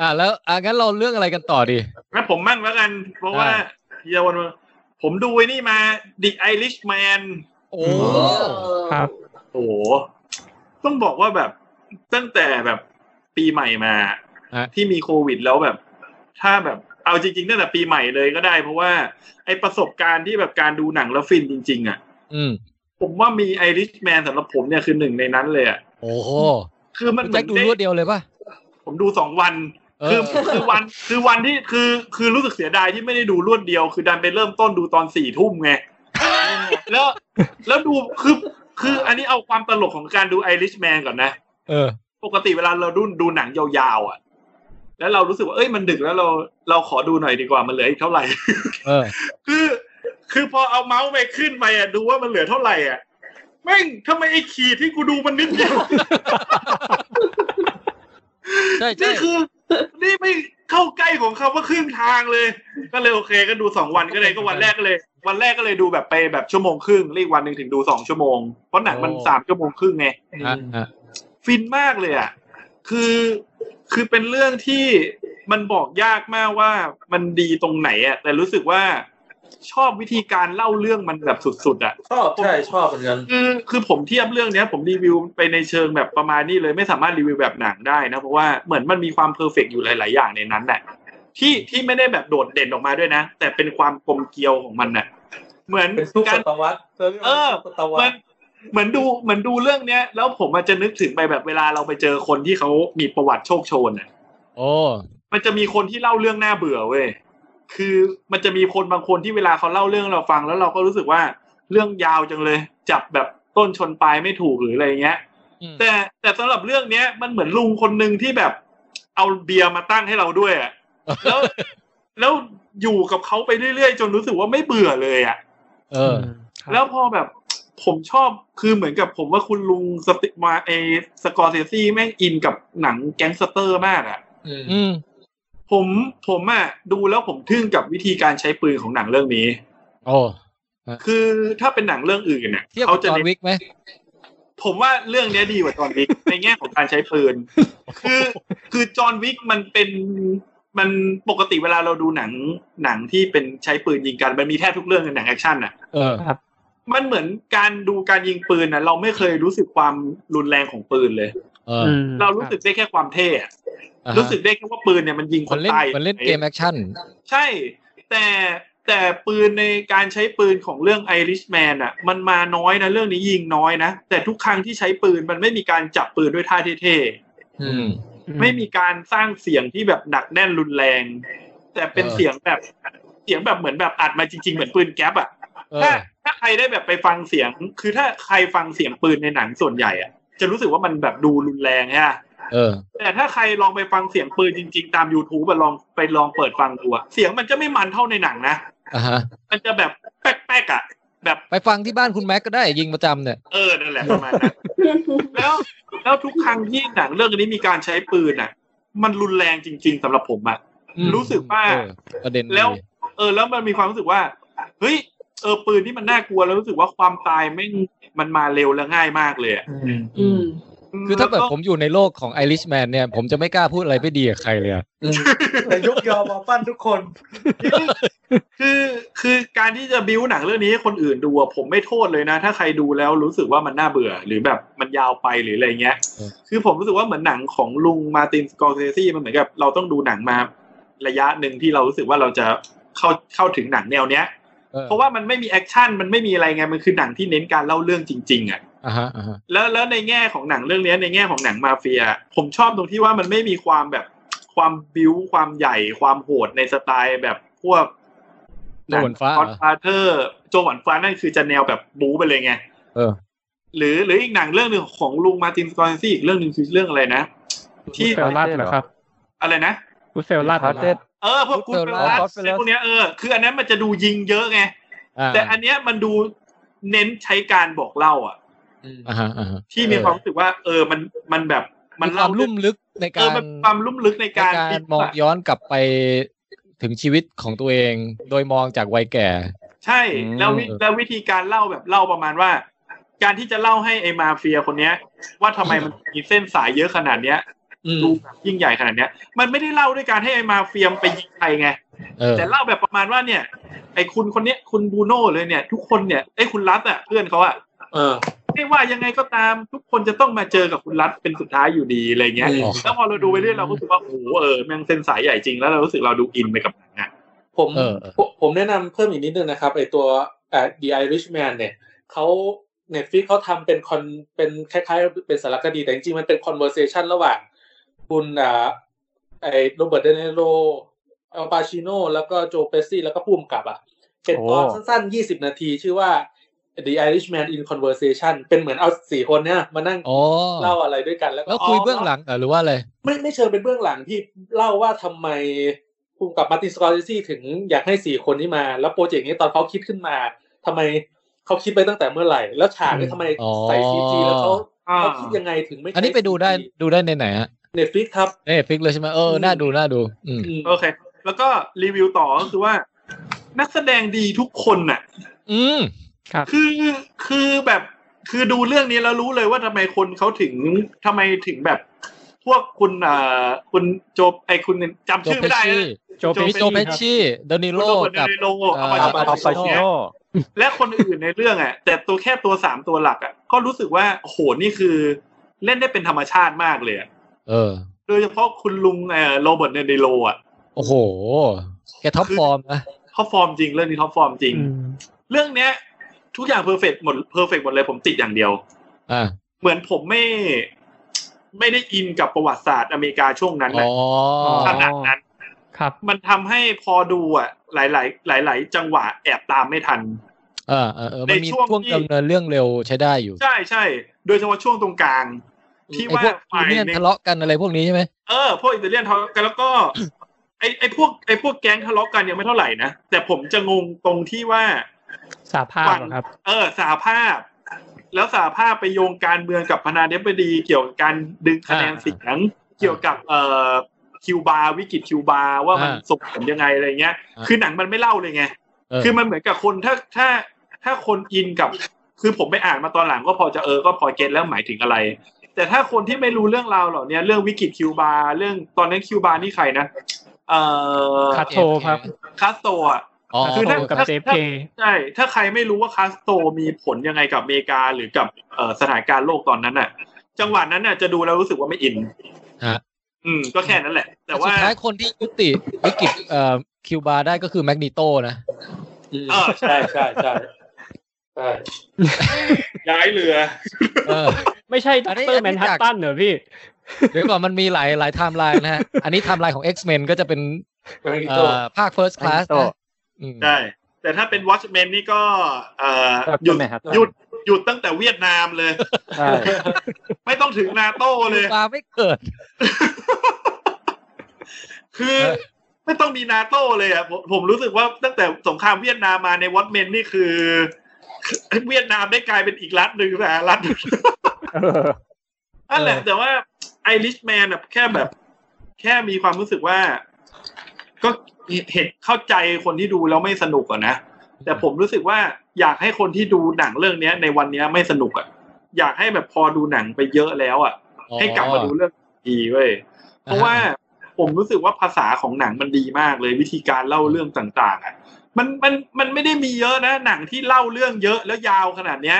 Speaker 2: อ่ะแล้วอ่ะงั้นเราเรื่องอะไรกันต่อดี
Speaker 3: งั้นผมมั่งแล้วกัน เพราะว่า
Speaker 2: อ่า
Speaker 3: เยาวันผมดูไอ้นี่มา The Irishman
Speaker 2: โอ้
Speaker 5: โอ้
Speaker 6: ครับ
Speaker 3: โอ้โห ต้องบอกว่าแบบตั้งแต่แบบปีใหม่มา
Speaker 2: ฮะ
Speaker 3: ที่มีโควิดแล้วแบบ ถ้าแบบเอาจริงๆตั้งแต่ปีใหม่เลยก็ได้ เพราะว่าไอประสบการณ์ที่แบบการดูหนังแล้วฟินจริง ๆ อ่ะ
Speaker 2: อืม
Speaker 3: ผมว่ามี Irishman สำหรับผมเนี่ยคือหนึ่งในนั้นเลยอ่ะ
Speaker 2: โอ้โห
Speaker 3: คือมัน
Speaker 2: คุณ
Speaker 3: เหมื
Speaker 2: แจ็
Speaker 3: อ
Speaker 2: คน ดู
Speaker 3: ได้
Speaker 2: รวดเดียวเลยป่ะ
Speaker 3: ผมดูสองวัน
Speaker 2: เออ
Speaker 3: คือคือวันคือวันที่คือคือรู้สึกเสียดายที่ไม่ได้ดูรวดเดียว คือดันไปเริ่มต้นดูตอนสี่ทุ่มไง แล้วแล้วดูคือคืออันนี้เอาความตลกของการดูไอริชแมนก่อนนะ
Speaker 2: เออ
Speaker 3: ปกติเวลาเราดูดูหนังยาวๆอ่ะ แล้วเรารู้สึกว่าเอ้ยมันดึกแล้วเราเราขอดูหน่อยดีกว่ามันเหลืออีกเท่าไหร่ [LAUGHS]
Speaker 2: เออ
Speaker 3: คือ คือพอเอาเมาส์ไปขึ้นไปอ่ะดูว่ามันเหลือเท่าไหร่อ่ะแม่งทำไมไอ้ขีดที่กูดูมันนิดเดียว
Speaker 2: ใช่ใช่
Speaker 3: นี่คือ นี่ไม่เข้าใกล้ของคำว่าครึ่งทางเลย ก็เลยโอเคก็ดูสองวันก็เลยก็วันแรกก็เลย วันแรกก็เลยดูแบบไปแบบชั่วโมงครึ่งเรียกวันหนึ่งถึงดูสองชั่วโมงเพราะหนังมันสามชั่วโมงครึ่งไง
Speaker 2: อ่ะอ่ะ
Speaker 3: ฟินมากเลยอ่ะคือคือเป็นเรื่องที่มันบอกยากมากว่ามันดีตรงไหนอ่ะแต่รู้สึกว่า ชอบวิธีการเล่าเรื่องมันแบบสุดๆอ่ะ
Speaker 7: ชอบใช่ชอบเหมือนกัน
Speaker 3: คือคือผมเทียบเรื่องเนี้ย ผมรีวิวไปในเชิงแบบประมาณนี้เลยไม่สามารถรีวิวแบบหนังได้นะ เพราะว่าเหมือนมันมีความเพอร์เฟกอยู่หลาย ๆ อย่างในนั้นแหละที่ที่ไม่ได้แบบโดดเด่นออกมาด้วยนะ แต่เป็นความกลมเกลียวของมันน่ะเหมือน
Speaker 7: เป็นซุป
Speaker 3: การ
Speaker 7: ตะวัด
Speaker 3: เออ
Speaker 7: ซุปตะวั
Speaker 3: มั
Speaker 7: ด
Speaker 3: นเหมือนดูเหมือนดูเรื่องเนี้ย แล้วผมอาจจะนึกถึงไปแบบเวลาเราไปเจอคนที่เขามีประวัติโชคโชนน่ะ
Speaker 2: โอ้
Speaker 3: มันจะมีคนที่เล่าเรื่องน่าเบื่อเว้ย คือมันจะมีคนบางคนที่เวลาเขาเล่าเรื่องเราฟังแล้วเราก็รู้สึกว่าเรื่องยาวจังเลย จับแบบต้นชนปลายไม่ถูกหรืออะไรเงี้ย
Speaker 2: อืม
Speaker 3: แต่แต่สำหรับเรื่องเนี้ยมันเหมือนลุงคนหนึ่งที่แบบเอาเบียร์มาตั้งให้เราด้วยอะแล้วแล้วอยู่กับเขาไปเรื่อยๆ จนรู้สึกว่าไม่เบื่อเลยอะ
Speaker 2: เออ
Speaker 6: ครับ
Speaker 3: แล้วพอแบบผมชอบคือเหมือนกับผมว่าคุณลุงสติมาเอสกอร์เซซี่แม่งอินกับหนังแก๊งสเตอร์มากอะ
Speaker 7: อืม
Speaker 2: อืม
Speaker 3: ผมผมอะดูแล้วผมทึ่งกับวิธีการใช้ปืนของหนังเรื่องนี้
Speaker 2: โอ้
Speaker 3: คือถ้าเป็นหนังเรื่องอื่นเนี่ย
Speaker 2: เทียบ
Speaker 3: เขา
Speaker 2: กับ
Speaker 3: จะ
Speaker 2: จอห์น
Speaker 3: เน้น
Speaker 2: วิกไหม
Speaker 3: ผมว่าเรื่องเนี้ยดีกว่าจอห์นวิก ในแง่ของการใช้ปืน คือคือจอห์นวิกมันเป็นมันปกติเวลาเราดูหนังหนังที่เป็นใช้ปืนยิงกันมันมีแทบทุกเรื่องในหนังแอคชั่นอะ
Speaker 2: เออ
Speaker 3: มันเหมือนการดูการยิงปืนนะเราไม่เคยรู้สึกความรุนแรงของปืนเลย
Speaker 2: เออ
Speaker 6: อืม
Speaker 3: เรารู้สึกได้แค่ความเท่อะ
Speaker 2: อ่าฮะ
Speaker 3: รู้สึกได้แค่ว่าปืนเนี่ยมันยิง
Speaker 2: เห
Speaker 3: ค
Speaker 2: มัน
Speaker 3: น
Speaker 2: เล่น
Speaker 3: ตาย
Speaker 2: เหมันเล่นเกมแอคชั่น
Speaker 3: ใช่ แต่แต่ปืนในการใช้ปืนของเรื่องไอริชแมนอ่ะ มันมาน้อยนะเรื่องนี้ยิงน้อยนะ แต่ทุกครั้งที่ใช้ปืนมันไม่มีการจับปืนด้วยท่าเท่
Speaker 7: อื
Speaker 2: อื
Speaker 7: ม
Speaker 2: ม
Speaker 3: ๆไม่มีการสร้างเสียงที่แบบหนักแน่นรุนแรง แต่เป็น
Speaker 2: เออ
Speaker 3: เสียงแบบเสียงแบบเหมือนแบบอัดมาจริง ๆ เหมือนปืนแก๊ปอ่ะ
Speaker 2: เอ
Speaker 3: ถ้า
Speaker 2: อ
Speaker 3: ถ้าใครได้แบบไปฟังเสียง คือถ้าใครฟังเสียงปืนในหนังส่วนใหญ่อะจะรู้สึกว่ามันแบบดูรุนแรงฮะ
Speaker 2: เออ
Speaker 3: แต่ถ้าใครลองไปฟังเสียงปืนจริง ๆ ตาม YouTube อะลองไปลองเปิดฟังดูอะเสียงมันจะไม่มันเท่าในหนังนะ
Speaker 2: อ่าฮะ
Speaker 3: มันจะแบบแป๊กๆอะแบบ
Speaker 2: ไปฟังที่บ้านคุณแม็กก็ได้ยิงประจำเนี่ย
Speaker 3: เออนั่นแหละประมาณ
Speaker 2: [LAUGHS]
Speaker 3: นั้น แล้วแล้วทุกครั้งที่หนังเรื่องนี้มีการใช้ปืนอะมันรุนแรงจริง ๆสำหรับผมอะ
Speaker 2: อืม
Speaker 3: รู้สึกว่า
Speaker 2: เออประเด็น
Speaker 3: แล้ว
Speaker 2: ดี
Speaker 3: เออ แล้วมันมีความรู้สึกว่า เฮ้ยเออปืนที่มันน่ากลัวแล้วรู้สึกว่าความตายไม่งมันมาเร็วและง่ายมากเลยอะ
Speaker 7: อืม
Speaker 5: อืม
Speaker 2: คือถ้าแบบผมอยู่ในโลกของไอริชแมนเนี่ย ผมจะไม่กล้าพูดอะไรไม่ดีกับใครเลยอะ
Speaker 7: อืมแต่ยกยอมาปั้นทุกคน
Speaker 3: คือคือการที่จะบิวหนังเรื่องนี้ให้คนอื่นดูอะผมไม่โทษเลยนะ ถ้าใครดูแล้วรู้สึกว่ามันน่าเบื่อ หรือแบบมันยาวไปหรืออะไรเงี้ย คือผมรู้สึกว่าเหมือนหนังของลุงมาร์ตินสกอร์เซซี่มันเหมือนกับเราต้องดูหนังมาระยะหนึ่งที่เรารู้สึกว่าเราจะเข้าเข้าถึงหนังแนวเนี้ย
Speaker 2: เออ
Speaker 3: เพราะว่ามันไม่มีแอคชั่นมันไม่มีอะไรไงมันคือหนังที่เน้นการเล่าเรื่องจริงๆอ่ะ
Speaker 2: อ่าฮะอ่าฮะ
Speaker 3: แล้วแล้วในแง่ของหนังเรื่องเนี้ยในแง่ของหนังมาเฟีย ผมชอบตรงที่ว่ามันไม่มีความแบบความบิวความใหญ่ความโหดในสไตล์แบบพวก
Speaker 2: โจหวันฟ้า
Speaker 3: คอนฟาเธอร์โจหวันฟ้านั่นคือจะแนวแบบบู๊ไปเลยไง
Speaker 2: เออ
Speaker 3: หรือหรืออีกหนังเรื่องหนึ่งของลุงมาร์ตินสกอร์เซซี่อีกเรื่องหนึ่งคือเรื่องอะไรนะ ที่
Speaker 6: ที่เฟลลัดเหรอครับ
Speaker 3: อะไรนะ
Speaker 6: กูเฟลลัด
Speaker 9: พาร์เต็ด
Speaker 3: เออพวกกู
Speaker 2: Goodfellas
Speaker 3: เปลัส
Speaker 9: Goodfellas
Speaker 3: พวกเนี้ยเออคืออันนั้นมันจะดูยิงเยอะไง
Speaker 2: อ่า
Speaker 3: แต่อันเนี้ยมันดูเน้นใช้การบอกเล่าอ่ะ
Speaker 2: อ่าฮะอ่าฮะ
Speaker 3: ที่มีความรู้สึกว่า เออมันมันแบบมัน
Speaker 2: ควา
Speaker 3: เล่า
Speaker 2: มลุ่มลึกใน
Speaker 3: เอ
Speaker 2: การ
Speaker 3: อมันความลุ่มลึกใน
Speaker 2: ใน
Speaker 3: การ
Speaker 2: การ
Speaker 3: บิด
Speaker 2: มอง
Speaker 3: อะ
Speaker 2: ย้อนกลับไปถึงชีวิตของตัวเอง โดยมองจากวัยแก่
Speaker 3: ใช่
Speaker 9: อืม
Speaker 3: แล้ววิแล้ววิธีการเล่าแบบเล่าประมาณว่า การที่จะเล่าให้ไอมาเฟียคนเนี้ย ว่าทำไมมันมีเส้นสายเยอะขนาดเนี้ย
Speaker 7: อืม
Speaker 3: ดูแบบยิ่งใหญ่ขนาดเนี้ย มันไม่ได้เล่าด้วยการให้ไอมาเฟียมไปยิงใครไง
Speaker 2: เออ
Speaker 3: แต่เล่าแบบประมาณว่าเนี่ย ไอคุณคนเนี้ยคุณบูโน่เลยเนี่ย ทุกคนเนี่ยไอยคุณรัตอะเพื่อนเขาอะ
Speaker 7: เออ
Speaker 3: ไม่ว่ายังไงก็ตามทุกคนจะต้องมาเจอกับคุณรัตเป็นสุดท้ายอยู่ดีอะไรเงี้ย
Speaker 7: อืม
Speaker 3: แล้วพอเราดูไปเรื่อยเราก็รู้สึกว่าโอ้โหเออแม่งเส้นสายใหญ่จริงแล้วเรารู้สึกเราดูอินไปกับหนังอะ
Speaker 7: ผม
Speaker 2: เออเออ
Speaker 7: ผมผมแนะนำเพิ่มอีกนิดนึงนะครับไอตัวเอ่อ The Irishman เนี่ยเขาเน็ตฟิกเขาทำเป็นคอนเป็นคล้ายๆ เป็นสารคดีแต่จริงๆ มันเป็น conversation ระหว่างคุณอ่าไอโรเบิร์ตเดเนโรอัลปาชิโนแล้วก็โจเปสซี่แล้วก็ผู้กำกับอ่ะเป็นตอน
Speaker 9: โอ้
Speaker 7: สั้นๆ 20 นาทีชื่อว่า The Irishman in conversation เป็นเหมือนเอาสี่คนเนี่ยมานั่ง
Speaker 2: อ๋อ
Speaker 7: เล่าอะไรด้วยกันแล้วก็
Speaker 2: แล้วคุยเบื้องหลังเหรอหรือว่าอะไร
Speaker 7: ไม่ไม่เชิงเป็นเบื้องหลังที่เล่าว่าทำไมภูมิกับมาร์ตินสกอร์เซซี่ถึงอยากให้สี่คนนี้มา แล้วโปรเจกต์นี้ตอนเขาคิดขึ้นมาทำไมเขาคิดไปตั้งแต่เมื่อไหร่ แล้วฉากนี้ทำไม
Speaker 2: อ๋อ
Speaker 7: ใส่ซีจีแล้วเขา
Speaker 3: อ่า
Speaker 7: เขาคิดยังไงถึงไม่
Speaker 2: อันนี้ไปดูได้ดูได้ในไหนฮะ
Speaker 7: เน็ตฟลิกครับ
Speaker 2: เนฟิกเลยใช่ไหมเออน่าดูน่าดู อืม
Speaker 3: โอเค แล้วก็รีวิวต่อก็คือว่า นักแสดงดีทุกคนน่ะ
Speaker 2: อืม
Speaker 3: คือคือแบบคือดูเรื่องนี้แล้วรู้เลยว่าทำไมคนเขาถึงทำไมถึงแบบ พวกคุณเอ่อคุณโจไอคุณจำ
Speaker 2: โจ
Speaker 3: ชื่อ
Speaker 2: เป
Speaker 3: ไม่ได้
Speaker 2: ชี่
Speaker 3: นะ
Speaker 6: โจเป
Speaker 2: มี
Speaker 6: ช
Speaker 2: โจเป
Speaker 6: ครับ
Speaker 2: ชี่เดนิโล
Speaker 3: คุณโรเบิร์ต
Speaker 2: กับ
Speaker 3: เดนิโล
Speaker 2: เอ่อ
Speaker 3: อาปา
Speaker 8: อา
Speaker 3: ชิ
Speaker 8: ปา
Speaker 3: โน
Speaker 8: ปาปาชิโน
Speaker 3: และคนอื่นในเรื่องอ่ะ แต่ตัวแค่ตัวสามตัวหลักอ่ะก็รู้สึกว่าโอ้โหนี่คือ เล่นได้เป็นธรรมชาติมากเลยอะ
Speaker 2: เออ
Speaker 3: โดยเฉพาะคุณลุงเอ่อโรเบิร์ตเดนิโลอ่ะ
Speaker 2: โอ้โห แกท็อปฟอร์มนะ
Speaker 3: เขาฟอร์มจริงเรื่องนี้เขาฟอร์มจริง เรื่องเนี้ย ทุกอย่างเพอร์เฟกหมดเพอร์เฟกหมดเลยผมติดอย่างเดียว
Speaker 2: อ่า
Speaker 3: เหมือนผมไม่ ไม่ได้อินกับประวัติศาสตร์อเมริกาช่วงนั้น
Speaker 2: อ๋
Speaker 3: นะ
Speaker 2: อ
Speaker 3: ขนาดนั้น
Speaker 6: ครับ
Speaker 3: มันทำให้พอดูอ่ะ หลาย ๆ หลาย ๆ จังหวะแอบตามไม่ทัน
Speaker 2: เออเออเออมันมี
Speaker 3: ในช่วง
Speaker 2: ช่วง
Speaker 3: ที่
Speaker 2: ดำเนินเรื่องเร็วใช้ได้อยู่
Speaker 3: ใช่ใช่โดยเฉพาะช่วงตรงกลาง ที่
Speaker 2: ไอ้
Speaker 3: ว่า
Speaker 2: พวกยู
Speaker 3: ฝ่าย
Speaker 2: เนียน
Speaker 3: หนึ่ง
Speaker 2: ทะเลาะกันอะไรพวกนี้ใช่ไหม
Speaker 3: เออพวกอิตาเลียนทะเลาะกั
Speaker 2: [COUGHS]
Speaker 3: นแล้วก็ ไอไอพวกไอพวกแก๊งทะเลาะกันยังไม่เท่าไหร่นะแต่ผมจะงงตรงที่ว่า
Speaker 6: สาภาพ
Speaker 3: ฝั่ง
Speaker 6: อะครับ
Speaker 3: เออสาภาพ แล้วสาภาพไปโยงการเมืองกับพนาเดบดีเกี่ยวกับการดึงคะแนนเสียงเกี่ยวกับเอ่อคิวบาวิกฤตคิวบาว่ามันส่งผลยังไงอะไรเงี้ย คือหนังมันไม่เล่าเลยไง
Speaker 2: เออ
Speaker 3: คือมันเหมือนกับคนถ้าถ้าถ้าคนอินกับ คือผมไปอ่านมาตอนหลังก็พอจะเออก็พอเก็ตแล้วหมายถึงอะไร แต่ถ้าคนที่ไม่รู้เรื่องราวเหล่านี้เรื่องวิกฤตคิวบาเรื่องตอนนั้นคิวบานี่ใครนะเอ่อ
Speaker 6: คาโทครับ
Speaker 3: คาสโตรอะ
Speaker 2: อ๋อ
Speaker 6: คา
Speaker 3: คื
Speaker 6: โต
Speaker 3: อถ้า
Speaker 6: กับเจเพ
Speaker 3: ใช่ ถ้าใครไม่รู้ว่าคาสโตรมีผลยังไงกับอเมริกาหรือกับเอ่อสถานการณ์โลกตอนนั้นน่ะ จังหวะนั้นน่ะจะดูแล้วรู้สึกว่าไม่อิน
Speaker 2: ฮะ
Speaker 3: อืม ก็แค่นั้นแหละ แต่
Speaker 2: สุ
Speaker 3: ว่า
Speaker 2: ดท้ายคนที่ยุติวิกฤตเอ่อคิวบาได้ก็คือแมกนิโตนะ
Speaker 3: เออ
Speaker 7: ใช่ใช่ใช่ใช่
Speaker 3: ย้ายเรือ
Speaker 2: เออ
Speaker 6: ไม่ใช่
Speaker 2: อั
Speaker 6: ด็อน ก
Speaker 2: นี้
Speaker 6: เตอ
Speaker 2: อั
Speaker 6: ร์
Speaker 2: น
Speaker 6: แม
Speaker 2: นี้
Speaker 6: นฮัต
Speaker 2: จาก
Speaker 6: ตันเหรอพี่
Speaker 2: เดี๋ยวก่อนมันมีหลายหลายไทม์ไลน์นะฮะ อันนี้ไทม์ไลน์ของ X-Men ก็จะเป็น
Speaker 7: เป็นอีก
Speaker 2: เอ่
Speaker 7: ตัว
Speaker 2: อภาค First Class
Speaker 9: แมกนิโต้
Speaker 2: นะอืม
Speaker 3: ใช่ แต่ถ้าเป็นวอชแมนนี่ก็เอ่อหยุด
Speaker 9: แมนฮัตตัน
Speaker 3: หยุดหยุดตั้งแต่เวียดนาม [LAUGHS] เลย
Speaker 9: ใช่
Speaker 3: ไม่ต้องถึงนาโต้เล
Speaker 2: คิวย บาไม่เกิด
Speaker 3: คือ
Speaker 2: เออ
Speaker 3: ไม่ต้องมีนาโต้เลยอ่ะผมผมรู้สึกว่าตั้งแต่สงครามเวียดนามมาในวอชแมนนี่คือ [LAUGHS] เวียดนามได้กลายเป็นอีกรัฐหนึ่งแต่รัฐ
Speaker 9: เออ
Speaker 3: นั่นแหละแต่ว่าไอริชแมนแบบแค่แบบ แค่มีความรู้สึกว่า ก็เห็นเข้าใจคนที่ดูแล้วไม่สนุกอะนะ แต่ผมรู้สึกว่าอยากให้คนที่ดูหนังเรื่องเนี้ย ในวันเนี้ยไม่สนุกอะอยากให้แบบพอดูหนังไปเยอะแล้วอะให้กลับมาดูเรื่องดีเว้ยเพราะว่าผมรู้สึกว่าภาษาของหนังมันดีมากเลย วิธีการเล่าเรื่องต่างๆอะมันมันมันไม่ได้มีเยอะนะหนังที่เล่าเรื่องเยอะแล้วยาวขนาดเนี้ย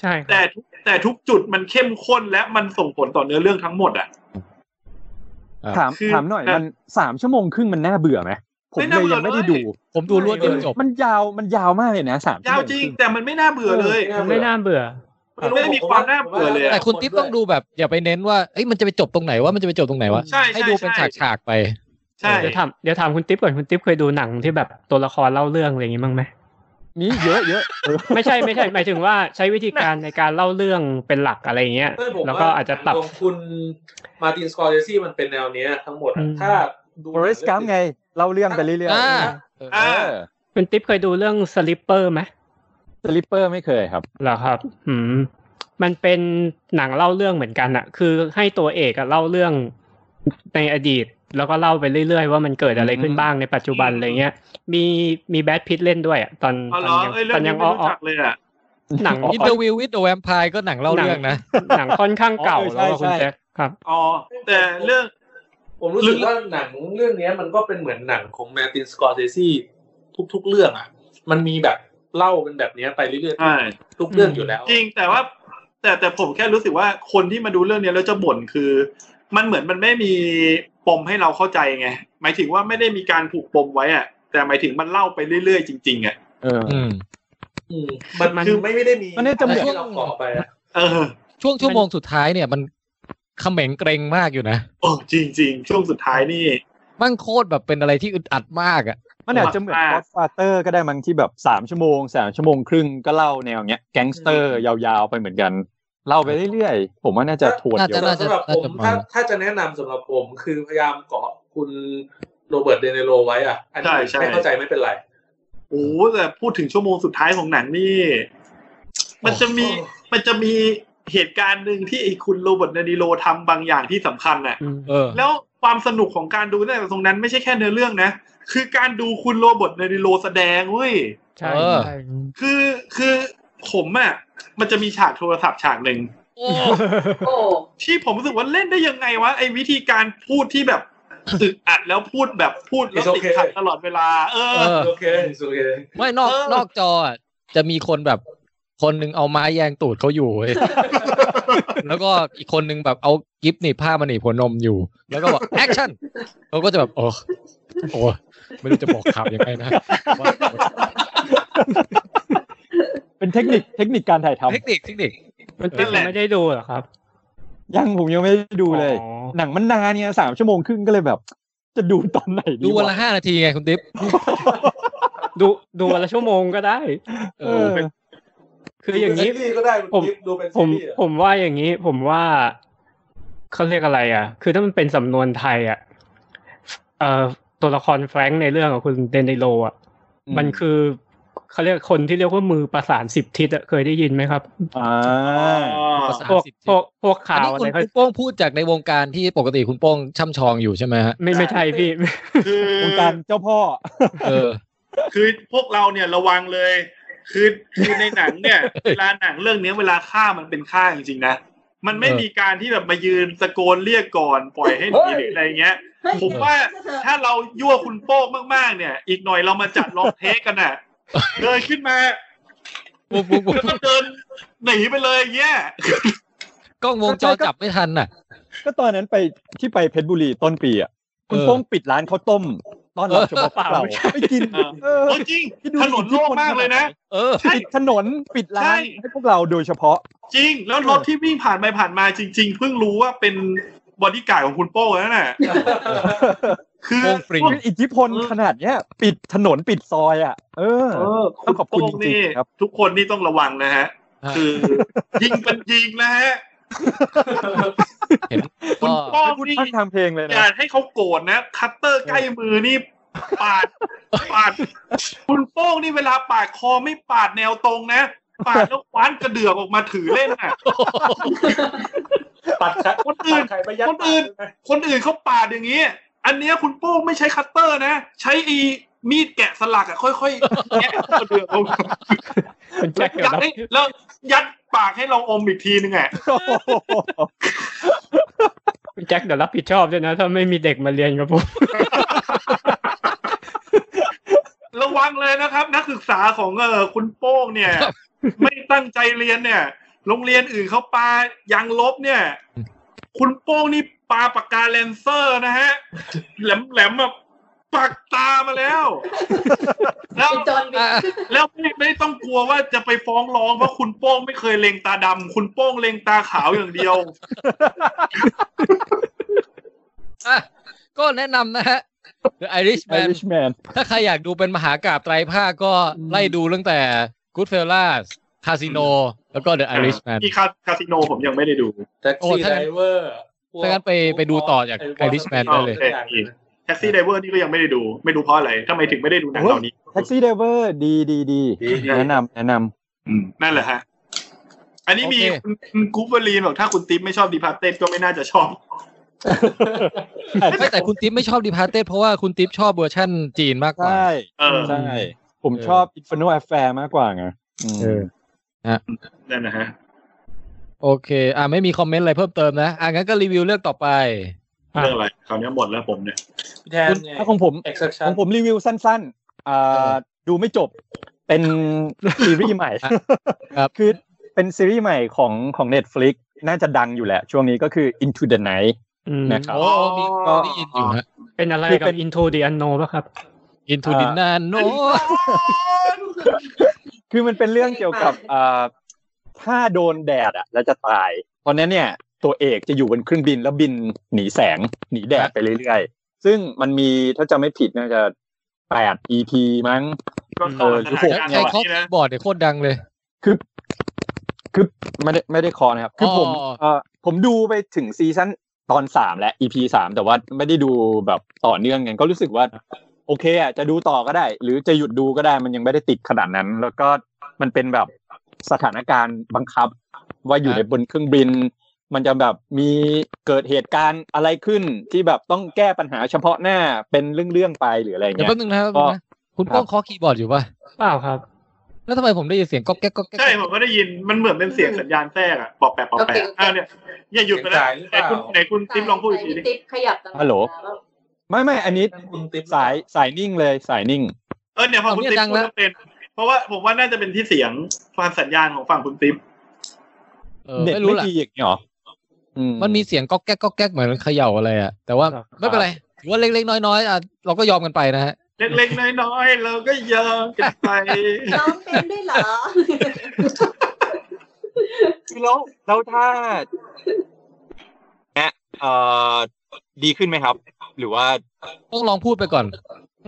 Speaker 6: ใช่ครับ
Speaker 3: แต่ทุกแต่ทุกจุดมันเข้มข้นและมันส่งผลต่อเนื้อเรื่องทั้งหมดอ่ะ
Speaker 8: ถาม
Speaker 3: คือ
Speaker 8: ถามหน่อย
Speaker 3: นะ
Speaker 8: มันสามชั่วโมงครึ่งมันน่าเบื่อไหมผม
Speaker 3: ไม่
Speaker 8: เล
Speaker 3: น่าย เบื่อ
Speaker 8: ยังไม่ได้
Speaker 3: เลย
Speaker 8: ดู
Speaker 2: ผมดูรวดเดียวจบ
Speaker 8: มันยาวมันยาวมากเลยนะสาม
Speaker 3: ยาว
Speaker 8: ชั่โม
Speaker 3: จริง
Speaker 8: ครึ่
Speaker 3: แต่มันไม่น่าเบื่อเลย
Speaker 7: ไม่
Speaker 6: ไม่น่าเบื่อ
Speaker 3: มันไม่ได้มีความน่าเบื่อเลยอะ
Speaker 2: แต่คุณติ๊บต้องดูแบบอย่าไปเน้นว่าเอ้ยมันจะไปจบตรงไหนว่ามันจะไปจบตรงไหนวะ
Speaker 3: ใช่
Speaker 2: ให้
Speaker 3: ใช่
Speaker 2: ดูเป็น
Speaker 3: ใช่
Speaker 2: ฉากฉากๆไป
Speaker 3: ใช่
Speaker 6: เดี๋ยวถามเดี๋ยวถามคุณติ๊บก่อนคุณติ๊บเคยดูหนังที่แบบตัวละครเล่าเรื่องอะไรอย่างงี้บ้างไหม
Speaker 8: มีเยอะเยอะเออ
Speaker 6: ไม่ใช่ไม่ใช่หมายถึงว่าใช้วิธีการในการเล่าเรื่องเป็นหลักอะไรอย่างเงี้ย
Speaker 7: เออผม
Speaker 6: แล้วก็อาจจะปรับ
Speaker 7: ของคุณมาตินสกอร์เรซี่มันเป็นแนวเนี้ยทั้งหมด
Speaker 6: อื
Speaker 7: อะ
Speaker 6: ม
Speaker 7: ถ้าดู
Speaker 8: Forrest Gump ไงเล่าเรื่องไปเรื่อย
Speaker 2: อ่า
Speaker 8: เออ
Speaker 6: คุณติ๊บเคยดูเรื่องสลิปเปอร์ไหม
Speaker 8: สลิปเปอร์ไม่เคยครับ
Speaker 6: เหรอครับ อืม มันเป็นหนังเล่าเรื่องเหมือนกันอะคือให้ตัวเอกอะเล่าเรื่องในอดีต แล้วก็เล่าไปเรื่อยๆ ว่ามันเกิดอะไรขึ้นบ้างในปัจจุบันอะไรเงี้ย มีมีแบทพิทเล่นด้วยอะตอน
Speaker 3: เอาเหรอน
Speaker 6: ตอยัง
Speaker 3: เอ้ยเรื่
Speaker 6: ต
Speaker 3: อ
Speaker 6: อง น
Speaker 3: นี้
Speaker 6: ยัง
Speaker 3: ไม่
Speaker 6: อ้อ
Speaker 3: รู้จักเลยอ่ะ
Speaker 6: หนัง
Speaker 2: อินเตอร์วิววิดเดอะแวมไพร์ก็หนังเล่าเรื่องนะ
Speaker 6: หนังค่อนข้างเก่า
Speaker 8: อ๋อเออใช่
Speaker 6: แล้วอะคุณ
Speaker 8: ใช่
Speaker 6: แจ็คครับ
Speaker 3: อ๋อแต่เรื่อง
Speaker 7: ผมรู้สึกว่าหนังเรื่องเนี้ยมันก็เป็นเหมือนหนังของมาตินสกอร์เรซี่ทุก ๆ เรื่องอ่ะ มันมีแบบเล่าเป็นแบบเนี้ยไปเรื่อย
Speaker 3: ใช่
Speaker 7: ๆทุกเรื่องอยู่แล้ว
Speaker 3: จริงแต่ว่า แต่แต่ผมแค่รู้สึกว่าคนที่มาดูเรื่องเนี้ยแล้วจะบ่นคือ มันเหมือนมันไม่มีปมให้เราเข้าใจไงหมายถึงว่าไม่ได้มีการผูกปมไว้อ่ะ แต่หมายถึงมันเล่าไปเรื่อยๆจริงๆอ่ะ
Speaker 8: เออ
Speaker 2: อืม
Speaker 7: อืมมัน
Speaker 6: มัน
Speaker 7: คือไม่ไม่ได้มี
Speaker 8: มันน่าจะเหมือน
Speaker 7: ให้เราต่อไปอะ
Speaker 3: เออ
Speaker 2: ช่วงชั่วโมงสุดท้ายเนี่ยมันเขม็งเกรงมากอยู่นะ
Speaker 3: โอ้จริง ๆ ช่วงสุดท้ายนี่
Speaker 2: มันโคตรแบบเป็นอะไรที่อึดอัดมากอ่ะ
Speaker 8: มันอาจจะเหมือน
Speaker 3: มาก
Speaker 8: Godfather ก็ได้มั้งที่แบบสามชั่วโมงสามชั่วโมงครึ่งก็เล่าแนวเนี้ยแก๊งสเตอร์ยาวๆไปเหมือนกันเล่าไปเรื่อยๆ ผมว่าน่าจะทวนเดียว
Speaker 2: น่าจะ
Speaker 7: สำหรับผม
Speaker 2: น่าจะประ
Speaker 7: ถ้า
Speaker 2: มาณ
Speaker 7: ถ้าจะแนะนำสำหรับผมคือพยายามเกาะคุณโรเบิร์ตเดเนโรไว้อ่ะ อันนี้
Speaker 3: ใช่ใช่
Speaker 7: ไม่เข้าใจไม่เป็นไร
Speaker 3: โอ้โหแต่พูดถึงชั่วโมงสุดท้ายของหนังนี่ มันจะมีมันจะมีเหตุการณ์หนึ่งที่ไอ้คุณโรเบิร์ตเดนิโลทำบางอย่างที่สำคัญน่ะ
Speaker 6: อืม
Speaker 2: เออ
Speaker 3: แล้วความสนุกของการดูตั้งแต่ตรงนั้นไม่ใช่แค่เนื้อเรื่องนะ คือการดูคุณโรเบิร์ตเดนิโลแสดงเว้ย
Speaker 6: ใช่
Speaker 2: เออ
Speaker 6: ใช่
Speaker 3: คือคือผมอะมันจะมีฉากโทรศัพท์ฉากหนึ่ง
Speaker 10: โอ้
Speaker 5: โอ้
Speaker 3: ที่ผมรู้สึกว่าเล่นได้ยังไงวะไอ้วิธีการพูดที่แบบอึดอัดแล้วพูดแบบพูดแล้วติดขัดตลอดเวลา เออ
Speaker 2: เออ
Speaker 7: โอเคโอเค
Speaker 2: ไม่นอก
Speaker 3: เออ
Speaker 2: นอกจออะจะมีคนแบบ คนหนึ่งเอาไม้แยงตูดเขาอยู่เว้ย
Speaker 3: [LAUGHS]
Speaker 2: แล้วก็อีกคนหนึ่งแบบเอากิฟต์หนีบผ้ามาหนีบหัวนมอยู่ แล้วก็บอกแอคชั่นเขาก็จะแบบโอ้โอ้ไม่รู้จะบอกข่าวยังไงนะว่า
Speaker 8: เป็นเทคนิคเทคนิคการถ่ายท
Speaker 2: เทคนิคเทคนิค
Speaker 6: มันติด
Speaker 3: นั่นแหละ
Speaker 6: ไม่ได้ดูเหรอครับ
Speaker 8: ำยังผมยังไม่ได้ดูเลย
Speaker 6: อ๋อ
Speaker 8: หนังมันนานเนี่ยสามชั่วโมงครึ่งก็เลยแบบ จะดูตอนไหนดี
Speaker 2: ดูวันละห้านาทีไงคุณติ๊บ
Speaker 6: ดูดูวันละชั่วโมงก็ได้
Speaker 2: เอ
Speaker 8: เอ
Speaker 2: อ
Speaker 8: อ
Speaker 6: คืออย่างนี้
Speaker 7: นี้ก็ได้คุณ
Speaker 6: ผม
Speaker 7: กิฟต์ดูเป็น
Speaker 6: ผ
Speaker 7: ซี
Speaker 6: ม
Speaker 7: รีส์อะ
Speaker 6: ผมว่าอย่างนี้ ผมว่าเขาเรียกอะไร อ่ะ คือถ้ามันเป็นสำนวนไทยอ่ะเอ่อตัวละครแฟรงค์ในเรื่องของคุณเดนนิโลอ่ะ
Speaker 8: อืม
Speaker 6: มันคือเขาเรียกคนที่เรียกว่ามือประสานสิบทิศอะเคยได้ยินไหมครับ
Speaker 8: อ่า
Speaker 3: อ๋อ
Speaker 2: ประสาน
Speaker 6: พวก
Speaker 2: สิบทิศ
Speaker 6: พวกพวก
Speaker 2: อัน
Speaker 6: ข่าว
Speaker 2: นี้
Speaker 6: อะ
Speaker 2: คุณ
Speaker 6: ไรเขา
Speaker 2: คุณโป้งพูดจากในวงการที่ปกติคุณโป้งช่ำชองอยู่ใช่ไหมฮะ
Speaker 6: ไม่ไม่ใช่พี่ [LAUGHS]
Speaker 3: คือ
Speaker 8: วงการเจ้าพ่อ
Speaker 2: เออ
Speaker 3: คือพวกเราเนี่ยระวังเลย คือคือในหนังเนี่ย เวลาหนังเรื่องเนี้ยเวลาฆ่ามันเป็นฆ่าจริงๆนะ มันไม่
Speaker 2: เออ
Speaker 3: มีการที่แบบมายืนตะโกนเรียกก่อนปล่อยให้หนีหรืออะไรเงี้ย
Speaker 5: เฮ้ย
Speaker 3: ผมว่า ถ้าเรายั่วคุณโป้งมากๆ เนี่ย อีกหน่อยเรามาจัดลองเทคกันน่ะ เดินขึ้นมา
Speaker 2: ปุ๊บปุ๊บปุ๊บ
Speaker 3: แล้วก็เดินหนีไปเลยเงี้ย
Speaker 2: กล้องวงจรจับไม่ทันน่ะ
Speaker 8: ก็ตอนนั้นไปที่ไปเพชรบุรีต้นปีอ่ะคุณ
Speaker 2: เออ
Speaker 8: โป้งปิดร้านข้าวต้มตอนรับเฉพาะพวกเราไม่กิน
Speaker 3: เออ
Speaker 8: เออ
Speaker 3: เออจริง ถนนโล่งมากเลยนะ
Speaker 2: เออ
Speaker 3: ใช่
Speaker 8: ปิดถนนปิดร้าน
Speaker 3: ใช่
Speaker 8: ให้พวกเราโดยเฉพาะ
Speaker 3: จริง แล้วรถที่วิ่งผ่านไปผ่านมาจริง ๆ เพิ่งรู้ว่าเป็นบอดี้การ์ดของคุณโป้งนั่นน่ะ คือ
Speaker 2: โป้งฟรี
Speaker 3: พวก
Speaker 8: อิทธิพล
Speaker 3: เออ
Speaker 8: ขนาดเนี้ย ปิดถนนปิดซอยอ่ะ เออ
Speaker 3: เออ
Speaker 8: ต้
Speaker 3: คุณ
Speaker 8: องขอบคุณ
Speaker 3: โป้ง
Speaker 8: จริง
Speaker 3: นี่
Speaker 8: ๆครับ
Speaker 3: ทุกคนนี่ต้องระวังนะฮะ คือยิงเป็นยิงนะฮะ
Speaker 2: เห็น
Speaker 3: คุณ
Speaker 2: ก็
Speaker 3: โป้ง
Speaker 8: พูด
Speaker 3: นี่
Speaker 8: พังทางเพลงเลย
Speaker 3: อ
Speaker 8: นะ
Speaker 3: ย่าให้เขาโกรธนะ คัตเตอร์ใกล้มือนี่ ปาด [LAUGHS] ปาด คุณโป้งนี่เวลาปาดคอไม่ปาดแนวตรงนะ ปาดแล้วคว้านกระเดือกออกมาถือเล่นอ่ะ
Speaker 7: ปัดขา
Speaker 3: คนอื่น
Speaker 7: ปัดไข่ไปยัด
Speaker 3: คนอื่น
Speaker 7: ปาก
Speaker 3: คนอื่นเขาปาดอย่างนี้ อันเนี้ยคุณโป้งไม่ใช้คัตเตอร์นะ ใช้อีมีดแกะสลักอ่ะ ค่อยๆแกะกระเดือกออกมา
Speaker 6: เป็นแจ็คเกี่
Speaker 3: ยั
Speaker 6: ยว
Speaker 3: ด
Speaker 6: กับ
Speaker 3: ให้แล้วยัดปากให้เราอมอีกทีนึงอ่ะ
Speaker 8: โอ้โห
Speaker 6: เป็นแจ็คเดี๋ยวรับผิดชอบด้วยนะถ้าไม่มีเด็กมาเรียนกับผม
Speaker 3: ระวังเลยนะครับ นักศึกษาของเออคุณโป้งเนี่ย ไม่ตั้งใจเรียนเนี่ย โรงเรียนอื่นเขาปายางลบเนี่ย คุณโป้งนี่ปาปากกาแลนเซอร์นะฮะ แหลมแหลมๆมาปักตามาแล้ว แล้ว
Speaker 5: เป็นจอห์นวิ
Speaker 2: อ่ะ
Speaker 5: ก
Speaker 2: อ่ะ
Speaker 3: แล้วไม่ไม่ต้องกลัวว่าจะไปฟ้องร้องเพราะคุณโป้งไม่เคยเล็งตาดำคุณโป้งเล็งตาขาวอย่างเดียว
Speaker 2: อ่ะก็แนะนำนะฮะ The
Speaker 8: ไอ
Speaker 2: Irishman
Speaker 8: ริชแมน
Speaker 2: ถ้าใครอยากดูเป็นมหากาบไตรภาคก็ไล่ดูตั้งแต่ Goodfellas Casino แล้วก็ The Irishman
Speaker 3: ที่คาคาสิโนผมยังไม่ได้ดู
Speaker 7: แท็ก
Speaker 2: โอ้
Speaker 7: ซี่
Speaker 2: ถ้างั้
Speaker 7: ได
Speaker 2: น
Speaker 7: เวอร์พวก
Speaker 2: ถ้างั้นไปไปดูต่อจาก
Speaker 7: พว
Speaker 2: Irishman
Speaker 7: พวก
Speaker 2: ได้เลย
Speaker 7: สักอางหนึ่งนะ
Speaker 3: แท็กซี่ไดเวอร์นี่ก็ยังไม่ได้ดู ไม่รู้เพราะอะไรทำไมถึงไม่ได้ดูหนัง
Speaker 8: โอ้ย
Speaker 3: เหล่านี้
Speaker 8: แท็กซี่เดเวอร์ดีดีดี
Speaker 7: ดีดี
Speaker 8: แนะนำแนะน
Speaker 3: อืมนั่นแหละฮะ อันนี้มี
Speaker 2: โอเค
Speaker 3: คุณคุณกูเบอรีนบอกถ้าคุณติ๊บไม่ชอบดีพาร์เต็ดก็ไม่น่าจะชอบ
Speaker 2: ไม่แต่คุณติ๊บไม่ชอบดีพาเต้เพราะว่าคุณติ๊บชอบเวอร์ชั่นจีนมาก
Speaker 8: ำ
Speaker 2: กว่า
Speaker 8: ใช่
Speaker 3: เออ
Speaker 8: ใช่ ผมชอบอินฟ n o แอฟแฟร์มากกว่าไงอืม
Speaker 2: เออ
Speaker 3: นั่นนะฮะ
Speaker 2: โอเค อ่าไม่มีคอมเมนต์อะไรเพิ่มเติมนะ อ่างั้นก็รีวิวเรื่องต่อไป
Speaker 6: อ่ะ
Speaker 3: เรื่องอะไรคราวนี้หมดแล้วผมเนี่ย
Speaker 7: พี่แทนไง
Speaker 8: ถ้าของผม
Speaker 7: exception
Speaker 8: ของผมรีวิวสั้นๆอ่
Speaker 2: เออา
Speaker 8: ดูไม่จบ เป็น ซีรีส์ใหม่
Speaker 2: ครับ
Speaker 8: คือเป็นซีรีส์ใหม่ของของ Netflix น่าจะดังอยู่แหละ ช่วงนี้ก็คือ Into the Night
Speaker 6: อืม
Speaker 8: นะครับ
Speaker 2: โอ้มี
Speaker 3: อ๋อ
Speaker 2: ได้ยินอยู่ฮะ
Speaker 6: เป็นอะไร
Speaker 8: คือ
Speaker 6: กั
Speaker 8: เป็
Speaker 6: บ
Speaker 8: น
Speaker 6: Into the Unknown ป่ะครับ
Speaker 2: Into
Speaker 8: อ่า
Speaker 2: the Night โน
Speaker 8: คือมันเป็นเรื่องเกี่ยวกับเอ่อถ้าโดนแดดอ่ะ แล้วจะตาย เพราะฉะนั้นเนี่ย ตัวเอกจะอยู่บนเครื่องบินแล้วบินหนีแสงหนีแดดไปเรื่อยๆ ซึ่งมันมีถ้าจะไม่ผิดน่าจะแปด EP มั้ง
Speaker 3: ก็
Speaker 8: เออ
Speaker 3: สถานการณ์
Speaker 2: ใช้
Speaker 3: แบบ
Speaker 2: คอฟ
Speaker 3: นี้นะ
Speaker 2: บอร์ดเนี่ยโคตรดังเลย
Speaker 8: คือคือไม่ได้ไม่ได้คอนะครับ คือผม
Speaker 2: อ๋อ
Speaker 8: เอ่อผมดูไปถึงซีซั่นตอนสามและ EP สามแต่ว่าไม่ได้ดูแบบต่อเนื่องกันก็รู้สึกว่า โอเคอ่ะจะดูต่อก็ได้ หรือจะหยุดดูก็ได้มันยังไม่ได้ติดขนาดนั้น แล้วก็มันเป็นแบบสถานการณ์บังคับ ว่าอยู่ในบนเครื่องบิน มันจะแบบมีเกิดเหตุการณ์อะไรขึ้นที่แบบต้องแก้ปัญหาเฉพาะหน้าเป็นเรื่องๆไปหรืออะไร
Speaker 2: เดี๋ยว
Speaker 8: เงี้ย
Speaker 2: แป๊บนึงนะครับ
Speaker 8: ก็
Speaker 2: คุณโป้งเคอคีย์บอร์ดอยู่ป่ะ
Speaker 6: เปล่าครับ
Speaker 2: แล้วทำไมผมได้ยินเสียงก๊อกแก๊กก๊อกแก๊ก
Speaker 3: ใช่ผมก็ได้ยินมันเหมือนเป็นเสียงสัญญาณแทรกอะปอกแปะปอกแปะ
Speaker 5: โอเคโอเค
Speaker 3: อ่าเนี่ยอย่าหยุดไปแล้ว
Speaker 7: เสียงสายหรือ
Speaker 3: ไหน
Speaker 7: เปล่า
Speaker 3: คุณไหนคุณติ๊มลองพูดอีกที
Speaker 5: ไหน
Speaker 3: ดิ
Speaker 5: ติ๊บขยับตลอด
Speaker 8: ฮัลโหล
Speaker 5: เวาบ้าง
Speaker 8: ไม่ไม่อันนี้
Speaker 7: นั่นคุณติ๊บ
Speaker 8: สายสายนิ่งเลยสายนิ่ง
Speaker 3: เออเนี่ยพอคุณติ๊มพูดก็เป็น เพราะว่าผมว่าน่าจะเป็นที่เสียงความสัญญาณของฝั่งคุณติ๊ม
Speaker 2: เออ
Speaker 8: เน็ต
Speaker 2: ไม่รู้
Speaker 8: ไม่
Speaker 2: ล่ะ
Speaker 8: ดีอย่างนี้หรออื
Speaker 2: มันมีเสียงก๊อกแก๊กก๊อกแก๊กเหมือนเขย่าอะไรอ่ะ แต่ว่าไม่เป็นไรถือว่าเล็กๆน้อยๆอ่ะเราก็ยอมกันไปนะฮะ
Speaker 3: เล็กๆน้อยๆเราก็ยอมกันไป [LAUGHS]
Speaker 5: น้องเป็นด้วยเหรอ
Speaker 8: คือแล้วแล้วถ้าแอะเอ่อดีขึ้นไหมครับ หรือว่า
Speaker 2: ต้องลองพูดไปก่อน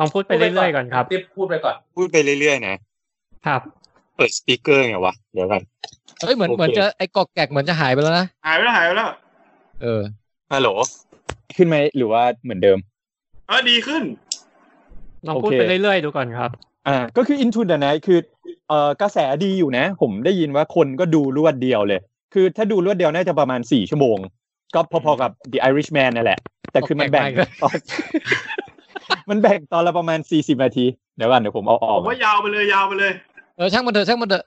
Speaker 6: ลองพูด [LAUGHS] ไปเรื่อยๆก่อนครับ
Speaker 7: ติ๊บพูดไปก่อน
Speaker 8: พูดไปเรื่อยๆนะครับ เปิดสปีกเกอร์ไงวะเดี๋ยวกัน
Speaker 2: เฮ้ยเหมือน
Speaker 8: โอเค
Speaker 2: เหมือนจะไอ้กอกแกกเหมือนจะหายไปแล้วนะ
Speaker 3: หายไปแล้วหายไปแล้ว
Speaker 2: เออ
Speaker 8: ฮัลโหลขึ้นไหมหรือว่าเหมือนเดิม
Speaker 3: เออดีขึ้น
Speaker 6: ลองพูด
Speaker 8: โอเค
Speaker 6: ไปเรื่อยๆดูก่อนครับ
Speaker 8: อ่าก็คือ Into the Night คือเอ่อกระแสดีอยู่นะ ผมได้ยินว่าคนก็ดูรวดเดียวเลย คือถ้าดูรวดเดียวน่าจะประมาณสี่ชั่วโมง ก็พอๆกับ The Irishman นั่นแหละ แต่คือมันแบ่ง
Speaker 2: ออกแบ่ง
Speaker 8: ตอน มันแบ่งตอนละประมาณสี่สิบนาทีเดี๋ยวก่อนเดี๋ยวผมเอาอ
Speaker 3: ผ
Speaker 8: อก
Speaker 3: ม
Speaker 8: มา
Speaker 3: ว่ายาวไปเลยยาวไปเลย
Speaker 2: เออช่างมันเถอะช่างมันเถอะ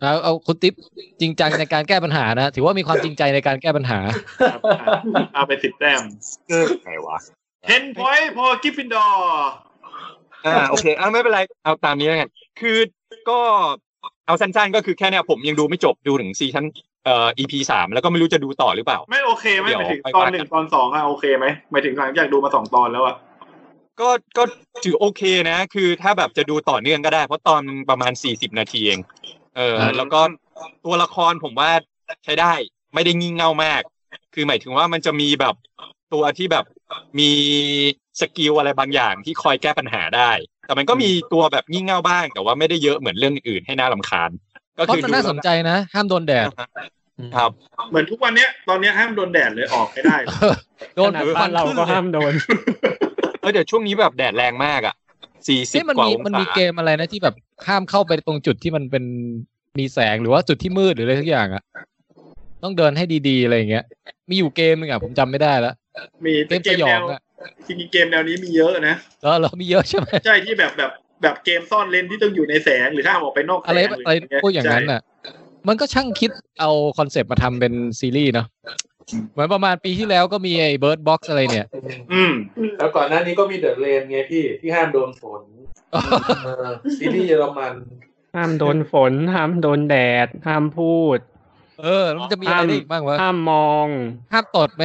Speaker 2: เอาเอาคุณติ๊บจริงจังในการแก้ปัญหานะถือว่ามีความจริงใจในการแก้ปัญหา
Speaker 3: ครับอ่ะเอาไปสิบแต้ม
Speaker 8: เกอร์ไงวะ
Speaker 3: เทนพอยต์พอกิฟฟินดอร์
Speaker 8: อ่าโอเคอ่าไม่เป็นไรเอาตามนี้แล้วกันคือก็เอาสั้นๆ ก็คือแค่เนี้ยผมยังดูไม่จบดูถึงซีชั้นเอ่อ EP สามแล้วก็ไม่รู้จะดูต่อหรือเปล่า
Speaker 3: ไม่โอเคไหม
Speaker 8: เดี๋ยว
Speaker 3: หมายถึง
Speaker 8: ไป
Speaker 3: ตอน
Speaker 8: ว่ากัน
Speaker 3: หนึ่งตอนสองอะโอเคไหมหมายถึงหลังจากดูมาสองตอนแล้วอะ
Speaker 8: ก็ก็ถือโอเคนะ คือถ้าแบบจะดูต่อเนื่องก็ได้ เพราะตอนประมาณสี่สิบนาทีเอง เออ
Speaker 2: อืม
Speaker 8: แล้วก็ตัวละครผมว่าใช้ได้ไม่ได้งี่เง่ามาก คือหมายถึงว่ามันจะมีแบบตัวที่แบบมีสกิลอะไรบางอย่างที่คอยแก้ปัญหาได้ แต่มันก็มีตัวแบบงี่เง่าบ้าง แต่ว่าไม่ได้เยอะเหมือนเรื่องอื่นให้น่าลำคาญ ก็
Speaker 2: เพราะ
Speaker 8: คือ
Speaker 2: มัน
Speaker 8: ดู
Speaker 2: น่าสนใจนะ ห้ามโดนแดด
Speaker 8: ครับ
Speaker 3: เหมือนทุกวันเนี้ยตอนเนี้ยห้ามโดนแดดเลยออกไม่ได้
Speaker 2: เออ [LAUGHS] โดน
Speaker 6: ขนาด
Speaker 2: ค
Speaker 6: บ้า
Speaker 2: วัน น
Speaker 6: เรา
Speaker 2: ขึ้น
Speaker 6: ก็
Speaker 2: เลย
Speaker 6: ห้ามโดน
Speaker 8: เออเดี๋ยวช่วงนี้แบบแดดแรงมากอ่ะสี่สิบ
Speaker 2: นี่มัน
Speaker 8: กว่า
Speaker 2: มี
Speaker 8: อง
Speaker 2: มันมี
Speaker 8: ศา
Speaker 2: เกมอะไรนะที่แบบห้ามเข้าไปตรงจุดที่มันเป็นมีแสงหรือว่าจุดที่มืดหรืออะไรทุกอย่างอ่ะต้องเดินให้ดีๆอะไรอย่างเงี้ย มีอยู่เกมหนึงอ่ะผมจำไม่ได้แล้ว
Speaker 3: มี
Speaker 2: เกม
Speaker 3: เก
Speaker 2: ส
Speaker 3: ม
Speaker 2: ยอ
Speaker 3: แน
Speaker 2: ง
Speaker 3: ว
Speaker 2: อ่ะ
Speaker 3: จริงๆเกมแนวนี้มีเยอะนะ
Speaker 2: แล้วเรามีเยอะใช่ไหม
Speaker 3: ใช่ที่แบบแบบแบบเกมซ่อนเลนที่ต้องอยู่ในแสงหรือห้ามออกไปนอกแสง
Speaker 2: อะไร
Speaker 3: ห
Speaker 2: อะไร
Speaker 3: เ
Speaker 2: พวกอย่างนั้น
Speaker 3: ใช่
Speaker 2: น่ะ มันก็ช่างคิดเอาคอนเซปต์มาทำเป็นซีรีส์เนาะเหมือนประมาณปีที่แล้วก็มีไอ้เบิร์ดบ็อกซ์อะไรเนี่ย
Speaker 3: อืม
Speaker 7: แล้วก่อนหน้านี้ก็มีเดอะเลนไงพี่ที่ห้ามโดนฝ [LAUGHS] นเออซีรีส์เยอรมัน
Speaker 6: ห้ามโดนฝน ห้ามโดนแดด ห้ามพูด
Speaker 2: เออแล้วมันจะมีอะไรได้อีกบ้างวะ
Speaker 6: ห้ามมอง
Speaker 2: ห้ามตดไหม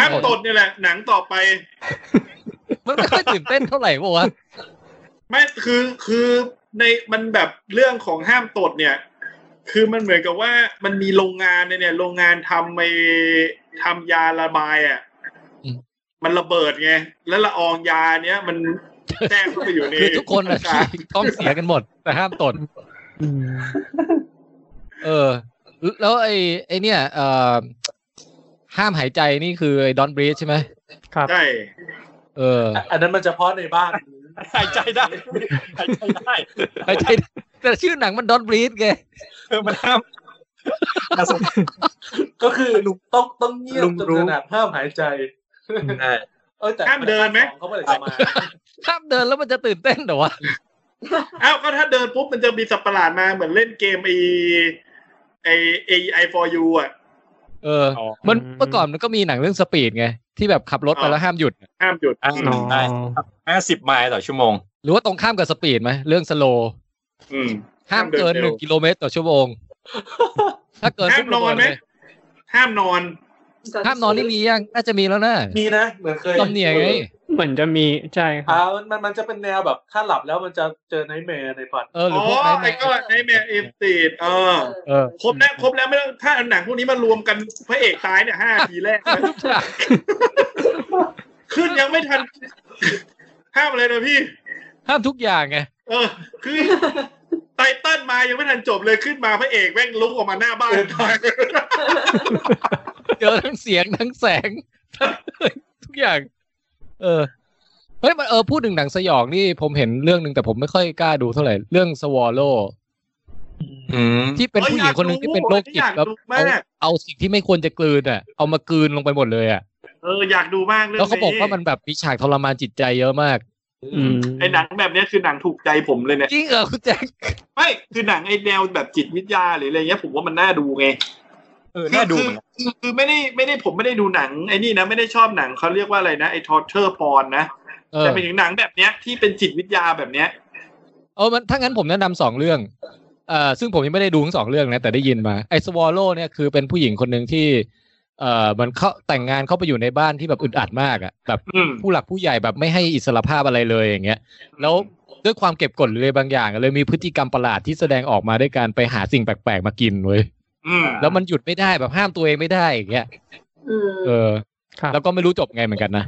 Speaker 3: ห้ามตดเนี่ยแหละหนังต่อไป
Speaker 2: มันไม่ค่อยตื่นเต้นเท่าไหร่ปะวะ
Speaker 3: ไม่คือคือในมันแบบเรื่องของห้ามตดเนี่ย คือมันเหมือนกับว่ามันมีโรงงานเนี่ยโรงงานทำไอทำยาระบายอ่ะมันระเบิดไงแล้วละอองยาเนี้ยมันแทรกเข้าไปอยู่ใน
Speaker 2: คือทุกคนอะ
Speaker 3: อากาศ
Speaker 2: ท้องเสียกันหมด แต่ห้ามตด เออ แล้วไอ้ไอ้เนี่ยเอ่อห้ามหายใจนี่คือไอ้ดอนบรีใช่ไหม
Speaker 6: ครับ
Speaker 3: ใช่
Speaker 2: เออ
Speaker 7: อันนั้นมันเฉพาะในบ้าน
Speaker 8: หายใจได้หายใจได้
Speaker 2: หายใจแต่ชื่อหนังมันดอนบรีไง
Speaker 8: เอ [LAUGHS] อมันห้ามน่าสนใจ
Speaker 7: ก็คือต้องต้องเงียบ
Speaker 8: ลุง
Speaker 7: จน
Speaker 8: รู้
Speaker 7: ขนาดห้ามหายใจ เอ้ยแต่
Speaker 3: ห้ามเดินไหม
Speaker 7: เขาไม่ได้จะมา
Speaker 2: ห้ามเดินแล้วมันจะตื่นเต้นเหรอวะ
Speaker 3: อ้าวก็ถ้าเดินปุ๊บมันจะมีสัตว์ประหลาดมาเหมือนเล่นเกมไอไอไอไอฟอร์ยูอ่ะ
Speaker 2: เออ
Speaker 8: อ๋อ
Speaker 2: มันเมื่อก่อนมันก็มีหนังเรื่องสปีดไง ที่แบบขับรถไป
Speaker 3: อ๋อ
Speaker 2: แล้วห้ามหยุด
Speaker 3: ห้ามหยุด
Speaker 8: อ่ะ
Speaker 3: อืม
Speaker 6: อ๋อ
Speaker 8: ห้าสิบไมล์ต่อชั่วโมง
Speaker 2: หรือว่าตรงข้ามกับสปีดไหมเรื่องสโล
Speaker 3: อืม
Speaker 2: ห้ามเกิน
Speaker 3: ห้ามเดิน
Speaker 2: ห
Speaker 3: เร็ว
Speaker 2: นึ่งกิโลเมตรต่อชั่วโมง ถ้าเกิน
Speaker 3: ห้า
Speaker 2: ปุ๊
Speaker 3: ม
Speaker 2: บ
Speaker 3: น
Speaker 2: ระ
Speaker 3: อน
Speaker 2: เบิด
Speaker 3: ไหม
Speaker 2: เลย
Speaker 3: ห้ามนอน
Speaker 2: ห้ามนอนนี่มียังน่าจะมีแล้วนะ
Speaker 7: มีนะ เหมือนเคย
Speaker 2: ตำเนียไง
Speaker 6: เหมือนจะมี ใช่ครับ
Speaker 7: อ่ามันมันมันจะเป็นแนวแบบถ้าหลับแล้วมันจะเจอไนท์แมร์ในฝัน
Speaker 2: เออหรือ
Speaker 3: อ๋อ
Speaker 2: พวกนั้น
Speaker 3: ไอ้ก็ไอแมนเอฟตีดเออ
Speaker 2: เออ
Speaker 3: ครบแล้วครบแล้วไม่ต้องถ้าหนังพวกนี้มารวมกันพระเอกตายเนี่ยห้าทีแรก
Speaker 2: ห้าม
Speaker 3: นะ
Speaker 2: ทุกฉาก
Speaker 3: ขึ้นยังไม่ทัน ห้ามเลยนะพี่
Speaker 2: ห้ามทุกอย่างไง
Speaker 3: เออ คือไตเติ้ลมายังไม่ทันจบเลยขึ้นมาพระเอกแม่งลุกออกมาหน้าบ้านตาย
Speaker 2: เจอทั้งเสียงทั้งแสง [LAUGHS] ทั้งทุกอย่าง เออเฮ้ยมันเออพูดถึงหนังสยองนี่ผมเห็นเรื่องหนึ่งแต่ผมไม่ค่อยกล้าดูเท่าไหร่เรื่องสวอลโล
Speaker 8: อืม
Speaker 2: ที่เป็นผู้หญิงคนหนึ่งที่เป็นโรคจิต
Speaker 3: อยาก
Speaker 2: แล้ว
Speaker 3: ดู
Speaker 2: เอา
Speaker 3: มาก
Speaker 2: เอาสิ่งที่ไม่ควรจะกลืนอ่ะ เอามากลืนลงไปหมดเลยอ่ะ
Speaker 3: เอออยากดูมากเรื่อง
Speaker 2: แล้วเขา
Speaker 3: นี้
Speaker 2: บอกว่ามันแบบมีฉากทรมานจิตใจเยอะมาก
Speaker 6: อืม
Speaker 3: ไอ้หนังแบบเนี้ยคือหนังถูกใจผมเลยเนี่ย
Speaker 2: จริงเหรอคุณแจ็ค
Speaker 3: ไม่คือหนังไอ้แนวแบบจิตวิทยาหรืออะไรเงี้ยผมว่ามันน่าดูไง
Speaker 8: เออน่าดู
Speaker 3: คือ
Speaker 8: เหมือนกัน
Speaker 3: คือคือไม่ได้ไม่ได้ผมไม่ได้ดูหนังไอ้นี่นะไม่ได้ชอบหนังเขาเรียกว่าอะไรนะไอ้ทอร์เทอร์พรนะ
Speaker 2: เออ
Speaker 3: แต่เป็นถึงหนังแบบเนี้ยที่เป็นจิตวิทยาแบบเนี้ย
Speaker 2: เออมันถ้างั้นผมแนะนำสองเรื่องเอ่อซึ่งผมยังไม่ได้ดูทั้งสองเรื่องนะแต่ได้ยินมาไอ้สวอลโลเนี่ยคือเป็นผู้หญิงคนหนึ่งที่ เอ่อมันเข้าแต่งงานเข้าไปอยู่ในบ้านที่แบบอึดอัดมากอะแบบ
Speaker 3: อืม
Speaker 2: ผู้หลักผู้ใหญ่แบบไม่ให้อิสรภาพอะไรเลยอย่างเงี้ย แล้วด้วยความเก็บกดหรืออะไรบางอย่างอะเลยมีพฤติกรรมประหลาดที่แสดงออกมาด้วยการไปหาสิ่งแปลกๆมากินเว้ย
Speaker 3: อืม
Speaker 2: แล้วมันหยุดไม่ได้แบบห้ามตัวเองไม่ได้อย่างเงี้ย
Speaker 5: อืม
Speaker 2: เออ
Speaker 6: ครับ
Speaker 2: แล้วก็ไม่รู้จบไงเหมือนกันนะ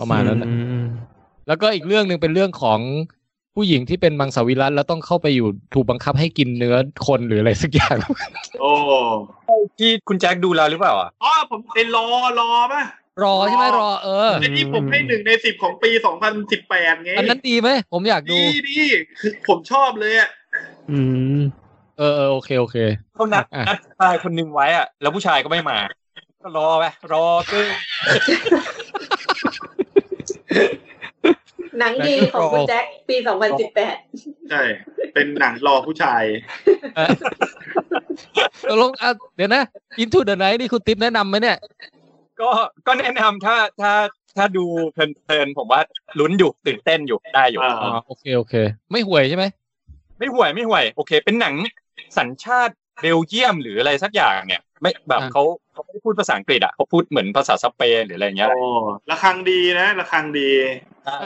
Speaker 2: ประมาณนั้นนะ
Speaker 6: อืม
Speaker 2: แล้วก็อีกเรื่องหนึ่งเป็นเรื่องของผู้หญิงที่เป็นมังสวิรัตแล้วต้องเข้าไปอยู่ถูกบังคับให้กินเนื้อคนหรืออะไรสักอย่าง
Speaker 3: โอ้
Speaker 8: ที่คุณแจ็คดูแล้วหรือเปล่าอ่ะ
Speaker 3: อ๋อผมไอ้รอรอป่ะ
Speaker 2: [LAUGHS] รอใช่ไหมรอเออ
Speaker 3: ไอ้ที่ผมให้หนึ่งในสิบของปีสองพันสิบแปดไง
Speaker 2: อันนั้นดีไหมผมอยากดู
Speaker 3: ดีดีคือผมชอบเลยอะ
Speaker 6: อืม
Speaker 2: เออเออโอเคโอเค
Speaker 8: เขานัด
Speaker 2: อ่ะ
Speaker 8: นัดผู้ชายคนหนึงไว้อ่ะ แล้วผู้ชายก็ไม่มา ก็รอไปรอเกอร์
Speaker 5: หนังดีของคุณแจ็คปีสองพันสิบแปด
Speaker 3: ใช่เป็นหนังรอผู้ชาย
Speaker 2: ตกลงอ่ะเดี๋ยวนะ Into the Night นี่คุณติ๊บแนะนำไหมเนี่ย
Speaker 8: ก็ก็แนะนำถ้าถ้าถ้าดูเพลินๆผมว่าลุ้นอยู่ตื่นเต้นอยู่ได้อยู่
Speaker 3: อ่า
Speaker 2: อ๋อโอเคโอเค ไม่ห่วยใช่ไหม
Speaker 8: ไม่ห่วยไม่ห่วยโอเค เป็นหนังสัญชาติเบลเยียมหรืออะไรสักอย่างเนี่ย ไม่แบบเขาเขาไม่ได้พูดภาษาอังกฤษอ่ะเขาพูดเหมือนภาษาสเปนหรืออะไรอย่างเงี้ยแหละ
Speaker 3: โอ้ระคังดีนะระคังดี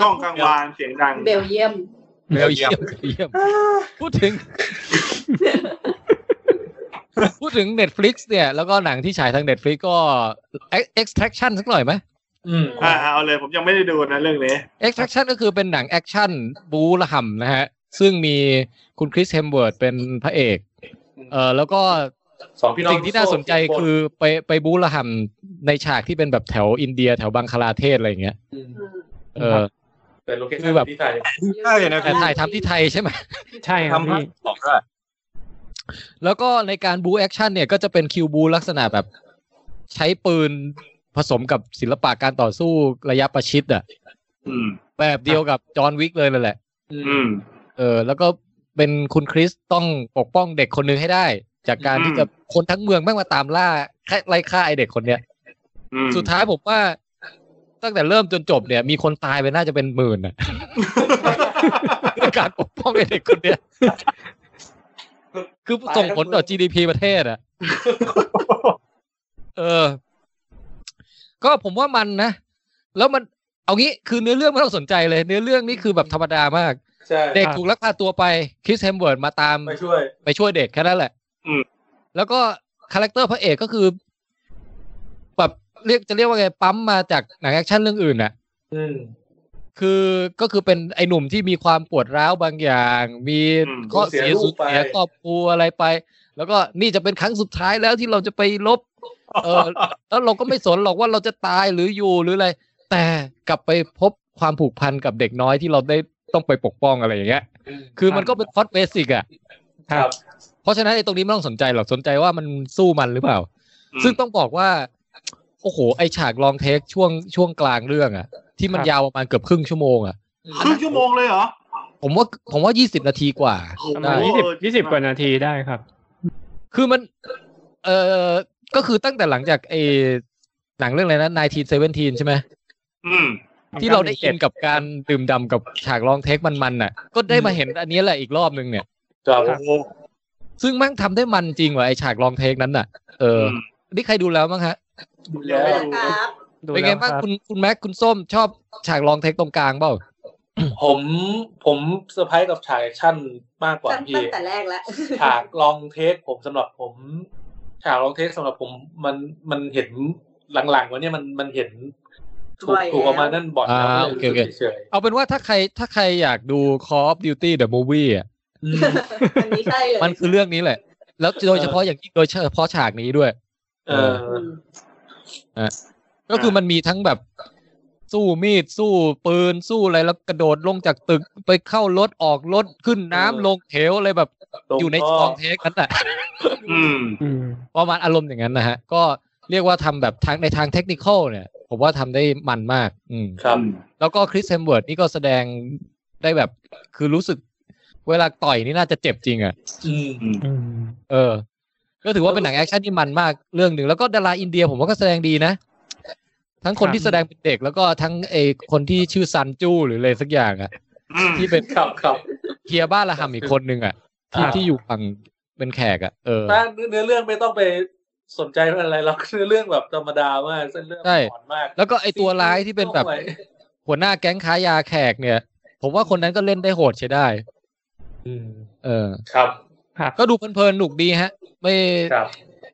Speaker 3: กล้องกลางวานเสียงดัง
Speaker 5: เบลเยียม
Speaker 8: เบลเยียม
Speaker 2: เยี่ยม [LAUGHS] พูดถึง [LAUGHS] พูดถึง Netflix เนี่ย แล้วก็หนังที่ฉายทาง Netflix ก็ Extraction สักหน่อยไหม
Speaker 9: อืม
Speaker 3: อ่าเอาเลยผมยังไม่ได้ดูนะเรื่องนี้
Speaker 2: Extraction ก็คือเป็นหนังแอคชั่นบูระห่ำนะฮะ ซึ่งมีคุณคริสเฮมเวิร์ดเป็นพระเอกเออแล้วก็
Speaker 7: สองพี่น้อง
Speaker 2: สิ่งที่น่าสนใจคือไปไปบูระห่ำในฉากที่เป็นแบบแถวอินเดียแถวบังคลาเทศอะไรอย่างเงี้ย
Speaker 7: อืม
Speaker 2: เออ
Speaker 7: แต่โลเค
Speaker 2: คื
Speaker 7: ชั่
Speaker 2: อน แบบ
Speaker 7: ที่ไทย
Speaker 8: ใช่นะค
Speaker 2: แต่
Speaker 8: รับ
Speaker 2: ถ่ายทำที่ไทยใช่ไหม
Speaker 6: ใช่ครับ
Speaker 8: ทำให้
Speaker 6: พี่
Speaker 8: บอกว่า
Speaker 2: แล้วก็ในการบูแอคชั่นเนี่ยก็จะเป็นคิวบูลักษณะแบบใช้ปืนผสมกับศิลปะการต่อสู้ระยะประชิดอ่ะ
Speaker 3: อืม
Speaker 2: แบบเดียวกับจอห์นวิกเลยนั่นแหละ
Speaker 3: อืม
Speaker 2: เออ แล้วก็เป็นคุณคริสต้องปกป้องเด็กคนหนึงให้ได้ จากการ
Speaker 3: อืม
Speaker 2: ที่จะคนทั้งเมืองแม่งมาตามล่าแค่ไล่ฆ่าไอเด็กคนเนี้ย
Speaker 3: อืม
Speaker 2: สุดท้ายผมว่า ตั้งแต่เริ่มจนจบเนี่ย มีคนตายไปน่าจะเป็นหมื่น
Speaker 3: [LAUGHS]
Speaker 2: อ่ะ ด้วยการปกป้องไอเด็กคนเนี้ยคือส่งผลต่อ GDP ประเทศอ่ะ เออ ก็ผมว่ามันนะ แล้วมัน เอางี้ คือเนื้อเรื่องไม่ต้องสนใจเลย เนื้อเรื่องนี่คือแบบธรรมดามาก
Speaker 7: ใช่
Speaker 2: เด็กถูกลักพาตัวไป คริสเฮมเวิร์ดมาตาม
Speaker 7: ไปช่วย
Speaker 2: ไปช่วยเด็กแค่นั้นแหละ
Speaker 3: อืม
Speaker 2: แล้วก็คาแรคเตอร์พระเอกก็คือแบบเรียกจะเรียกว่าไง ปั๊มมาจากหนังแอคชั่นเรื่องอื่นน่ะ
Speaker 7: อืม
Speaker 2: คือก็คือเป็นไอ้หนุ่มที่มีความปวดร้าวบางอย่าง มี
Speaker 3: อืม
Speaker 2: ข้อ
Speaker 7: สูญเสี
Speaker 2: เสี
Speaker 7: ย
Speaker 2: ย
Speaker 7: ลู
Speaker 2: สูญ
Speaker 7: กไป
Speaker 2: เสียครอบครัวอะไรไป แล้วก็นี่จะเป็นครั้งสุดท้ายแล้วที่เราจะไปลบ เออ แล้วเราก็ไม่สนหรอกว่าเราจะตายหรืออยู่หรืออะไร แต่กลับไปพบความผูกพันกับเด็กน้อยที่เราได้ต้องไปปกป้องอะไรอย่างเงี้ย คือมันก็เป็นคอร์สเบสิกอ่ะ
Speaker 6: ครับ
Speaker 2: เพราะฉะนั้นไอ้ตรงนี้ไม่ต้องสนใจหรอกสนใจว่ามันสู้มันหรือเปล่า
Speaker 3: อืม
Speaker 2: ซึ่งต้องบอกว่า โอ้โห ไอฉากลองเทคช่วงช่วงกลางเรื่องอะที่มันยาวประมาณเกือบครึ่งชั่วโมงอะ
Speaker 3: ครึ่งชั่วโมงเลยเหรอ
Speaker 2: ผมว่าผมว่ายี่สิบนาทีกว่า
Speaker 6: ประมาณยี่สิบยี่สิบกว่านาทีได้ครับ
Speaker 2: คือมัน เออก็คือตั้งแต่หลังจากไอหนังเรื่องอะไรนะนายทีเซเว่นทีนใช่ไหม
Speaker 3: อืม
Speaker 2: ที่เราได้อินกับการดื่มดำกับฉากลองเทคมันๆน่ะ ก็ได้มาเห็นอันนี้แหละอีกรอบนึงเนี่ย
Speaker 7: ครับ
Speaker 2: ซึ่งแมั่งทำได้มันจริงว่ะไอฉากลองเทคนั้นน่ะ เอออ
Speaker 3: ม
Speaker 2: นี่ใครดูแล้วมั้งฮะ
Speaker 5: ดูแลครับ
Speaker 6: ดู
Speaker 2: เป็น
Speaker 6: แล้
Speaker 2: ไง
Speaker 6: วค
Speaker 2: บ้าง
Speaker 6: รับ
Speaker 2: คุณคุณแม็กคุณส้มชอบฉากลองเทคตรงกลางเปล่า
Speaker 7: ผมผมเซอร์ไพรส์กับฉากแอคชั่นมากกว่า
Speaker 5: ตั้ง
Speaker 7: พี่
Speaker 5: ตั้งแต่แร [LAUGHS] กแล้ว
Speaker 7: ฉากลองเทคผมสำหรับผมฉากลองเทคสำหรับผมมันมันเห็นหลังๆวันนี้มันมันเห็นถูก
Speaker 5: บ่อยแล้ว
Speaker 7: ถูกเออกมานั่นบ่อยแล้วก็เลยรู้สึกเฉย
Speaker 2: เอาเป็นว่าถ้าใครถ้าใครอยากดู Call of Duty The Movie อ่ะ
Speaker 7: ๆอืม
Speaker 5: อันนี้ใช่เลย
Speaker 2: มันคือเรื่องนี้แหละ แล้วโดยเฉพาะอย่างยิ่งโดยเฉพาะฉากนี้ด้วย
Speaker 7: เออ
Speaker 5: อืม
Speaker 2: ก็คือมันมีทั้งแบบสู้มีดสู้ปืนสู้อะไรแล้วกระโดดลงจากตึกไปเข้ารถออกรถขึ้นน้ำลงเหวอะไรแบบ
Speaker 7: ตรง
Speaker 2: อยู่ใน
Speaker 7: ข้
Speaker 2: ลองเทคนั้นแหละ
Speaker 3: อืม
Speaker 6: อืม
Speaker 2: ประมาณอารมณ์อย่างนั้นนะฮะ ก็เรียกว่าทำแบบทางในทางเทคนิคอลเนี่ย ผ ผมว่าทำได้มันมาก อืม
Speaker 7: ครับ
Speaker 2: แล้วก็คริสเฮมเวิร์ดนี่ก็แสดงได้แบบ คือรู้สึก เวลาต่อยนี่น่าจะเจ็บจริงอ่ะ
Speaker 4: อืม
Speaker 2: เออ ก็ถือว่าเป็นหนังแอคชั่นที่มันมากเรื่องหนึ่ง แล้วก็ดาราอินเดียผมว่าก็แสดงดีนะ ทั้งคนที่แสดงเป็นเด็ก แล้วก็ทั้งไอคนที่ชื่อซันจูหรืออะไรสักอย่างอ่ะ
Speaker 3: อืม
Speaker 2: ที่เป็น
Speaker 7: ครับครับ
Speaker 2: เฮียบ้าละหัมอีกคนนึงอ่ะ ที่
Speaker 7: อ่า
Speaker 2: ที่อยู่ฝั่งเป็นแขกอ่ะ เออ
Speaker 7: ถ้าเนื้อเรื่องไม่ต้องไปสนใจอะไรหรอก [LAUGHS] เนื้อเรื่องแบบธรรมดามากเส้นเรื่อง
Speaker 2: ใช่
Speaker 7: อ่อนมาก
Speaker 2: แล้วก็ไอตัวร้ายที่เป็นแบบ
Speaker 7: ต้องไหว
Speaker 2: หัวหน้าแก๊งค้ายาแขกเนี่ย ผมว่าคนนั้นก็เล่นได้โหดใช้ได้ เออ
Speaker 7: ครับ
Speaker 2: ก็ดูเพลินๆหนุกดีฮะ ไม่
Speaker 7: ครับ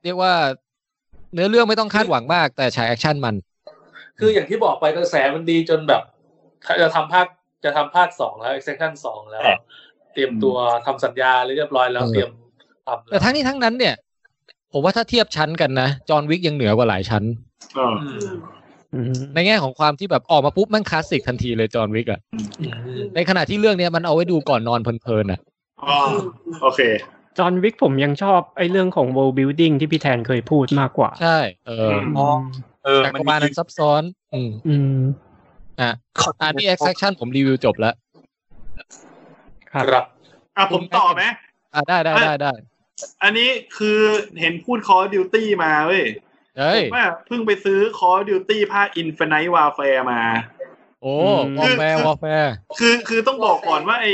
Speaker 2: เรียกว่า เนื้อเรื่องไม่ต้องคาดหวังมาก แต่ฉายแอคชั่นมัน
Speaker 7: คืออย่างที่บอกไปกระแสมันดีจนแบบจะทำภาคจะทำภาคสองแล้ว e x t e n s i o n สองแล้ว เตรียมตัวทำสัญญาเรียบร้อยแล้ว
Speaker 2: เออ
Speaker 7: เตรียมทำ
Speaker 2: แต่
Speaker 7: แล้ว
Speaker 2: ทั้งนี้ทั้งนั้นเนี่ย ผมว่าถ้าเทียบชั้นกันนะ จอห์นวิกยังเหนือกว่าหลายชั้น
Speaker 3: อ่า
Speaker 7: อืม
Speaker 2: ในแง่ของความที่แบบออกมาปุ๊บแมันคลาสสิกทันทีเลยจอห์นวิกอะ
Speaker 7: อืม
Speaker 2: ในขณะที่เรื่องเนี้ยมันเอาไว้ดูก่อนนอนเพลินๆอะ
Speaker 3: อ๋อโอเค
Speaker 6: จอห์นวิกผมยังชอบไอ้เรื่องของ world building ที่พี่แทนเคยพูดมากกว่า
Speaker 2: ใช่ เออ
Speaker 6: อ๋อ
Speaker 8: เออ
Speaker 2: จัก
Speaker 8: มัน
Speaker 2: รวาลนั้นซับซ้อน อืม
Speaker 6: อืม
Speaker 2: อ่านี่แอคชั่นผมรีวิวจบแล้ว
Speaker 6: ครับ
Speaker 7: ครับ
Speaker 3: อ่ะผมต่อไหม
Speaker 2: อ่าได้ได้ได้ได้
Speaker 3: อันนี้คือเห็นพูด Call of Duty มาเว้ย
Speaker 2: เฮ้ย
Speaker 3: ผมว่าเพิ่งไปซื้อ Call of Duty ภาค Infinite Warfare มา
Speaker 2: โอ้
Speaker 6: อืม
Speaker 2: วอลแฟร์วอลแฟร์
Speaker 3: คือคือต้องบอกก่อนว่าไอ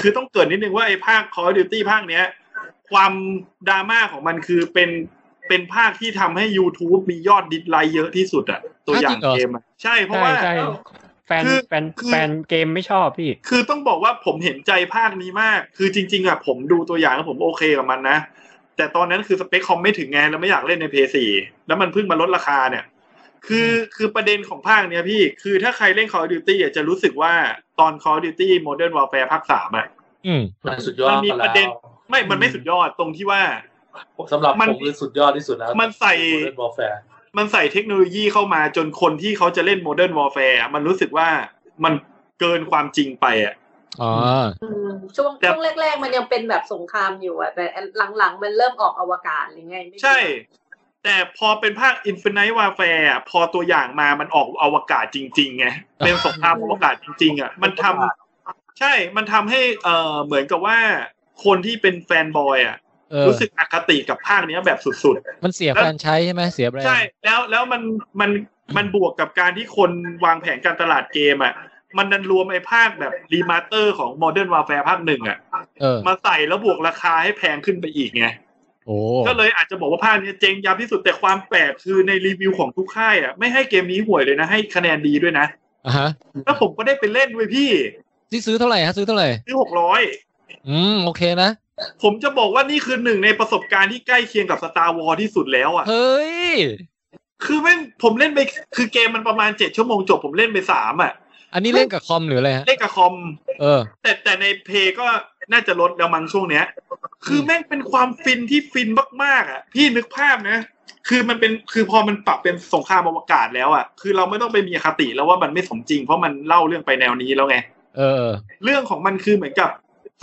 Speaker 3: คือต้องเกริดนิดนึงว่าไอภาค Call of Duty ภาคเนี้ย ความดราม่าของมันคือเป็นเป็นภาคที่ทำให้ YouTube มียอดดิสไลค์เยอะที่สุดอะตัวอย่าง
Speaker 2: อ้าวจริงเหรอ
Speaker 3: เกมอะใช่เพราะ
Speaker 6: ใช่
Speaker 3: ว่า
Speaker 6: ใช่แฟน
Speaker 3: คือ
Speaker 6: แฟน
Speaker 3: คือ
Speaker 6: แฟนเกมไม่ชอบพี่
Speaker 3: คือต้องบอกว่าผมเห็นใจภาคนี้มาก คือจริง ๆอะผมดูตัวอย่างแล้วผมโอเคกับมันนะ แต่ตอนนั้นคือสเปคคอมไม่ถึงไงแล้วไม่อยากเล่นใน PS4 แล้วมันเพิ่งมาลดราคาเนี่ย คือคือประเด็นของภาคเนี้ยพี่ คือถ้าใครเล่น Call of Duty อะจะรู้สึกว่าตอน Call of Duty Modern Warfare ภาคสามอะ
Speaker 2: อืม
Speaker 7: มันสุดยอด
Speaker 3: มันมีประเด็น ไม่ มันไม่สุดยอดตรงที่ว่า
Speaker 7: สำหรับ
Speaker 3: มัน
Speaker 7: ผมคือสุดยอดที่สุดแล้ว
Speaker 3: มันใส่
Speaker 7: บอลแฟร์
Speaker 3: มันใส่เทคโนโลยีเข้ามาจนคนที่เขาจะเล่น Modern Warfare อะมันรู้สึกว่ามันเกินความจริงไปอะ
Speaker 2: อ๋อ
Speaker 5: อืมช่วง
Speaker 3: แต่
Speaker 5: ช่วงแรก ๆ มันยังเป็นแบบสงครามอยู่อะแต่หลังๆ มันเริ่มออกอวกาศหรือไงไม่รู้
Speaker 3: ใช่ แต่พอเป็นภาค Infinite Warfare อะพอตัวอย่างมามันออกอวกาศจริงๆไง เป็นสงครามอวกาศจริง ๆ อ่ะ มันทำใช่ มันทำให้เอ่อเหมือนกับว่า คนที่เป็นแฟนบอยอ่ะ
Speaker 2: เออ
Speaker 3: รู้สึกอคติกับภาคเนี้ยแบบสุด ๆ
Speaker 2: มันเสียแฟรนใช้ใช่ไหมเสียแบรนด์
Speaker 3: ใช่แล้วแล้วมันมันมันบวกกับการที่คนวางแผนการตลาดเกมอ่ะ มันดันรวมไอ้ภาคแบบรีมาสเตอร์ของ Modern Warfare ภาคหนึ่งอ่ะ
Speaker 2: เออ
Speaker 3: มาใส่แล้วบวกราคาให้แพงขึ้นไปอีกไง
Speaker 2: โอ้
Speaker 3: ก็เลยอาจจะบอกว่าภาคเนี้ยเจ๊งยับที่สุดแต่ความแปลกคือในรีวิวของทุกค่ายอ่ะไม่ให้เกมนี้ห่วยเลยนะ ให้คะแนนดีด้วยนะ
Speaker 2: อ่ะฮะ
Speaker 3: แล้วผมก็ได้ไปเล่นเว้ยพี่
Speaker 2: ที่ซื้อเท่าไหร่ฮะซื้อเท่าไหร่
Speaker 3: ที่หกร้อย
Speaker 2: อืม โอเคนะ
Speaker 3: ผมจะบอกว่านี่คือหนึ่งในประสบการณ์ที่ใกล้เคียงกับ Star War ที่สุดแล้วอ่ะ
Speaker 2: เฮ้ย
Speaker 3: คือแม่งผมเล่นไปคือเกมมันประมาณเจ็ดชั่วโมงจบผมเล่นไปสามอ่ะ
Speaker 2: อันนี้เล่นกับคอมหรืออะไรฮะ
Speaker 3: เล่นกับคอม
Speaker 2: เออ
Speaker 3: แต่แต่ในเพย์ก็น่าจะลดแล้วมั้งช่วงเนี้ย คือแม่งเป็นความฟินที่ฟินมากๆอ่ะ พี่นึกภาพนะ คือมันเป็นคือพอมันปรับเป็นสงครามอวกาศแล้วอ่ะ คือเราไม่ต้องไปมีอคติแล้วว่ามันไม่สมจริงเพราะมันเล่าเรื่องไปแนวนี้แล้วไง
Speaker 2: เออเออ
Speaker 3: เรื่องของมันคือเหมือนกับ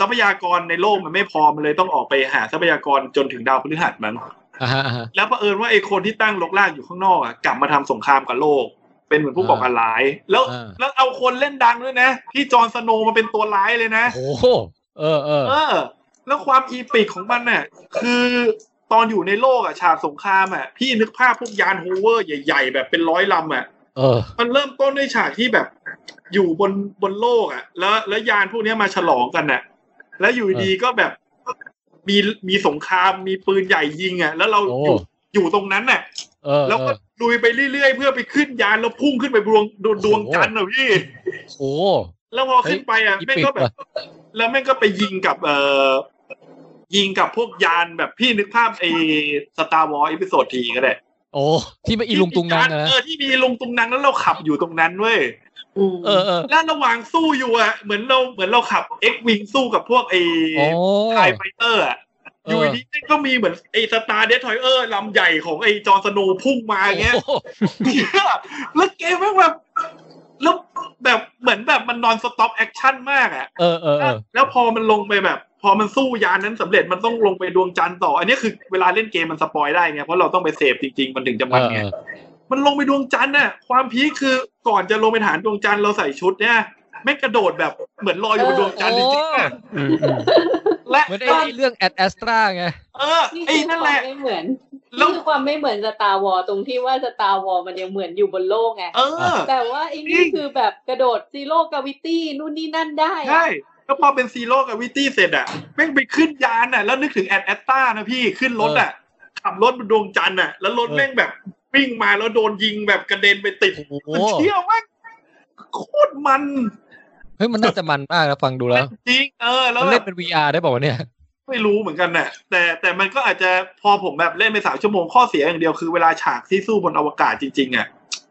Speaker 3: ทรัพยากรในโลกมันไม่พอมันเลยต้องออกไปหาทรัพยากรจนถึงดาวพฤหัสมั้ง
Speaker 2: อ่าฮะอ่าฮะ
Speaker 3: แล้วเผอิญว่าไอ้คนที่ตั้งลกลากอยู่ข้างนอกอ่ะกลับมาทำสงครามกับโลก เป็นเหมือนผู้ก่อการร้าย แล้ว
Speaker 2: อ่า
Speaker 3: แล้วเอาคนเล่นดังด้วยนะที่จอห์นสโนว์มาเป็นตัวร้ายเลยนะ
Speaker 2: โอ้โหเออเออ
Speaker 3: เออ แล้วความอีปิกของมันน่ะ คือตอนอยู่ในโลกอ่ะฉากสงครามอ่ะพี่นึกภาพพวกยานโฮเวอร์ใหญ่ๆ แบบเป็นร้อยลำอ่ะ
Speaker 2: เออ
Speaker 3: มันเริ่มต้นด้วยฉากที่แบบอยู่บนบนโลกอ่ะ แล้วแล้วยานพวกเนี้ยมาฉลองกันน่ะ แล้วอยู่ดีก็แบบมีมีสงครามมีปืนใหญ่ยิงอ่ะ แล้วเรา
Speaker 2: โอ้
Speaker 3: อยู่อยู่ตรงนั้นน่ะ
Speaker 2: เออ
Speaker 3: แล้ว
Speaker 2: เอ
Speaker 3: ก็
Speaker 2: อ
Speaker 3: ลุยไปเรื่อยๆ เพื่อไปขึ้นยานแล้วพุ่งขึ้นไปดวงดวงดวงจันทร์อ่ะพี่
Speaker 2: โอ้โห
Speaker 3: แล้วพอขึ้นไปอ่ะ
Speaker 2: เฮ้ย
Speaker 3: แม่งก็แบบ แล้วแม่งก็ไปยิงกับเอ่อยิงกับพวกยานแบบพี่นึกภาพไอ้สตาร์วอลอีพิโซดทีก็ได้
Speaker 2: โอ้ ที่มาอีลุงตุงนังอะนะ
Speaker 3: ที่มียาเออที่มีลุงตุงนังแล้วเราขับอยู่ตรงนั้นเว้ย
Speaker 5: อืม
Speaker 2: เออเออ
Speaker 3: แล้วระหว่างสู้อยู่อ่ะเหมือนเราเหมือนเราขับเอ็กวิงสู้กับพวกไอ้
Speaker 2: โอ้
Speaker 3: ไทไฟเตอร์อ่ะ
Speaker 2: เอออ
Speaker 3: อยู่ดีแม่งก็มีเหมือนไอ้สตาร์เดสทอยเออร์ลำใหญ่ของไอ้จอร์นสโนว์พุ่งมาอย่างเงี้ย
Speaker 2: โอ้โห
Speaker 3: แล้วเกมแม่งแบบแล้วแบบเหมือนแบบมันนอนสต็อปแอคชั่นมากอ่ะ
Speaker 2: เออเออเออ
Speaker 3: แล้วพอมันลงไปแบบ พอมันสู้ยานนั้นสำเร็จมันต้องลงไปดวงจันทร์ต่อ อันนี้คือเวลาเล่นเกมมันสปอยได้ไงเพราะเราต้องไปเสพจริงๆ มันถึงจะ
Speaker 2: เอ
Speaker 3: มัน
Speaker 2: อ
Speaker 3: ไง มันลงไปดวงจันทร์น่ะ ความพีคคือก่อนจะลงไปฐานดวงจันทร์เราใส่ชุดเนี่ยไม่งกระโดดแบบเหมือนลอยอยู่บนดวงจันทร์จริงๆอะ
Speaker 6: อืมอืม
Speaker 3: และ
Speaker 2: เหมือนไอ้เรื่องแอดแอสตราไง
Speaker 3: เออ
Speaker 5: นี่
Speaker 3: ไอ้
Speaker 5: คือค
Speaker 3: นั่นแห
Speaker 5: วาม
Speaker 3: ละ
Speaker 5: ไม่เหมือน
Speaker 3: แล้ว
Speaker 5: นี่คือความไม่เหมือนสตาร์วอตรงที่ว่าสตาร์วอมันยังเหมือนอยู่บนโลกไง
Speaker 3: เออ
Speaker 5: แต่ว่าไอ้นี่คือแบบกระโดดซีโร่กาวิตี้นู่นนี่นั่นได้อะ
Speaker 3: ใช่แล้วพอเป็นซีโร่กับวิตี้เสร็จอ่ะแม่งไปขึ้นยานอ่ะ แล้วนึกถึงแอดแอตตานะพี่ขึ้นรถอ่ะ ขับรถบนดวงจันทร์อ่ะ แล้วรถ
Speaker 2: เออ
Speaker 3: แม่งแบบวิ่งมาแล้วโดนยิงแบบกระเด็นไปติด
Speaker 2: โอ้โห
Speaker 3: มันเชี่ยวมากโคตรมัน
Speaker 2: เฮ้ยมันน่าจะมันมากนะฟังดูแล้ว
Speaker 3: จริงเออ แล้
Speaker 2: มั
Speaker 3: วน แบ
Speaker 2: เล่น
Speaker 3: บ
Speaker 2: เป็น VR ได้บอกว่าวะเนี่ย
Speaker 3: ไม่รู้เหมือนกันน่ะ แต่แต่มันก็อาจจะพอผมแบบเล่นไปสามชั่วโมงข้อเสียอย่างเดียวคือเวลาฉากที่สู้บนอวกาศจริงๆอ่ะ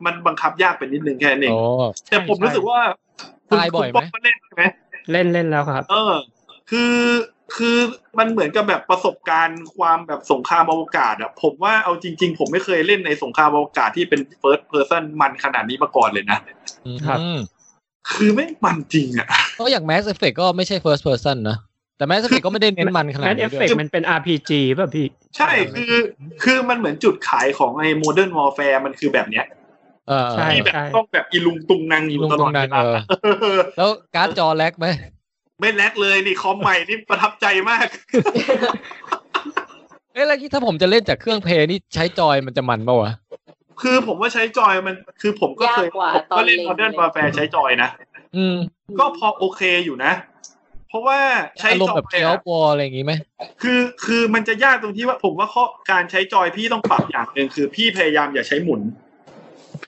Speaker 3: มันบังคับยากไปนิดนึงแค่นั้นเอง
Speaker 2: โอ้
Speaker 3: แต่ผมรู้สึกว่า
Speaker 2: ตายบ่อยไหม
Speaker 3: คุณป๊กก็เล่นใช่ไหม
Speaker 6: เล่นเล่นแล้วครับ
Speaker 3: เออ คือ คือมันเหมือนกับแบบประสบการณ์ความแบบสงครามอวกาศอะผมว่าเอาจริง ๆ ผมไม่เคยเล่นในสงครามอวกาศที่เป็น first person มันขนาดนี้มาก่อนเลยนะ
Speaker 6: ครับ
Speaker 2: อืม
Speaker 3: คือไม่งมันจริงอะ
Speaker 2: ก็อย่าง Mass Effect ก็ไม่ใช่ first person นะ แต่ Mass Effect ก็ไม่ได้เน้นมันขนาด
Speaker 6: แมทเอ
Speaker 2: นี้
Speaker 6: ฟ
Speaker 2: ด้
Speaker 6: เฟ
Speaker 2: วย
Speaker 6: กมันเป็น RPG ป่ะพี่
Speaker 3: ใช่ คือ คือมันเหมือนจุดขายของไอ้ modern warfare มันคือแบบเนี้ย
Speaker 2: เออ
Speaker 6: ใช่
Speaker 3: ที่แบบต้องแบบอีลุงตุงนางอยู่ตลอด
Speaker 2: นั
Speaker 3: เว
Speaker 2: ง
Speaker 3: ลา
Speaker 2: เออ
Speaker 3: เออ
Speaker 2: แล้วการ์ดจอแลกไหม
Speaker 3: ไม่แลกเลยนี่คอมใหม่นี่ประทับใจมาก
Speaker 2: เอ้ยแล้วที่ถ้าผมจะเล่นจากเครื่องเพลย์นี่ใช้จอยมันจะมันปะวะ
Speaker 3: คือผมว่าใช้จอยมัน คือผมก็เคย
Speaker 5: ยากกว่า
Speaker 3: ผม
Speaker 5: ตอน
Speaker 3: ก็เล่น
Speaker 5: เล็ง
Speaker 3: modern warfare ใช้จอยนะ
Speaker 2: อืม
Speaker 3: ก็พอโอเคอยู่นะ เพราะว่าใช้
Speaker 2: อารม
Speaker 3: จ
Speaker 2: ณ์
Speaker 3: อ
Speaker 2: แบบ
Speaker 3: ย
Speaker 2: เจล
Speaker 3: อะ
Speaker 2: บอลอะไรอย่างงี้ไหม
Speaker 3: คือคือมันจะยากตรงที่ว่าผมว่าข้อการใช้จอยพี่ต้องปรับอย่างหนึ่งคือพี่พยายามอย่าใช้หมุน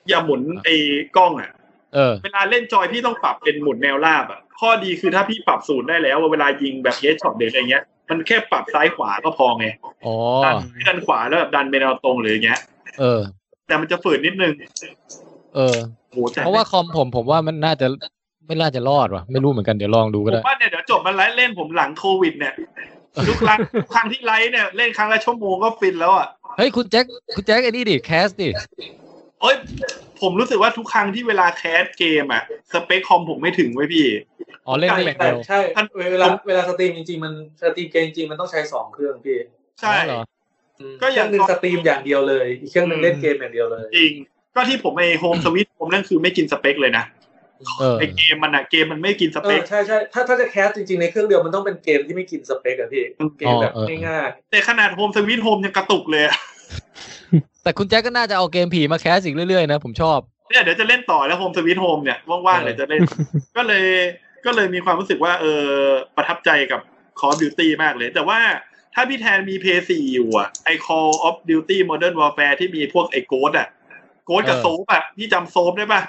Speaker 3: อย่าหมุนไอ้กล้องอ่ะ
Speaker 2: เออ
Speaker 3: เวลาเล่นจอยพี่ต้องปรับเป็นหมุนแนวราบอ่ะข้อดีคือถ้าพี่ปรับศูนย์ได้แล้วเวลายิงแบบเฮดช็อตเด็กอะไรเงี้ยมันแค่ปรับซ้ายขวาก็พอไง
Speaker 2: อ๋อ
Speaker 3: ดันดันขวาแล้วแบบดันเป็นแนวตรงหรืออย่างเงี้ย
Speaker 2: เออ
Speaker 3: แต่มันจะฝืนนิดนึง
Speaker 2: เออ
Speaker 3: โอ้โหแต่
Speaker 2: เพราะว่าคอมผมผมว่ามันน่าจะไม่น่าจะรอดว่ะ ไม่รู้เหมือนกันเดี๋ยวลองดู
Speaker 3: ผ
Speaker 2: ก็ได้
Speaker 3: มว่าเนี่ยเดี๋ยวจบมันไลฟ์เล่นผมหลังโควิดเนี่ยทุก
Speaker 2: [LAUGHS]
Speaker 3: ครั้งทุกครั้งที่ไลฟ์เนี่ยเล่นครั้งละชั่วโมงก็ฟินแล้วอ่ะ
Speaker 2: เฮ้ยคุณแจ็คคุณแจ็คไอ้นี่ดิแคสดิ
Speaker 3: เอ้ยผมรู้สึกว่าทุกครั้งที่เวลาแคสเกมอะสเปคคอมผมไม่ถึงไว้ยพี่
Speaker 2: อ๋อเล่นได้อย่าง
Speaker 3: แต่
Speaker 7: แต่
Speaker 2: เดียว
Speaker 7: ใช่เวลาเวลาสตรีมจริงๆมันสตรีมเกมจริงๆมันต้องใช้สองเครื่องพี่
Speaker 3: ใช่
Speaker 2: อ๋อเหรอ
Speaker 7: อืม
Speaker 3: ก็อย่าง
Speaker 7: เครื่หนึ่งสตรีมอย่างเดียวเลย อีกเครื่องหนึ่
Speaker 3: อื
Speaker 7: ง
Speaker 3: ม
Speaker 7: เล่นเกมอย่างเดียวเลย
Speaker 3: จริง ก็ที่ผมไอโฮมสวิตผมนั่นคือไม่กินสเปคเลยนะ
Speaker 2: เออ
Speaker 3: ไอเกมมันอะเกมมันไม่กินส
Speaker 7: เอ
Speaker 3: เป
Speaker 7: อ
Speaker 3: ค
Speaker 7: ใช่ใช่ถ้าถ้าจะแคสจริงๆในเครื่องเดียวมันต้องเป็นเกมที่ไม่กินสเปกอะพี่เกมแบบ
Speaker 2: อ๋อเออ
Speaker 7: ง่าย
Speaker 3: แต่ขนาดโฮมสวิตโฮมยังกระตุกเลยอะ
Speaker 2: แต่คุณแจ็คก็น่าจะเอาเกมผีมาแคสอีกเรื่อยๆนะ ผมชอบ
Speaker 3: เนี่ยเดี๋ยวจะเล่นต่อแล้วโฮมสวิตโฮมเนี่ยว่างๆเดี๋ยวจะเล่น ก็เลยก็เลยมีความรู้สึกว่าเออประทับใจกับคอร์ดิวตี้มากเลย แต่ว่าถ้าพี่แทนมีเพย์สี่อยู่อะไอคอร์ออฟดิวตี้โมเดิร์นวอร์แฟร์ที่มีพวกไอโกดอะโกดกับ
Speaker 2: เออ
Speaker 3: โซฟอะพี่จำโซฟได้ปะ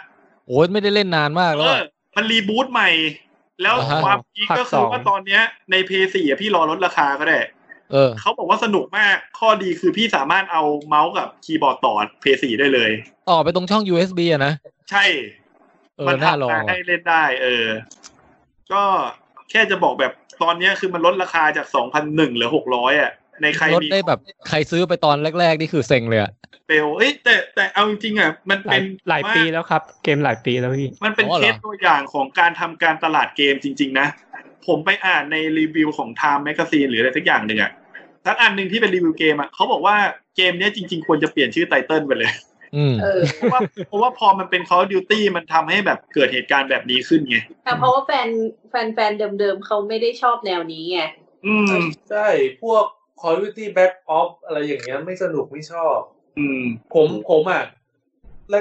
Speaker 2: โอ้ยไม่ได้เล่นนานมากแล้ว
Speaker 3: เอ
Speaker 2: อะ
Speaker 3: อมันรีบูตใหม่ แล้ว
Speaker 2: อ่าฮะ
Speaker 3: ความพีคก็คือว่า
Speaker 6: ภาคสอง
Speaker 3: ตอนเนี้ยในเพย์สี่พี่รอลดราคาก็ได้
Speaker 2: เออ
Speaker 3: เขาบอกว่าสนุกมาก ข้อดีคือพี่สามารถเอาเมาส์กับคีย์บอร์ดต่อเพย์สี่ได้เลย
Speaker 2: ต่อไปตรงช่อง USB อะนะ
Speaker 3: ใช่
Speaker 2: เออ น่าลอง
Speaker 3: ทำมา
Speaker 2: ว่ะ
Speaker 3: ให้เล่นได้ เออ ก็แค่จะบอกแบบตอนเนี้ยคือมันลดราคาจากสองพันหนึ่งหรือหกร้อยอ่ะ ในใคร
Speaker 2: ลด
Speaker 3: มี
Speaker 2: ได้แบบใครซื้อไปตอนแรกๆ นี่คือเซ็งเลยอะ
Speaker 3: เปลเอ้ยแต่แต่เอาจริงๆอ่ะมัน
Speaker 6: ห
Speaker 3: เป็
Speaker 6: ลาย
Speaker 3: น
Speaker 6: หลายปีแล้วครับ เกมหลายปีแล้วพี่
Speaker 3: มันเป็น
Speaker 2: อ๋อ
Speaker 3: เค
Speaker 2: เหรอ
Speaker 3: สตัวอย่างของการทำการตลาดเกมจริง ๆ นะ ผมไปอ่านในรีวิวของ Time Magazine หรืออะไรสักอย่างหนึ่งอะสักอันหนึ่งที่เป็นรีวิวเกมอะเขาบอกว่าเกมเนี้ยจริง ๆ ควรจะเปลี่ยนชื่อไตเติลไปเลย [LAUGHS]
Speaker 2: อืม
Speaker 5: เออ
Speaker 3: เพราะว่าเพราะว่าพอมันเป็น Call of Duty มันทำให้แบบเกิดเหตุการณ์แบบนี้ขึ้นไง
Speaker 5: แต่เพราะว่าแฟนแฟนแฟนเดิมๆเขาไม่ได้ชอบแนวนี้ไง
Speaker 3: อืม
Speaker 7: ๆใช่พวก Call of Duty Black Ops อะไรอย่างเงี้ยไม่สนุกไม่ชอบ
Speaker 3: อืม
Speaker 7: ผมผมอ่ะ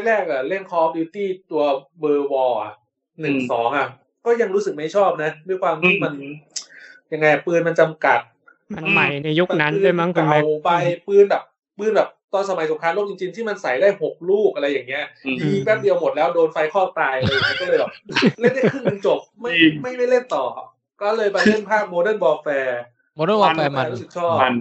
Speaker 7: แรกๆอ่ะ เล่น Call of Duty ตัวเบอร์วอลอ่ะหนึ่งสองอ่ะ ก็ยังรู้สึกไม่ชอบนะ ด้วยความที่มัน
Speaker 3: อืม
Speaker 7: ยังไงปืนมันจำกัด
Speaker 6: มันใหม่ในยุคนั้นด้วยมั้งคุณแม็ก
Speaker 7: เอาไปปืนแบบปืนแบบตอนสมัยสงครามโลกจริงๆ ที่มันใส่ได้หกลูกอะไรอย่างเงี้ย
Speaker 3: อืม
Speaker 7: ยิงแป๊บเดียวหมดแล้วโดนไฟคลอกตายอะไรอย่างเลยก็เลยแบบเล่นได้ครึ่งหนึงจบไม่
Speaker 3: จริง
Speaker 7: ไม่ไม่เล่นต่อ ก็เลยไปเล่นภาคโมเดิร์นบอลแฟร์
Speaker 2: โมเดลวอลแฟ
Speaker 7: แล้
Speaker 2: ร์มัน
Speaker 7: รู้สึกชอบ
Speaker 3: มัน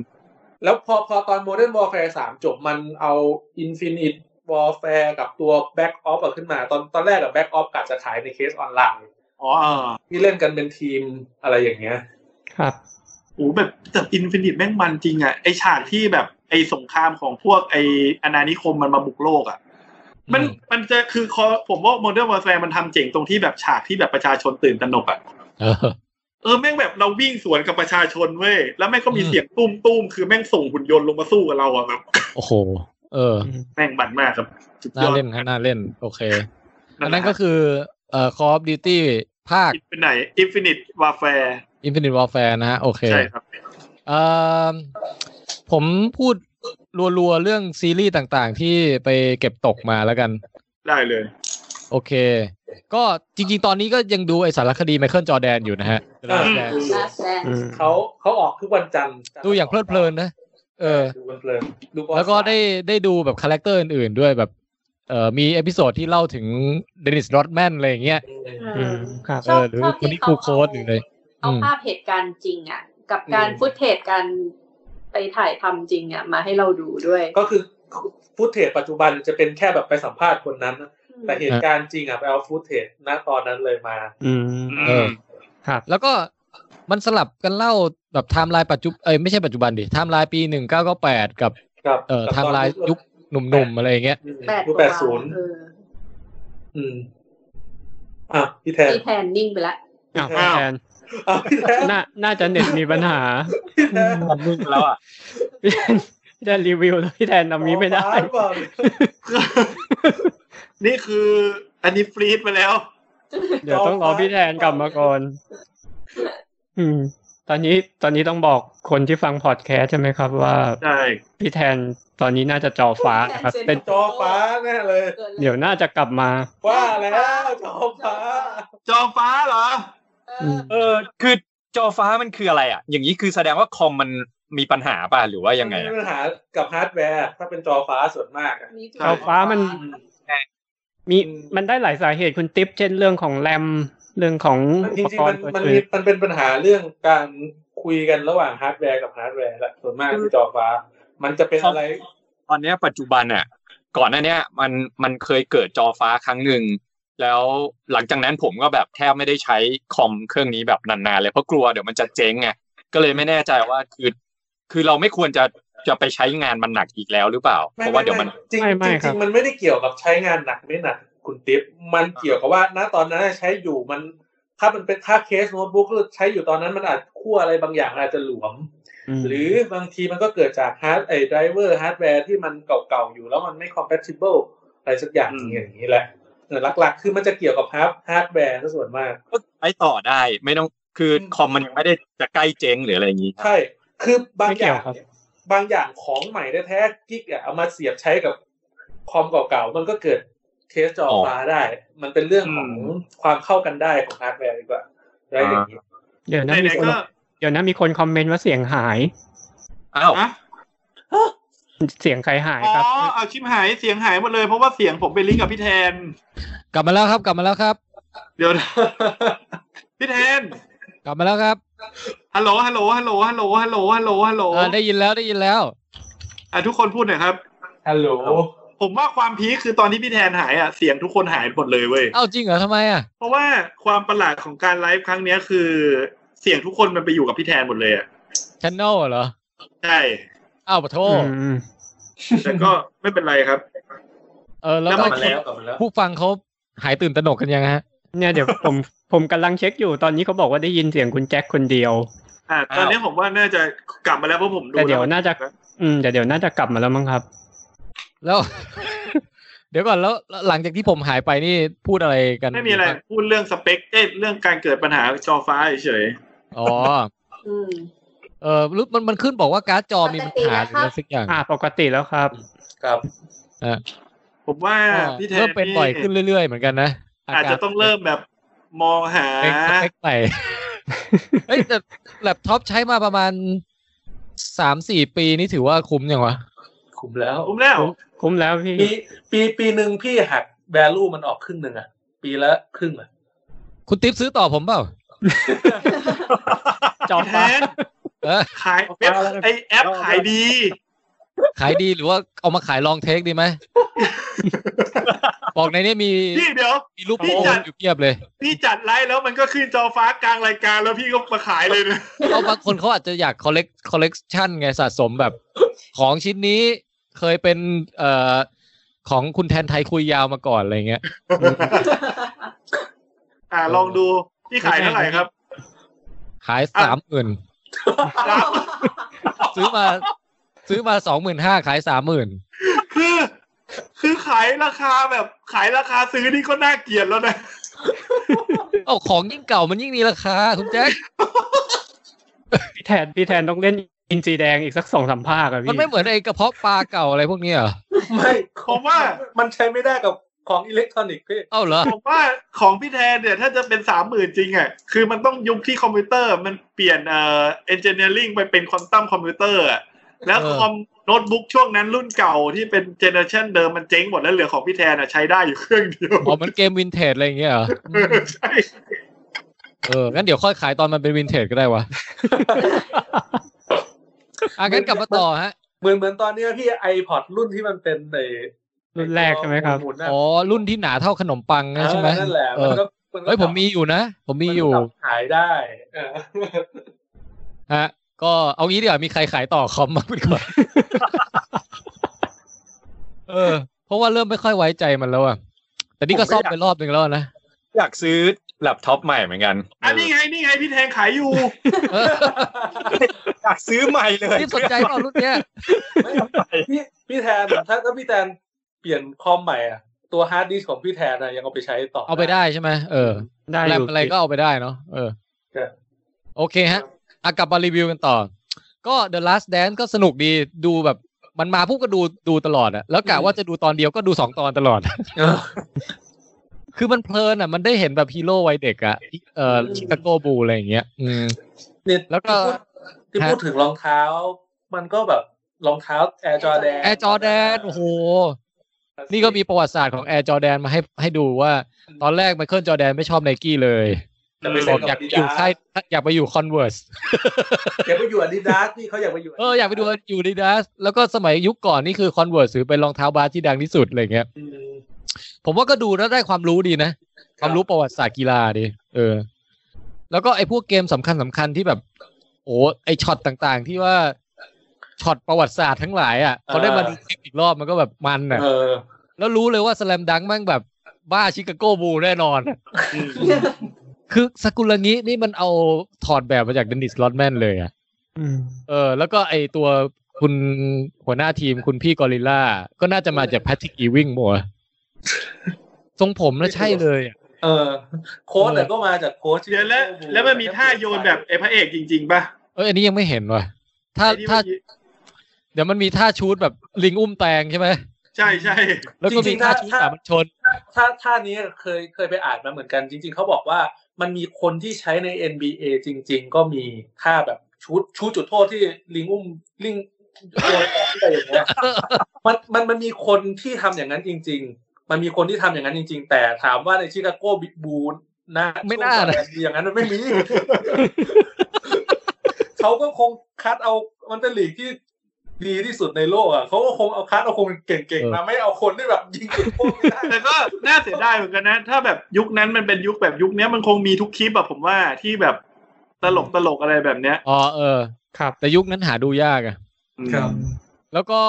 Speaker 7: แล้วพอพอตอนโมเดิร์นบอลแฟร์สามจบมันเอาอินฟินิตบอลแฟร์กับตัวแบ็กออฟขึ้นมา ตอนตอนแรกกับแบ็กออฟกะจะขายในเคสออนไลน์
Speaker 3: อ๋อเออ
Speaker 7: ที่เล่นกันเป็นทีมอะไรอย่างเงี้ย
Speaker 6: ครับ
Speaker 3: โอ้แบบแต่อินฟินิตแม่งมันจริงอะไอฉากที่แบบไอสงครามของพวกไออาณานิคมมันมาบุกโลกอะ มันมันจะคือ Call- ผมว่าโมเดิร์นวอร์แฟร์มันทำเจ๋งตรงที่แบบฉากที่แบบประชาชนตื่นตระหนกอ่ะ
Speaker 2: เออ
Speaker 3: เออแม่งแบบเราวิ่งสวนกับประชาชนเว้ยแล้วแม่งก็มี
Speaker 2: อืม
Speaker 3: เสียงตุ้มตุ้มคือแม่งส่งหุ่นยนต์ลงมาสู้กับเราอ่ะแบบ
Speaker 2: โอ้โห เออ
Speaker 3: แม่งบันมากครับสุดย
Speaker 2: น่า
Speaker 3: อด
Speaker 2: เล่นฮะน่าเล่น โอเค อันนั้น
Speaker 3: แหละ
Speaker 2: ก็คือเอ่อ Call of Duty ภาค
Speaker 3: ไปไหนอินฟินิตวาแฟร์
Speaker 2: Infinite Warfare นะฮะ โอเค
Speaker 3: ใช่ครับ
Speaker 2: เอ่อผมพูดรัวๆ เรื่องซีรีส์ต่างๆ ที่ไปเก็บตกมาแล้วกัน
Speaker 3: ได้เลย
Speaker 2: โอเค ก็จริงๆ ตอนนี้ก็ยังดูไอสารคดีไมเคิลจอร์แดนอยู่นะฮะ The Last Dance
Speaker 5: นะแซน
Speaker 6: อืม
Speaker 7: เขาเขาออกทุกวันจันทร์จันทร์
Speaker 2: ดูอย่างเพลิดเพลินนะ เออ
Speaker 7: ดูเพลินๆดูบอส
Speaker 2: แล้วก็ได้ได้ดูแบบคาแรคเตอร์อื่นๆ ด้วยแบบเอ่อมีเอพิโซดที่เล่าถึงเดนิสรอดแมนอะไรอย่างเงี้ย
Speaker 7: อืม
Speaker 6: อืมครับ
Speaker 2: เออหรือคนที่ครูโค้ดหรืออะไร
Speaker 5: เอา
Speaker 2: อืม
Speaker 5: ภาพเหตุการณ์จริงอ่ะ กับการ
Speaker 7: อืม
Speaker 5: ฟุตเทจการไปถ่ายทำจริงอ่ะ มาให้เราดูด้วย
Speaker 7: ก็คือฟุตเทจปัจจุบันจะเป็นแค่แบบไปสัมภาษณ์คนนั้นนะแต่เหตุการณ์จริงอ่ะไปเอาฟุตเทจณตอนนั้นเลยมา
Speaker 6: อืม
Speaker 3: อืม
Speaker 2: เออ
Speaker 6: ครับ
Speaker 2: แล้วก็มันสลับกันเล่าแบบไทม์ไลน์ปัจจุเอ้ยไม่ใช่ปัจจุบันดิไทม์ไลน์ปีหนึ่งเก้าเก้าแปดกับ
Speaker 7: กับ
Speaker 2: เอ่อไท
Speaker 7: กับตน
Speaker 2: ม์ไลน์ยุคหนุ่มๆอะไรอย่างเงี้ย
Speaker 7: อืม
Speaker 5: แปด
Speaker 7: ยุคแปดศูนย์
Speaker 5: เออ
Speaker 7: อืมอ่ะพี่แทน
Speaker 5: พี่แทนนิ่งไปละ
Speaker 6: อ้าวพี่แทน
Speaker 7: อ่ะพี่แทน
Speaker 6: น่าน่าจะเน็ตมีปัญหา
Speaker 7: พี่แทน
Speaker 9: มันมึงแล้วอ่ะ
Speaker 6: พี่แทนพี่แทนรีวิวแล้วพี่แทนทำนี้ไม่ได้
Speaker 7: อ๋อหรือเปล่า
Speaker 3: นี่คืออันนี้ฟรีดมาแล้ว
Speaker 6: เดี๋ยวต้องรอพี่แทนกลับมาก่อน อืม ตอนนี้ตอนนี้ต้องบอกคนที่ฟังพอดแคสต์ใช่ไหมครับว่า
Speaker 3: ใช่
Speaker 6: พี่แทนตอนนี้น่าจะจอฟ้านะครับ เป็น
Speaker 7: จอฟ้าแน่เลย [LAUGHS]
Speaker 5: กินล
Speaker 6: เดี๋ยวน่าจะกลับมา
Speaker 7: ว่าแล้วจอฟ้า
Speaker 3: จอฟ้าเหรอ
Speaker 5: เอ
Speaker 6: อื
Speaker 5: อ
Speaker 6: ม
Speaker 9: เออคือจอฟ้ามันคืออะไรอ่ะ อย่างนี้คือแสดงว่าคอมมันมีปัญหาป่ะหรือว่ายังไงอะ
Speaker 7: มันมีปัญหากับฮาร์ดแวร์ ถ้าเป็นจอฟ้าส่วนมากอะ
Speaker 5: มีจุด
Speaker 6: จอฟ้ามัน มีมันได้หลายสาเหตุคุณติ๊บเช่นเรื่องของแรมเรื่องของ
Speaker 7: มัน
Speaker 6: อุ
Speaker 7: จ
Speaker 6: ป
Speaker 7: ริง
Speaker 6: ก
Speaker 7: ๆ
Speaker 6: ร
Speaker 7: มัน
Speaker 6: ณ์ตัว
Speaker 7: มัน
Speaker 6: ช่ว
Speaker 7: มี
Speaker 6: ย
Speaker 7: มันเป็นปัญหาเรื่องการคุยกันระหว่างฮาร์ดแวร์กับฮาร์ดแวร์แหละส่วนมากคือจอฟ้า มันจะเป็นอะไร
Speaker 9: ตอนเนี้ยปัจจุบันอ่ะ ก่อนหน้าเนี้ยมันมันเคยเกิดจอฟ้าครั้งหนึ่งแล้วหลังจากนั้นผมก็แบบแทบไม่ได้ใช้คอมเครื่องนี้แบบนานๆเลยเพราะกลัวเดี๋ยวมันจะเจ๊งไงก็เลยไม่แน่ใจว่าคือคือเราไม่ควรจะจะไปใช้งานมันหนักอีกแล้วหรือเปล่า เพราะว่าเดี๋ยวมัน
Speaker 7: จริงๆจริงๆมันไม่ได้เกี่ยวกับใช้งานหนักไม่หนักคุณติ๊บมันเกี่ยวกับว่าณตอนนั้นใช้อยู่มัน ถ้ามันเป็นค่าเคสโน้ตบุ๊กหรือใช้อยู่ตอนนั้นมันอาจคั่วอะไรบางอย่างอาจจะหลวม
Speaker 6: อืม
Speaker 7: หรือบางทีมันก็เกิดจากฮาร์ดไอไดรเวอร์ฮาร์ดแวร์ที่มันเก่าๆอยู่แล้วมันไม่ compatible อะไรสักอย่าง
Speaker 3: อืม
Speaker 7: อย่างนี้แหละเออหลักๆ คือมันจะเกี่ยวกับฮาร์ดฮาร์ดแวร์ซะส่วนมาก
Speaker 9: ก็ใช้ต่อได้ไม่ต้องคืออ
Speaker 7: ม
Speaker 9: คอมมันยังไม่ได้จะใกล้เจ๊งหรืออะไรอย่างนี้
Speaker 7: ใช่ คือบาง
Speaker 6: ไม่
Speaker 7: อ
Speaker 6: เกี่
Speaker 7: ย่า
Speaker 6: ยว
Speaker 7: ง
Speaker 6: ครับ
Speaker 7: บางอย่างของใหม่แท้ๆกิ๊กอะเอามาเสียบใช้กับคอมเก่าๆ มันก็เกิดเคสจอฟ้าได้ มันเป็นเรื่องของความเข้ากันได้ของฮาร์ดแวร์ดีกว่าอะไรอย่างนี้
Speaker 6: เดี๋ยวนะมี
Speaker 3: ไหนๆ
Speaker 6: คน
Speaker 3: ก็
Speaker 6: เดี๋ยวนะมีคนคอมเมนต์ว่าเสียงหาย
Speaker 9: อ้าว
Speaker 3: อะ
Speaker 6: เสียงใครหาย
Speaker 3: อ๋อ
Speaker 6: ครับ
Speaker 3: เอาชิมหายเสียงหายหมดเลย เพราะว่าเสียงผมไปลิงก์กับพี่แทน
Speaker 2: กลับมาแล้วครับกลับมาแล้วครับ
Speaker 3: เดี๋ยวนะ พี่แทน
Speaker 2: กลับมาแล้วครับ
Speaker 3: ฮัลโหลฮัลโหลฮัลโหลฮัลโหลฮัลโหลฮัลโหลฮัลโหล
Speaker 2: เออได้ยินแล้วได้ยินแล้ว
Speaker 3: อ่ะทุกคนพูดหน่อยครับ
Speaker 7: ฮัลโหล
Speaker 3: ผมว่าความพีคคือตอนที่พี่แทนหายอ่ะเสียงทุกคนหายหมดเลยเว้ย
Speaker 2: เอ้าจริงเหรอทำไมอ่ะ
Speaker 3: เพราะว่าความประหลาดของการไลฟ์ครั้งเนี้ยคือเสียงทุกคนมันไปอยู่กับพี่แทนหมดเลยอ่ะ
Speaker 2: ชแนลเหรอ
Speaker 3: ใช่
Speaker 2: อ้าวปะโท
Speaker 6: อืมอืม
Speaker 3: แต่ก็ไม่เป็นไรครับ
Speaker 2: เออแล้ว
Speaker 3: แล้ว
Speaker 2: ก็
Speaker 3: มั
Speaker 7: กลั
Speaker 3: น
Speaker 7: บมาแล้วกลับมาแล้ว
Speaker 2: ผู้ฟังเขาหายตื่นตระหนกกันยังฮะ
Speaker 6: เนี่ยเดี๋ยว [LAUGHS] ผมผมกำลังเช็คอยู่ตอนนี้เขาบอกว่าได้ยินเสียงคุณแจ็คคนเดียว
Speaker 3: อ่าตอนนี้ผมว่าน่าจะกลับมาแล้วเพราะผมดู
Speaker 6: แต่เดี๋ยว
Speaker 3: แล้มั
Speaker 6: น่าจะ อืมเดี๋ยวเดี๋ยวน่าจะกลับมาแล้วมั้งครับ
Speaker 2: แล้ว [LAUGHS] เดี๋ยวก่อนแล้วแล้วหลังจากที่ผมหายไปนี่พูดอะไรกัน
Speaker 3: ไม่มีอะไรพูดเรื่องสเปคเอ๊ะเรื่องการเกิดปัญหาจอฟ้าเฉย
Speaker 2: อ๋อ
Speaker 5: อืม
Speaker 2: เออรู้มันมันขึ้นบอกว่าการ์ดจอมีปัญหาหรืออะไรสักอย่าง
Speaker 6: อ่าปกติแล้วครับ
Speaker 7: ครับ
Speaker 3: ๆผมว่า
Speaker 2: ก็
Speaker 3: พี่แทน
Speaker 2: เริ่มเป็นบ่อยขึ้นเรื่อยๆเหมือนกันนะ
Speaker 3: อาจจะต้องเริ่มแบบมองหา
Speaker 2: เป็นสเปคใหม่ [LAUGHS] เฮ้ยแต่แล็ปท็อปใช้มาประมาณสามสี่ปีนี่ถือว่าคุ้มยังวะ
Speaker 7: คุ้มแล้ว
Speaker 3: ผมแล้ว
Speaker 6: คุ้มแล้วพี่
Speaker 7: ปีปีปีหนึ่งพี่หัก value มันออกครึ่งหนึ่งอะปีละครึ่งอะ [LAUGHS]
Speaker 2: คุณติ๊บซื้อต่อผมเปล่า
Speaker 6: จอ
Speaker 3: แท
Speaker 6: ฟ้าน
Speaker 2: เออ
Speaker 3: ขายเว็บไอแอปขายดี
Speaker 2: ขายดีหรือว่าเอามาขายลองเทคดีไหม [LAUGHS] บอกในนี้มี
Speaker 3: พี่เดี๋ยว
Speaker 2: มีรูป
Speaker 3: พี่
Speaker 2: โป้
Speaker 3: จัด
Speaker 2: อยู่เพียบเลย
Speaker 3: พี่จัดไลฟ์แล้วมันก็ขึ้นจอฟ้ากลางรายการแล้วพี่ก็มาขายเลยนะ
Speaker 2: เอาบางคนเขาอาจจะอยาก collect collection ไงสะสมแบบ ของชิ้นนี้เคยเป็นเอ่อของคุณแทนไทยคุยยาวมาก่อนอะไรเงี้ย
Speaker 3: อ่าลองดูพี่ขายเท่าไหร่ครับ
Speaker 2: ขายสาม
Speaker 7: [LAUGHS]
Speaker 2: หมื่นซื้อมา ซื้อมาสองหมื่นห้าขายสามหมื่น
Speaker 3: คือ คือขายราคาแบบขายราคาซื้อนี่ก็น่าเกลียดแล้วนะ
Speaker 2: เอาของยิ่งเก่ามันยิ่งมีราคาคุณแจ็ค
Speaker 6: พี่แทนพี่แทนต้องเล่นอินจีแดงอีกสักสองสามภาคอะพี่
Speaker 2: มันไม่เหมือนไอ้กระเพาะปลาเก่าอะไรพวกเนี้ยเหรอ
Speaker 7: ไม่
Speaker 3: ผมว่า
Speaker 7: มันใช้ไม่ได้กับของอิเล็กทรอนิกส์พี่
Speaker 2: เอ้าเหรอ
Speaker 3: ผมว่าของพี่แทนเนี่ย ถ้าจะเป็นสามหมื่นจริงอ่ะคือมันต้องยุคที่คอมพิวเตอร์มันเปลี่ยนเอ่อเอนจิเนียริงไปเป็นควอนตัมคอมพิวเตอร์อะแล้ว
Speaker 2: เออ
Speaker 3: คอมโน้ตบุ๊กช่วงนั้นรุ่นเก่าที่เป็นเจเนอเรชันเดิมมันเจ๊งหมดแล้วเหลือของพี่แทนอ่ะใช้ได้อยู่เครื่องเดียว
Speaker 2: อ๋อมันเกมวินเทจอะไรอย่างเงี้ยเหรอ
Speaker 3: เออใช่
Speaker 2: เอองั้นเดี๋ยวค่อยขายตอนมันเป็นวินเทจก็ได้
Speaker 7: [LAUGHS]
Speaker 2: วะอ่ะงั้นกลับมาต่อฮะ
Speaker 7: เหมือนเหมือนตอนเนี้ยพี่ไอพอดรุ่นที่มันเป็นใน
Speaker 6: รุ่นแรกใช่ไหมครับ
Speaker 7: หมุนๆน่ะ
Speaker 2: อ๋อรุ่นที่หนาเท่าขนมปังนะใช่ไหม
Speaker 7: อ่านั่นแหละ
Speaker 2: เอ
Speaker 7: มัน
Speaker 2: อ
Speaker 7: ก็นก็
Speaker 2: เฮ้ยผมมีอยู่นะ ผมมีอยู่
Speaker 7: นก็ขายได้เออ [LAUGHS]
Speaker 2: ฮะก็เอางี้ดีกว่ามีใครขายต่อคอมมางไปก่อน เออ เพราะว่าเริ่มไม่ค่อยไว้ใจมันแล้วอะแต่นี่ก็ซ่อมไปรอบหนึ่งแล้วนะ
Speaker 9: อยากซื้อแล็ปท็อปใหม่เหมือนกัน
Speaker 3: อันนี้ไงนี่ไงพี่แทนขายอยู่
Speaker 2: เออ
Speaker 9: อยากซื้อใหม่เลย
Speaker 2: นี่สนใจเปล่ารุ่นเนี้ย
Speaker 7: ไม่พี่พี่แทนถ้าถ้าพี่แทนเปลี่ยนคอมใหม่อ่ะตัวฮาร์ดดิสก์ของพี่แทนอะยังเอาไปใช้ต่อ
Speaker 2: เอาไปได้ใช่ไหมเออ
Speaker 6: ได้
Speaker 2: แร
Speaker 6: อ
Speaker 2: ม
Speaker 6: ยู่
Speaker 2: อะไรก็เอาไปได้เนาะเออ
Speaker 7: ครับ
Speaker 2: โอเคฮะอ่ะกลับมารีวิวกันต่อ ก็ The Last Dance ก็สนุกดีดูแบบมันมาปุ๊บก็ดูดูตลอดอะแล้วกะว่าจะดูตอนเดียวก็ดูสองตอนตลอด คือมันเพลินอะมันได้เห็นแบบฮีโร่วัยเด็กอะเออชิคาโกบูอะไรอย่างเงี้ย อืม
Speaker 7: เนี่ย
Speaker 2: แล้วก็
Speaker 7: ที่พู
Speaker 2: ฮะ
Speaker 7: ดที่พูดถึงรองเท้า มันก็แบบรองเท้าแอร์จอแดน
Speaker 2: แอร์จอแดนโอ้โห นี่ก็มีประวัติศาสตร์ของแอร์จอแดนมาให้ให้ดูว่า ตอนแรกไมเคิลจอแดนไม่ชอบไนกี้เลย
Speaker 7: จะไป
Speaker 2: บ
Speaker 7: เล่
Speaker 2: อน กอยา
Speaker 7: กับ
Speaker 2: ก
Speaker 7: ดี
Speaker 2: อยู่
Speaker 7: ดา
Speaker 2: ค่ายอยากไปอยู่คอนเว r ร์ส
Speaker 7: อยากไปอยู่อาดิดาสพี่เขาอยากไปอยู่
Speaker 2: เอออยากไปดูอยู่ดีดัสแล้วก็สมัยยุคก่อนนี่คือคอนเว r ร์สถือเป็นรองเท้าบาสที่ดังที่สุดอะไรเงี้ยผมว่าก็ดูแล้วได้ความรู้ดีนะ ความรู้ประวัติศาสตร์กีฬาดีเออ แล้วก็ไอ้พวกเกมสำคัญสำคัญที่แบบ โอ้ไอ้ช็อตต่างๆ ที่ว่าช็อตประวัติศาสตร์ทั้งหลายอ่ะพอได้มาดูคลิปอีกรอบมันก็แบบมันอ่ะ
Speaker 7: เออ
Speaker 2: แล้วรู้เลยว่าสแลมดังก์แม่งแบบบ้าชิคาโกบูลแน่นอน คือสกุลงินี่มันเอาถอดแบบมาจากเดนิสลอตแมนเลยอะ
Speaker 6: อืม
Speaker 2: เออ แล้วก็ไอตัวคุณหัวหน้าทีมคุณพี่กอริลล่า ก็น่าจะมาจากแพทริกอีวิงมัวทรงผมนะใช่เลยอะ
Speaker 7: เออ โค้ดแต่ก็มาจากโค้ช
Speaker 3: เดี๋ยวแล้วแล้วมันมีท่าโยนแบบไอ้พระเอกจริง ๆป่ะ
Speaker 2: เอยอันนี้ยังไม่เห็นว่ะ ถ้า
Speaker 3: ไอ้ที่
Speaker 2: ถ้า
Speaker 3: เมื่อกี้
Speaker 2: เดี๋ยวมันมีท่าชูดแบบลิงอุ้มแตงใช่ไหม
Speaker 3: ใช่ใช่
Speaker 2: แล้วก็มีท่าชูดสามัญชน
Speaker 7: ท่าท่านี้เคยเคยไปอ่านมาเหมือนกัน จริง ๆเขาบอกว่ามันมีคนที่ใช้ใน NBA จริง ๆ ก็มีท่าแบบชูดชูดจุดโทษที่ลิงอุ้มลิงโยนบอลอะไรอย่างเงี้ย
Speaker 2: [LAUGHS]
Speaker 7: มันมันมันมีคนที่ทำอย่างนั้นจริง ๆ มันมีคนที่ทำอย่างนั้นจริง ๆ แต่ถามว่าในชิคาโกบิ๊กบูนนะ
Speaker 2: ไม่น่านะ
Speaker 7: อย่างนั้นมันไม่มี
Speaker 2: [LAUGHS]
Speaker 7: เขาก็คงคัดเอามันเป็นลีกที่ดีที่สุดในโลกอ่ะเขาก็คงเอาคัดเอาคนเก่งๆมาไม่เอาคนที่แบบยิงจุดโทษไม่
Speaker 3: แต่
Speaker 7: ได้
Speaker 3: ก็น่าเสียดายเหมือนกันนะ ถ้าแบบยุคนั้นมันเป็นยุคแบบยุคเนี้ยมันคงมีทุกคลิปแบบผมว่าที่แบบตลกตลกๆอะไรแบบเนี้ย
Speaker 2: อ๋อเออ
Speaker 6: ครับ
Speaker 2: แต่ยุคนั้นหาดูยากอะ
Speaker 7: ครับ
Speaker 2: แล้วก็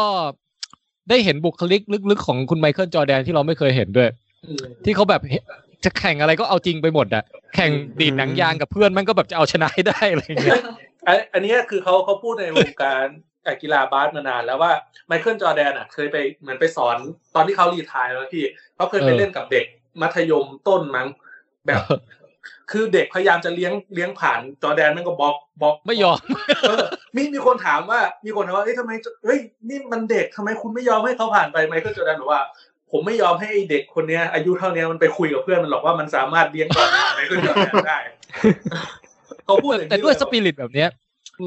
Speaker 2: ได้เห็นบุคลิกลึกๆ ของคุณไมเคิลจอร์แดนที่เราไม่เคยเห็นด้วย
Speaker 7: อืม
Speaker 2: ที่เขาแบบเห็นจะแข่งอะไรก็เอาจริงไปหมดอะแข่งดีดหนังยางกับเพื่อนมันก็แบบจะเอาชนะให้ได้อะไรอย่างเงี้ย [LAUGHS]
Speaker 7: อันอันเนี้ยคือเขาเขาพูดในวงการ [LAUGHS] อ่ะกีฬาบาสมานานแล้วว่าไมเคิลจอร์แดนอ่ะเคยไปเหมือนไปสอนตอนที่เขารีไทายแล้วพี่เขาเคยไปเล่นกับเด็กมัธยมต้นมั้งแบบ คือเด็กพยายามจะเลี้ยงเลี้ยงผ่านจอร์แดนแมันก็บล็อกบล็อก
Speaker 2: ไม่ยอม
Speaker 7: เออมีมีคนถามว่ามีคนถามว่าเอ้ยทำไมเฮ้ยนี่มันเด็กทำไมคุณไม่ยอมให้เขาผ่านไปไมเคิลจอร์แดนบอกว่า ผมไม่ยอมให้ไอ้เด็กคนเนี้ยอายุเท่าเนี้ยมันไปคุยกับเพื่อนมันหรอกว่ามันสามารถเลี้ยงผ่านไมเคิลจอร์แดนได้
Speaker 2: [LAUGHS]
Speaker 7: เขาพูดอย่างนี้
Speaker 2: แต่ด้วยส
Speaker 7: เล
Speaker 2: ปิริตแบบเนี้ย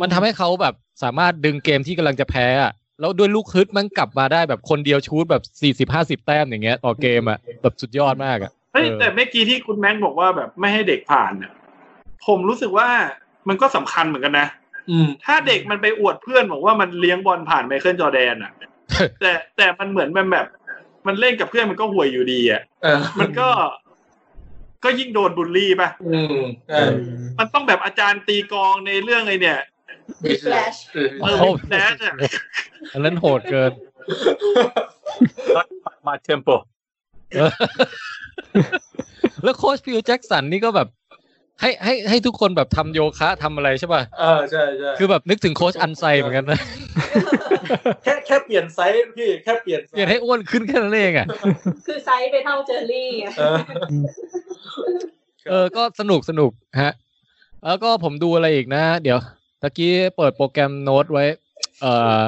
Speaker 2: มันทำให้เขาแบบสามารถดึงเกมที่กำลังจะแพ้อะแล้วด้วยลูกฮึดมันกลับมาได้แบบคนเดียวชูดแบบสี่สิบห้าสิบแต้มอย่างเงี้ยต่อเกมอะแบบสุดยอดมากอะ
Speaker 3: เฮ้ย
Speaker 2: เออ
Speaker 3: แต่เมื่อกี้ที่คุณแม็กบอกว่าแบบไม่ให้เด็กผ่านเนี่ยผมรู้สึกว่ามันก็สำคัญเหมือนกันนะ
Speaker 7: อืม
Speaker 3: ถ้าเด็กมันไปอวดเพื่อนบอกว่ามันเลี้ยงบอลผ่านไมเคิลจอร์แดนอ่ะ แต่แต่มันเหมือนมันแบบ มันเล่นกับเพื่อนมันก็ห่วยอยู่ดีอ่ะ
Speaker 7: เออ
Speaker 3: มันก็ ก็ยิ่งโดนบูลลี่ป่ะ
Speaker 7: อืมเออ
Speaker 3: มันต้องแบบอาจารย์ตีกลองในเรื่องไอ้เนี่ย
Speaker 5: Big Flash
Speaker 7: เออ
Speaker 3: เออวิกแดชอะ
Speaker 2: อันนั้นโหดเกิน
Speaker 9: มาเทมโป
Speaker 2: เออแล้วโค้ชพิวแจ็คสันนี่ก็แบบ ให้ให้ให้ทุกคนแบบทำโยคะทำอะไรใช่ป่ะ
Speaker 7: เออใช่ใช่
Speaker 2: คือแบบนึกถึงโค้ชอันไซเหมือนกันนะ
Speaker 7: แค่แค่เปลี่ยนไซส์พี่แค่เปลี่ยนไซ
Speaker 2: เปลี่ยนให้
Speaker 7: ส์
Speaker 2: อ้วนขึ้นแค่นั้นเองอ่ะ
Speaker 5: คือไซส์ไปเท่าเจอรี่ไง
Speaker 7: เออ
Speaker 2: เออ ก็สนุกสนุกฮะ แล้วก็ผมดูอะไรอีกนะ เดี๋ยวตะกี้เปิดโปรแกรมโน้ตไว้ เอ่อ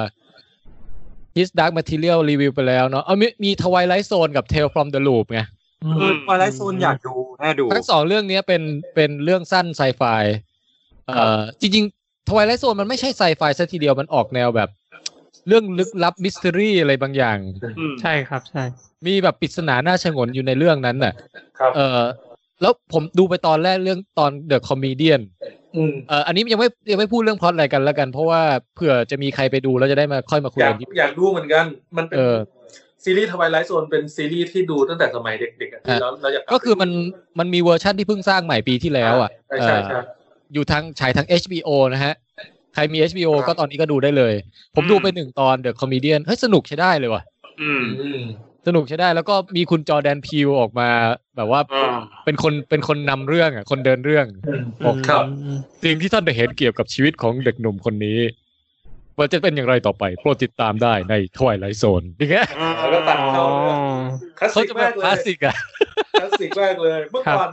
Speaker 2: His Dark Material รีวิวไปแล้วเนาะ เอามีมี Twilight Zone กับ Tale from the Loop ไง
Speaker 3: อืม
Speaker 9: วายไลท์โซนอยากดูน่าดู
Speaker 2: ทั้งสองเรื่องเนี้ยเป็นเป็นเรื่องสั้นไซไฟ เอ่อ จริงๆ Twilight Zone มันไม่ใช่ไซไฟซะทีเดียว มันออกแนวแบบ เรื่องลึกลับมิส t ต r รีอะไรบางอย่าง
Speaker 3: อืม
Speaker 6: ใช่ครับใช่
Speaker 2: มีแบบปริศนาหน้าชงนอยู่ในเรื่องนั้นน่ะ
Speaker 7: ครับ
Speaker 2: เออแล้วผมดูไปตอนแรกเรื่องตอน The Comedian
Speaker 7: อืม
Speaker 2: เอ่ออันนี้ยังไม่ยังไม่พูดเรื่องพล็อตอะไรกันแล้วกัน เพราะว่าเผื่อจะมีใครไปดูแล้วจะได้มาค่อยมาคุย
Speaker 7: อยา
Speaker 2: กั
Speaker 7: ก
Speaker 2: นที่
Speaker 7: อยากดูเหมือนกัน มันเป็น
Speaker 2: เออ
Speaker 7: ซีรีส์ทวายไลท์โซนเป็นซีรีส์ที่ดูตั้งแต่สมัยเด็กๆอะที่แล้วเราอยากลับ
Speaker 2: ก็คือมันมันมีเวอร์ชันที่เพิ่งสร้างใหม่ปีที่แล้วอ่ะ
Speaker 7: ใช่ใช่ใช่
Speaker 2: เอ่ออยู่ทางฉายทาง HBO นะฮะ ใครมี HBO
Speaker 7: ครับ
Speaker 2: ก็ตอนนี้ก็ดูได้เลย ผมดูไปหนึ่งตอน The Comedian เฮ้ยสนุกใช้ได้เลยว่ะ
Speaker 3: อืม
Speaker 7: อืม
Speaker 2: สนุกใช้ได้แล้วก็มีคุณจอร์แดนพิวออกมาแบบว่า
Speaker 3: อ่า
Speaker 2: เป็นคนเป็นคนนำเรื่องอ่ะคนเดินเรื่องบอก
Speaker 7: ครับ
Speaker 2: สิ่งที่ท่านได้เห็นเกี่ยวกับชีวิตของเด็กหนุ่มคนนี้ว่าจะเป็นอย่างไรต่อไปโปรดติดตามได้ใน Twilight Zone อย่างเงี้ย
Speaker 7: แล้วก็ตัดเข้าเรื่องคลาส
Speaker 2: เขา
Speaker 7: สิก
Speaker 2: จะแบ
Speaker 7: มาก
Speaker 2: บ
Speaker 7: เล
Speaker 2: คลาส
Speaker 7: ย
Speaker 2: สิกอ่ะ
Speaker 7: คลาสสิกมากเลย เมื่อก่อน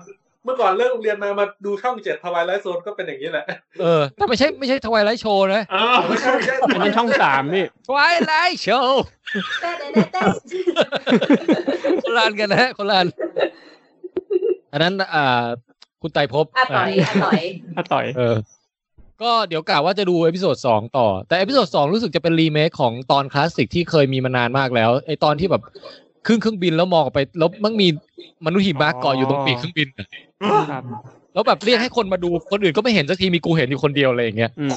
Speaker 7: เมื่อก่อนเลิกโรงเรียนมามาดูช่องเจ็ดทวายไลท์โซนก็เป็นอย่างนี้แหละ
Speaker 2: เออแต่ไม่ใช่ไม่ใช่ทวายไลท์โชว์นะ
Speaker 3: อ้าว
Speaker 7: ไม่ใช่ไม่ใช่
Speaker 6: อันนั้นช่องสามนี่
Speaker 2: ทวายไลท์โชว์
Speaker 5: แต่แต่แต่
Speaker 2: คนละอันกันนะฮะคนละอันอันนั้นอ่า คุณไตรภพ
Speaker 5: อ่ะต่อยอ่ะต่อย
Speaker 6: ถ้าต่อย
Speaker 2: เออ ก็เดี๋ยวกล่าวว่าจะดูเอพิโซดสองต่อ แต่เอพิโซดสองรู้สึกจะเป็นรีเมคของตอนคลาสสิกที่เคยมีมานานมากแล้วไอตอนที่แบบขึ้นเครื่องบินแล้วมองออกไปแล้วมันมีมนุษย์หิมะเกาะอยู่ตรงปีกเครื่องบินอะ
Speaker 6: ครับ
Speaker 2: แล้วแบบเรียกให้คนมาดูคนอื่นก็ไม่เห็นสักทีมีกูเห็นอยู่คนเดียวอะไรอย่างเงี้ย
Speaker 6: อืม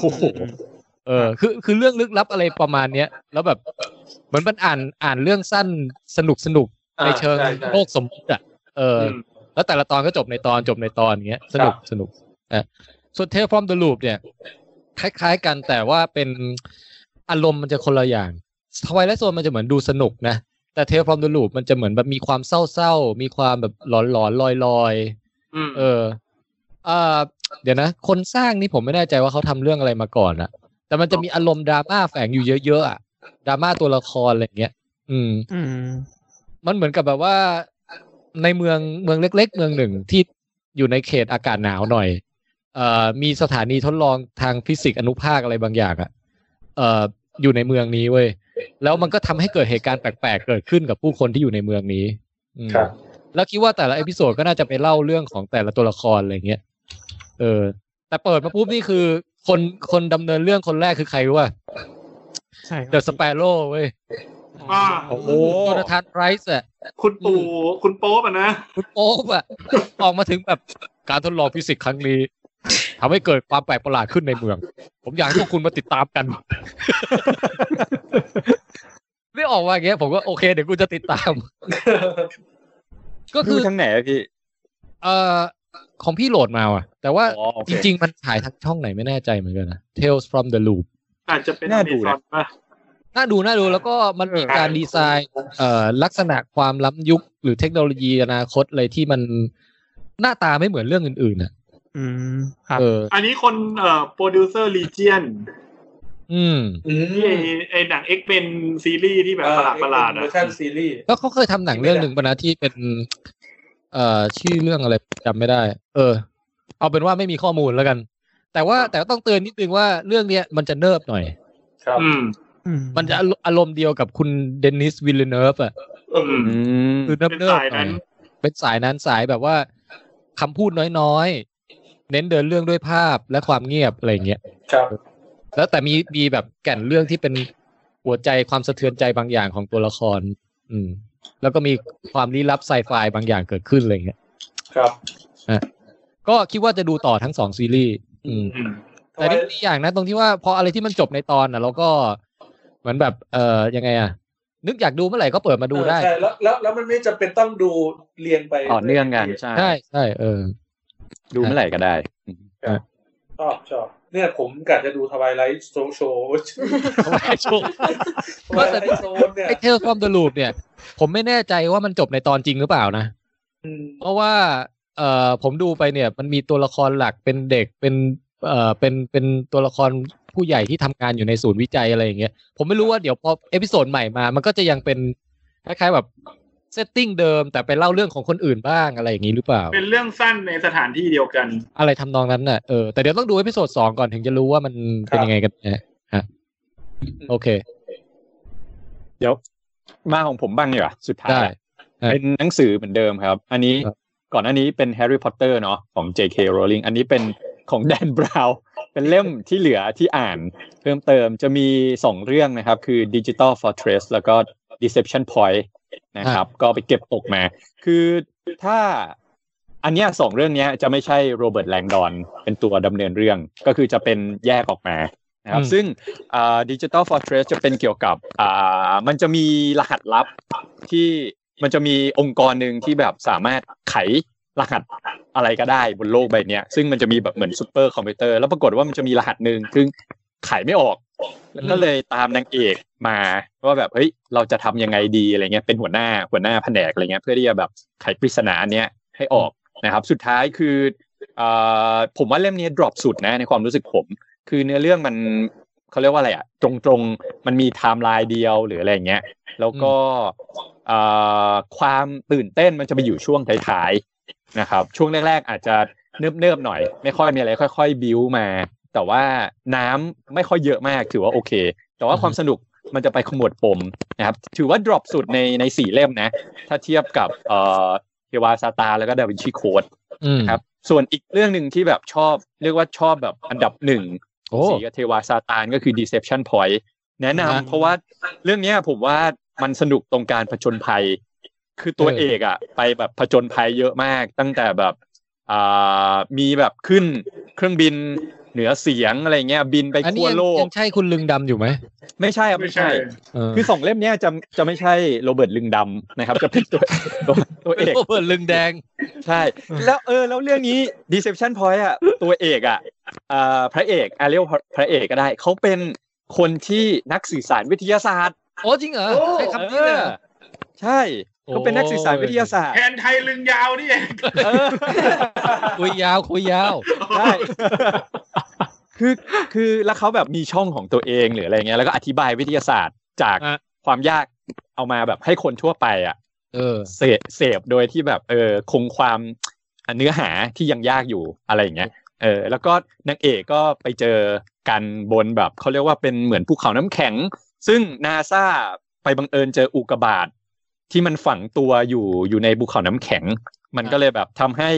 Speaker 2: เออคือคือเรื่องลึกลับอะไรประมาณเนี้ยแล้วแบบเหมือนมันอ่านอ่านเรื่องสั้นสนุกสนุก
Speaker 7: อ่า
Speaker 2: ในเชิง
Speaker 7: ใช่ใช่
Speaker 2: โลกสมมติอ่ะเอออ แล้วแต่ละตอนก็จบในตอนจบในตอนอย่างเงี้ยสนุกสนุกอ่ะส่วนเทฟอร์มเดอะลูปเนี่ย คล้ายๆกันแต่ว่าเป็นอารมณ์มันจะคนละอย่างทวายและโซนมันจะเหมือนดูสนุกนะ แต่เทฟอร์มเดอะลูปมันจะเหมือนแบบมีความเศร้าๆ มีความแบบหลอนๆลอยๆ
Speaker 3: อืม
Speaker 2: เออเอ่อเดี๋ยวนะ คนสร้างนี่ผมไม่แน่ใจว่าเขาทำเรื่องอะไรมาก่อนอะแต่มันจะมีอารมณ์ดราม่าแฝงอยู่เยอะๆอะดราม่าตัวละครอะไรอย่างเงี้ย อืม
Speaker 6: อืม
Speaker 2: มันเหมือนกับแบบว่าในเมืองเมืองเล็ก ๆ เมืองหนึ่งที่อยู่ในเขตอากาศหนาวหน่อย เอ่อมีสถานีทดลองทางฟิสิกส์อนุภาคอะไรบางอย่างอะเอ่ออยู่ในเมืองนี้เว้ยแล้วมันก็ทำให้เกิดเหตุการณ์แปลกๆเกิดขึ้นกับผู้คนที่อยู่ในเมืองนี้ อืม
Speaker 7: ครับ
Speaker 2: แล้วคิดว่าแต่ละเอพิโซดก็น่าจะไปเล่าเรื่องของแต่ละตัวละครอะไรเงี้ยเออ แต่เปิดมาปุ๊บนี่คือ คนคนดำเนินเรื่องคนแรกคือใครรู้ป่ะ
Speaker 6: ใช่ค
Speaker 2: เด
Speaker 6: รับ
Speaker 2: อะสเปโร่เว้ย
Speaker 3: อ่า
Speaker 8: โอ้โห
Speaker 2: โจนาธานไรส์อะ
Speaker 3: คุณปู่คุณโป๊ปอ่ะนะ
Speaker 2: คุณโป๊ปอะ ออกมาถึงแบบการทดลองฟิสิกส์ครั้งนี้ทำให้เกิดความแปลกประหลาดขึ้นในเมือง ผมอยากให้พวกคุณมาติดตามกัน ไม่ออกมาอย่างเงี้ย ผมก็โอเค เดี๋ยวกูจะติดตาม ก็
Speaker 9: ดู
Speaker 2: คือ
Speaker 9: ทางไหนอะพี่
Speaker 2: เอ่อของพี่โหลดมาว่ะ แต่ว่า
Speaker 9: อ๋อโอเค
Speaker 2: จริง ๆ มันถ่ายทางช่องไหนไม่แน่ใจเหมือนกันนะ Tales from the Loop
Speaker 3: อาจจะเป็น
Speaker 9: น่า
Speaker 3: อ
Speaker 9: ดู
Speaker 3: เมซอ
Speaker 9: นะ
Speaker 3: นป่ะ
Speaker 2: น่าดูน่าดูแล้วก็มันมีการดีไซน์เอ่อลักษณะความล้ำยุคหรือเทคโนโลยีอนาคตอะไรที่มันหน้าตาไม่เหมือนเรื่องอื่นๆน่ะ
Speaker 6: อืมครับ
Speaker 2: เออ
Speaker 3: อันนี้คนเอ่อโปรดิวเซอร์ลีเจียน
Speaker 2: อืม
Speaker 7: อื
Speaker 3: ที่ไอไอหนังเอ็กเป็นซีรีส์ที่แบบประหลาดประหลาด
Speaker 7: เว
Speaker 3: อ่ะ
Speaker 7: อร์ชันซีรีส์
Speaker 2: แล้วเขาเคยทำหนังเรื่องหนึ่งปะนะที่เป็น เอ่อชื่อเรื่องอะไรจำไม่ได้ เออ เอาเป็นว่าไม่มีข้อมูลแล้วกัน แต่ว่าแต่ต้องเตือนนิดนึงว่าเรื่องเนี้ยมันจะเนิบหน่อย
Speaker 7: ครับ
Speaker 3: อืม
Speaker 6: อื
Speaker 2: มันจะอารมณ์เดียวกับคุณเดนนิสวิลเลเนฟอ่ะ
Speaker 3: อืม
Speaker 9: อืม
Speaker 2: คือเนิบ
Speaker 3: เป็น
Speaker 2: เนิบ
Speaker 3: สาย
Speaker 2: หน่
Speaker 3: นั้
Speaker 2: อย
Speaker 3: น
Speaker 2: เป็นสายนั้นสายแบบว่าคำพูดน้อยๆ เน้นเดินเรื่องด้วยภาพและความเงียบอะไรอย่างเงี้ย
Speaker 7: ครับ
Speaker 2: แล้วแต่มีมีแบบแก่นเรื่องที่เป็นหัวใจความสะเทือนใจบางอย่างของตัวละคร อืม แล้วก็มีความลี้ลับไซไฟบางอย่างเกิดขึ้นอะไรเงี้ย
Speaker 7: ครับ
Speaker 2: ก็คิดว่าจะดูต่อทั้งสองซีรีส์ อืม
Speaker 3: อืม
Speaker 2: แต่นี่ดีอย่างนะตรงที่ว่าพออะไรที่มันจบในตอนอ่ะเราก็เหมือนแบบเอ่อยังไงอ่ะ นึกอยากดูเมื่อไหร่ก็เปิดมาดูได้
Speaker 7: ใช่แล้วแล้วแล้วมันไม่จำเป็นต้องดูเรียงไป
Speaker 9: ต่อเนื่องกันใช่
Speaker 2: ใช่ใช่เออ
Speaker 9: ดูเมื่อไหร่ก็ได้
Speaker 7: ชอบชอบเนี่ยผมกะจะดูทวายไลท์โซโชว์ทวายไลท์โซนเนี่ย
Speaker 2: ไอเทลฟอมเดลูปเนี่ย ผมไม่แน่ใจว่ามันจบในตอนจริงหรือเปล่านะ
Speaker 7: อืม
Speaker 2: เพราะว่า เอ่อ ผมดูไปเนี่ย มันมีตัวละครหลักเป็นเด็ก เป็น เอ่อเป็นเป็นตัวละครผู้ใหญ่ที่ทำงานอยู่ในศูนย์วิจัยอะไรอย่างเงี้ยผมไม่รู้ว่าเดี๋ยวพอเอพิโซดใหม่มา มันก็จะยังเป็นคล้ายๆแบบเซตติ้งเดิม แต่ไปเล่าเรื่องของคนอื่นบ้างอะไรอย่างนี้หรือเปล่า
Speaker 3: เป็นเรื่องสั้นในสถานที่เดียวกัน
Speaker 2: อะไรทำนองนั้นน่ะเออแต่เดี๋ยวต้องดูเอพิโซดสองก่อนถึงจะรู้ว่ามันเป็นยังไงกันนะฮะโอเค
Speaker 8: เดี๋ยว มาของผมบ้างดีกว่าสุดท้าย
Speaker 2: ได้
Speaker 8: เป็นหนังสือเหมือนเดิมครับ อันนี้
Speaker 2: ครับ
Speaker 8: ก่อนหน้านี้เป็นแฮร์รี่พอตเตอร์เนาะของ J.K. Rowling อันนี้เป็นของ [LAUGHS] แดนบราวน์เป็นเล่มที่เหลือที่อ่านเพิ่มเติมจะมีสองเรื่องนะครับ คือ Digital Fortress แล้วก็ Deception Point นะครับ ก็ไปเก็บตกมา คือถ้าอันเนี้ยสองเรื่องเนี้ยจะไม่ใช่โรเบิร์ตแลงดอนเป็นตัวดำเนินเรื่องก็คือจะเป็นแยกออกมานะครับ
Speaker 2: อืม
Speaker 8: ซึ่งดิจิทัลฟอร์เทรสจะเป็นเกี่ยวกับอ่ามันจะมีรหัสลับที่มันจะมีองค์กรหนึ่งที่แบบสามารถไขรหัสอะไรก็ได้บนโลกใบเนี้ย ซึ่งมันจะมีแบบเหมือนซูเปอร์คอมพิวเตอร์แล้วปรากฏว่ามันจะมีรหัสหนึ่งซึ่งไขไม่ออก แล้วก็เลยตามนางเอกมาว่าแบบเฮ้ยเราจะทำยังไงดีอะไรเงี้ยเป็นหัวหน้าหัวหน้าแผนกอะไรเงี้ยเพื่อที่จะแบบไขปริศนาอันเนี้ยให้ออกนะครับ สุดท้ายคืออ่าผมว่าเล่มนี้ดรอปสุดนะในความรู้สึกผม คือเนื้อเรื่องมันเขาเรียกว่าอะไรอะตรงๆมันมีไทม์ไลน์เดียวหรืออะไรเงี้ยแล้วก็อ่าความตื่นเต้นมันจะไปอยู่ช่วงท้ายๆนะครับ ช่วงแรกๆอาจจะเนิบๆหน่อย ไม่ค่อยมีอะไรค่อย ๆ บิ้วมา แต่ว่าน้ำไม่ค่อยเยอะมากถือว่าโอเค แต่ว่าความสนุกมันจะไปขมวดปมนะครับ ถือว่าดรอปสุดในในสี่เล่มนะ ถ้าเทียบกับเอ่อเทวาซาตาแล้วก็ดาวินชีโคด
Speaker 2: อืม
Speaker 8: ครับ ส่วนอีกเรื่องหนึ่งที่แบบชอบ เรียกว่าชอบแบบอันดับหนึ่ง
Speaker 2: โอ้
Speaker 8: สีกับเทวาซาตานก็คือ Deception Point แนะนำ
Speaker 2: อ่า
Speaker 8: เพราะว่าเรื่องเนี้ยผมว่ามันสนุกตรงการผจญภัย คือตัว
Speaker 2: เออ
Speaker 8: เอกอะไปแบบผจญภัยเยอะมาก ตั้งแต่แบบอ่ามีแบบขึ้นเครื่องบินเหนือเสียงอะไรเงี้ยบินไป
Speaker 2: อันนี้
Speaker 8: ทั่ว
Speaker 2: ยัง
Speaker 8: โลก
Speaker 2: ยังใช่คุณลึงดำอยู่ไหม
Speaker 8: ไม่ใช่ครับไม่ใช่
Speaker 2: เออ
Speaker 8: คือสองเล่มเนี้ยจะจะไม่ใช่โรเบิร์ตลึงดำนะครับ จะเป็นตัวตัวตัวเอก
Speaker 2: โรเบิร์ตลึงแดง
Speaker 8: ใช่ แล้วเออแล้วเรื่องนี้ Deception Point อ่ะตัวเอกอ่ะอ่าพระเอกอาเรียกว่าพระเอกก็ได้ เขาเป็นคนที่นักสื่อสารวิทยาศาสตร์
Speaker 2: โอ้จริงเหรอใช้คำนี้เลย
Speaker 8: เอ
Speaker 2: เหร
Speaker 8: อ
Speaker 2: อ
Speaker 8: ใช่เขาเป็นนักสื่อสารวิทยาศาสตร์
Speaker 3: แทนไทยลึงยาวนี่เอง
Speaker 8: เออ
Speaker 2: คุยยาวคุยยาว
Speaker 8: ได้ คือคือแล้วเขาแบบมีช่องของตัวเองหรืออะไรเงี้ยแล้วก็อธิบายวิทยาศาสตร์จาก
Speaker 2: อ่ะ
Speaker 8: ความยากเอามาแบบให้คนทั่วไปอ่ะ
Speaker 2: เออ
Speaker 8: เสพเสพโดยที่แบบเออคงความอ่ะเนื้อหาที่ยังยากอยู่อะไรอย่างเงี้ยเออแล้วก็นางเอกก็ไปเจอกันบนแบบเขาเรียกว่าเป็นเหมือนภูเขาน้ำแข็ง ซึ่งนาซาไปบังเอิญเจออุกกาบาตที่มันฝังตัวอยู่อยู่ในภูเขาน้ำแข็ง มันก็เลยแบบทำให้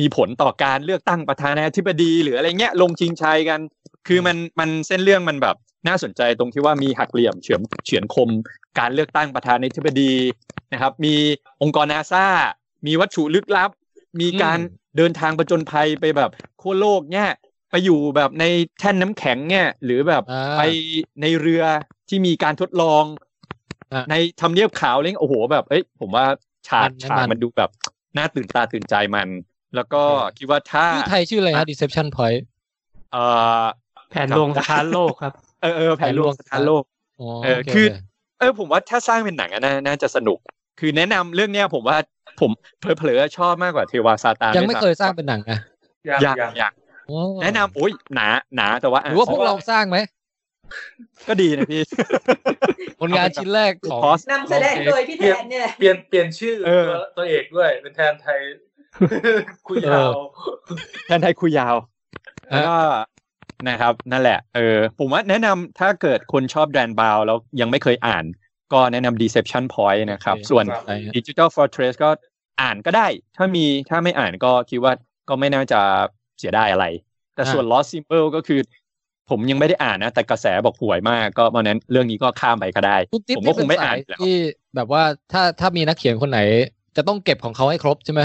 Speaker 8: มีผลต่อการเลือกตั้งประธานาธิบดี หรืออะไรเงี้ยลงชิงชัยกัน คือมันมันเส้นเรื่องมันแบบน่าสนใจตรงที่ว่ามีหักเหลี่ยมเฉือนเฉือนคม การเลือกตั้งประธานาธิบดี นะครับ มีองค์กรนาซามีวัตถุลึกลับ มีการ
Speaker 2: อืม
Speaker 8: เดินทางประจนภัยไปแบบขั้วโลกเนี่ย ไปอยู่แบบในแท่นน้ำแข็งเนี่ย หรือแบบ
Speaker 2: อ่า
Speaker 8: ไปในเรือที่มีการทดลอง
Speaker 2: อ่ะ
Speaker 8: ในทำเนียบขาวเล้งโอ้โห แบบเอ้ยผมว่าฉาก
Speaker 2: มัน
Speaker 8: ฉาก
Speaker 2: มัน
Speaker 8: มันดูแบบน่าตื่นตาตื่นใจมัน แล้วก็คิดว่าถ้า
Speaker 2: ชื่อไทยชื่ออะไรฮะ Deception Point
Speaker 8: เออ
Speaker 6: แผนลวงสถานโลก
Speaker 2: [LAUGHS]
Speaker 6: ครับ
Speaker 8: เออเออแผนลวงสถานโลก
Speaker 2: อ๋อ
Speaker 8: เออ
Speaker 2: โ
Speaker 8: คือ เออผมว่าถ้าสร้างเป็นหนังอะน่าน่าจะสนุก คือแนะนำเรื่องเนี้ยผมว่าผมเผลอๆชอบมากกว่าเทวาซาตาน
Speaker 2: ยังไม่เคย
Speaker 8: ด้ว
Speaker 2: สร้าง
Speaker 8: ซ้ำ
Speaker 2: เป็นหนังนะ
Speaker 7: อย่าง
Speaker 8: อยาก
Speaker 7: อย่าง
Speaker 8: อยาก
Speaker 2: โอ้
Speaker 8: แนะนำโอ้ยหนาหนาแต่ว่า
Speaker 2: ห
Speaker 8: อ่ะ
Speaker 2: รือว่าพวกเราสร้างไหม
Speaker 8: ก็ดีนะพี่
Speaker 2: ผลงานชิ้นแรกของ
Speaker 8: Pause
Speaker 5: นำแสดงโดยพี่แทนเนี่ยแหละ
Speaker 7: เปลี่ยนเปลี่ยนชื่อ
Speaker 8: เออ
Speaker 7: ตัวตัวเอกด้วย เป็นแทนไทย คุยยาว
Speaker 8: แทนไทยคุยยาว
Speaker 2: อ่ะ
Speaker 8: แล้วก็นะครับ นั่นแหละเออผมว่าแนะนำถ้าเกิดคนชอบแดนบาวแล้วยังไม่เคยอ่าน ก็แนะนำ Deception Point นะครับ
Speaker 2: โอเค
Speaker 8: ส่วน
Speaker 2: ใช่ฮะ
Speaker 8: Digital Fortress ก็อ่านก็ได้ ถ้ามีถ้าไม่อ่านก็คิดว่าก็ไม่น่าจะเสียดายอะไร แต่
Speaker 2: อ่า
Speaker 8: ส่วน Lost Symbol ก็คือ ผมยังไม่ได้อ่านนะ แต่กระแสบอกห่วยมาก ก็เพราะฉะนั้นเรื่องนี้ก็ข้ามไปก็ได้
Speaker 2: คุณติ๊บ
Speaker 8: ผมก็
Speaker 2: นี่
Speaker 8: ค
Speaker 2: เป็
Speaker 8: ง
Speaker 2: น
Speaker 8: ไม่
Speaker 2: สา
Speaker 8: อ่าน
Speaker 2: ย
Speaker 8: อยู่แล้ว
Speaker 2: ที่แบบว่าถ้าถ้ามีนักเขียนคนไหน จะต้องเก็บของเขาให้ครบใช่ไหม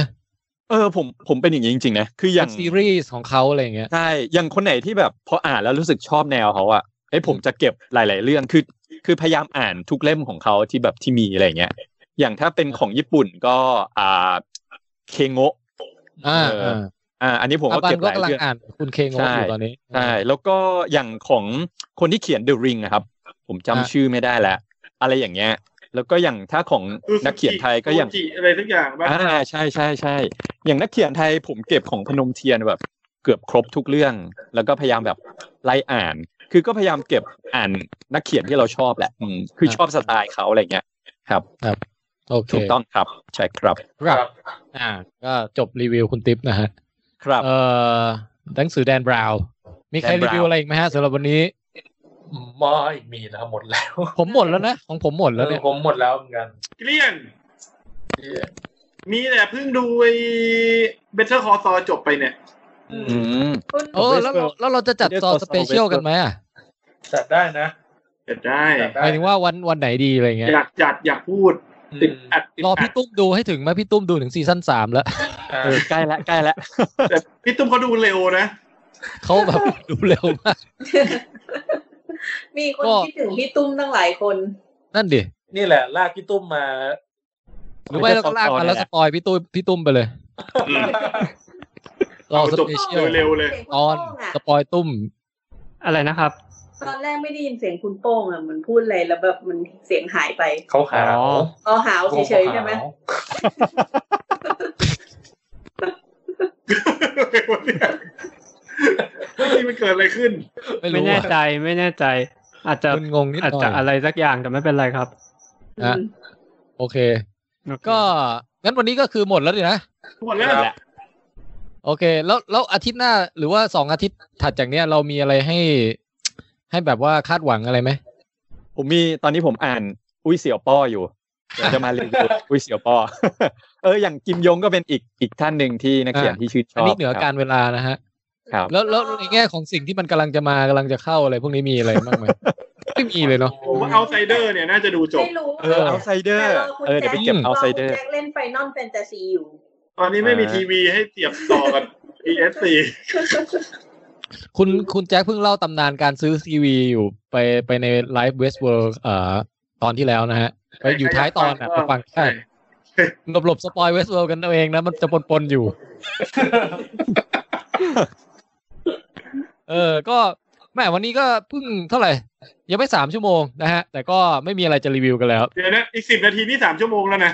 Speaker 8: เออผมผมเป็นอย่างนี้จริงๆนะ คืออ
Speaker 2: เป็
Speaker 8: ย่าง
Speaker 2: นซีรีส์ของเขาอะไรอย่างเงี้ย
Speaker 8: ใช่อย่างคนไหนที่แบบพออ่านแล้วรู้สึกชอบแนวเขาอะเอ้ยผมจะเก็บหลาย ๆ เรื่องคือ คือพยายามอ่านทุกเล่มของเขาที่แบบที่มีอะไรอย่างเงี้ยอย่างถ้าเป็นของญี่ปุ่นก็อ่าเคโงะ
Speaker 2: อ่า
Speaker 8: เอออ่
Speaker 2: อ่า
Speaker 8: อ่าอันนี้ผม
Speaker 2: อา
Speaker 8: ก็
Speaker 2: บัน
Speaker 8: เก็บ
Speaker 2: ก็
Speaker 8: หลาย
Speaker 2: กำลัง
Speaker 8: เรื่อง
Speaker 2: อ่านคุณเคง
Speaker 8: ใช่
Speaker 2: งอยู่ตอนนี้
Speaker 8: ใช่แล้วก็อย่างของคนที่เขียน The Ring นะครับ ผมจำ
Speaker 2: อ่ะ
Speaker 8: ชื่อไม่ได้แล้ว อะไรอย่างเงี้ย แล้วก็อย่างถ้าของนักเขียนไทยก็อย่าง
Speaker 3: ซูจิอะไรสักอย่างบ้าง
Speaker 8: อ่าใช่ใช่ใช่อย่างนักเขียนไทยผมเก็บของพนมเทียนแบบ เกือบครบทุกเรื่อง แล้วก็พยายามแบบไล่อ่าน คือก็พยายามเก็บอ่านนักเขียนที่เราชอบแหละ อืมคือชอบสไตล์เขาอะไรเงี้ยครับ
Speaker 2: โอเค
Speaker 8: ถูกต้องครับ ใช่ครับ
Speaker 2: ครับอ่า ก็จบรีวิวคุณติ๊บนะฮะ
Speaker 8: ครับ
Speaker 2: เอ่อหนังสือแดนบราวน์มีใคร
Speaker 8: แดนบ
Speaker 2: รี
Speaker 8: ราวน์
Speaker 2: วิวอะไรอีกไหมฮะสำหรับวันนี้
Speaker 7: ไม่มีแล้วหมดแล้ว
Speaker 2: ผมหมดแล้วนะ ของผมหมดแล้วเนี่ย
Speaker 7: เออผมหมดแล้วเหมือนกัน
Speaker 3: เกลี้ยง มีแต่เพิ่งดูไอ้เบเทอร์คอซอจบไปเนี่ย
Speaker 8: อืม
Speaker 5: คุณ
Speaker 2: โอ้แล้วเราแล้วเราจะจัดซอสเปเชียลกันไหมอ่ะ
Speaker 7: จัดได้นะ
Speaker 3: จัดได้
Speaker 7: จัดได้
Speaker 2: หมายถึงว่าวันวันไหนดีอะไรเงี้ย
Speaker 3: อยากจัดอยากพูดติดอัดติด
Speaker 2: รอ
Speaker 3: อั
Speaker 2: พี่
Speaker 3: ด
Speaker 2: ตุ้มดูให้ถึงไหมพี่ตุ้มดูถึงซีซั่นสามแล้ว [LAUGHS]
Speaker 7: อ่า
Speaker 8: เออใกล้ละใกล้ละ
Speaker 3: แต่พี่ตุ้มเขาดูเร็ว
Speaker 8: [LAUGHS]
Speaker 3: นะ
Speaker 2: เขา [LAUGHS] แบบดูเร็วมาก
Speaker 5: มีคน
Speaker 2: ก็
Speaker 5: คิดถึงพี่ตุ้มตั้งหลายคน
Speaker 2: นั่นดิ
Speaker 7: นี่แหละ ลากพี่ตุ้มมา
Speaker 2: หรือไม่เราก็ลากมาแล้วสปอยพี่ตุ้มพี่ตุ้มไปเลยรอส
Speaker 3: จบ
Speaker 2: เปเชียล
Speaker 3: โดยเร็วเลย
Speaker 5: สียงคุณ
Speaker 2: ตอน
Speaker 5: โป้งอะ
Speaker 2: สปอยตุ้ม
Speaker 6: อะไรนะครับ
Speaker 5: ตอนแรกไม่ได้ยินเสียงคุณโป้งอ่ะเหมันพูดอะไรแล้วแบบมันเสียงหายไป
Speaker 7: เขาหาว
Speaker 6: อ๋อ
Speaker 5: อ๋อหาวเฉยๆใช่ไหม
Speaker 3: เมื่อกี้มันเกิดอะไรขึ้น
Speaker 2: ไม่
Speaker 6: ไม่
Speaker 2: รู้
Speaker 6: แน่
Speaker 2: อะ
Speaker 6: ใจไม่แน่ใจ อาจจะ
Speaker 2: มึนงงนิดห
Speaker 6: อาจ
Speaker 2: น่อ
Speaker 6: จะ
Speaker 2: ย
Speaker 6: อะไรสักอย่างแต่ไม่เป็นไรครับ
Speaker 5: อื
Speaker 2: ฮะ
Speaker 5: ม
Speaker 2: โอเค
Speaker 6: โอเค
Speaker 2: ก็งั้นวันนี้ก็คือหมดแล้วดินะ
Speaker 3: หมดแล้ว
Speaker 8: ครับ
Speaker 2: โอเค แล้วแล้วอาทิตย์หน้าหรือว่าสองอาทิตย์ถัดจากเนี้ยเรามีอะไรให้ ให้แบบว่าคาดหวังอะไรไหม
Speaker 8: ผมมีตอนนี้ผมอ่านอุ้ยเสี่ยวป้ออยู่เดี๋ยวจะมารี
Speaker 2: [LAUGHS]
Speaker 8: วิวอุ้ยเสี่ยวป้อ [LAUGHS] เอออย่างกิมยงก็เป็นอีกอีกท่านหนึ่งที่นักเขียนที่ชื่นช
Speaker 2: อัน
Speaker 8: อบ
Speaker 2: นี้เหนือ
Speaker 8: ครับ
Speaker 2: การเวลานะฮะ
Speaker 8: ครับ
Speaker 2: แล้วแล้วในแง่ของสิ่งที่มันกำลังจะมากำลังจะเข้าอะไรพวกนี้มีอะไรบ้างไหม ไม่มีเลยเนาะ
Speaker 3: ผมว่าเอาไซเดอร์เนี่ยน่าจะดูจบ
Speaker 5: ไม่รู้
Speaker 8: เออเอาไซเดอร์เออเดี๋ยวไปเก็บ
Speaker 2: อืม
Speaker 8: เอาไซเดอร์
Speaker 5: แจ็คเล่นไฟนอลแฟนตาซีอยู่
Speaker 3: ตอนนี้ไม่มีทีวีให้เสียบต่อกับ ESC
Speaker 2: คุณคุณแจ็คเพิ่งเล่าตำนานการซื้อซีวีอยู่ไปไปในไลฟ์เวสเวิร์เอ่อตอนที่แล้วนะฮะไปอยู่ท้ายตอนอ่ะไปฟังได้หลบหลบสปอยเวสเวิร์กันเอาเองนะมันจะปนปนๆอยู่ เออ ก็แม่วันนี้ก็เพิ่งเท่าไหร่ ยังไม่สามชั่วโมงนะฮะ แต่ก็ไม่มีอะไรจะรีวิวกันแล้ว
Speaker 3: เดี๋ยวนะอีกสิบนาทีนี่สามชั่วโมงแล้วนะ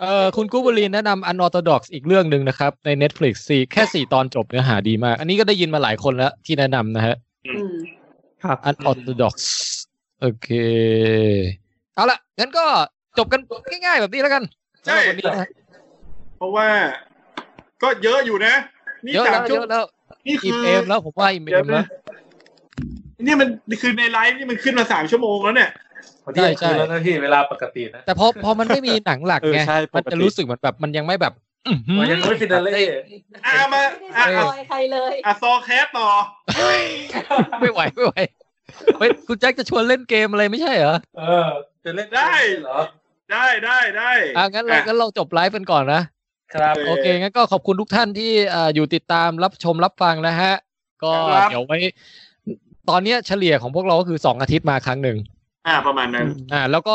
Speaker 2: เออคุณกูบลีนแนะนำ Unorthodox อีกเรื่องหนึ่งนะครับ ใน Netflix สี่แค่สี่ตอนจบเนื้อหาดีมาก อันนี้ก็ได้ยินมาหลายคนแล้วที่แนะนำนะฮะ
Speaker 5: อืม
Speaker 6: ครับ
Speaker 2: Unorthodox โอเค เอาละงั้นก็จบกันง่ายๆแบบนี้แล้วกัน
Speaker 3: ใช่
Speaker 2: สำหรับวันนี้นะฮะ
Speaker 3: เพราะว่า ก็เยอะอยู่นะ นี่
Speaker 2: เยอะ
Speaker 3: สา
Speaker 2: แล้
Speaker 3: ม
Speaker 2: ว
Speaker 3: ชั่
Speaker 2: เยว อะ
Speaker 3: โมง
Speaker 2: แล้ว
Speaker 3: นี่คื
Speaker 2: อิ่ม
Speaker 3: อ
Speaker 2: เอมแล้วผมว่าอิ่มเอมแล้ว
Speaker 3: เนี่ยมันคือในไลฟ์นี่มันขึ้นมาสามชั่วโมงแล้วเนี่ย
Speaker 7: วันนี้
Speaker 2: ใช่
Speaker 7: คือ
Speaker 2: ใช่
Speaker 7: แล้วนะพี่เวลาปกตินะ
Speaker 2: แต่พอพอมันไม่มีหนังหลัก
Speaker 8: เออ
Speaker 2: ไง
Speaker 8: ใช่ปกติ
Speaker 2: มันจะรู้สึกเหมือนแบบมันยังไม่แบบ [LAUGHS] อื้อหือ
Speaker 7: มันยังไม่ฟินาเล่
Speaker 3: อ่ะมา
Speaker 5: ไม่
Speaker 3: อ่ะ
Speaker 5: ได้ส
Speaker 3: อ่ะ
Speaker 5: ปอยใครเลย
Speaker 3: อ่ะซอแคสต่อ
Speaker 2: ไม่ไหวไม่ไหวเฮ้ยคุณแจ็คจะชวนเล่นเกมอะไรไม่ใช่เหรอ
Speaker 7: เออ จะเล่น
Speaker 3: ได้
Speaker 7: เหรอ
Speaker 3: ได้ได้ได้
Speaker 2: อ่ะงั้นเรางั้นเราจบไลฟ์กันก่อนนะ
Speaker 7: ครับ
Speaker 2: โอเค งั้นก็ขอบคุณทุกท่านที่เอ่ออยู่ติดตามรับชมรับฟังนะฮะ ก็
Speaker 3: ครับ
Speaker 2: เดี๋ยวไว้ ตอนเนี้ยเฉลี่ยของพวกเราก็คือสองอาทิตย์มาครั้งหนึ่ง
Speaker 3: อ่ะประมาณนั้น
Speaker 2: อ่า แล้วก็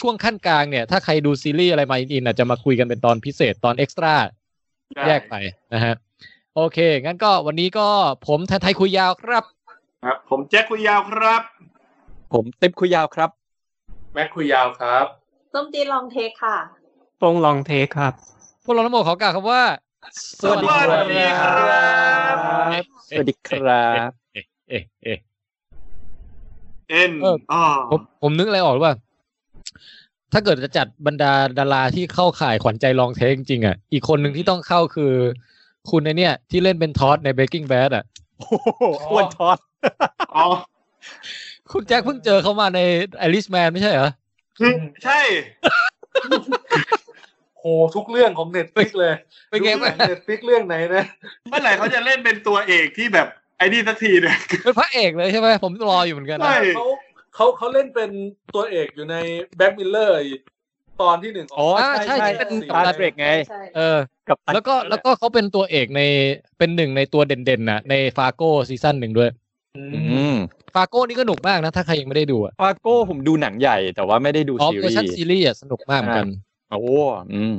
Speaker 2: ช่วงขั้นกลางเนี่ย ถ้าใครดูซีรีส์อะไรมาอินๆอาจจะมาคุยกันเป็นตอนพิเศษตอนเอ็กซ์ตร้า
Speaker 3: ได้
Speaker 2: แยกไปนะฮะ โอเค งั้นก็วันนี้ก็ผมไทยคุยยาวครับ
Speaker 3: ครับ ผมแจ็คคุยยาวครับ
Speaker 8: ผมติ๊บคุยยาวครับ
Speaker 7: แม็กคุยยาวครับ
Speaker 5: ส้มจีนลองเทคค่ะ
Speaker 6: โป้งลองเทคครับ
Speaker 2: พวกเราทั้งหมดขอกล่าวคำว่า
Speaker 8: สวัสดีค
Speaker 3: ส
Speaker 8: รั
Speaker 3: วั
Speaker 8: บ
Speaker 3: สดีครับ
Speaker 8: สวัสดีครับ
Speaker 2: เอ๊ะเอ๊ะ
Speaker 3: เอ็น
Speaker 2: เอออ๋
Speaker 3: อ๋อ
Speaker 2: ผมผมนึกอะไรออกหรือว่า ถ้าเกิดจะจัดบรรดาดาราที่เข้าข่ายขวัญใจลองเทคจริงๆอ่ะ อีกคนหนึ่งที่ต้องเข้าคือ คุณไอเนี่ย ที่เล่นเป็นทอสใน Breaking Bad อ่ะ
Speaker 8: โอ้โหอ้วนทอด
Speaker 3: อ๋อ
Speaker 2: คุณแจ็คเพิ่งเจอเขามาใน Irishman ไม่ใช่เหรอ
Speaker 3: คือใช่
Speaker 7: โหทุกเรื่องของเน็ตฟิกเลย
Speaker 2: เป็นไงบ้าง
Speaker 7: เน็ตฟิกเรื่องไหนนะ
Speaker 3: เมื่อไหร่เขาจะเล่นเป็นตัวเอกที่แบบไอ้นี่สักทีเนี่ย
Speaker 2: เป็นพระเอกเลยใช่ไหมผมรออยู่เหมือนกัน
Speaker 3: ใช่
Speaker 2: นะ
Speaker 7: เขาเขาเขาเล่นเป็นตัวเอกอยู่ในแบ็กมิลเลอร์ตอนที่หนึ่งขง
Speaker 8: อ๋อ
Speaker 2: อ่า
Speaker 8: ใช่
Speaker 2: ใช่ที่
Speaker 8: ใช่
Speaker 2: เป็น
Speaker 7: สี่
Speaker 2: กัป
Speaker 8: ตา
Speaker 2: ตัน
Speaker 8: เบรกไง
Speaker 5: ใช่
Speaker 2: เออ
Speaker 8: กับตัน
Speaker 2: แล้วก็แล้วก็เขาเป็นตัวเอกในเป็นหนึ่งในตัวเด่นๆนะในฟาโก้ซีซั่นหนึ่งด้วย
Speaker 8: อืม
Speaker 2: ฟาโก้นี่ก็หนุกมากนะ ถ้าใครยังไม่ได้ดูอ่ะ
Speaker 8: ฟาโก้ผมดูหนังใหญ่ แต่ว่าไม่ได้ดู
Speaker 2: อ๋อ
Speaker 8: ซี
Speaker 2: เวอร์
Speaker 8: รี
Speaker 2: ชัน
Speaker 8: ส์
Speaker 2: ซีรีส์อะสนุกมากเหมือนกัน
Speaker 8: โอ้อืม